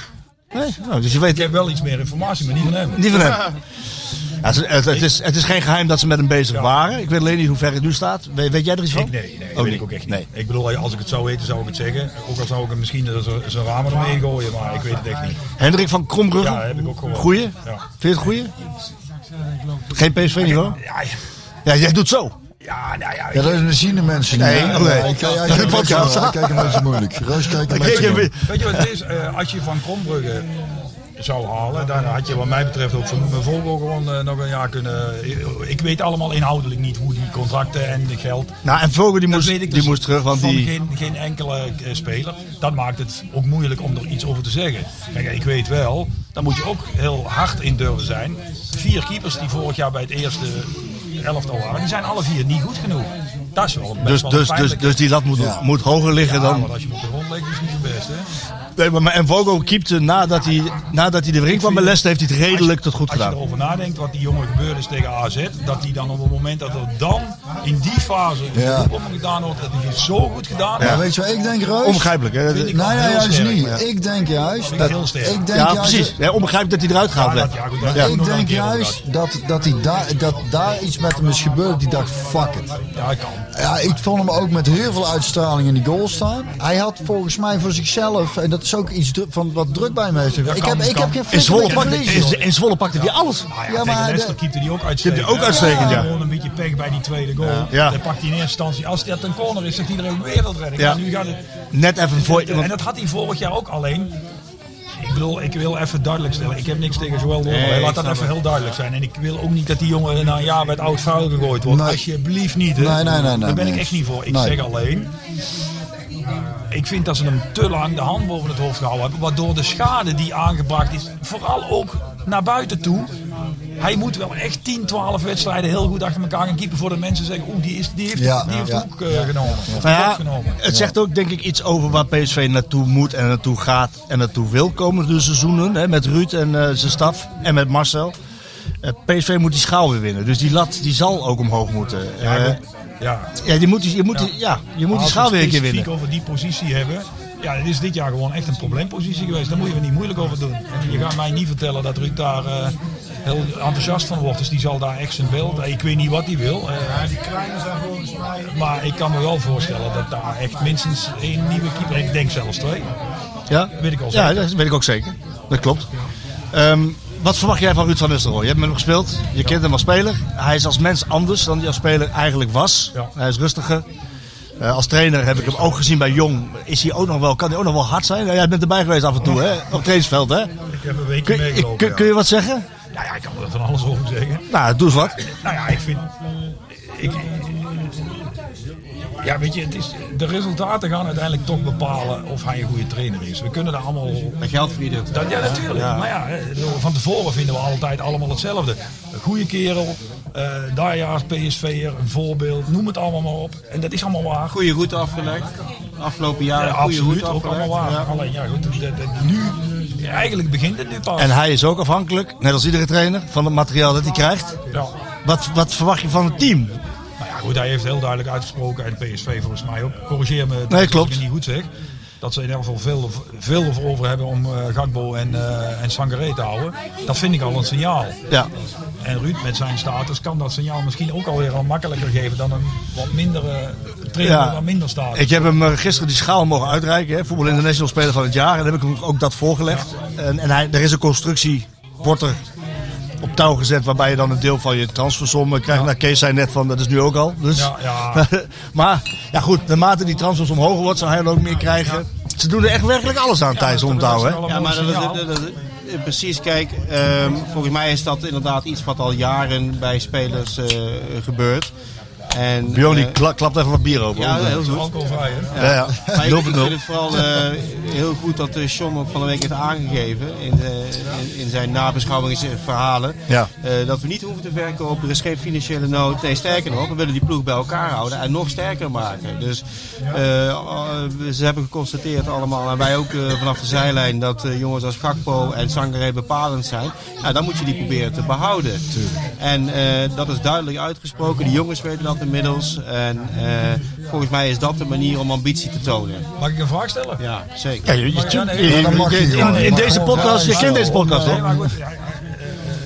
F: Nee? Nou, dus je weet...
D: Ik heb wel iets meer informatie, maar niet van hem.
F: Niet van hem. Ja, het, is- het- het is, het is geen geheim dat ze met hem bezig waren. Ik weet alleen niet hoe ver het nu staat. We- weet jij er iets van? Oh,
D: Ik, nee, nee,
F: Ook
D: dat weet
F: niet.
D: ik ook echt niet. Ik bedoel, als ik het zou weten, zou ik het zeggen. Ook al zou ik hem misschien er zo- zijn ramen ermee gooien, maar ik weet het echt niet.
F: Hendrik van Krombrugge?
D: Ja, heb ik ook gehoord.
F: Goeie?
D: Ja.
F: Vind je het goeie? Geen PSV-niveau?
D: Ja, ja.
F: Ja, jij doet zo.
D: Ja, nou ja.
B: Ja, dat is een ziende mensen.
F: Nee,
B: niet, hè?
F: nee.
B: Ja, ik kijk-
F: Dat
B: ik
F: is
B: kijk-
F: een podcast.
B: ik kijk een beetje
D: [LAUGHS]
B: moeilijk. Reus kijkt een beetje moeilijk.
D: Weet je wat het is? Eh, als je van Krombrugge zou halen, dan had je wat mij betreft ook van mijn Volvo gewoon eh, nog een jaar kunnen... Ik, ik weet allemaal inhoudelijk niet hoe die contracten en de geld...
F: Nou, en Vogel die
D: Dat
F: moest,
D: weet ik
F: die
D: dus
F: moest terug, want
D: van
F: die...
D: geen, geen enkele eh, speler. Dat maakt het ook moeilijk om er iets over te zeggen. Kijk, ik weet wel, daar moet je ook heel hard in durven zijn. Vier keepers die vorig jaar bij het eerste elftal waren, die zijn alle vier niet goed genoeg. Dat is wel best
F: Dus,
D: wel
F: dus, dus,
D: pijnlijk.
F: dus die lat moet, moet hoger liggen
D: Ja,
F: dan...
D: want als je hem op de grond legt, is het niet het beste. hè?
F: Nee, maar- maar en Vogo keepte nadat hij, nadat hij de ring kwam bij Leicester, heeft hij het redelijk tot goed
D: Als je
F: gedaan.
D: erover nadenkt wat die jongen gebeurd is tegen AZ, dat die dan op het moment dat er dan in die fase een
B: Ja.
D: ja. gedaan wordt, dat hij het zo goed gedaan
B: Ja.
D: heeft.
B: weet je wat ik denk, Reus?
F: Onbegrijpelijk, hè?
B: Nee,
F: Vind ik
B: nee,
F: al heel
B: juist
F: sterk,
B: niet.
F: ja.
B: Ik denk juist...
D: Vind ik heel sterk.
B: Ik denk
F: ja,
B: juist-
F: precies. Ja, onbegrijpelijk dat hij ewerd
B: Ja,
F: gehaald
B: dat-
D: ja, goed,
F: werd.
D: dat-
B: Ik denk juist dat, dat, die da, dat daar iets met hem is gebeurd. Die dacht, fuck it.
D: Ja, kan.
B: Ja, ik vond hem ook met heel veel uitstraling in die goal staan. Hij had volgens mij voor zichzelf, en dat is ook iets dru- van wat druk bij me heeft. gewerkt. ik,
D: kan,
B: heb, ik
D: kan.
B: heb geen
D: In
B: flikker
D: Zwolle
B: meer
D: pakte-
B: gelezen,
D: in
B: joh.
D: Z- in
F: Zwolle pakte hij alles.
D: Nou ja,
B: Ja,
D: tegen
B: maar
D: Leicester
B: de-
D: keepte hij ook uitstekend.
F: Keepte hij ook uitstekend, ja.
D: Gewoon een beetje pech bij die tweede goal.
F: Ja.
D: Dan pakt hij in eerste instantie, als dat een corner is, zegt iedereen wereldredding.
F: Ja.
D: Maar nu gaat het...
F: Net even voor...
D: En dat had hij vorig jaar ook alleen. Ik bedoel, ik wil even duidelijk stellen. Ik heb niks tegen Joël Rommel.
F: Nee,
D: hè.
F: ik
D: Laat dat
F: snap
D: even
F: het.
D: heel duidelijk zijn. En ik wil ook niet dat die jongen na een jaar met oud vuil gegooid wordt.
B: Nee.
D: Alsjeblieft niet. hè.
B: Nee, nee, nee, nee,
D: Daar ben
B: nee.
D: ik echt niet voor. Ik
B: Nee.
D: zeg alleen... Ik vind dat ze hem te lang de hand boven het hoofd gehouden hebben. Waardoor de schade die aangebracht is, vooral ook naar buiten toe. Hij moet wel echt 10, 12 wedstrijden heel goed achter elkaar gaan keeper. Voordat mensen zeggen, oeh, die, is, die heeft,
B: Ja,
D: die heeft
B: ja.
D: hoek eh, genomen. Of
F: Nou
D: hoek
F: ja,
D: genomen.
F: het zegt ook denk ik iets over waar PSV naartoe moet en naartoe gaat en naartoe wil komen de seizoenen. Hè, met Ruud en eh, zijn staf en met Marcel. Eh, PSV moet die schaal weer winnen. Dus die lat die zal ook omhoog moeten. Eh,
D: Ja.
F: ja, die moet, die- Dus je moet, die- ja, je moet die schaal weer een keer winnen.
D: over die positie hebben. Ja, het is dit jaar gewoon echt een probleempositie geweest. Daar moet je er niet moeilijk over doen. En je gaat mij niet vertellen dat Ruud daar eh, heel enthousiast van wordt. Dus die zal daar echt zijn beeld. Ik weet niet wat hij wil. eh, maar ik kan me wel voorstellen dat daar echt minstens één nieuwe keeper. Ik denk zelfs twee.
F: Ja?
D: Weet ik al
F: ja,
D: zeker.
F: dat weet ik ook zeker. Dat klopt. Ehm, wat verwacht jij van Ruud van Nistelrooy? Je hebt met hem gespeeld, je kent hem als speler. Hij is als mens anders dan hij als speler eigenlijk was.
D: Ja.
F: Hij is rustiger. Eh, als trainer heb ik hem ook gezien bij Jong. Is hij ook nog wel, kan hij ook nog wel hard zijn? Nou, jij bent erbij geweest af en toe, hè? Op het trainingsveld, hè?
D: Ik heb een weekje
F: Kun, ik-
D: meegelopen.
F: kun, kun je wat zeggen?
D: Nou ja, ik kan er van alles over zeggen.
F: Nou, doe eens wat.
D: Nou ja, ik vind. Ik, ja, weet je, het is, de resultaten gaan uiteindelijk toch bepalen of hij een goede trainer is. We kunnen daar allemaal.
K: Met geld verdienen.
D: Dat, ja, natuurlijk. Maar ja, hè, ik bedoel, van tevoren vinden we altijd allemaal hetzelfde. Een goede kerel, eh daarjaars PSV'er, een voorbeeld, noem het allemaal maar op. En dat is allemaal waar.
K: Goede route afgelegd. Afgelopen jaar
D: Ja,
K: goede
D: absoluut,
K: route
D: ook
K: afgelegd.
D: allemaal waar. Alleen ja, goed, de- de- nu, eigenlijk begint het nu pas.
F: En hij is ook afhankelijk, net als iedere trainer, van het materiaal dat hij krijgt.
D: Ja.
F: Wat, wat verwacht je van het team?
D: Nou ja, goed, hij heeft heel duidelijk uitgesproken, en PSV volgens mij ook, corrigeer me
F: Nee,
D: als
F: klopt.
D: ik het niet goed zeg, dat ze in ieder geval veel, veel ervoor over hebben om eh, Gakbo en, eh en Sangaré te houden. Dat vind ik al een signaal.
F: Ja.
D: En Ruud met zijn status kan dat signaal misschien ook alweer al makkelijker geven dan een wat mindere trainer
F: Ja.
D: met wat minder status.
F: Ik heb hem eh, gisteren die schaal mogen uitreiken. Hè? Voetbal International Speler van het Jaar. En daar heb ik hem ook dat voorgelegd. En, en hij, er is een constructie, wordt er op touw gezet. Waarbij je dan een deel van je transfersom eh, krijgt. Nou, Kees zei net van, dat is nu ook al. Dus.
D: Ja, ja.
F: [LAUGHS] maar ja goed, naarmate die transfers omhoog wordt, zal hij er ook meer krijgen. Ze doen er echt werkelijk alles aan tijdens om te houden. hè?
K: Ja, maar dat, is- dat, dat- eh, precies, kijk, ehm, volgens mij is dat inderdaad iets wat al jaren bij spelers eh, gebeurt. En,
F: Bjorn die
K: eh,
F: kla- klapt even wat bier open.
K: Ja, heel goed.
D: Alcoholvrij, hè?
F: Ja, ja.
K: Maar ik, ik
F: 0.0.
K: vind het vooral eh, heel goed dat eh, John ook van de week heeft aangegeven in, de- in, in zijn nabeschouwingsverhalen.
F: Ja.
K: eh, dat we niet hoeven te werken op er is geen financiële nood. Nee, sterker nog, we willen die ploeg bij elkaar houden en nog sterker maken. Dus eh, eh, ze hebben geconstateerd allemaal, en wij ook eh, vanaf de zijlijn, dat eh, jongens als Gakpo en Sangaré bepalend zijn. Nou, dan moet je die proberen te behouden. En eh, dat is duidelijk uitgesproken. De jongens weten dat inmiddels. En eh, volgens mij is dat de manier om ambitie te tonen.
D: Mag ik een vraag stellen?
K: Ja, zeker.
F: Ja, je- je-
D: Maar ja, nee,
F: je-
D: maar
B: dat mag
F: je-
B: niet,
F: in-
B: jongen.
F: in
B: Maar
F: deze
B: gewoon
F: podcast, je
B: vrij, joh.
F: kent deze podcast
D: Nee,
F: toch?
D: maar goed, ja, ja,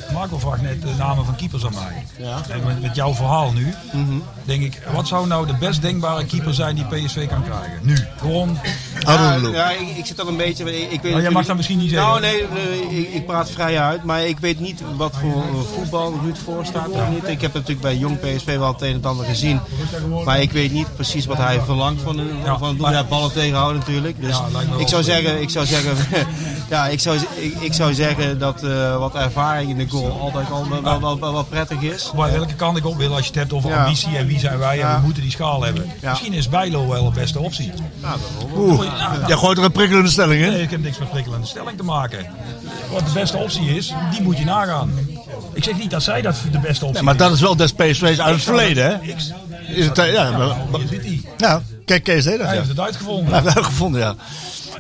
D: eh, Marco vraagt net de namen van keepers aan mij. En met, met jouw verhaal nu,
K: Mhm.
D: denk ik, wat zou nou de best denkbare keeper zijn die PSV kan krijgen? Nu, gewoon.
K: Ja,
F: Arunlu.
K: ja, ik, ik zit al een beetje. Ik, ik weet
D: Oh, jij mag
K: natuurlijk-
D: dat misschien niet
K: Nou,
D: zeggen.
K: nee, eh, ik, ik praat vrij uit. Maar ik weet niet wat voor eh, voetbal Ruud voorstaat of niet. Ik heb natuurlijk bij jong PSV wel het een en het ander gezien. Maar ik weet niet precies wat hij verlangt van een
D: Ja,
K: van een
D: maar-
K: doel. Hij ballen tegenhouden natuurlijk. Dus
D: Ja, lijkt me wel
K: ik zou
D: slim.
K: zeggen, ik zou zeggen, [LAUGHS] ja, ik zou, ik, ik zou zeggen dat eh, wat ervaring in de goal altijd al wel, wel, wel, wel- wel prettig is.
D: Maar welke kant ik op wil als je het hebt over
K: Ja.
D: ambitie en wie zijn wij en
K: Ja.
D: we moeten die schaal hebben. Misschien is Bijlo wel de beste optie.
F: Oeh, jij gooit er een prikkelende stelling in.
D: Nee, ik heb niks met prikkelende stelling te maken. Wat de beste optie is, die moet je nagaan. Ik zeg niet dat zij dat de beste optie
F: Nee, maar dat is wel des PSV's uit het verleden, hè?
D: Ik-
F: Is het, eh, ja, maar-
D: Hier zit hij.
F: ja, kijk, Kees deed dat,
D: Hij
F: ja.
D: heeft het uitgevonden.
F: Hij heeft het uitgevonden, ja.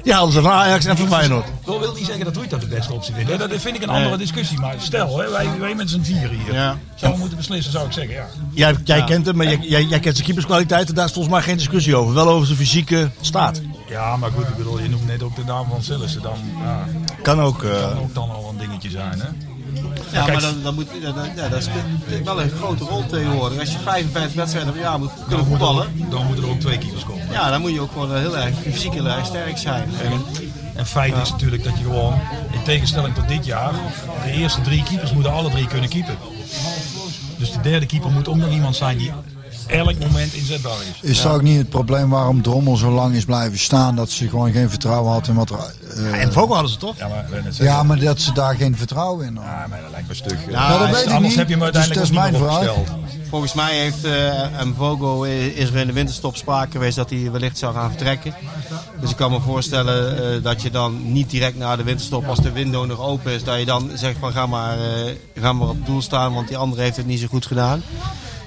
F: Die haalden ze van Ajax en van Feyenoord.
D: Dat wil niet zeggen dat Ruud dat de beste optie vindt. hè. Dat vind ik een andere
F: Nee.
D: discussie. Maar stel, hè, wij, wij met z'n vieren hier.
F: Ja.
D: Zouden we moeten beslissen, zou ik zeggen. Ja.
F: Jij, jij
D: Ja.
F: kent hem, maar jij, jij, jij kent zijn keeperskwaliteiten. Daar is volgens mij geen discussie over. Wel over zijn fysieke staat.
D: Ja, maar goed, ik bedoel, je noemt net ook de naam van Sillissen. Dan, ja,
F: Kan ook... eh,
D: kan ook dan al een dingetje zijn, hè?
K: Ja,
D: Kijk,
K: maar dan, dan moet, dan, dan- ja, dat speelt natuurlijk wel een grote rol tegenwoordig. Als je 55 wedstrijden per jaar moet kunnen voetballen,
D: dan moeten er ook twee keepers komen.
K: Ja, dan moet je ook gewoon eh, heel erg fysiek heel erg sterk zijn.
D: En, en feit is natuurlijk dat je gewoon, in tegenstelling tot dit jaar, de eerste drie keepers moeten alle drie kunnen keepen. Dus de derde keeper moet ook nog iemand zijn die elk moment inzetbaar is.
B: Is dat ook niet het probleem waarom Drommel zo lang is blijven staan? Dat ze gewoon geen vertrouwen had in wat er... eh,
F: en Vogel hadden ze toch?
D: Ja, maar, we net zeggen,
B: ja, maar dat ze daar geen vertrouwen in hadden.
D: ja, maar dat lijkt me een stuk. eh,
B: Ja, dat weet ik
D: anders
B: niet.
D: heb je hem
B: Dus
D: uiteindelijk
B: dat is
D: ook niet
B: mijn
D: meer
B: vraag.
D: opgesteld.
K: Volgens mij heeft eh Mvogo is er in de winterstop sprake geweest dat hij wellicht zou gaan vertrekken. Dus ik kan me voorstellen eh, dat je dan niet direct na de winterstop, als de window nog open is, dat je dan zegt van ga maar, eh, ga maar op doel staan, want die andere heeft het niet zo goed gedaan.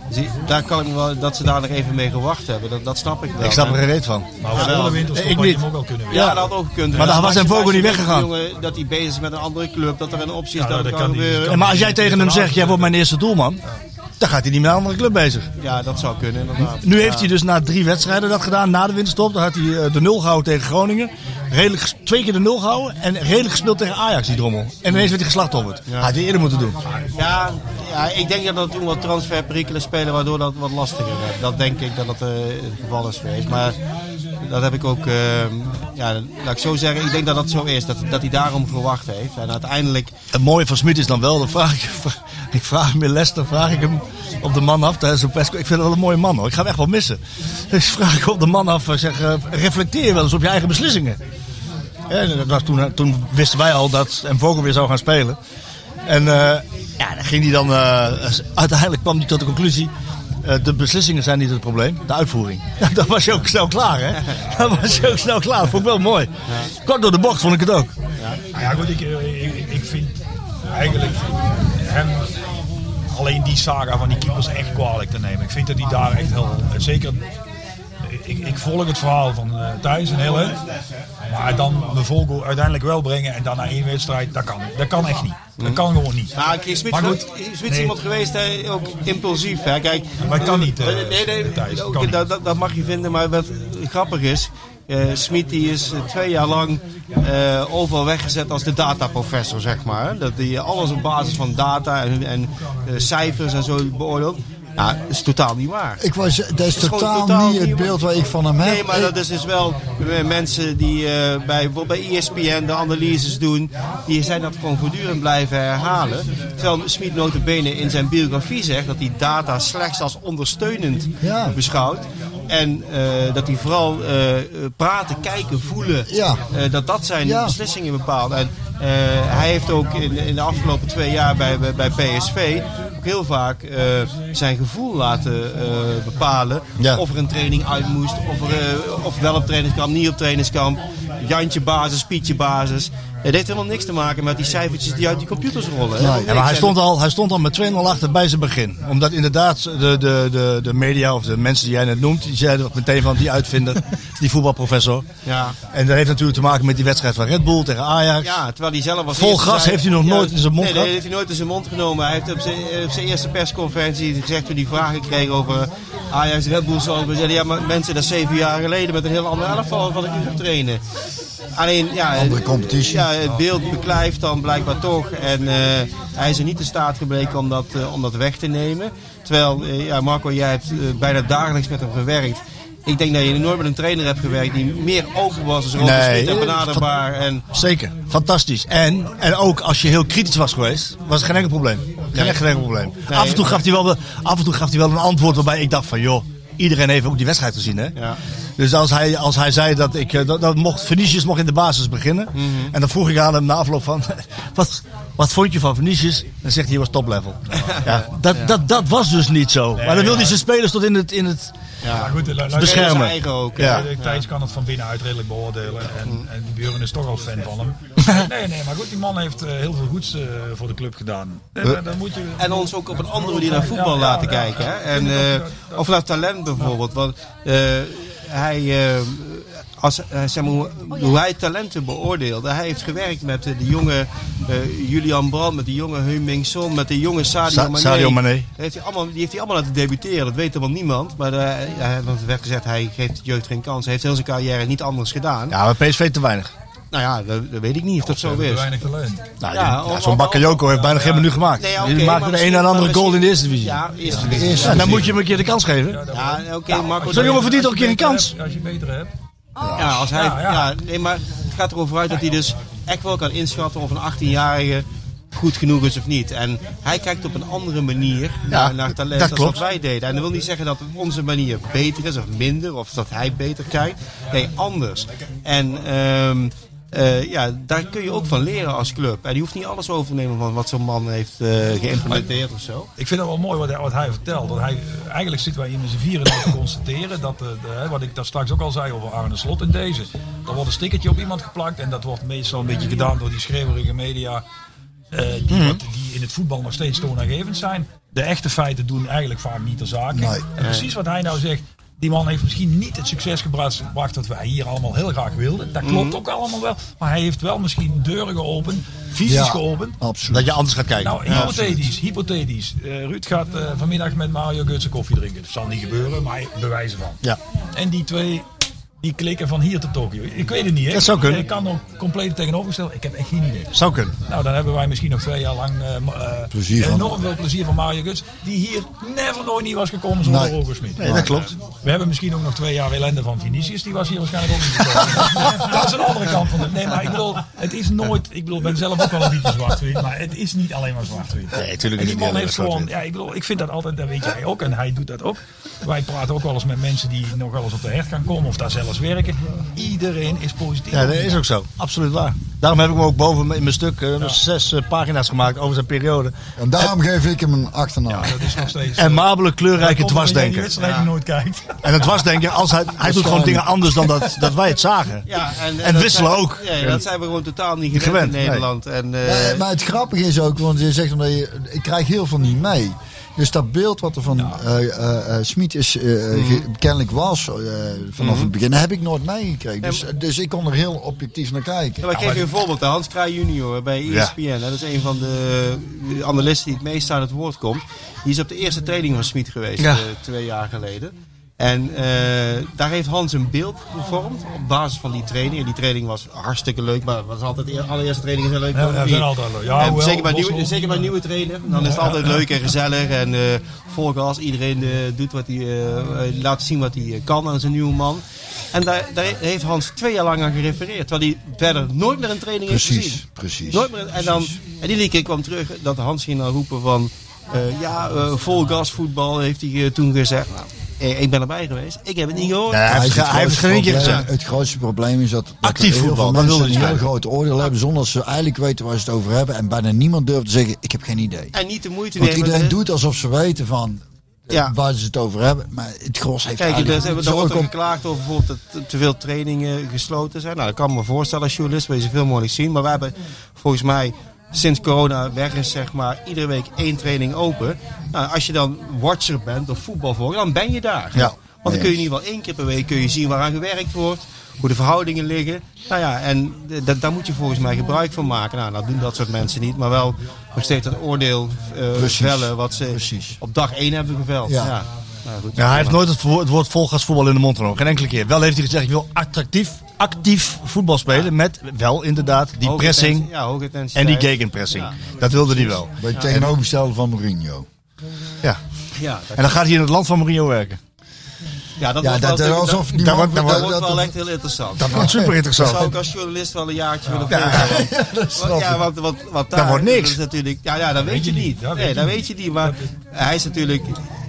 K: Dus ik- daar kan ik me wel, dat ze daar nog even mee gewacht hebben, dat, dat snap ik wel.
F: Ik snap er geen reet van.
D: Maar voor
K: Jawel.
D: de winterstop
F: Ik
D: had je
F: niet.
D: hem ook wel kunnen
K: Ja,
D: winnen.
K: dat had ook gekund.
F: Maar daar was
K: als je-
F: Mvogo
K: als je
F: niet
K: weet,
F: weggegaan.
K: jongen, eh, dat hij bezig is met een andere club, dat er een optie is,
D: Ja,
K: dat,
D: dat
K: kan,
D: kan niet.
K: gebeuren.
D: Dat
F: En maar als jij tegen hem zegt, jij wordt mijn eerste doelman. Dan gaat hij niet met een andere club bezig.
K: Ja, dat zou kunnen inderdaad.
F: Nu
K: Ja.
F: heeft hij dus na drie wedstrijden dat gedaan, na de winterstop. Dan had hij eh, de nul gehouden tegen Groningen. Redelijk, ges- twee keer de nul gehouden en redelijk gespeeld tegen Ajax, die drommel. En ineens werd hij geslachtofferd. Had hij eerder moeten doen.
K: Ja, ja, ik denk dat er toen wat transferperikelen spelen waardoor dat wat lastiger werd. Dat denk ik dat dat eh, het geval is geweest. Maar dat heb ik ook, eh, ja, laat ik zo zeggen, ik denk dat dat zo is. Dat, dat hij daarom gewacht heeft. En uiteindelijk,
F: Het mooie van Smit is dan wel, dan vraag ik, [LAUGHS] ik vraag hem in Leicester, vraag ik hem op de man af tijdens een persco. Ik vind het wel een mooie man hoor, ik ga hem echt wel missen. [LAUGHS] Dus vraag ik op de man af, eh, zeg, eh, reflecteer je wel eens op je eigen beslissingen. En dat was toen, eh, toen wisten wij al dat en Vogel weer zou gaan spelen. En eh, ja, dan ging hij dan, eh, uiteindelijk kwam hij tot de conclusie, eh, de beslissingen zijn niet het probleem, de uitvoering. [LAUGHS] dat was je ook snel klaar hè, dat was je ook snel klaar, vond ik wel mooi. Kort door de bocht vond ik het ook.
D: Nou ja, goed, ik, eh, ik, ik vind eigenlijk hem alleen die saga van die keepers echt kwalijk te nemen. Ik vind dat hij daar echt heel... eh, Zeker, ik, ik volg het verhaal van eh, Thijs en heel erg. Maar dan de Vogel uiteindelijk wel brengen en dan na één wedstrijd, dat kan, dat kan echt niet. Dat kan gewoon niet.
K: nou, ik- Smit
D: Maar goed,
K: is Smit is
D: nee.
K: iemand geweest, hè, ook impulsief. Hè. Kijk,
D: Maar het kan niet, eh,
K: nee, nee,
D: Thijs,
K: ook,
D: kan niet.
K: dat, dat, dat mag je vinden, maar wat grappig is. eh Smit die is eh, twee jaar lang eh, overal weggezet als de dataprofessor, zeg maar. Dat hij alles op basis van data en, en eh, cijfers en zo beoordeelt. Ja, dat is totaal niet waar.
B: Ik was, dat is
K: Het is gewoon
B: totaal,
K: totaal
B: niet het
K: niet-
B: beeld waar ik van hem heb.
K: Nee, maar dat is dus wel eh, mensen die eh, bij, bijvoorbeeld bij ESPN de analyses doen, die zijn dat gewoon voortdurend blijven herhalen. Terwijl Smit notabene in zijn biografie zegt dat hij data slechts als ondersteunend
B: Ja.
K: beschouwt. En eh, dat hij vooral eh, eh, praten, kijken, voelen,
B: Ja.
K: eh, dat dat zijn
B: Ja.
K: beslissingen bepaalt. En eh, hij heeft ook in, in de afgelopen twee jaar bij, bij, bij PSV ook heel vaak eh, zijn gevoel laten eh, bepalen.
F: Ja.
K: Of er een training uit moest, of, er, eh, of wel op trainingskamp, niet op trainingskamp. Jantje basis, Pietje basis. Het heeft helemaal niks te maken met die cijfertjes die uit die computers rollen. Helemaal
F: Ja,
K: niks.
F: maar hij
K: En-
F: stond, al, hij stond al met 2-0 achter bij zijn begin. Omdat inderdaad de, de, de, de media of de mensen die jij net noemt, die zeiden ook meteen van die uitvinder, [LAUGHS] die voetbalprofessor.
K: Ja.
F: En dat heeft natuurlijk te maken met die wedstrijd van Red Bull tegen Ajax.
K: Ja, terwijl hij zelf was.
F: Vol
K: eerste
F: gas
K: zei-
F: heeft hij nog nooit in zijn mond
K: nee, Nee,
F: gehad.
K: heeft hij nooit in zijn mond genomen. Hij heeft op zijn, eh, op zijn eerste persconferentie gezegd toen hij vragen kreeg over Ajax Red Bull. Zo, we zeiden, ja, maar mensen, dat is zeven jaar geleden met een heel ander elftal van ik u trainen. Alleen, ja,
B: Andere competitie.
K: Ja, het beeld beklijft dan blijkbaar toch. En eh, hij is er niet in staat gebleken om dat, eh, om dat weg te nemen. Terwijl, eh, ja, Marco, jij hebt eh, bijna dagelijks met hem gewerkt. Ik denk dat je nooit met een trainer hebt gewerkt die meer open was als Robert
F: Nee,
K: Smit en
F: eh,
K: benaderbaar. En,
F: Zeker, fantastisch. En, en ook als je heel kritisch was geweest, was het geen enkel probleem. Geen, echt geen enkel probleem.
K: Nee.
F: af, en toe gaf hij wel, de- af en toe gaf hij wel een antwoord waarbij ik dacht van joh, iedereen heeft ook die wedstrijd gezien hè.
K: Ja.
F: Dus als hij, als hij zei dat ik, eh, dat, dat mocht, Venetius mocht in de basis beginnen.
K: Mhm.
F: En dan vroeg ik aan hem na afloop van, [LAUGHS] wat, wat vond je van Venetius? Dan zegt hij, hij was
K: [LAUGHS]
F: toplevel. Ja, dat, dat, dat was dus niet zo. maar dan wilde hij zijn spelers tot in het, in het
D: Ja, goed, eh, lu- luister,
F: beschermen.
K: zijn eigen ook, hè.
F: Ja.
D: Eh, Thijs kan het van binnenuit redelijk beoordelen. En, en Björn is toch al fan van
K: [LAUGHS]
D: hem. Nee, nee, maar goed, die man heeft eh, heel veel goeds eh, voor de club gedaan. Eh, maar dan moet je...
K: En ons ook op een andere manier naar
D: Ja,
K: voetbal
D: ja,
K: laten
D: ja,
K: kijken.
D: ja.
K: Hè? En, eh, of naar talent bijvoorbeeld. Want eh, hij, eh, als, eh, zeg maar, hoe, hoe hij talenten beoordeelde. Hij heeft gewerkt met eh, de jonge eh, Julian Brand, met de jonge Heung-Ming Son, met de jonge Sadio
F: Sa-
K: Mané.
F: Sadio Mané.
K: Dat Heeft hij allemaal, die heeft hij allemaal laten debuteren, dat weet helemaal niemand. Maar eh, hij- want er werd gezegd, hij geeft de jeugd geen kans. Hij heeft heel zijn carrière niet anders gedaan.
F: Ja, maar PSV te weinig.
K: Nou ja, dat, dat weet ik niet of dat zo
D: hebben
K: is.
D: te weinig talent.
F: Nou,
K: Ja,
F: ja,
K: of-
F: zo'n Bakayoko heeft bijna geen minuut gemaakt.
K: Nee, ja,
F: Die
K: oké,
F: maakte
K: maar
F: de een
K: misschien-
F: en de andere
K: maar
F: goal in de
K: misschien-
F: eerste divisie.
K: Ja, eerste divisie.
F: Ja,
K: Ja,
F: dan moet je hem een keer de kans geven.
K: Ja, oké,
F: nou,
K: Marco.
F: Zo'n jongen verdient toch een keer een kans.
D: Als je beter hebt.
K: Ja, als hij, ja, nee, maar het gaat erover uit dat hij dus echt wel kan inschatten of een 18-jarige goed genoeg is of niet. En hij kijkt op een andere manier naar, naar talent
F: dat
K: dan
F: klopt.
K: wat wij deden. En dat wil niet zeggen dat onze manier beter is of minder, of dat hij beter kijkt. Nee, anders. En ehm, eh, ja, daar kun je ook van leren als club. En je hoeft niet alles over te nemen van wat zo'n man heeft eh, geïmplementeerd of zo.
D: Ik vind dat wel mooi wat hij, wat hij vertelt. Dat hij, eh, eigenlijk zitten wij hier met z'n vieren nou te constateren dat, eh, de- hè, wat ik daar straks ook al zei over Arne Slot in deze. Er wordt een stickertje op iemand geplakt en dat wordt meestal een beetje gedaan door die schreeuwerige media. eh, die,
L: Mhm.
D: wat- die in het voetbal nog steeds toonaangevend zijn. De echte feiten doen eigenlijk vaak niet de zaak.
L: Nee.
D: En precies wat hij nou zegt. Die man heeft misschien niet het succes gebracht gebracht wat wij hier allemaal heel graag wilden. Dat klopt
L: Mhm.
D: ook allemaal wel. Maar hij heeft wel misschien deuren geopend, visies
F: Ja,
D: geopend.
B: Absoluut.
F: Dat je anders gaat kijken.
D: Nou,
F: Ja, absoluut.
D: hypothetisch, hypothetisch. Eh, Ruud gaat eh, vanmiddag met Mario Gutsen koffie drinken. Dat zal niet gebeuren, maar bewijzen van.
F: Ja.
D: En die twee, die klikken van hier tot Tokio. Ik weet het niet, hè?
F: Dat zou kunnen.
D: Ik kan ook compleet tegenovergesteld. Ik heb echt geen idee.
F: Zou kunnen.
D: Nou, dan hebben wij misschien nog twee jaar lang eh, ma- eh,
F: Plezier van.
D: enorm veel plezier van Mario Guts. Die hier never nooit niet was gekomen zonder
F: Nee.
D: Roger Smit.
F: Nee, dat
D: Maar,
F: klopt.
D: eh, we hebben misschien ook nog twee jaar ellende van Vinicius. Die was hier waarschijnlijk ook niet
F: [LAUGHS]
D: gekomen. dat is een andere kant van het. Nee, maar ik bedoel, het is nooit... Ik bedoel, ik ben zelf ook wel een beetje zwart-wit. Maar het is niet alleen maar zwart-wit.
F: Nee, tuurlijk is het
D: En die
F: niet
D: man
F: alleen
D: heeft
F: maar
D: gewoon... Ja,
F: zwart-wit.
D: ik bedoel, ik vind dat altijd... Dat weet jij ook. En hij doet dat ook. Wij praten ook wel eens met mensen die nog wel eens op de hert gaan komen. Of daar zelfs werken. Iedereen is positief.
F: Ja, dat is ook zo. Absoluut waar. Daarom heb ik hem ook boven in mijn stuk eh, zes eh, pagina's gemaakt over zijn periode.
B: En daarom geef ik hem een achternaam.
D: Dat is nog steeds...
F: En Mabelen
D: Dat
F: kleurrijke
D: komt omdat jij die
F: dwarsdenker.
D: wedstrijd nooit kijkt.
F: En het dwarsdenker, als hij, hij doet gewoon dingen anders dan dat, dat wij het zagen.
K: Ja, en,
F: En
K: dat
F: wisselen
K: zijn-
F: ook.
K: Ja, dat zijn we gewoon totaal niet gewend,
F: Gewend,
K: in
F: nee.
K: Nederland. En, eh,
B: Ja, maar het grappige is ook, want je zegt omdat je, ik krijg heel veel niet mee. Dus dat beeld wat er van eh eh, eh, Smit is, eh, ge- kennelijk was eh, vanaf het begin, heb ik nooit meegekregen. Dus, dus ik kon er heel objectief naar kijken.
K: Ja, maar ik geef je een voorbeeld. hè. Hans Kraai junior bij E
B: Ja.
K: ESPN. hè, Dat is een van de eh, analisten die het meest aan het woord komt. Die is op de eerste training van Smit geweest
F: Ja.
K: eh, twee jaar geleden. En eh, daar heeft Hans een beeld gevormd op basis van die training. En die training was hartstikke leuk, maar was altijd de allereerste trainingen zijn leuk.
D: Ja, ja,
K: Niet-
D: zijn altijd leuk. Ja,
K: En
D: hoewel,
K: zeker, bij nieuwe,
D: Boshoff-
K: zeker bij nieuwe trainer. Dan is het
D: Ja,
K: altijd
D: ja.
K: leuk en gezellig. En eh vol gas. Iedereen eh, doet wat hij eh, eh, laat zien wat hij eh, kan aan zijn nieuwe man. En daar, daar heeft Hans twee jaar lang aan gerefereerd. Terwijl hij verder nooit meer een training heeft
B: Precies,
K: gezien.
B: precies.
K: Nooit meer, en, dan, en die keer kwam terug dat Hans ging dan roepen van... eh, ja, eh, vol gas voetbal heeft hij eh, toen gezegd. Nou, eh, ik ben erbij geweest. Ik heb het niet gehoord.
B: Ja,
F: heeft ge-
B: het
F: hij heeft
B: grootste
F: geen keer
B: probleem-
F: gezegd.
B: Het grootste probleem is dat, dat
F: Actief
B: er heel veel
F: voetbal, dat
B: mensen
F: wilde
B: een
F: hij
B: heel
F: zeggen.
B: groot oordeel hebben zonder dat ze eigenlijk weten waar ze het over hebben. En bijna niemand durft te zeggen, ik heb geen idee.
K: En niet de moeite
B: Want
K: nemen.
B: iedereen
K: Eh,
B: doet alsof ze weten van eh,
K: Ja.
B: waar ze het over hebben. Maar het gros heeft
K: Kijk,
B: eigenlijk
K: dus hebben we
B: zorg
K: er
B: om-
K: geklaagd over bijvoorbeeld dat te- te veel trainingen gesloten zijn. Nou, dat kan ik me voorstellen als journalist, wil je zoveel mogelijk zien. Maar wij hebben volgens mij sinds corona weg is, zeg maar, iedere week één training open. Nou, als je dan watcher bent of voetbalvolger, dan ben je daar.
B: Ja.
K: Want dan kun je in ieder geval één keer per week kun je zien waaraan gewerkt wordt. Hoe de verhoudingen liggen. Nou ja, en d- dat- daar moet je volgens mij gebruik van maken. Nou, dat doen dat soort mensen niet. Maar wel nog steeds een oordeel eh,
B: Precies.
K: vellen wat ze op dag één hebben geveld.
B: Ja.
K: Ja. Nou, goed,
F: Ja, hij heeft
K: prima.
F: nooit het woord, het woord volgasvoetbal in de mond genomen. Geen enkele keer. Wel heeft hij gezegd, ik wil attractief, actief voetbal spelen. Met wel inderdaad die
K: Hoge
F: pressing
K: intensi- ja, hoge intensiteit.
F: en die gegenpressing.
K: Ja.
F: Dat wilde hij wel.
B: Bij het tegenovergestelde van Mourinho.
F: Ja.
K: Ja, dat-
F: En dan gaat hij in het land van Mourinho werken.
K: Ja, Ah, dat
B: Ja,
K: wordt
B: dat
K: wel,
B: er alsof
K: dat,
B: niemand-
K: dat wordt- dat
B: dat-
K: wordt
B: dat-
K: wel echt heel interessant.
F: Dat wordt super
K: Dat
F: interessant.
K: zou ik als journalist wel een jaartje willen volgen. want- want- [LAUGHS] Ja, want, want, want daar,
F: Dat wordt niks.
K: is natuurlijk, ja, ja, dat weet je niet. Nee, dat weet je niet. Maar hij is natuurlijk...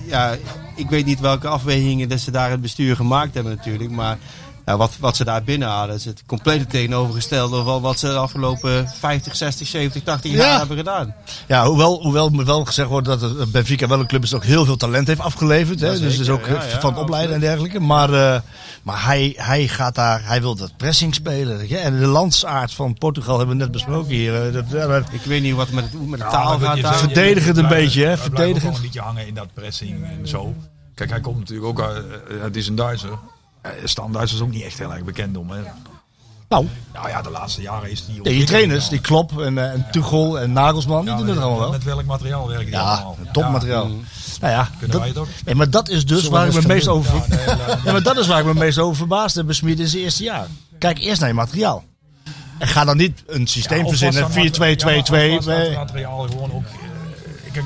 K: Ja, ik weet niet welke afwegingen dat ze daar in het bestuur gemaakt hebben natuurlijk. Maar ja, wat, wat ze daar binnen hadden is het complete tegenovergestelde... van wat ze de afgelopen 50, 60, 70, 80 jaar
F: Ja.
K: hebben gedaan.
F: Ja, hoewel, hoewel me wel gezegd wordt dat het- Benfica wel een club is dat ook heel veel talent heeft afgeleverd. Hè?
K: Jazeker,
F: dus is ook
K: ja,
F: eh,
K: ja,
F: van het opleiden en dergelijke. Maar, eh, maar hij, hij gaat daar, hij wil dat pressing spelen. weet je. En de landsaard van Portugal hebben we net besproken hier. eh, dat, ja, dat-
K: Ik weet niet wat met, het- hoe met de
D: Ja,
K: taal
D: Nou, maar goed,
K: gaat
D: je
K: daar.
D: zegt-
F: Verdedigend een
D: je blijft-
F: beetje, hè,
D: hij blijft ook
F: verdedigend.
D: wel een beetje hangen in dat pressing en zo. Kijk, hij komt natuurlijk ook uit... eh, het is een Duitser. eh, Stan Duits is ook niet echt heel erg bekend om. Hè.
F: Nou.
D: Nou ja, de laatste jaren is die...
F: Nee, die trainers, die Klop en, eh, en Tuchel en Nagelsman, die doen het allemaal wel.
D: eh, Met welk materiaal werken die
F: Ja,
D: allemaal?
F: topmateriaal. Nou ja,
D: Kunnen wij het ook?
F: Nee, maar dat is dus
D: Mm. Zullen we
F: waar ik
D: dat
F: me
D: gaan
F: meest
D: doen?
F: over.
D: Ja, nee, laat-
F: Ja, maar dat is waar ik me meest over verbaasd heb besmeerd in zijn eerste jaar. Kijk eerst naar je materiaal. En ga dan niet een systeem
D: Ja, of was
F: verzinnen,
D: dat mater- ja,
F: 4-2-2-2.
D: maar of was dat
F: eh,
D: materiaal gewoon ook... eh, kijk,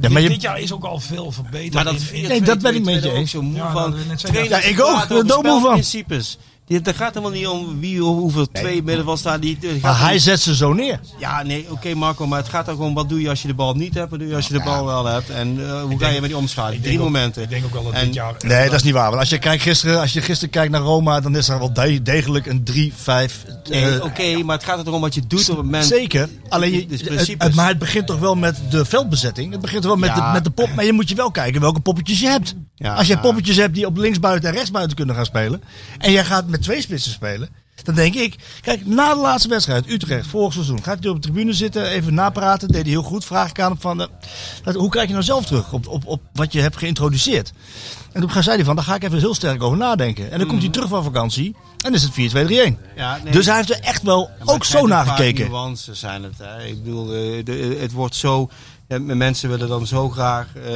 F: Ja, maar je-
D: dit jaar is ook al veel verbeterd.
K: Maar dat
D: in- in-
K: 4-2-2-2 ben ik ook zo moe
D: Ja, dat
K: van.
D: wil ik net zeggen.
K: Trainers
F: Ja, ik
K: die
F: ook.
K: praten over
F: Daar ben ik moe van.
K: spelprincipes. Dit, daar gaat helemaal niet om wie of hoeveel twee middenveld staan. Die, het gaat
F: Maar hij
K: om-
F: zet ze zo neer.
K: Ja, nee, oké Marco, maar het gaat ook om wat doe je als je de bal niet hebt, wat doe je als je de bal wel hebt en eh, hoe ga je met die omschakelen? Drie momenten. Ik denk ook wel dat dit jaar...
F: Nee, dat is niet waar. Want als je kijkt gisteren, als je gisteren kijkt naar Roma, dan is er wel de- degelijk een 3-5. eh,
K: oké, maar het gaat erom wat je doet op het moment.
F: Zeker. Alleen je,
K: Dus
F: het,
K: principes.
F: het- maar het begint toch wel met de veldbezetting. Het begint wel met,
K: Ja.
F: de, met de pop. Maar je moet je wel kijken welke poppetjes je hebt.
K: Ja.
F: Als je poppetjes hebt die op linksbuiten en rechtsbuiten kunnen gaan spelen. En jij gaat met twee spitsen spelen. Dan denk ik, kijk, na de laatste wedstrijd, Utrecht, vorig seizoen, gaat hij op de tribune zitten, even napraten, deed hij heel goed. Vraag ik aan hem van, eh, wat- hoe kijk je nou zelf terug op, op, op wat je hebt geïntroduceerd? En toen zei hij van, daar ga ik even heel sterk over nadenken. En dan komt hij terug van vakantie en is het 4-2-3-1.
K: Mhm. Ja, nee.
F: Dus hij heeft er echt wel
K: Maar
F: ook
K: het
F: zo
K: zijn
F: naar
K: vaak
F: gekeken.
K: nuances zijn het. Hè. Ik bedoel, eh, de- het wordt zo. eh, Mensen willen dan zo graag eh,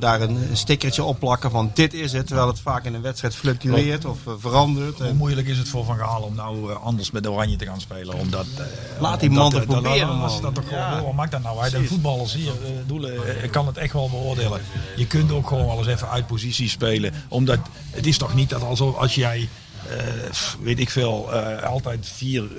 K: daar een stickertje op plakken van dit is het. Terwijl het vaak in een wedstrijd fluctueert of eh, verandert.
D: Hoe
K: En
D: moeilijk is het voor Van Gaal om nou eh, anders met Oranje te gaan spelen? Omdat, eh,
K: Laat die
D: omdat,
K: man het
D: eh, dat-
K: proberen,
D: dan was
K: man.
D: Dat toch gewoon,
K: Ja.
D: joh, maakt dat nou uit? En voetballers hier, eh, doelen, eh, ik kan het echt wel beoordelen. Je kunt ook gewoon wel eens even uit positie spelen. Omdat het is toch niet dat alsof als jij, eh, pff, weet ik veel, eh, altijd 4-3-3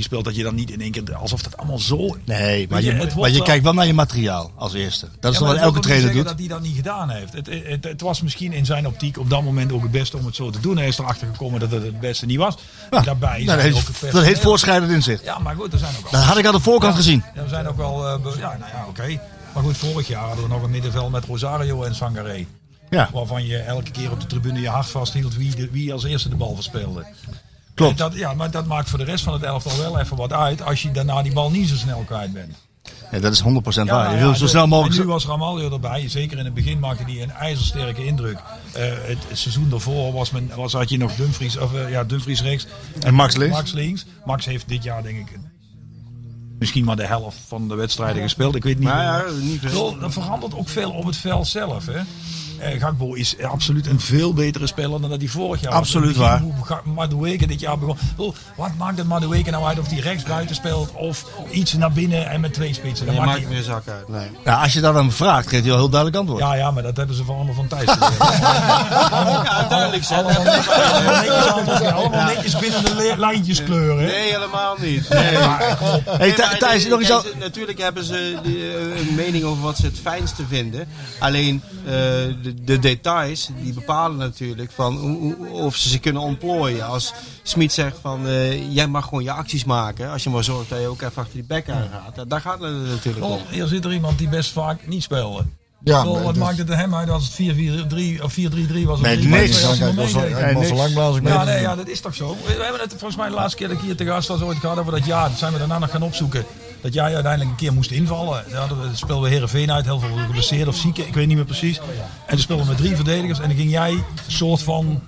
D: speelt, dat je dan niet in één keer, alsof dat allemaal zo...
F: Nee, maar
D: Weet
F: je,
D: het
F: maar
D: wordt
F: je
D: wel-
F: kijkt wel naar je materiaal als eerste. Dat is
D: Ja,
F: wat
D: maar dat wil
F: elke
D: niet
F: trainer
D: zeggen dat
F: doet.
D: hij dat niet gedaan heeft. Het, eh, het, het was misschien in zijn optiek op dat moment ook het beste om het zo te doen. Hij is erachter gekomen dat het het beste niet was.
F: Ja,
D: Daarbij
F: nou,
D: zijn
F: dat,
D: ook het
F: heet, dat heet
D: personeel-
F: voortschrijdend inzicht.
D: Ja, maar goed, er zijn ook al.
F: Dat had ik aan de voorkant gezien.
D: Er zijn ook wel. eh, be- ja, nou ja, oké. Maar goed, vorig jaar hadden we nog een middenveld met Rosario en Sangaré.
F: Ja.
D: Waarvan je elke keer op de tribune je hart vasthield wie, de, wie als eerste de bal verspeelde.
F: Klopt.
D: En Dat, ja, maar dat maakt voor de rest van het elftal wel even wat uit als je daarna die bal niet zo snel kwijt bent.
F: Ja, dat is 100%
D: Ja,
F: waar.
D: nou
F: Je
D: ja,
F: wil zo
D: de-
F: snel
D: En nu
F: mogelijk...
D: was Ramaljo erbij. Zeker in het begin maakte hij een ijzersterke indruk. Eh, het, het seizoen daarvoor was men, was, had je nog Dumfries, of, eh, ja, Dumfries rechts.
F: En Max links.
D: Max links. Max heeft dit jaar denk ik misschien maar de helft van de wedstrijden gespeeld. Ik weet niet.
K: Nou ja,
D: hoe-
K: niet veel.
D: Wel, Er verandert ook veel op het veld zelf. Hè? Eh, Gakpo is eh, absoluut een veel betere speler dan dat hij vorig jaar was.
F: Absoluut
D: In het
F: waar.
D: begin hoe Ga- Madueke dit jaar begon. Ik bedoel, Wat maakt het Madueke nou uit of hij rechts buiten speelt of iets naar binnen en met twee spitsen? Dat
K: je
D: maakt
K: maakt
D: niet
K: meer zak uit. Nee.
F: Nou, als je dat aan hem vraagt, geeft hij wel heel duidelijk antwoord.
D: ja, ja, maar dat hebben ze van allemaal van Thijs. geleerd.
K: Ja, duidelijk zijn.
D: allemaal, allemaal netjes, allemaal- allemaal netjes binnen de le- lijntjes kleuren. hè?
K: Nee, helemaal niet. Nee.
F: Hey, Thij-
K: maar
F: Thijs,
K: nee,
F: nog iets
K: kijk,
F: aan-
K: ze- Natuurlijk hebben ze die, eh, een mening over wat ze het fijnste vinden. Alleen eh, de, de details die bepalen natuurlijk van hoe- hoe- of ze ze kunnen ontplooien. Als Smit zegt van eh, jij mag gewoon je acties maken. Als je maar zorgt dat je ook even achter die bek aan gaat. Ja, Daar gaat het natuurlijk om.
D: Oh, hier zit er iemand die best vaak niet speelde.
B: Ja,
D: Wel,
B: maar
D: wat
B: dat-
D: maakt het hem uit als het 4-4-3 of 4-3-3 was? of
F: dus- Nee,
D: 3-5-2
F: niks.
D: als hij
B: Frankrijk
D: maar
B: was al-
D: meedeed?
B: hij was al lang blij als ik
D: Ja,
B: meedeed.
D: nee, ja, dat is toch zo. We we hebben het volgens mij de laatste keer dat ik hier te gast was ooit gehad over dat jaar. Dat zijn we daarna nog gaan opzoeken. Dat jij uiteindelijk een keer moest invallen. Daar hadden we, speelden we Herenveen uit, heel veel geblesseerd of zieken, ik weet niet meer precies. En toen speelden we met drie verdedigers en dan ging jij een soort van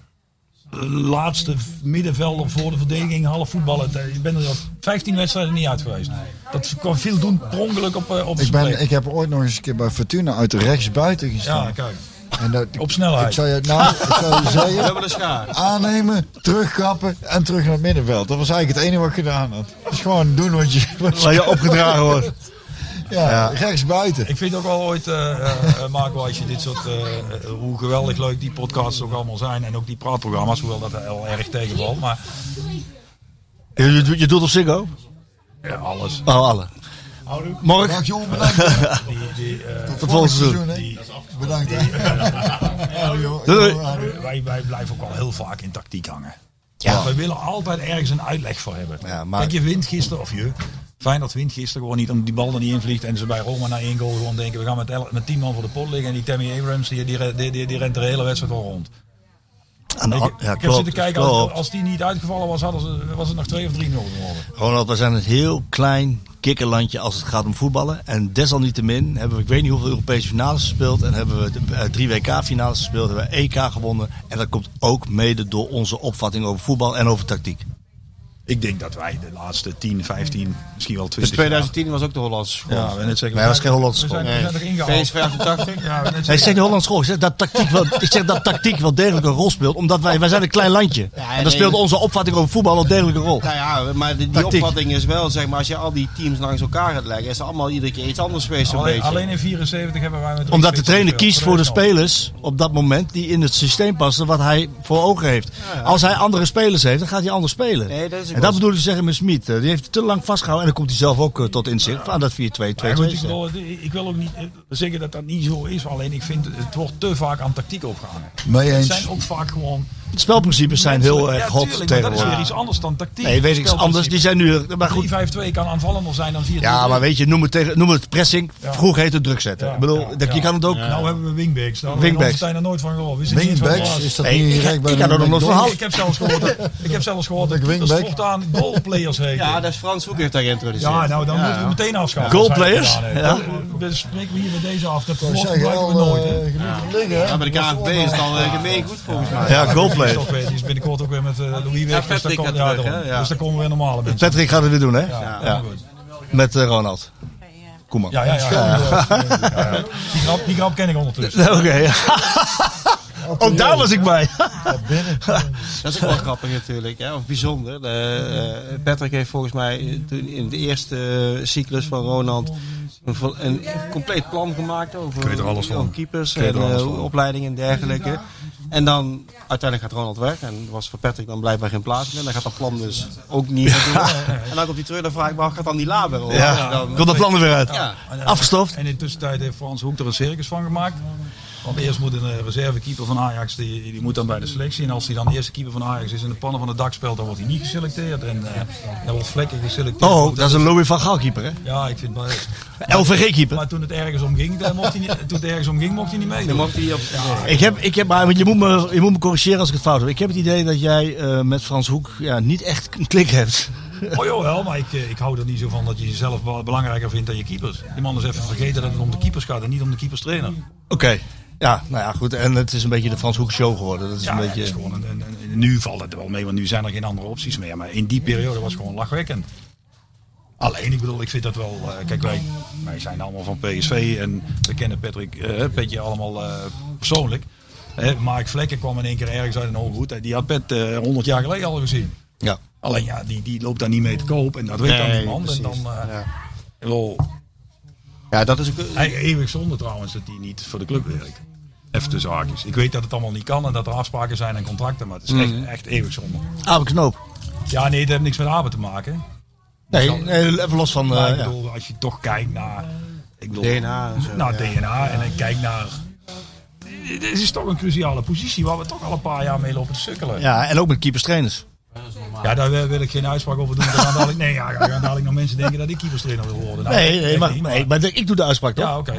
D: eh, laatste middenvelder voor de verdediging half voetballen. Eh, Je bent er al 15 wedstrijden niet uit geweest. Dat kwam veel doen per ongeluk op, eh, op
B: Ik,
D: zijn plek.
B: ben, ik heb ooit nog eens een keer bij Fortuna uit de rechtsbuiten gestaan.
D: Ja, kijk.
B: en dat,
D: Op snelheid.
B: Ik zou je, nou, ik zou je
K: [LAUGHS]
B: zeggen,
K: Dubbele schaar.
B: aannemen, terugkappen en terug naar het middenveld. Dat was eigenlijk het enige wat ik gedaan had. Dus gewoon doen wat je... Wat
F: Waar je opgedragen wordt.
B: ja, rechtsbuiten.
D: Ik vind ook wel ooit, eh eh, eh, Marco, als je dit soort, eh, eh, hoe geweldig leuk die podcasts ook allemaal zijn. En ook die praatprogramma's, hoewel dat heel erg tegenvalt. Maar
F: Je, je, je doet op Ziggo?
D: ja, alles.
F: Oh, alle. Morgen.
B: Dag Jon, bedankt.
D: [LAUGHS] Die, die, eh,
F: Tot volgend seizoen.
B: hè.
D: die,
B: Bedankt, hè.
D: [LAUGHS]
B: Hou, joh.
F: Oh, Doei.
B: Hou, joh.
D: wij, wij blijven ook wel heel vaak in tactiek hangen. Ja. Wij willen altijd ergens een uitleg voor hebben.
F: Ja, maar-
D: Kijk, je wint gisteren, of je, Feyenoord wint gisteren gewoon niet omdat die bal er niet in vliegt. En ze bij Roma na één goal gewoon denken, we gaan met, el- met tien man voor de pot liggen. En die Tammy Abrams, die, die, re- die, die, die rent de hele wedstrijd al rond.
F: Aan de-
D: Ik,
F: ja,
D: ik heb
F: klopt,
D: zitten kijken, als,
F: klopt.
D: als die niet uitgevallen was, hadden ze, was het nog 2 of 3 0 geworden.
F: Ronald, we zijn een heel klein kikkerlandje als het gaat om voetballen. En desalniettemin hebben we ik weet niet hoeveel Europese finales gespeeld. En hebben we de, eh, drie WK-finales gespeeld. Hebben we EK gewonnen. En dat komt ook mede door onze opvatting over voetbal en over tactiek.
D: Ik denk dat wij de laatste 10, 15, misschien wel 20
F: Dus 2010
D: was ook de Hollandse school. Ja, we net zeggen,
F: Nee, dat is geen Hollandse
D: we
F: school.
D: zijn- we zijn
F: Nee.
D: er ingehaald.
F: PSV 88.
D: Ja, we net
F: Hij
D: zeggen-
F: zegt de Hollandse school. Ik zeg dat tactiek wel, ik zeg dat tactiek wel degelijk een rol speelt. Omdat wij, wij zijn een klein landje. en dan
K: nee,
F: speelt
K: dat-
F: onze opvatting over voetbal wel degelijk een rol.
K: Nou ja, maar die, die
F: Tactiek.
K: opvatting is wel, zeg maar, als je al die teams langs elkaar gaat leggen, is er allemaal iedere keer iets anders geweest. Een
D: Alleen,
K: beetje.
D: alleen in 74 hebben wij met
F: Omdat de
D: Ruud
F: trainer
D: gespeeld.
F: kiest voor de spelers op dat moment die in het systeem passen wat hij voor ogen heeft. Als hij andere spelers heeft, dan gaat hij anders spelen.
K: Nee, dat is ook
F: en
K: wel
F: dat bedoel ik te zeggen met Smit. Eh, Die heeft te lang vastgehouden en dan komt hij zelf ook eh, tot inzicht aan dat 4-2-2-2.
D: Maar goed, ik, bedoel, ik wil ook niet eh, zeggen dat dat niet zo is. Alleen ik vind het wordt te vaak aan tactiek opgehangen.
F: Mee
D: Het
F: eens.
D: zijn ook vaak gewoon.
F: De spelprincipes zijn
D: mensen-
F: heel
D: ja,
F: erg hot
D: tuurlijk, maar Dat is
F: tegenwoordig.
D: weer iets anders dan tactiek. dus
F: Nee, weet ik iets anders. Die zijn nu. Maar goed.
D: 3-5-2 kan aanvallender zijn dan 4
F: Ja, maar weet je, noem het, tegen, noem het pressing. Vroeg heet het druk zetten. ik bedoel, dat, je kan het ook.
D: Nou hebben we wingbacks. Nou,
F: Wingbacks.
D: wingbacks. zijn er nooit van gehoord. We zitten niet eens
F: Wingbacks,
D: van de
F: is dat
D: laatste.
F: niet Nee, ik- direct bij ik de had er nog McDonald's? verhaal.
D: Ik heb zelfs gehoord
F: [LAUGHS]
D: dat, ik heb zelfs gehoord dat
F: wingback.
D: Pieters voortaan goalplayers heet.
K: Ja, dat is Frans Hoek heeft daar geïntroduceerd.
D: Ja, nou dan
K: Ja,
D: moeten we
K: ja.
D: meteen afschaffen.
K: Goalplayers?
D: Dat zijn we
K: Ja.
D: gedaan, hè. Dat, eh, We spreken we hier met deze af. Dat
K: Dat
D: woord
K: zeggen
D: gebruiken we
K: al,
D: nooit.
K: eh,
D: hè.
K: genoeg dingen, hè. Ja, bij de KNVB is het al, eh, gemeen goed volgens mij.
F: Ja,
D: goalplayers. Die
F: goalplayers.
D: is toch weer- die is binnenkort ook weer met eh, Louis weg. dus, daar
K: Patrick
D: komen,
K: gaat
D: ja,
K: terug,
D: daarom.
K: hè, ja.
D: dus daar komen weer normale mensen.
F: Patrick gaat het weer doen, hè?
D: Ja.
F: Ja. Met eh, Ronald. Koeman.
D: Ja, ja, ja.
F: Ja.
D: Die, grap, die grap ken ik ondertussen.
F: [LAUGHS] Oké. ja. Ook daar was ik bij. [LAUGHS]
K: Dat is ook wel grappig natuurlijk, hè? of bijzonder. Eh, eh, Patrick heeft volgens mij eh, toen in de eerste eh, cyclus van Ronald een, vo- een compleet plan gemaakt over,
D: Kun je er alles van.
K: over keepers
D: Kun je
K: en
D: er alles
K: eh,
D: van.
K: opleidingen en dergelijke. En dan uiteindelijk gaat Ronald weg en was voor Patrick dan blijkbaar geen plaats meer. En dan gaat dat plan dus ook niet meer door. En dan komt die terug, dan vraag ik me af, gaat dan die Laber? hoor?
F: Ja.
K: Dan-
F: Komt dat plan er weer uit?
K: Ja.
F: Afgestoft.
D: En in tussentijd heeft Frans Hoek er een circus van gemaakt. Want eerst moet een eh, reservekeeper van Ajax, die, die moet dan bij de selectie. En als hij dan de eerste keeper van Ajax is in de pannen van de dak speelt, dan wordt hij niet geselecteerd. En eh, dan wordt Vlekken geselecteerd.
F: [LAUGHS] Oh, dat is een Louis van Gaal keeper, hè?
D: Ja, ik vind het wel...
F: LVG-keeper.
D: Maar toen het ergens om ging, dan mocht hij niet, toen het ergens om ging, mocht hij niet meedoen.
K: Dan mocht hij op...
F: Ah, Ik heb, ik heb, maar want je moet, me, je moet me corrigeren als ik het fout heb. Ik heb het idee dat jij eh, met Frans Hoek ja, niet echt een klik hebt.
D: Oh joh, wel, maar ik, eh, ik hou er niet zo van dat je jezelf wel belangrijker vindt dan je keepers. Die man is even vergeten dat het om de keepers gaat en niet om de keeperstrainer.
F: Oké. Ja, nou ja, goed. En het is een beetje de Frans Hoek show geworden. Dat is
D: Ja,
F: een
D: het
F: beetje...
D: is gewoon een, een- een- nu valt het er wel mee, want nu zijn er geen andere opties meer. Maar in die periode was het gewoon lachwekkend. Alleen, ik bedoel, ik vind dat wel... eh, kijk, wij, wij zijn allemaal van PSV en we kennen Patrick, eh, Petje allemaal eh, persoonlijk. Eh, Mark Vlekken kwam in één keer ergens uit een hoge hoed. Die had Pet eh, 100 jaar geleden al gezien.
F: Ja.
D: Alleen ja, die, die loopt daar niet mee te koop en dat weet dan
K: Nee,
D: niemand. En dan,
K: precies.
D: eh,
K: Ja.
D: ik bedoel,
K: Ja, dat is ook...
D: Hey, eeuwig zonde trouwens dat hij niet voor de club werkt. Even de zaakjes. Ik weet dat het allemaal niet kan en dat er afspraken zijn en contracten, maar het is echt,
F: Mhm.
D: echt eeuwig zonde.
F: Abe Knoop.
D: Ja, nee, het heeft niks met Abe te maken.
F: Nee, nee, even los van... eh,
D: Maar ik
F: ja.
D: bedoel, als je toch kijkt naar ik bedoel,
K: DNA en zo,
D: naar
K: ja.
D: DNA en dan kijkt naar. Dit is toch een cruciale positie waar we toch al een paar jaar mee lopen te sukkelen.
F: ja, en ook met keeperstrainers.
D: Ja, daar wil wil ik geen uitspraak over doen. Dan gaan dadelijk, nee, ja, dan gaan dadelijk nog mensen denken dat ik keeperstrainer wil worden. Nou,
F: [LAUGHS] Nee,
D: dat
F: nee,
D: denk
F: maar,
D: ik niet,
F: nee, maar ik doe de uitspraak toch?
D: Ja, dus oké.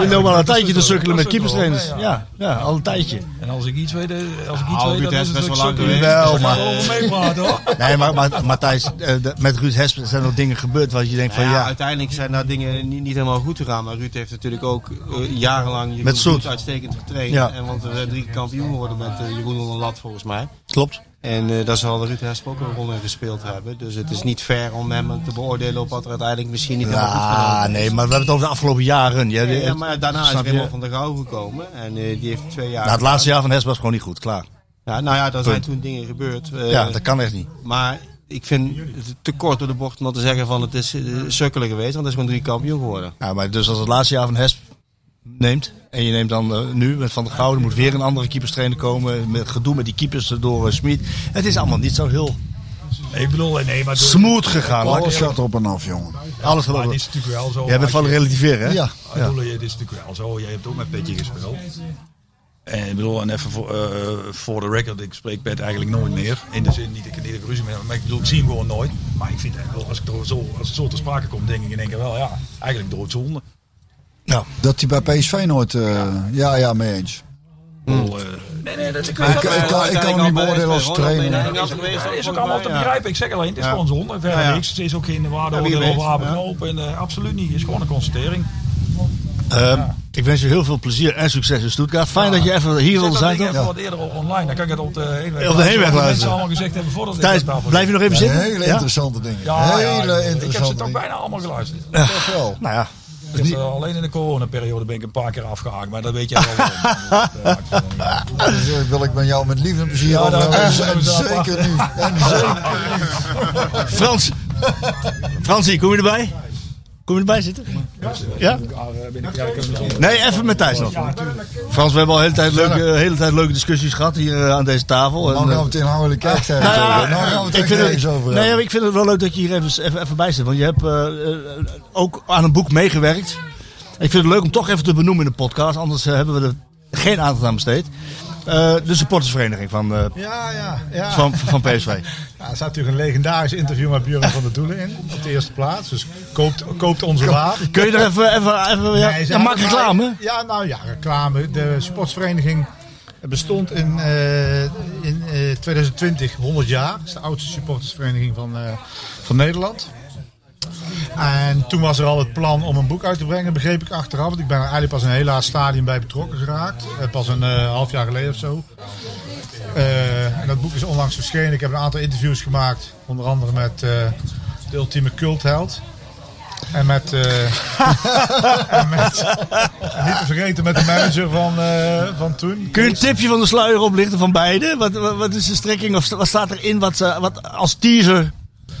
F: Je loopt al een tijdje te sukkelen met keeperstrainers. Ja, ja, al een tijdje.
D: En als ik iets weet, eh, als ik iets
K: Nou,
D: weet,
K: Ruud
D: dan
K: Hess
D: is het
K: best
D: natuurlijk
K: wel lang
D: sukkelen.
K: geweest.
D: Dus daar
F: Wel,
D: gaan
F: maar-
D: we over meepraten, hoor.
K: [LAUGHS]
F: Nee, maar, maar Matthijs, eh, de- met Ruud Hesp zijn er dingen gebeurd wat je denkt van
K: Nou Ja,
F: ja.
K: uiteindelijk zijn daar dingen niet, niet helemaal goed gegaan. Maar Ruud heeft natuurlijk ook eh, jarenlang Jeroen
F: Met Soet.
K: Soet uitstekend getraind.
F: Ja.
K: En, want we zijn drie keer kampioen geworden met eh, Jeroen onder lat volgens mij.
F: Klopt.
K: En eh daar zal Ruud Hesp ook een rol in gespeeld hebben. Dus het is niet fair om hem te beoordelen op wat er uiteindelijk misschien niet helemaal goed gedaan
F: Ja,
K: is.
F: nee, maar we hebben het over de afgelopen jaren. Ja,
K: Ja, maar daarna is
F: snap je?
K: Raymond van der Gouw gekomen. En eh, die heeft twee jaar...
F: Nou, het laatste jaar van Hesp was gewoon niet goed, klaar.
K: Ja, nou ja, daar zijn
F: Punt.
K: toen dingen gebeurd. Eh,
F: Ja, dat kan echt niet.
K: Maar ik vind het te kort door de bocht om dan te zeggen van het is eh, sukkelen geweest. Want het is gewoon drie kampioen geworden.
F: Ja, maar dus als het laatste jaar van Hesp neemt. En je neemt dan eh, nu met Van der Gouden. moet weer een andere keeperstrainer komen. Met gedoe met die keepers door eh, Smit. Het is allemaal niet zo heel
D: Nee, Ik bedoel, eh, nee, maar... door-
F: smooth gegaan. laat ik
B: Alles
F: het
B: gaat op en af, jongen.
F: Alles
D: Maar
F: geloof
D: dit
F: ik.
D: is natuurlijk wel zo.
F: Jij bent van
D: als je-
F: relativeren, hè?
B: Ja.
D: Ik eh, bedoel, dit is natuurlijk wel zo. Jij hebt ook met Petje gespeeld. En ik bedoel, en even voor, eh, voor de record, ik spreek Pet eigenlijk nooit meer. In de zin, niet dat ik niet ruzie mee heb, maar ik bedoel, ik zie hem gewoon nooit. Maar ik vind, eh, wel, als, ik er zo, als het zo te sprake komt, denk ik in één keer wel, ja, eigenlijk doodzonde.
B: Dat hij bij PSV nooit... eh, ja. ja, mee eens.
F: Hmm.
D: Ik bedoel, eh, Nee, nee, dat, ik,
B: Maar ik- ik kan- ik kan hem niet beoordelen als trainer.
D: Dat is ook allemaal te begrijpen. Ik zeg alleen, het is
B: Ja.
D: gewoon zonde. Verder
B: Ja, ja.
D: niks. Het is ook geen waardeoordeel
B: Ja, wie
D: over
B: weet.
D: Abenknoop. En, eh, absoluut niet. Het is gewoon een constatering.
F: Ehm, Ik wens je heel veel plezier en succes in Stuttgart. Fijn dat je even hier wilde zijn.
D: Ik heb
F: toch?
D: wat eerder al online. Dan kan ik het op de heenweg
F: Op de heenweg
D: Wat mensen
F: luisteren.
D: allemaal gezegd hebben voordat ik
F: Thijs,
D: aan tafel
F: blijf je nog even
D: zat.
F: zitten? Ja?
D: Ja, ja,
F: Hele
D: ja. Ik heb ze
F: interessante
D: toch
F: dingen.
D: bijna allemaal geluisterd.
F: Ja.
D: Toch wel.
F: Nou ja.
D: Ik heb, eh, alleen in de coronaperiode ben ik een paar keer afgehaakt, maar dat weet
F: [LAUGHS]
D: jij wel. waarom. Dat maakt verder niet uit.
B: Dus wil ik met jou met liefde en plezier
D: Ja,
B: ja,
D: dat-
B: en,
D: dat-
B: en
D: dat-
B: zeker nu. En zeker
F: Frans. Fransie, kom je erbij? Kom je erbij zitten? Ja? Nee, even met Thijs nog. Frans, we hebben al de hele tijd leuke, hele tijd leuke discussies gehad hier eh, aan deze tafel.
B: Nou gaan we
F: eh,
B: het inhoudelijk echt hebben.
F: nou ja,
B: Nou gaan we het
F: ik
B: echt
F: vind
B: eens over
F: Nee,
B: hebben.
F: maar ik vind het wel leuk dat je hier even, even, even bij zit. Want je hebt eh, eh, ook aan een boek meegewerkt. Ik vind het leuk om toch even te benoemen in de podcast. Anders eh, hebben we er geen aandacht aan besteed. Eh, de supportersvereniging van, eh,
M: Ja, ja, ja.
F: van, van PSV.
M: Ja, er staat natuurlijk een legendarisch interview met Björn van der Doelen in. Op de eerste plaats. Dus koopt, koopt onze
F: Kom,
M: waar.
F: kun je er even- even- even- ja,
M: ze
F: ja, maak
M: hadden
F: reclame.
M: maar- Ja, nou ja, reclame. De sportsvereniging bestond in, eh, in eh, 2020 100 jaar. Dat is de oudste supportersvereniging van, eh, van Nederland. En toen was er al het plan om een boek uit te brengen, begreep ik achteraf. Want ik ben er eigenlijk pas een heel laat stadium bij betrokken geraakt. Eh, Pas een eh, half jaar geleden of zo. Eh, en dat boek is onlangs verschenen. Ik heb een aantal interviews gemaakt. Onder andere met eh, de ultieme cultheld. En met, [LAUGHS] eh, [LAUGHS] en met niet te vergeten met de manager van, eh, van toen.
F: Kun je een tipje van de sluier oplichten van beide? Wat, wat, wat is de strekking? Of st- wat staat erin wat, ze- wat als teaser,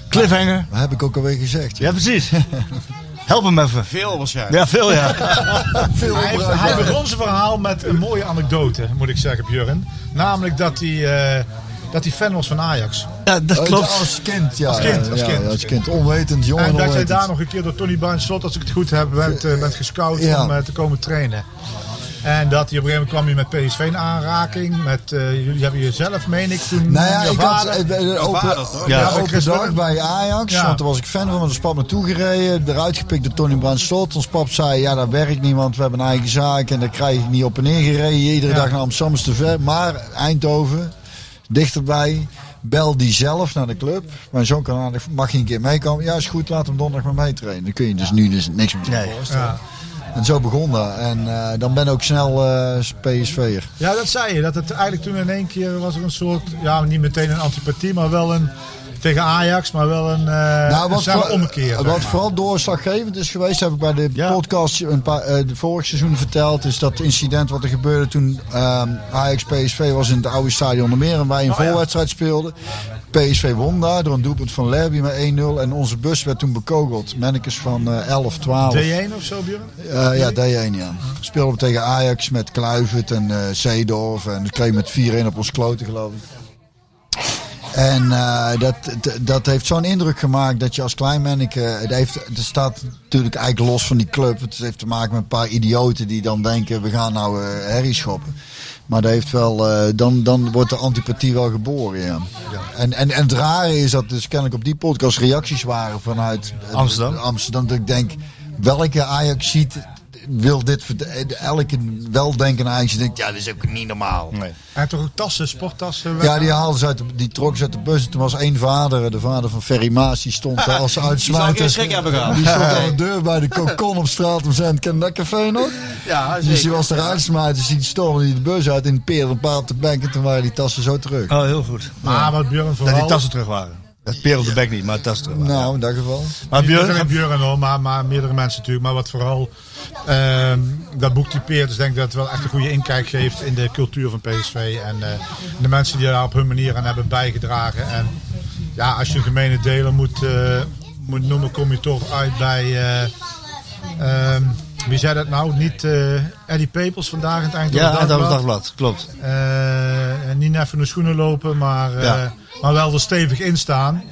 F: cliffhanger?
B: Dat heb ik ook alweer gezegd.
F: Ja, precies.
B: [LAUGHS]
F: Help hem even.
J: Veel waarschijnlijk.
F: Ja, veel ja.
M: [LAUGHS] Hij-
B: opruimd.
M: hij, begon zijn verhaal met een mooie anekdote, moet ik zeggen, Björn. Namelijk dat hij, eh, dat hij fan was van Ajax.
F: Ja, dat
B: Oh, klopt. als kind, ja.
M: Als kind, als
B: Ja,
M: kind.
B: ja, als kind. Onwetend, jong en
M: En dat jij
B: onwetend.
M: daar nog een keer door Tony Barnslot, als ik het goed heb, bent, eh, bent gescout
B: Ja.
M: om eh, te komen trainen. En dat hij op een gegeven moment kwam hij met PSV in aanraking. Met, eh, jullie hebben jezelf, meen ik, toen...
B: Nou ja,
M: jouw
B: ik had
M: vader-
B: eh, bij de
M: Jouw
B: open,
M: vader, toch?
B: ja,
M: Ja, bij
B: open
M: Chris
B: dag
M: Burn.
B: bij Ajax.
M: Ja.
B: Want daar was ik fan van. Want ons pap naartoe gereden. Eruit gepikt door Tony Brandstot. Ons pap zei, ja, dat werkt niet. Want we hebben een eigen zaak. En daar krijg ik niet op en neer gereden. Iedere dag naar Amsterdam is te ver. Maar Eindhoven, dichterbij. Bel die zelf naar de club. Mijn zoon kan aan de, mag geen keer meekomen. Ja, is goed. Laat hem donderdag maar meetrainen. Dan kun je dus nu dus niks meer
F: Nee.
B: voorstellen. En zo begon dat. En eh, dan ben ik ook snel eh PSV'er.
M: Ja, dat zei je. Dat het eigenlijk toen in één keer was er een soort, ja, niet meteen een antipathie, maar wel een tegen Ajax, maar wel een, eh nou, een snelle
B: voor-
M: omkeer. zeg
B: Wat
M: maar.
B: vooral doorslaggevend is geweest, heb ik bij de podcast een paar, eh, de vorig seizoen verteld, is dat incident wat er gebeurde toen ehm, Ajax PSV was in het oude stadion onder meer en wij een voorwedstrijd speelden. PSV won daar door een doelpunt van Lerby met 1-0 en onze bus werd toen bekogeld. Mannekes van eh 11, 12.
M: D1 of zo, Björn?
B: Eh, ja, D1, ja. Speelden we tegen Ajax met Kluivert en eh Zeedorf. En dat kreeg met 4-1 op ons kloten, geloof ik. En eh, dat, d- dat heeft zo'n indruk gemaakt dat je als klein manneke... Het, heeft, het staat natuurlijk eigenlijk los van die club. Het heeft te maken met een paar idioten die dan denken... we gaan nou eh herrie schoppen. Maar dat heeft wel, eh, dan, dan wordt de antipathie wel geboren, ja. En, en, en het rare is dat dus kennelijk op die podcast reacties waren vanuit... eh,
F: Amsterdam.
B: Amsterdam. Dat ik denk, welke Ajax ziet wil dit... verd- eh, Elke weldenkende Ajax denkt, ja, dat is ook niet normaal.
M: Hij heeft toch ook tassen, sporttassen? weg?
B: Ja, die, haalden ze uit de, die trok ze uit de bus. En toen was één vader, de vader van Ferry Maas, die stond
F: [LAUGHS]
B: daar als
M: Die zal
B: uitsluiter.
M: geen schrik hebben gehad.
B: Die stond aan de deur bij de Cocon op straat om zijn. Ken je dat café nog?
F: Ja,
B: Dus die was eruit smijten, dus die stormde die de bus uit in Peer een paar op de bank. En toen waren die tassen zo terug.
F: Oh, heel goed.
M: Ah, Maar wat Björn vooral...
F: Dat die tassen terug waren. Dat peer op de bek niet, maar tassen terug waren.
B: Nou, in dat geval.
F: Maar
M: Niet
F: Björn-
M: alleen Björn hoor, maar, maar meerdere mensen natuurlijk. Maar wat vooral ehm, dat boek typeert, is denk ik dat het wel echt een goede inkijk geeft in de cultuur van PSV. En eh, de mensen die daar op hun manier aan hebben bijgedragen. En ja, als je een gemene deler moet, eh, moet noemen, kom je toch uit bij... eh, ehm, wie zei dat nou? Niet eh Eddie Pepels vandaag in het Eindhoven
F: Ja, dat was
M: Dagblad.
F: dagblad. Klopt.
M: Eh, en niet naar van de schoenen lopen, maar, eh,
F: Ja.
M: maar wel er stevig in staan.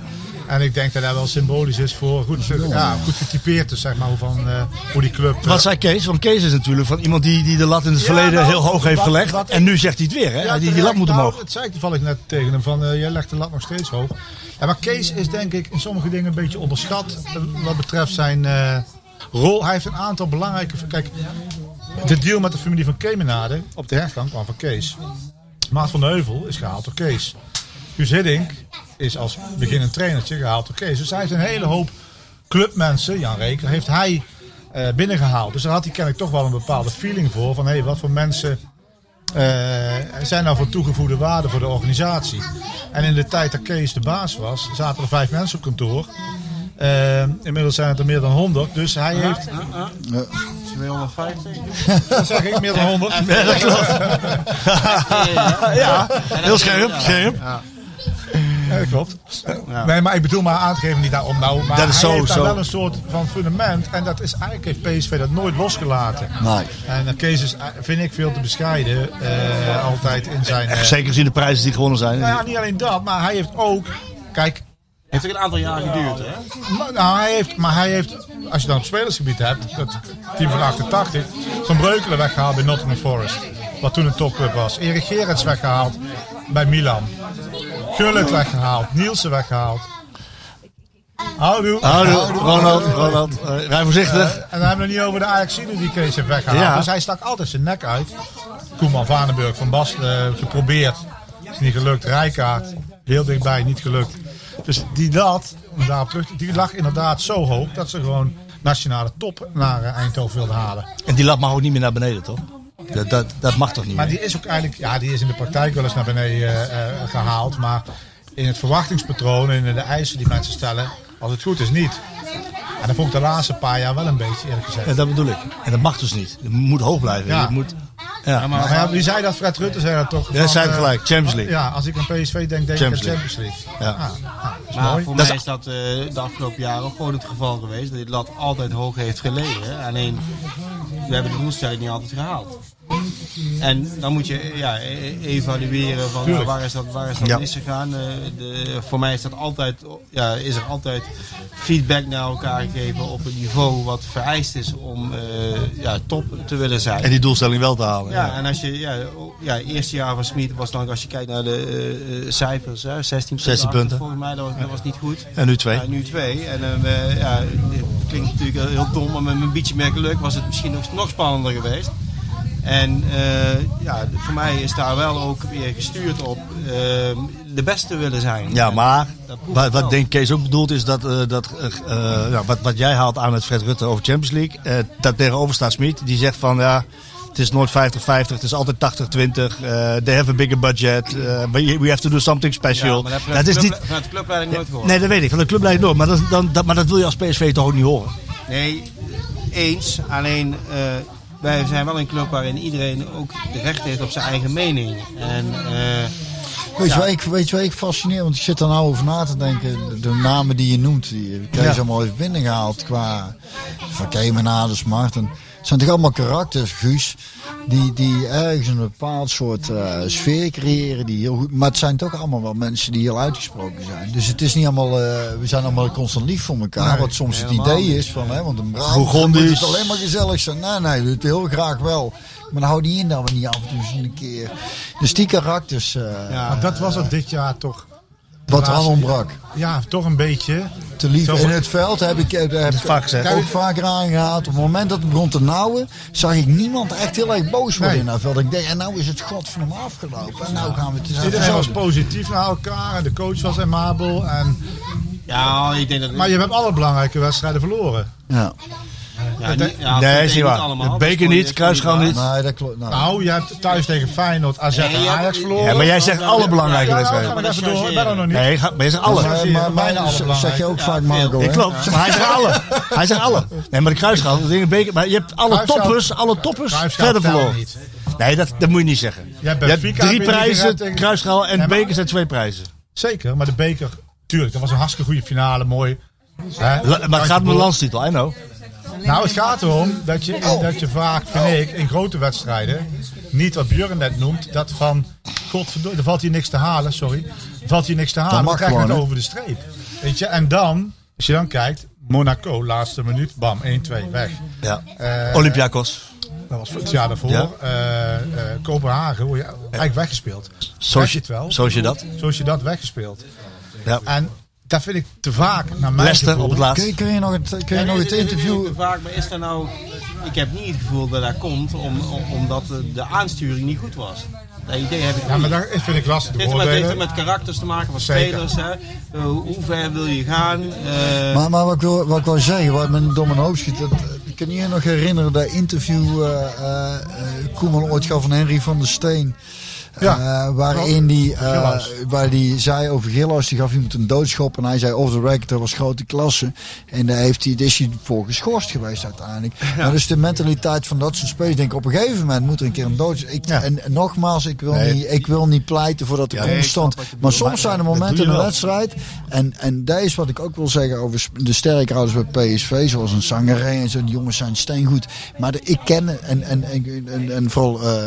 M: En ik denk dat dat wel symbolisch is voor goed, ja, goed getypeerd is, zeg maar, hoe van, eh, hoe die club... eh,
F: Wat zei Kees? Want Kees is natuurlijk van iemand die, die de lat in het
M: Ja,
F: verleden
M: nou,
F: heel hoog heeft
M: wat-
F: gelegd.
M: wat-
F: en nu zegt hij het weer, hè? die, die lat
M: terecht.
F: moet
M: Nou,
F: omhoog.
M: Dat zei ik toevallig net tegen hem, van eh, jij legt de lat nog steeds hoog. Ja, maar Kees is denk ik in sommige dingen een beetje onderschat eh, wat betreft zijn eh, rol. Hij heeft een aantal belangrijke... Kijk, de deal met de familie van Kemenade op de hergang kwam van Kees. Maat van de Heuvel is gehaald door Kees. Guus Hiddink is als beginnend trainertje gehaald door Kees. Dus hij heeft een hele hoop clubmensen, Jan Reker, heeft hij eh, binnengehaald. Dus daar had hij kennelijk toch wel een bepaalde feeling voor. Van hé, hey, wat voor mensen eh, zijn nou voor toegevoegde waarde voor de organisatie? En in de tijd dat Kees de baas was, zaten er vijf mensen op kantoor. Eh, inmiddels zijn het er meer dan 100. Dus hij
B: [LAUGHS]
M: heeft.
K: 250?
M: Dat zeg ik, meer dan 100.
K: Ja, dat klopt.
M: ja,
F: heel scherp, scherp.
M: Ja. Ja, dat klopt. Nee, maar ik bedoel maar aan te geven, niet nou om nou. Maar
F: Dat is zo,
M: hij heeft daar
F: zo.
M: wel een soort van fundament. En dat is eigenlijk heeft PSV dat nooit losgelaten.
F: Nee.
M: En eh, Kees is, eh, vind ik, veel te bescheiden. eh, altijd in zijn... eh,
F: Echt, zeker gezien de prijzen die gewonnen zijn.
M: nou ja, niet alleen dat, maar hij heeft ook. Kijk.
K: Heeft ook een aantal jaar geduurd, hè?
M: Maar, nou, hij heeft, maar hij heeft, als je dan op spelersgebied hebt, dat team van 88, Van Breukelen weggehaald bij Nottingham Forest. Wat toen een topclub was. Erik Gerrits weggehaald bij Milan. Gullit weggehaald. Nielsen weggehaald. Houdoe.
F: Houdoe, Ronald, Ronald. Eh, rij voorzichtig.
M: Eh, en dan hebben we het niet over de Ajaxide die Kees heeft weggehaald.
F: Ja.
M: Dus hij stak altijd zijn nek uit. Koeman, Vanenburg, Van Basten eh, geprobeerd. Is niet gelukt. Rijkaard, heel dichtbij, niet gelukt. Dus die dat, om daarop terug, te- die lag inderdaad zo hoog dat ze gewoon nationale top naar eh, Eindhoven wilden halen.
F: En die lat mag ook niet meer naar beneden, toch? Dat, dat, dat mag toch niet
M: Maar
F: meer?
M: die is ook eigenlijk, ja, die is in de praktijk wel eens naar beneden eh, eh, gehaald. Maar in het verwachtingspatroon en in de eisen die mensen stellen, als het goed is, niet. En dat vond ik de laatste paar jaar wel een beetje, eerlijk gezegd.
F: Ja, dat bedoel ik. En dat mag dus niet. Het moet hoog blijven.
M: Ja.
F: Je moet, ja.
M: Ja, maar ja, wie zei dat? Fred Rutte zei dat toch?
F: Ja,
M: Van,
F: zei het
M: eh,
F: gelijk, Champions League.
M: Ja, als ik aan PSV denk, denk ik aan
F: Champions League.
M: Champions League.
F: Ja.
M: Ah, ah, dat is
K: Maar
M: mooi.
K: voor mij is dat eh, de afgelopen jaren ook gewoon het geval geweest. Dat dit lat altijd hoog heeft gelegen. Alleen, we hebben de doelstelling niet altijd gehaald. En dan moet je eh, ja, e- evalueren van nou,
E: Tuurlijk.
K: waar is dat, waar is dat
E: Ja.
K: misgegaan. Eh, de- voor mij is, dat altijd, ja, is er altijd feedback naar elkaar gegeven op een niveau wat vereist is om eh, ja, top te willen zijn.
F: En die doelstelling wel te halen.
K: Ja, en als je, ja, o- ja, eerste jaar van Smit was dan, als je kijkt naar de eh, eh, cijfers, hè, 16 punten.
F: 16 punten.
K: Volgens mij, dat was, dat was niet goed.
F: En nu twee.
K: Ja, nu twee. En eh, we- ja, dit klinkt natuurlijk heel dom, maar met een beetje meer geluk was het misschien nog, nog spannender geweest. En eh, ja, voor mij is daar wel ook weer gestuurd op eh, de beste willen zijn.
F: Ja, maar
K: Dat proef
F: wat,
K: ik
F: wat
K: wel.
F: denk Kees ook bedoelt is dat, eh, dat eh, eh, ja, wat, wat jij haalt aan met Fred Rutte over Champions League, eh, dat tegenover staat Smit. Die zegt van ja, het is nooit 50-50, het is altijd 80-20. eh, they have a bigger budget. eh, we we have to do something special.
K: Ja, maar dat
F: Nou, het
K: is
F: is niet,
K: vanuit de clubleiding nooit gehoord.
F: nee, dat weet ik. Van de club leidt door. Maar dat, dan, dat, maar dat wil je als PSV toch ook niet horen.
K: Nee, eens. Alleen eh, wij zijn wel een club waarin iedereen ook recht heeft op zijn eigen mening. En, eh,
B: Weet, je
K: ja,
B: wat ik, weet je wat ik fascineer? Want ik zit er nou over na te denken. De, de namen die je noemt, die Kees
F: Ja.
B: allemaal heeft binnengehaald. Qua Van Kemenade, Smart. En, het zijn toch allemaal karakters, Guus. Die, die ergens een bepaald soort eh, sfeer creëren. Die heel goed, maar het zijn toch allemaal wel mensen die heel uitgesproken zijn. Dus het is niet allemaal, eh, we zijn allemaal constant lief voor elkaar.
F: Nee,
B: wat soms het
F: helemaal
B: idee
F: niet.
B: is van, hè, want een
F: Bourgondisch.
B: Brabant moet het alleen maar gezellig zijn. Nee, nee, dat heel graag wel. Maar dan hou die in dat we niet af en toe eens een keer. Dus die karakters. eh,
M: Maar dat was het dit jaar toch.
B: Wat er aan ontbrak.
M: Ja, toch een beetje.
B: Te lief.
M: Zo-
B: In het veld heb ik, eh, daar heb ik
F: vaak gezegd.
B: ook vaker aangehaald. Op het moment dat het begon te nauwen, zag ik niemand echt heel erg boos worden in dat veld. Ik denk, en nou is het god van hem afgelopen. En nou gaan we het eens
M: Iedereen
B: even
M: was
B: hebben.
M: positief naar elkaar en de coach was amabel. En,
K: ja, ik denk dat...
M: maar je hebt alle belangrijke wedstrijden verloren.
B: Ja.
K: Ja, niet- ja,
F: nee,
K: dat
F: is niet
K: niet
F: waar.
K: allemaal.
F: De
K: Dat is
F: beker
K: gewoon-
F: niet,
K: dat is gewoon
F: kruisgaan
K: niet
F: niet.
B: Nee, dat klopt. Nou.
M: Nou, je hebt thuis tegen Feyenoord, AZ
K: Nee,
M: en
K: ja,
M: Ajax
K: ja,
M: verloren.
F: maar jij zegt alle belangrijke
M: Ja, nou,
F: wedstrijden.
M: ga ik even door. Ik ben er nog niet.
F: Nee, ga- maar je zegt alle.
B: Maar, maar, maar, zeg je ook vaak Marco, hè?
F: Ik klopt, maar hij zegt alle. Hij zegt alle. Nee, maar de kruisgaal, dat ding een beker. Maar je hebt alle
M: Kruisgaal-
F: toppers, alle toppers
M: Kruisgaal
F: verder
M: tellen
F: verloren.
M: niet.
F: Nee, dat, dat moet je niet zeggen.
M: Je hebt
F: Je hebt
M: Benfica
F: drie
M: heb je niet
F: prijzen,
M: gehad tegen-
F: kruisgaal en
M: Nee, maar-
F: beker zijn twee prijzen.
M: Zeker, maar de beker, tuurlijk, dat was een hartstikke goede finale, mooi. Hè?
F: La- Maar het gaat om de landstitel, I know.
M: Nou, het gaat erom dat je, dat je vaak, vind ik, in grote wedstrijden, niet wat Björn net noemt, dat van, godverdorie, er valt hier niks te halen, sorry. Er valt hier niks te halen,
B: Dat
M: dan
B: mag
M: krijg je het
B: gewoon, hè?
M: over de streep. Weet je, en dan, als je dan kijkt, Monaco, laatste minuut, bam, 1-2, weg.
F: Ja.
M: Eh,
F: Olympiakos.
M: Dat was het jaar daarvoor.
F: Ja.
M: Eh, eh, Kopenhagen, word je eigenlijk weggespeeld.
F: Zoals
M: Heb
F: je-
M: het wel.
F: zoals je dat.
M: Zoals je dat weggespeeld.
F: Ja.
M: En dat vind ik te vaak, naar mijn
F: Leicester
M: gevoel.
F: op het laatst.
B: Kun, je- kun je nog het, kun je nog het interview...
K: Vaak, maar is er nou... Ik heb niet het gevoel dat dat komt om, om- omdat eh, de aansturing niet goed was. Dat idee heb ik
M: Ja, maar
K: niet.
M: dat vind ik lastig.
K: Het
M: de
K: heeft, met, het heeft
M: beoordelen.
K: met karakters te maken van
M: Zeker.
K: spelers. Hè? Eh, hoe ver wil je gaan? Eh,
B: Maar, maar wat, ik wil, wat ik wil zeggen, wat me door mijn hoofd schiet. Dat, eh, ik kan je nog herinneren dat interview eh eh, eh, Koeman ooit gaf van Henry van der Steen. Eh, waarin die, eh,
M: Gilhuis.
B: waar die zei over Gillas, die gaf iemand een doodschop. En hij zei off the record, dat was grote klasse. En daar heeft hij, daar is hij voor geschorst geweest uiteindelijk. Maar dus de mentaliteit van dat soort spelers. Ik denk, op een gegeven moment moet er een keer een dood... Ik, en, en nogmaals, ik wil,
M: Nee.
B: niet, ik wil niet pleiten voor dat er
M: Ja, nee, ik snap
B: constant...
M: wat je
B: maar
M: bedoelt.
B: soms zijn er
M: Maar dat
B: momenten
M: doe
B: in
M: je
B: een
M: wel.
B: wedstrijd. En, en dat is wat ik ook wil zeggen over sp- de sterkhouders bij PSV. Zoals een Sangaré en zo. Die jongens zijn steengoed. Maar de, ik ken, en, en, en, en, en vooral eh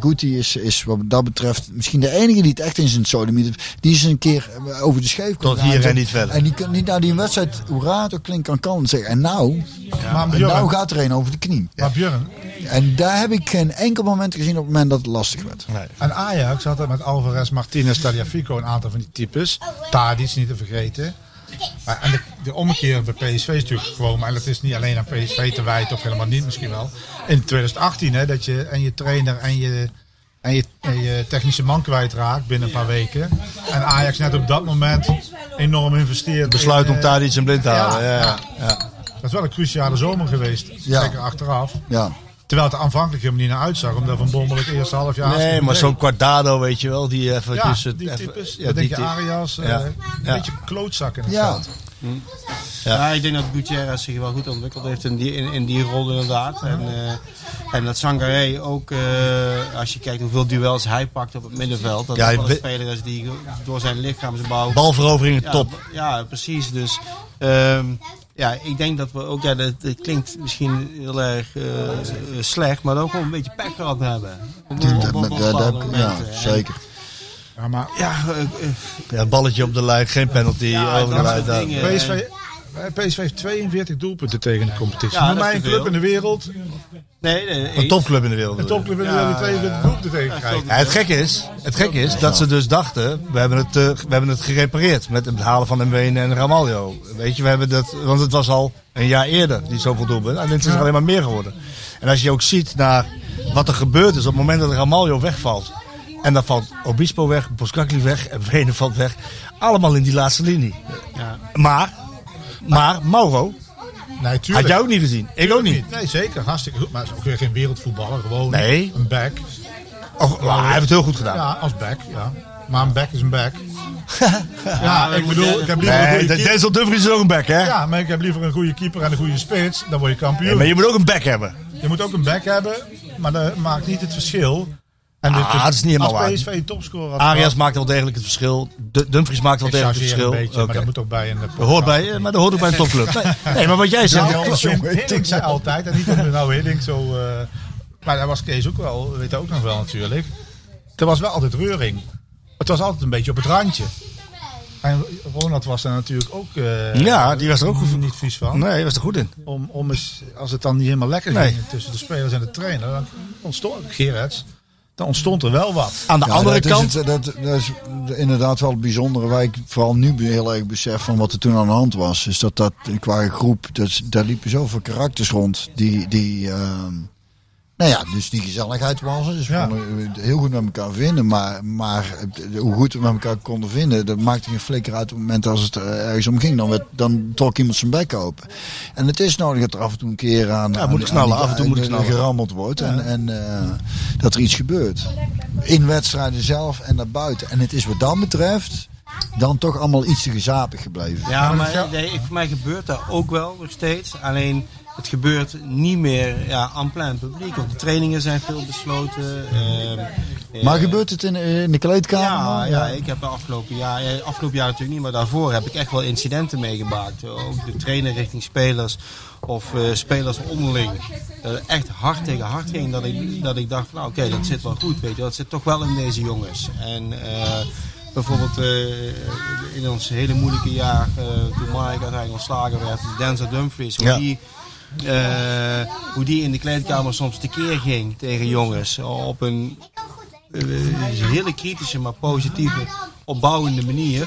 B: Guti is, is wat dat betreft misschien de enige die het echt in zijn sodemiet heeft. Die is een keer eh, over de scheef
F: Tot
B: gegaan.
F: hier en niet verder.
B: En die kan niet naar die wedstrijd, hoera, het ook klinkt aan kan zeggen. En nou,
M: Maar
B: en
M: Björn-
B: nou gaat er een over de knie.
M: Maar Björn,
B: En daar heb ik geen enkel moment gezien op het moment dat het lastig werd.
M: En Ajax had dat met Alvarez, Martinez, Taliafico, een aantal van die types. Tadic niet te vergeten. Maar, en de, de omkeer bij PSV is natuurlijk gekomen. En dat is niet alleen aan PSV te wijten, of helemaal niet misschien wel. In 2018, hè, dat je en je trainer en je, en je, en je technische man kwijtraakt binnen een paar weken. En Ajax net op dat moment enorm investeert.
F: Besluit om
M: daar
F: Tadic en Blind te halen, ja,
M: Dat is wel een cruciale zomer geweest.
F: Ja.
M: Zeker achteraf.
B: Ja.
M: Terwijl het er aanvankelijk helemaal niet naar uitzag, omdat Van Bommel het eerste half jaar...
F: Nee,
M: hartstikke
F: maar
M: goed
F: zo'n Quadrado, weet je wel, die even...
M: ja,
F: tussen-
M: die
F: even-
M: types.
F: ja,
M: dan
F: die
M: denk je
F: type.
M: Arias, eh,
F: Ja.
M: een
F: Ja.
M: beetje klootzak in het
F: Ja.
M: veld.
K: Ja. ik denk dat Gutierrez zich wel goed ontwikkeld heeft in die, in, in die rol inderdaad. En, eh, en dat Sangaré ook, eh, als je kijkt hoeveel duels hij pakt op het middenveld. Dat
F: Ja,
K: ja, wel een
F: we-
K: speler is die door zijn lichaamsbouw...
F: Balveroveringen
K: ja,
F: top.
K: b- Ja, precies. Dus ehm, ja, ik denk dat we ook, ja, dat, dat klinkt misschien heel erg eh, slecht, maar ook wel een beetje pech gehad hebben. Op, op- op- op
B: dat-
K: bepaalde
B: dat- ja,
K: momenten. En-
B: zeker.
M: Ja, maar...
K: Ja,
F: eh, Ja, balletje op de lijn, geen penalty.
K: Ja,
F: oh,
K: dat
F: nou,
K: soort
F: dat-
K: dingen.
M: PSV, eh, PSV heeft 42 doelpunten tegen de competitie.
K: Ja, dat
M: Noem
K: is
M: mij een
K: te
M: club
K: veel.
M: in de wereld.
K: Nee, nee,
F: Een topclub in de wereld.
M: Een topclub in de
F: Ja,
M: wereld die 42 doelpunten tegen krijgt.
F: Ja, het gekke is, het gekke is dat ze dus dachten, we hebben het, eh, we hebben het gerepareerd met het halen van Mwene en Ramaljo. Weet je, we hebben dat, want het was al een jaar eerder die zoveel doelpunten. En het is er alleen maar meer geworden. En als je ook ziet naar wat er gebeurd is op het moment dat Ramaljo wegvalt. En dan valt Obispo weg, Boskakli weg en [LAUGHS] Mwene valt weg. Allemaal in die laatste linie.
K: Ja.
F: Maar, maar Mauro,
M: Nee, tuurlijk.
F: had jij ook niet gezien. Ik ook niet.
M: Nee, zeker. Hartstikke goed. Maar hij is ook weer geen wereldvoetballer. Gewoon
F: Nee.
M: een back.
F: Oh, maar hij heeft het heel goed gedaan.
M: Ja, als back. Ja. Maar een back is een
F: [LAUGHS]
M: back. ja, ik bedoel, ik heb liever een
F: Nee,
M: goede
F: de-
M: keeper.
F: Denzel Dumfries is ook een back, hè?
M: Ja, maar ik heb liever een goede keeper en een goede spits. Dan word je kampioen.
F: Nee, maar je moet ook een back hebben.
M: Je moet ook een back hebben, maar dat maakt niet het verschil.
F: Ah,
M: dit-
F: dat is niet helemaal
M: als
F: waar.
M: PSV een topscorer had
F: Arias
M: gehad-
F: maakt wel degelijk het verschil. D- Dumfries maakt wel
M: Ik
F: degelijk het
M: chargeer
F: verschil.
M: een beetje, maar
F: Oké.
M: dat moet ook bij een... eh,
F: Dat hoort bij, eh, maar dat hoort ook
M: [LAUGHS]
F: bij een topclub. Nee, nee, maar wat jij zegt...
M: Nou,
F: klopt, jongen.
M: Hiddink zei altijd, en niet omdat nou Hiddink zo... eh, maar daar was Kees ook wel, weet hij ook nog wel natuurlijk. Er was wel altijd reuring. Het was altijd een beetje op het randje. En Ronald was daar natuurlijk ook... eh,
F: Ja, die was er ook goed-
M: Niet vies van.
F: Nee, die was er goed in.
M: Om, om eens, als het dan niet helemaal lekker
F: Nee.
M: ging tussen de spelers en de trainer, dan ontstond, Gerrits, dan ontstond er wel wat.
F: Aan de
B: Ja,
F: andere
B: dat
F: kant...
B: Is het, dat, dat is inderdaad wel het bijzondere. Waar ik vooral nu heel erg besef van wat er toen aan de hand was. Is dat dat qua groep. Dat, daar liepen zoveel karakters rond. Die. die ehm, nou ja, dus die gezelligheid was er. Dus we konden heel goed met elkaar vinden. Maar, maar het- hoe goed we met elkaar konden vinden, dat maakte geen flikker uit op het moment als het eh, ergens om ging. Dan, werd, dan trok iemand zijn bek open. En het is nodig dat er af en toe een keer aan,
F: Ja,
B: aan-
F: moet ik
B: aan
F: knallen,
B: die-
F: af en toe moet ik
B: aan-
F: knallen.
B: gerammeld wordt. En, en eh, dat er iets gebeurt. In wedstrijden zelf en daarbuiten. En het is wat dat betreft dan toch allemaal iets te gezapig gebleven.
K: Ja, maar nee, ik- voor mij gebeurt dat ook wel nog steeds. Alleen het gebeurt niet meer ja, en plein publiek. Want de trainingen zijn veel besloten. ehm, eh,
B: Maar gebeurt het in, in de kleedkamer?
K: ja,
B: dan?
K: ja, ik heb de afgelopen jaar, ja, afgelopen jaar natuurlijk niet, maar daarvoor heb ik echt wel incidenten meegemaakt. Ook de trainer richting spelers of eh, spelers onderling. Dat het echt hard tegen hard ging. Dat ik, dat ik dacht, van, nou oké, dat zit wel goed. Weet je, dat zit toch wel in deze jongens. En eh, bijvoorbeeld eh, in ons hele moeilijke jaar, eh, toen Mike uiteindelijk ontslagen werd, Denzel Dumfries, hoe
F: Ja.
K: die eh, hoe die in de kleedkamer soms tekeer ging tegen jongens. Op een eh, hele kritische, maar positieve, opbouwende manier.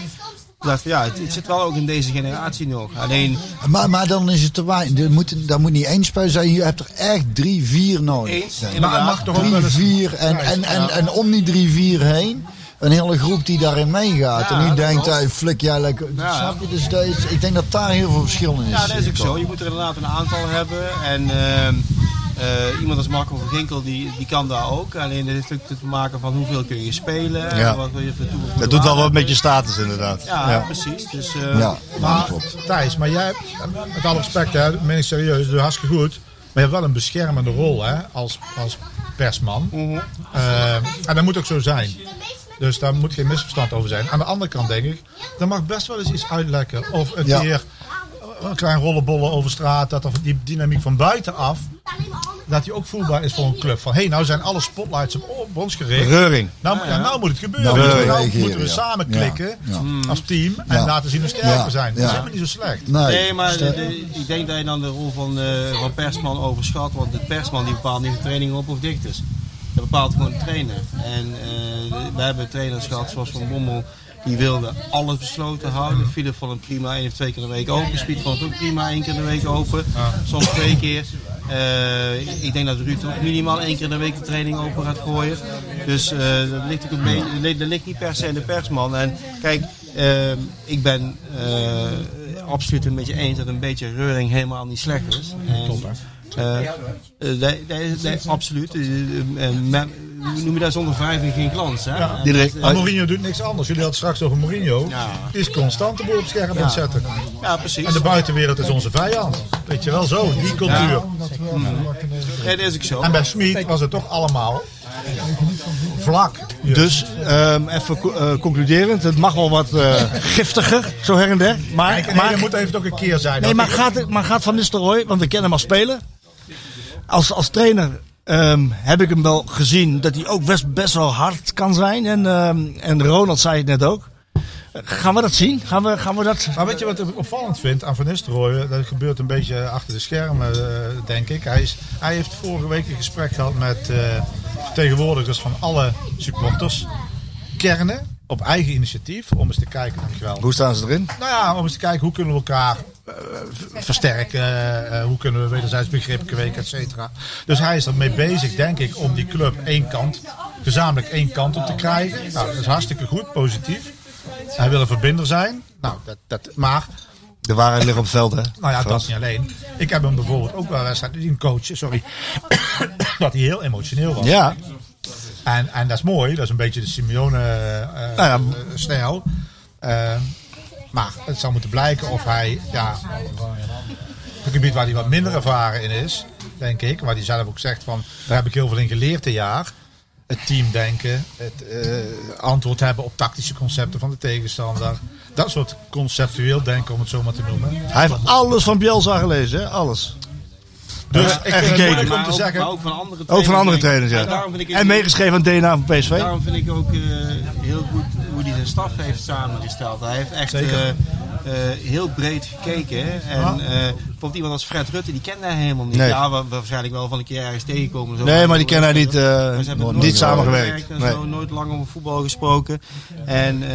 K: Ik dacht, ja, het, het zit wel ook in deze generatie nog. Alleen
B: Maar, maar dan is het te weinig. Er moet, daar moet niet één speler zijn. Je hebt er echt drie, vier nodig.
K: Eens,
B: Nee.
K: inderdaad.
B: Maar
K: Mag toch ook
B: drie,
K: wel eens-
B: vier en, en, en, en om die drie, vier heen. Een hele groep die daarin meegaat.
K: Ja,
B: en die
K: dat
B: denkt,
K: klopt.
B: hey, flik jij lekker.
K: Ja.
B: Snap je? Dus dat is- ik denk dat daar heel veel verschil in is.
K: Ja, dat is ook zo. Je moet er inderdaad een aantal hebben. En ehm, eh, iemand als Marco van Ginkel, die, die kan daar ook. Alleen dat heeft ook te maken van hoeveel kun je spelen. en
F: Ja.
K: Wat wil je voor toevoegen.
F: Dat doet wel wat met je status inderdaad.
K: Ja, precies. Dus, eh,
F: Ja,
K: maar,
M: Thijs, maar jij, hebt, met alle respect, hè, dat meen ik serieus, dat doe je hartstikke goed. Maar je hebt wel een beschermende rol hè, als, als persman.
B: Mhm.
M: Eh, en dat moet ook zo zijn. Dus daar moet geen misverstand over zijn. Aan de andere kant denk ik, er mag best wel eens iets uitlekken. Of een
B: Ja.
M: keer een klein rollenbollen over straat. Dat er die dynamiek van buitenaf, dat die ook voelbaar is voor een club. Van hé, hey, nou zijn alle spotlights op, op ons gericht.
F: Reuring.
M: Nou, ja, nou moet het gebeuren.
B: Nou
M: Nou,
B: moeten we
M: moeten
B: reageren,
M: we
B: ja.
M: samen
B: Ja.
M: klikken
B: Ja.
M: als team. En
B: Ja.
M: laten zien hoe sterk
B: Ja.
M: we zijn. Dat
B: Ja.
M: is helemaal niet zo slecht.
K: Nee, maar de- de- ik denk dat je dan de rol van, eh, van persman overschat. Want de persman die bepaalt niet de training op of dicht is. Dat bepaalt gewoon de trainer. En eh we hebben trainers gehad zoals Van Bommel. Die wilde alles besloten
M: Mm-hmm.
K: houden. Philip vond het prima één of twee keer in de week open. Speed vond het ook prima één keer in de week open. Soms twee keer. Eh, ik denk dat Ruud ook minimaal één keer in de week de training open gaat gooien. Dus eh, dat, ligt ook een beetje, dat ligt- dat ligt niet per se in de persman. En kijk, ehm, ik ben eh, absoluut een beetje eens dat een beetje reuring helemaal niet slecht is. En,
M: Klopt, hè?
K: eh, eh, nee, nee, nee, absoluut. Eh, eh, men- hoe noem je dat zonder wrijving geen glans? Hè? En dat, eh,
M: Maar Mourinho doet niks anders. Jullie hadden het straks over Mourinho.
K: Ja.
M: Die is constant de boel op het scherm aan het
K: Ja.
M: zetten.
K: Ja, precies.
M: En de buitenwereld is onze vijand. Weet je wel zo, die cultuur.
K: Ja. Ja, dat is ook zo.
M: En bij Smit was het toch allemaal vlak.
F: Dus ehm, even co- eh, concluderend, het mag wel wat eh, giftiger, zo her en der. Maar,
M: Kijk, nee,
F: maar,
M: dat moet even ook een keer zijn.
F: nee,
M: Dat
F: maar,
M: ik-
F: gaat, het- maar gaat Van Nistelrooy, want we kennen hem als speler. Als, als trainer ehm, heb ik hem wel gezien dat hij ook best, best wel hard kan zijn. En, ehm, en Ronald zei het net ook. Eh, Gaan we dat zien? Gaan we, gaan we dat...
M: Maar weet je wat ik opvallend vind aan Van Nistelrooy? Dat gebeurt een beetje achter de schermen, eh, denk ik. Hij, is, hij heeft vorige week een gesprek gehad met eh, vertegenwoordigers van alle supporterskernen. Op eigen initiatief, om eens te kijken. Dankjewel.
F: Hoe staan ze erin?
M: Nou ja, om eens te kijken hoe kunnen we elkaar eh, v- versterken. eh, hoe kunnen we wederzijds begrip kweken, et cetera. Dus hij is ermee bezig, denk ik, om die club één kant, gezamenlijk één kant op te krijgen. Nou, dat is hartstikke goed, positief. Hij wil een verbinder zijn. Nou, dat, dat, maar
F: De waarheid ligt op het veld, hè?
M: nou ja, dat
F: Frans?
M: niet alleen. Ik heb hem bijvoorbeeld ook wel wedstrijd een coach, sorry, [COUGHS] dat hij heel emotioneel was.
F: Ja.
M: En, en dat is mooi, dat is een beetje de eh, Simeone-stijl.
F: Nou ja.
M: Ehm, maar het zou moeten blijken of hij, ja, op een gebied waar hij wat minder ervaren in is, denk ik, waar hij zelf ook zegt van, daar heb ik heel veel in geleerd dit jaar. Het team denken, het eh, antwoord hebben op tactische concepten van de tegenstander. Dat soort conceptueel denken, om het zo maar te noemen.
F: Hij heeft alles van Bielsa gelezen, hè? Alles.
M: Dus
F: Ja,
M: ik
F: en
M: vind het
F: gekeken.
M: moeilijk om
K: Maar
M: te
K: ook-
M: zeggen.
K: maar ook van andere
F: Ook van andere
K: trainers,
F: trainers,
K: denk ik. En
F: ja.
K: daarom vind ik het
F: En meegeschreven aan DNA van PSV.
K: Daarom vind ik ook eh, heel goed hoe hij zijn staf heeft samengesteld. Hij heeft echt
F: Zeker. Ah.
K: eh, eh, heel breed gekeken. En eh, bijvoorbeeld iemand als Fred Rutte, die kende hij helemaal niet.
F: Nee.
K: Ja, wa- waarschijnlijk wel van een keer ergens tegenkomen. en Zo.
F: Nee, maar die kennen hij niet, eh,
K: Maar ze hebben
F: nooit-
K: nooit
F: niet samengewerkt.
K: gewerkt en
F: Nee.
K: zo, nooit lang over voetbal gesproken. En eh,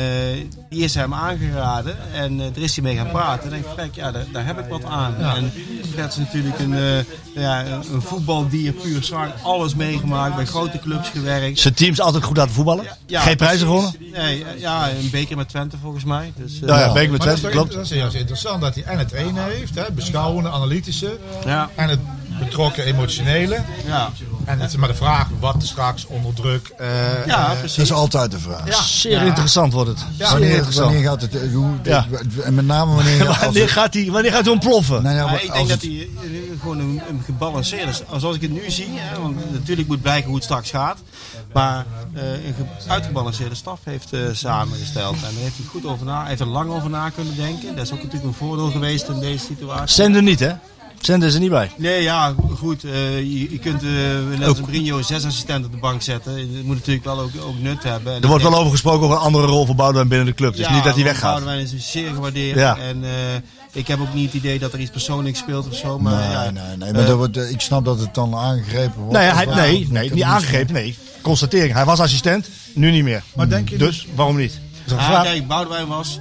K: die is hem aangeraden. En eh er is hij mee gaan praten. En ik denk, Fred, ja, daar, daar heb ik wat aan. En Fred is natuurlijk een, eh ja, een voetbaldier puur zang. Alles meegemaakt, bij grote clubs gewerkt.
F: Zijn team is altijd goed aan het voetballen. Geen prijzen
K: precies.
F: gewonnen.
K: Nee, eh, ja, een beker met Twente volgens mij. Dus, eh,
F: Nou ja, beker
M: Maar
F: met
M: dat is
F: Twente,
M: toch-
F: klopt.
M: Dat is juist interessant dat hij en het ene heeft, hè, beschouwende, analytische.
K: Ja.
M: En het betrokken emotionele.
K: Ja.
M: En het is maar de vraag wat straks onder druk. eh,
K: Ja,
M: eh,
K: precies.
B: Dat is altijd de vraag.
M: Ja.
F: Zeer interessant wordt het.
M: Ja.
F: Zeer
B: Wanneer,
F: interessant.
B: wanneer gaat het... eh, Hoe,
F: Ja.
B: En met name
F: [LAUGHS]
B: wanneer... als
F: Wanneer
B: het-
F: gaat hij wanneer gaat hij ontploffen?
B: Nou ja,
K: Maar
B: maar
K: ik
B: als
K: denk dat
B: het-
K: hij eh, gewoon een, een gebalanceerd is. Zoals ik het nu zie, hè, want natuurlijk moet blijken hoe het straks gaat. Maar eh, een ge- uitgebalanceerde staf heeft eh, samengesteld. En daar heeft hij goed over na. Hij heeft er lang over na kunnen denken. Dat is ook natuurlijk een voordeel geweest in deze situatie.
F: Zender niet, hè? Zender is er niet bij.
K: Nee, ja, goed. eh, je, je kunt eh net
F: Ook-
K: als Mourinho zes assistenten op de bank zetten. Je moet natuurlijk wel ook, ook nut hebben. En
F: Er
K: ik
F: wordt
K: denk-
F: wel over gesproken over een andere rol voor Boudewijn binnen de club. Dus niet dat hij
K: want
F: weggaat.
K: Boudewijn is zeer gewaardeerd.
F: Ja.
K: En eh, ik heb ook niet het idee dat er iets persoonlijks speelt of zo. Maar, ja,
B: Nee, nee, nee. Maar
K: eh,
B: dat wordt, eh, ik snap dat het dan aangegrepen wordt.
F: Nee,
B: Of
F: hij,
B: waar,
F: nee,
B: want ik
F: nee
B: heb
F: niet
B: niet-
F: aangegrepen, nee. Constatering. Hij was assistent, nu niet meer.
M: Maar denk je
F: Dus waarom niet? Dat is een
K: Ah,
F: vraag.
K: kijk, Boudewijn was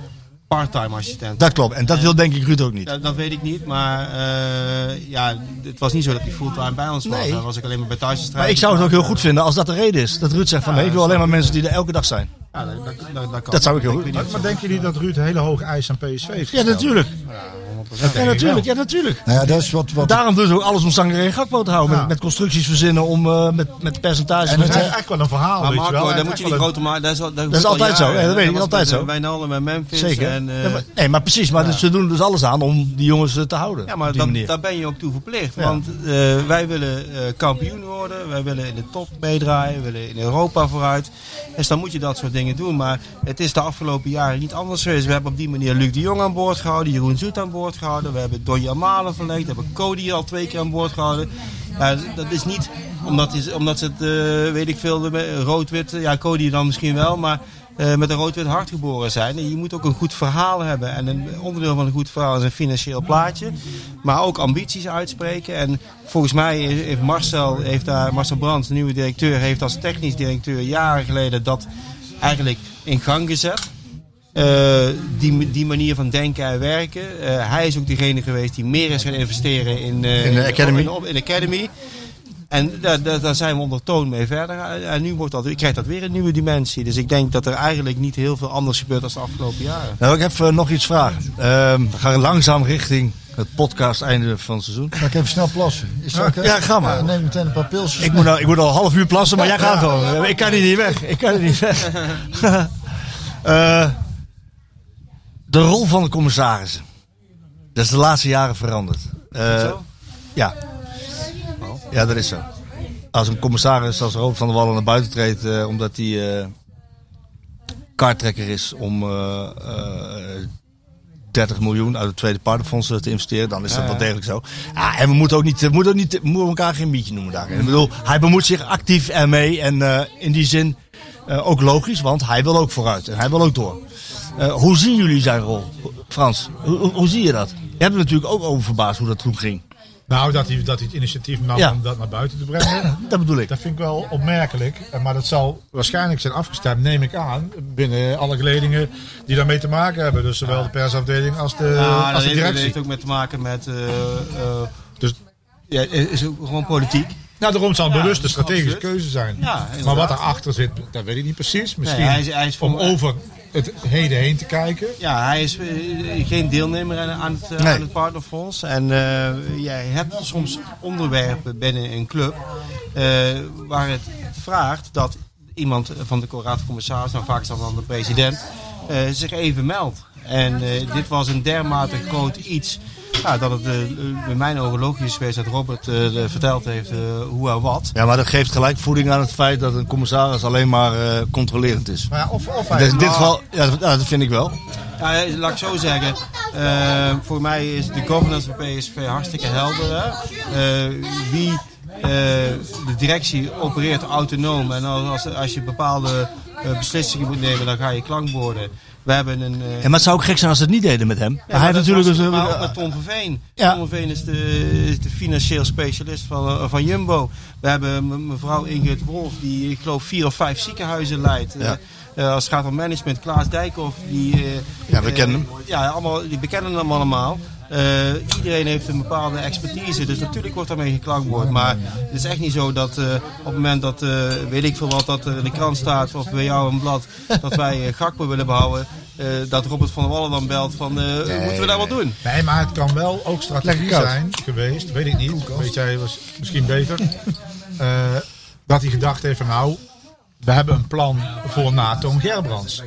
K: part-time assistent.
F: Dat klopt. En dat wil denk ik Ruud ook niet.
K: Dat, dat weet ik niet, maar eh, ja, het was niet zo dat hij fulltime bij ons was.
F: Nee.
K: Hij was ik alleen maar bij thuisstrijd.
F: Maar ik zou het ook heel goed vinden als dat de reden is. Dat Ruud zegt van
K: Ja,
F: nee, ik wil
K: dat
F: alleen
K: is-
F: maar mensen die er elke dag zijn.
K: Ja, dat, dat, dat, dat kan.
F: Dat zou ik heel goed
K: weet
M: Maar,
K: niet
M: maar
K: of-
M: denken jullie dat Ruud hele hoge eis aan PSV heeft
F: Ja,
M: gesteld?
F: natuurlijk. Ja, natuurlijk. Ja, natuurlijk.
B: Nou ja, dat is wat, wat
F: Daarom doen ze ook alles om Sangre en Gakpo te houden. Met, met constructies verzinnen om eh, met, met percentages.
M: En
F: met,
M: dat is eigenlijk wel een verhaal,
K: Maar
M: weet je wel.
K: Marco,
M: Hij
K: daar
M: heeft
K: moet je
M: echt
K: niet
M: wel een-
K: groter maken. Dat is, al-
F: Dat is
K: al
F: altijd zo,
K: jaren.
F: ja, dat weet ik,
K: was
F: altijd
K: met,
F: zo.
K: eh, Wijnaldum en Memphis.
F: Zeker.
K: En, eh,
F: Ja, maar- nee, maar precies. Maar
K: ja.
F: ze doen dus alles aan om die jongens eh, te houden.
K: Ja, maar
F: op die
K: dat,
F: manier.
K: daar ben je ook toe verplicht.
F: Ja.
K: Want eh, wij willen eh, kampioen worden, wij willen in de top meedraaien, we willen in Europa vooruit. Dus dan moet je dat soort dingen doen. Maar het is de afgelopen jaren niet anders geweest. We hebben op die manier Luc de Jong aan boord gehouden, Jeroen Zoet aan boord gehouden. We hebben Donja Malen verlengd, we hebben Cody al twee keer aan boord gehouden. Ja, dat is niet omdat, is, omdat ze het, eh, weet ik veel, de- eh, rood-wit, ja Cody dan misschien wel, maar... eh, met een rood-wit hart geboren zijn. En Je moet ook een goed verhaal hebben. En een onderdeel van een goed verhaal is een financieel plaatje. Maar ook ambities uitspreken. En volgens mij heeft Marcel, heeft daar, Marcel Brands, de nieuwe directeur, heeft als technisch directeur jaren geleden dat eigenlijk in gang gezet. Eh, die, die manier van denken en werken. Eh, hij is ook degene geweest die meer is gaan investeren in, eh,
F: In de academy.
K: In, op- in de academy. En daar, daar, daar zijn we onder toon mee verder. Eh, En nu wordt dat, krijgt dat weer een nieuwe dimensie. Dus ik denk dat er eigenlijk niet heel veel anders gebeurt dan de afgelopen jaren.
F: Nou, ik heb eh, nog iets vragen. Ehm, we gaan langzaam richting het podcast einde van het seizoen.
B: Ga ik even snel plassen. Is dat oké?
F: Ja, ga maar.
B: Ja, neem meteen een paar pilsjes.
F: Ik
B: mee.
F: moet, nou, ik moet al een half uur plassen, maar jij gaat
B: Ja.
F: gewoon. Ik kan hier niet weg. Ik kan hier niet weg.
B: [LAUGHS]
F: [LAUGHS] Eh, de rol van de commissarissen. Dat is de laatste jaren veranderd. Eh, Ja. Ja, dat is zo. Als een commissaris als Rob van der Wallen naar buiten treedt, eh, omdat hij eh, kaarttrekker is om eh, eh, 30 miljoen uit het tweede partnerfonds eh, te investeren, dan is dat
K: Ja,
F: wel
K: ja.
F: degelijk zo. Ja, en we moeten ook niet, we moeten ook niet, we moeten elkaar geen mietje noemen daarin. Ik bedoel, hij bemoeit zich actief ermee en eh, in die zin eh, ook logisch, want hij wil ook vooruit en hij wil ook door. Eh, hoe zien jullie zijn rol, Frans? Hoe, hoe, hoe zie je dat? Je hebt er natuurlijk ook over verbaasd hoe dat toen ging.
M: Nou, dat hij, dat hij het initiatief nam
F: Ja.
M: om dat naar buiten te
K: [CLEARS THROAT]
M: brengen.
F: Dat bedoel ik.
M: Dat vind ik wel opmerkelijk. Eh, Maar dat zal waarschijnlijk zijn afgestemd, neem ik aan, binnen alle geledingen die daarmee te maken hebben. Dus zowel de persafdeling als de,
K: Ja,
M: als
K: Nou, dat
M: de
K: heeft, dat
M: directie.
K: heeft ook met te maken met. eh, eh,
M: Dus-
K: ja, is ook gewoon politiek.
M: Nou, daarom zal een
K: Ja,
M: bewuste strategische
K: absoluut.
M: keuze zijn.
K: Ja,
M: maar wat
K: inderdaad.
M: daarachter zit, dat weet ik niet precies. Misschien
K: hij is- hij is voor-
M: om over het heden heen te kijken.
K: Ja, hij is eh, geen deelnemer aan, aan het, eh,
F: Nee.
K: aan het partnerfonds. En eh, jij hebt soms onderwerpen binnen een club eh, waar het vraagt dat iemand van de raad van commissaris, nou vaak is dat dan de president, eh, zich even meldt. En eh, dit was een dermate groot iets. ja, dat het eh, eh, bij mijn ogen logisch is geweest dat Robert eh, verteld heeft eh, hoe en wat.
F: Ja, maar dat geeft gelijk voeding aan het feit dat een commissaris alleen maar eh, controlerend is.
M: Maar ja, of, of
F: Dat
M: hij...
F: is in dit geval, ja, dat, ja, dat vind ik wel.
K: Ja, eh, laat ik zo zeggen. eh, voor mij is de governance van PSV hartstikke helder. Hè? Eh, wie eh, de directie opereert autonoom. En als, als- als je bepaalde eh, beslissingen moet nemen, dan ga je klankborden. We hebben een. eh,
F: Ja, maar het zou ook gek zijn als ze het niet deden met hem.
K: ja,
F: maar hij
K: maar
F: heeft
K: dat
F: natuurlijk
K: was-
F: dus, eh,
K: maar ook met Tom Verveen.
F: Ja.
K: Tom Verveen is de, is de financieel specialist van, eh, van Jumbo. We hebben me- mevrouw Ingrid Wolf, die ik geloof vier of vijf ziekenhuizen leidt. Eh, eh, als het gaat om management, Klaas Dijkhoff. Die, eh,
F: Ja, we
K: eh,
F: kennen hem.
K: Ja, allemaal, die, we kennen hem allemaal. Eh, iedereen heeft een bepaalde expertise, dus natuurlijk wordt daarmee geklankbord. Maar het is echt niet zo dat eh, op het moment dat, eh, weet ik veel wat, dat er in de krant staat of bij jou een blad, dat wij eh, Gakpo willen behouden, eh, dat Robert van der Wallen dan belt van, eh, moeten we daar wat doen?
M: Nee, maar het kan wel ook strategie
F: Lekker koud.
M: zijn geweest. Weet ik niet. Weet jij was misschien beter. Eh, dat hij gedacht heeft van nou, we hebben een plan voor na Toon Gerbrands.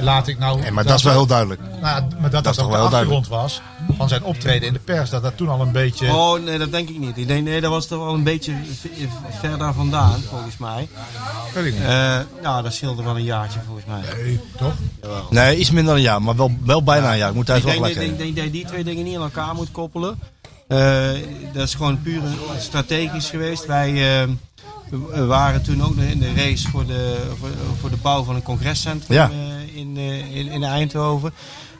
M: Laat ik nou...
F: Nee, maar dat is wel heel duidelijk.
M: Nou ja, maar dat dat,
F: is toch
M: ook de
F: wel heel
M: achtergrond was van zijn optreden in de pers. Dat dat toen al een beetje...
K: Oh, nee, dat denk ik niet. Ik denk, nee, dat was toch wel een beetje v- v- ver daar vandaan, volgens mij.
M: Weet ik niet.
K: Eh nou, dat scheelde wel een jaartje, volgens mij.
M: Nee, toch?
F: Nee, iets minder dan een jaar, maar wel, wel bijna een jaar. nou Ik moet thuis
K: Ik
F: wel
K: denk, ik
F: gelijk
K: denk,
F: hebben.
K: denk dat je die twee dingen niet aan elkaar moet koppelen. Eh, dat is gewoon puur strategisch geweest. Wij eh, we waren toen ook nog in de race voor de, voor, voor de bouw van een congrescentrum
F: Ja.
K: eh, in, eh, in, in Eindhoven.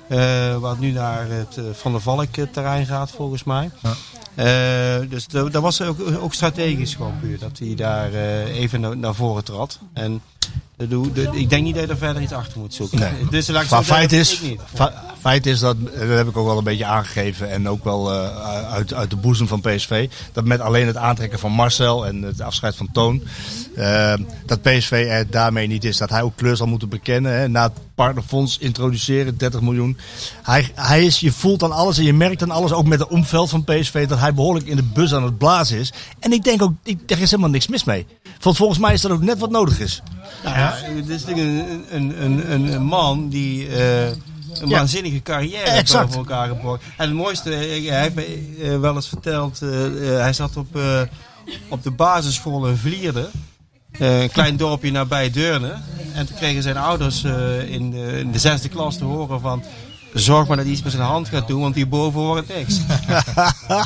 K: Eh, wat nu naar het eh, Van der Valk eh, terrein gaat, volgens mij. Eh, dus da- dat was ook, ook strategisch gewoon puur. Dat hij daar eh, even na- naar voren trad. En Dat doe- dat- ik denk niet dat je er verder iets achter moet zoeken.
F: Nee.
K: [LAUGHS] Dus laat ik
F: maar
K: zo zeggen,
F: feit
K: dat
F: is,
K: ik niet.
F: fe- feit is dat, eh, dat heb ik ook wel een beetje aangegeven en ook wel eh, uit, uit de boezem van PSV, dat met alleen het aantrekken van Marcel en het afscheid van Toon, eh, dat PSV er daarmee niet is. Dat hij ook kleur zal moeten bekennen, hè, na het partnerfonds introduceren, 30 miljoen. Hij, hij is, je voelt aan alles en je merkt aan alles, ook met het omveld van PSV, dat hij behoorlijk in de bus aan het blazen is. En ik denk ook, ik, er is helemaal niks mis mee. Want volgens mij is dat ook net wat nodig is.
K: Nou ja, dit is natuurlijk een, een, een, een, een man die eh, een
F: Ja.
K: waanzinnige carrière heeft
F: Exact.
K: voor elkaar gebracht. En het mooiste, eh, hij heeft mij eh, wel eens verteld, eh, eh, hij zat op, eh, op de basisschool in Vlierde. eh, een klein dorpje nabij Deurne. En toen kregen zijn ouders eh, in, de, in de zesde klas te horen van... Zorg maar dat hij iets met zijn hand gaat doen, want hierboven hoort niks. eh,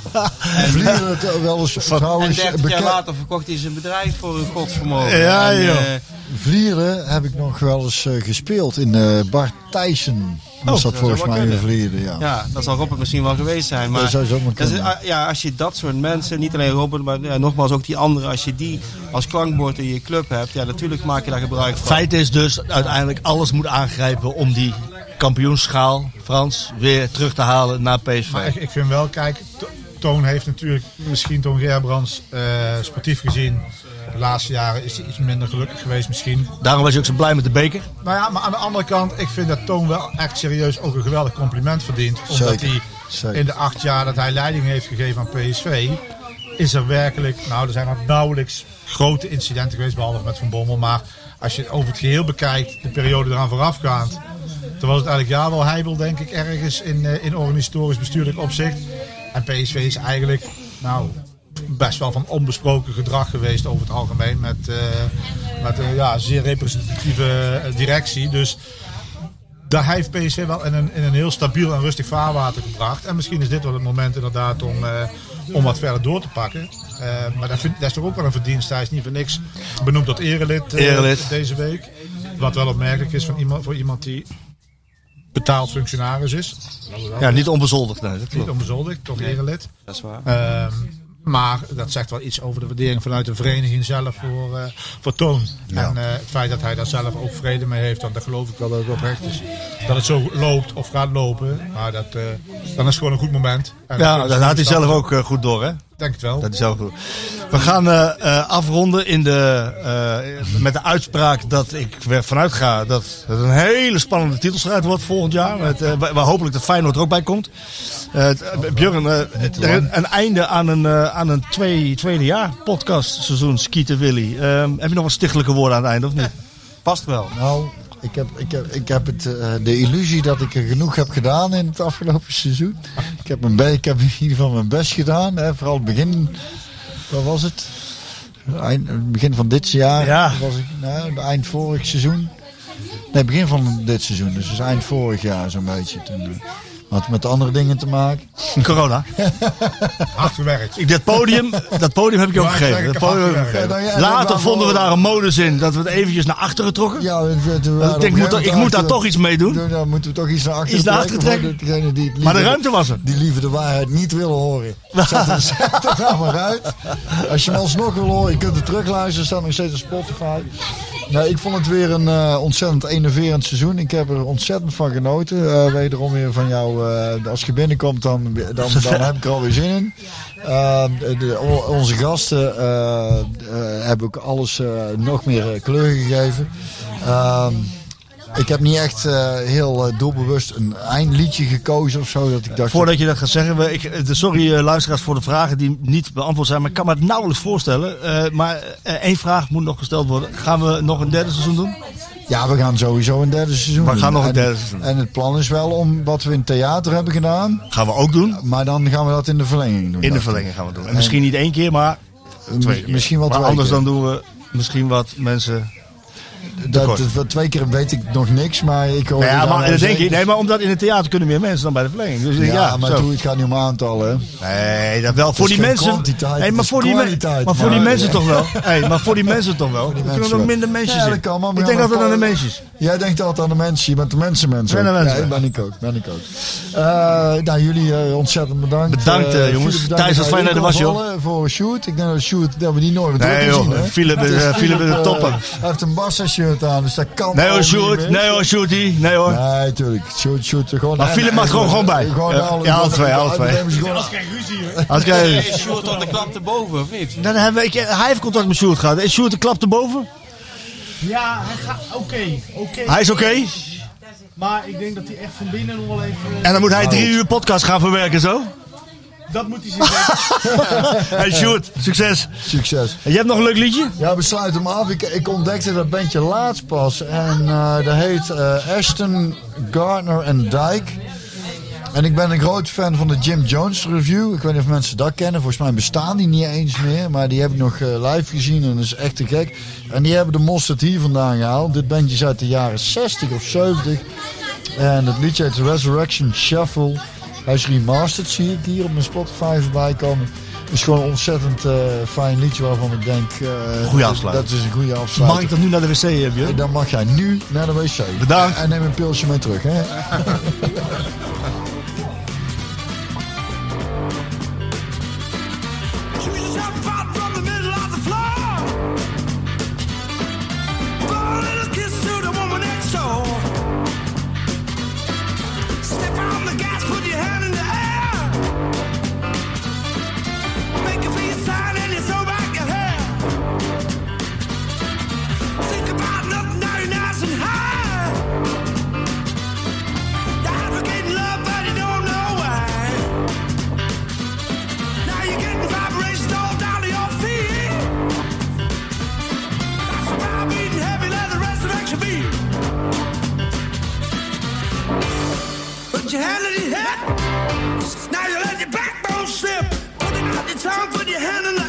B: Vlieren het wel eens
K: en
B: trouwens
K: 30 jaar
B: bekend-
K: later verkocht hij zijn bedrijf voor een godsvermogen.
B: Ja,
K: En,
B: joh.
K: eh,
B: Vlieren heb ik nog wel eens eh, gespeeld in eh Bart Thijssen. Was
F: Oh.
B: dat
K: zou
B: volgens
K: wel
B: mij in
K: kunnen.
B: Vlieren, ja.
K: dat zal Robert misschien wel geweest zijn. Maar
B: Dat zou zomaar
K: dat is-
B: kunnen.
K: ah, ja, als je dat soort mensen, niet alleen Robert, maar ja, nogmaals ook die anderen, als je die als klankbord in je club hebt, ja, natuurlijk maak je daar gebruik van.
F: Feit is dus uiteindelijk alles moet aangrijpen om die kampioensschaal, Frans, weer terug te halen naar
M: Maar
F: PSV.
M: ik, ik vind wel, kijk, To- Toon heeft natuurlijk misschien Toon Gerbrands eh, sportief gezien. De laatste jaren is hij iets minder gelukkig geweest misschien.
F: Daarom was je ook zo blij met de beker.
M: Nou ja, maar aan de andere kant, ik vind dat Toon wel echt serieus ook een geweldig compliment verdient. Omdat
B: Zeker,
M: hij
B: zeker.
M: in de acht jaar dat hij leiding heeft gegeven aan PSV, is er werkelijk, nou er zijn er nauwelijks grote incidenten geweest, behalve met Van Bommel. Maar als je het over het geheel bekijkt, de periode eraan voorafgaand, dan was het elk jaar wel heibel denk ik ergens in, eh, in organisatorisch bestuurlijk opzicht. En PSV is eigenlijk, nou... Best wel van onbesproken gedrag geweest over het algemeen. Met, eh, met eh, ja, zeer representatieve eh, directie. Dus daar heeft PSV wel in een, in een heel stabiel en rustig vaarwater gebracht. En misschien is dit wel het moment inderdaad om, eh, om wat verder door te pakken. Eh, maar dat, vind, dat is toch ook wel een verdienst. Hij is niet voor niks benoemd tot erelid, eh,
F: Erelid.
M: deze week. Wat wel opmerkelijk is van iemand, voor iemand die betaald functionaris is.
F: Ja, niet onbezoldigd, nee, dat klopt.
M: Niet onbezoldigd, toch erelid.
K: Dat is waar.
M: Ehm, maar dat zegt wel iets over de waardering vanuit de vereniging zelf voor, eh, voor Toon. En eh, het feit dat hij daar zelf ook vrede mee heeft, want dat geloof ik wel dat het oprecht is. Dat het zo loopt of gaat lopen, maar dat, eh, dan is het gewoon een goed moment. En dan
F: Ja,
M: kunnen ze
F: dat had hij
M: stappen-
F: zelf ook eh, goed door, hè?
M: Denk het wel.
F: Dat is zelf goed. We gaan eh, eh, afronden in de, eh, met de uitspraak dat ik er vanuit ga dat het een hele spannende titelstrijd wordt volgend jaar. Met, eh, waar waar hopelijk dat Feyenoord er ook bij komt. Eh, het- eh, Björn, eh, er-
B: lang.
F: een einde aan een, eh, aan een twee, tweede jaar podcastseizoen, Skieten Willy. Ehm, heb je nog wat stichtelijke woorden aan het einde of niet?
K: Past wel.
B: Nou, ik heb, ik heb, ik heb het, eh, de illusie dat ik er genoeg heb gedaan in het afgelopen seizoen. Ik heb, mijn, be- ik heb in ieder geval mijn best gedaan. Hè. Vooral het begin, wat was het? Eind, het begin van dit jaar.
F: Ja.
B: Was ik, nou, eind vorig seizoen. Nee, begin van dit seizoen. Dus, dus eind vorig jaar zo'n beetje. Toen, eh, had met andere dingen te maken.
F: Corona.
M: Hard gewerkt.
F: Ik, dat, podium, dat podium heb ik je ook
M: Ja, ik zeg,
F: gegeven.
M: ik
F: Dat
M: heb
F: podium heb ik
M: afgewerkt.
F: gegeven.
B: Ja, nou ja,
F: Later
B: dan-
F: vonden we daar een modus in dat we het eventjes naar achteren trokken.
B: Ja, we- we- we- we-
F: ik moet daar- ik moet daar toch iets mee doen.
B: Daar moeten we toch iets naar achteren
F: Iets naar
B: trekken
F: achteren
B: voor degene die het
F: Maar de
B: liever-
F: ruimte was er.
B: Die liever de waarheid niet willen horen. Zet hem, zet hem nou maar uit. Als je hem alsnog wil horen, je kunt het terugluisteren. staat nog steeds op Spotify. Nou, ik vond het weer een eh, ontzettend enerverend seizoen. Ik heb er ontzettend van genoten. Eh, wederom weer van jou. eh, als je binnenkomt, dan, dan, dan heb ik er alweer zin in. Eh, de- o- onze gasten eh, eh, hebben ook alles eh, nog meer eh, kleur gegeven. Ehm, ik heb niet echt eh, heel eh, doelbewust een eindliedje gekozen of zo. Dat ik dacht,
F: [LAUGHS] Voordat je dat gaat zeggen, we- ik, eh, de- sorry eh, luisteraars voor de vragen die niet beantwoord zijn, maar ik kan me het nauwelijks voorstellen. Eh, maar eh, één vraag moet nog gesteld worden. Gaan we nog een derde seizoen doen?
B: ja, we gaan sowieso een derde seizoen
F: We
B: doen.
F: gaan nog een
B: En-
F: derde seizoen.
B: En het plan is wel om wat we in het theater hebben gedaan.
F: Gaan we ook doen.
B: Maar dan gaan we dat in de verlenging doen.
F: In de
B: dacht
F: verlenging
B: ik.
F: gaan we doen. En
B: En-
F: misschien niet één keer, maar twee
B: Mi-
F: keer.
B: Misschien wel
F: maar
B: twee
F: anders
B: keer.
F: dan doen we misschien wat mensen...
B: Dat,
F: tekort.
B: dat- twee keer weet ik nog niks, maar ik hoor...
F: Nou ja,
B: daar
F: maar
B: wel
F: dat denk
B: zeker-
F: ik. Nee, maar omdat in het theater kunnen meer mensen dan bij de verlenging. Dus ik
B: Ja,
F: denk, ja,
B: maar
F: zo.
B: doe, het gaat niet om aantallen. hè.
F: Nee, dat wel. Voor
B: is
F: die
B: geen
F: mensen.
B: kwantiteit,
F: Nee,
B: het
F: maar
B: is
F: voor die, men-
B: kwaliteit.
F: maar voor die
B: Ja,
F: mensen
B: ja.
F: toch
B: [LAUGHS]
F: wel. Hey, maar voor die mensen toch wel. Er kunnen
B: mensen
F: ook
B: wel.
F: minder mensen
B: Ja,
F: zijn.
B: dat kan, maar we gaan
F: ik denk altijd
B: maar-
F: aan de mensjes.
B: Jij denkt altijd aan de mensen, je bent de mensenmens.
F: Ik ben
B: ook.
F: een mens,
B: Ja,
F: ja.
B: ik ben ik ook. Ben ik ook. Eh, nou, jullie eh, ontzettend bedankt.
F: Bedankt, eh,
B: Eh,
F: jongens.
B: Philip,
F: Thijs, wat fijn dat je er was, joh.
B: invallen Voor Shoot. Ik denk dat Shoot, dat we die nooit meer
F: Nee,
B: terug gaan
F: joh.
B: zien, hè?
F: Philip
B: Het
F: is- Philip is een
B: eh,
F: topper.
B: Hij heeft een Barca shirt het aan, dus dat kan
F: Nee hoor,
B: allemaal niet
F: Sjoerd.
B: meer.
F: Nee
B: [LAUGHS]
F: hoor, Sjoerdie. Nee hoor.
B: Nee, tuurlijk. Sjoerd, Sjoerd, gewoon...
F: Maar Philip mag er gewoon- gewoon bij.
B: Gewoon
F: Ja,
B: alle-
F: ja, alle twee, alle
B: alle
F: twee.
B: nemen ze gewoon-
F: Als ik-
K: Hey, Is Sjoerd aan de klap erboven, of niet?
F: Dan hebben we, ik, hij heeft contact met Sjoerd gehad. Is Sjoerd de klap erboven?
N: Ja, hij gaat. Oké, oké.
F: Hij is oké.
N: Maar ik denk dat hij echt van binnen nog wel even. Oh.
F: En dan moet hij
B: Nou.
F: drie uur podcast gaan verwerken zo. [LAUGHS]
N: Dat moet hij zich
F: hey Sjoerd, succes.
B: Succes.
F: Je hebt nog een leuk liedje?
B: Ja, we sluiten hem af. Ik, ik ontdekte dat bandje laatst pas. En eh, dat heet eh, Ashton, Gardner en Dyke. En ik ben een groot fan van de Jim Jones review. Ik weet niet of mensen dat kennen. Volgens mij bestaan die niet eens meer. Maar die heb ik nog eh, live gezien en dat is echt te gek. En die hebben de mosterd hier vandaan gehaald. Dit bandje is uit de jaren 60 of 70. En het liedje heet Resurrection Shuffle. Hij is remastered, zie ik hier op mijn Spotify voorbij komen. Het is gewoon een ontzettend eh, fijn liedje waarvan ik denk... eh,
F: Goeie afsluiting.
B: Dat is een goede afsluiting.
F: Mag ik dan nu naar de wc, eh, Björn?
B: Dan mag jij nu naar de wc.
F: Bedankt.
B: En neem een pilsje mee terug, hè.
F: [LAUGHS]
N: Put your hand in your hip. Now you let your backbone slip. Put it out your tongue, put your hand in the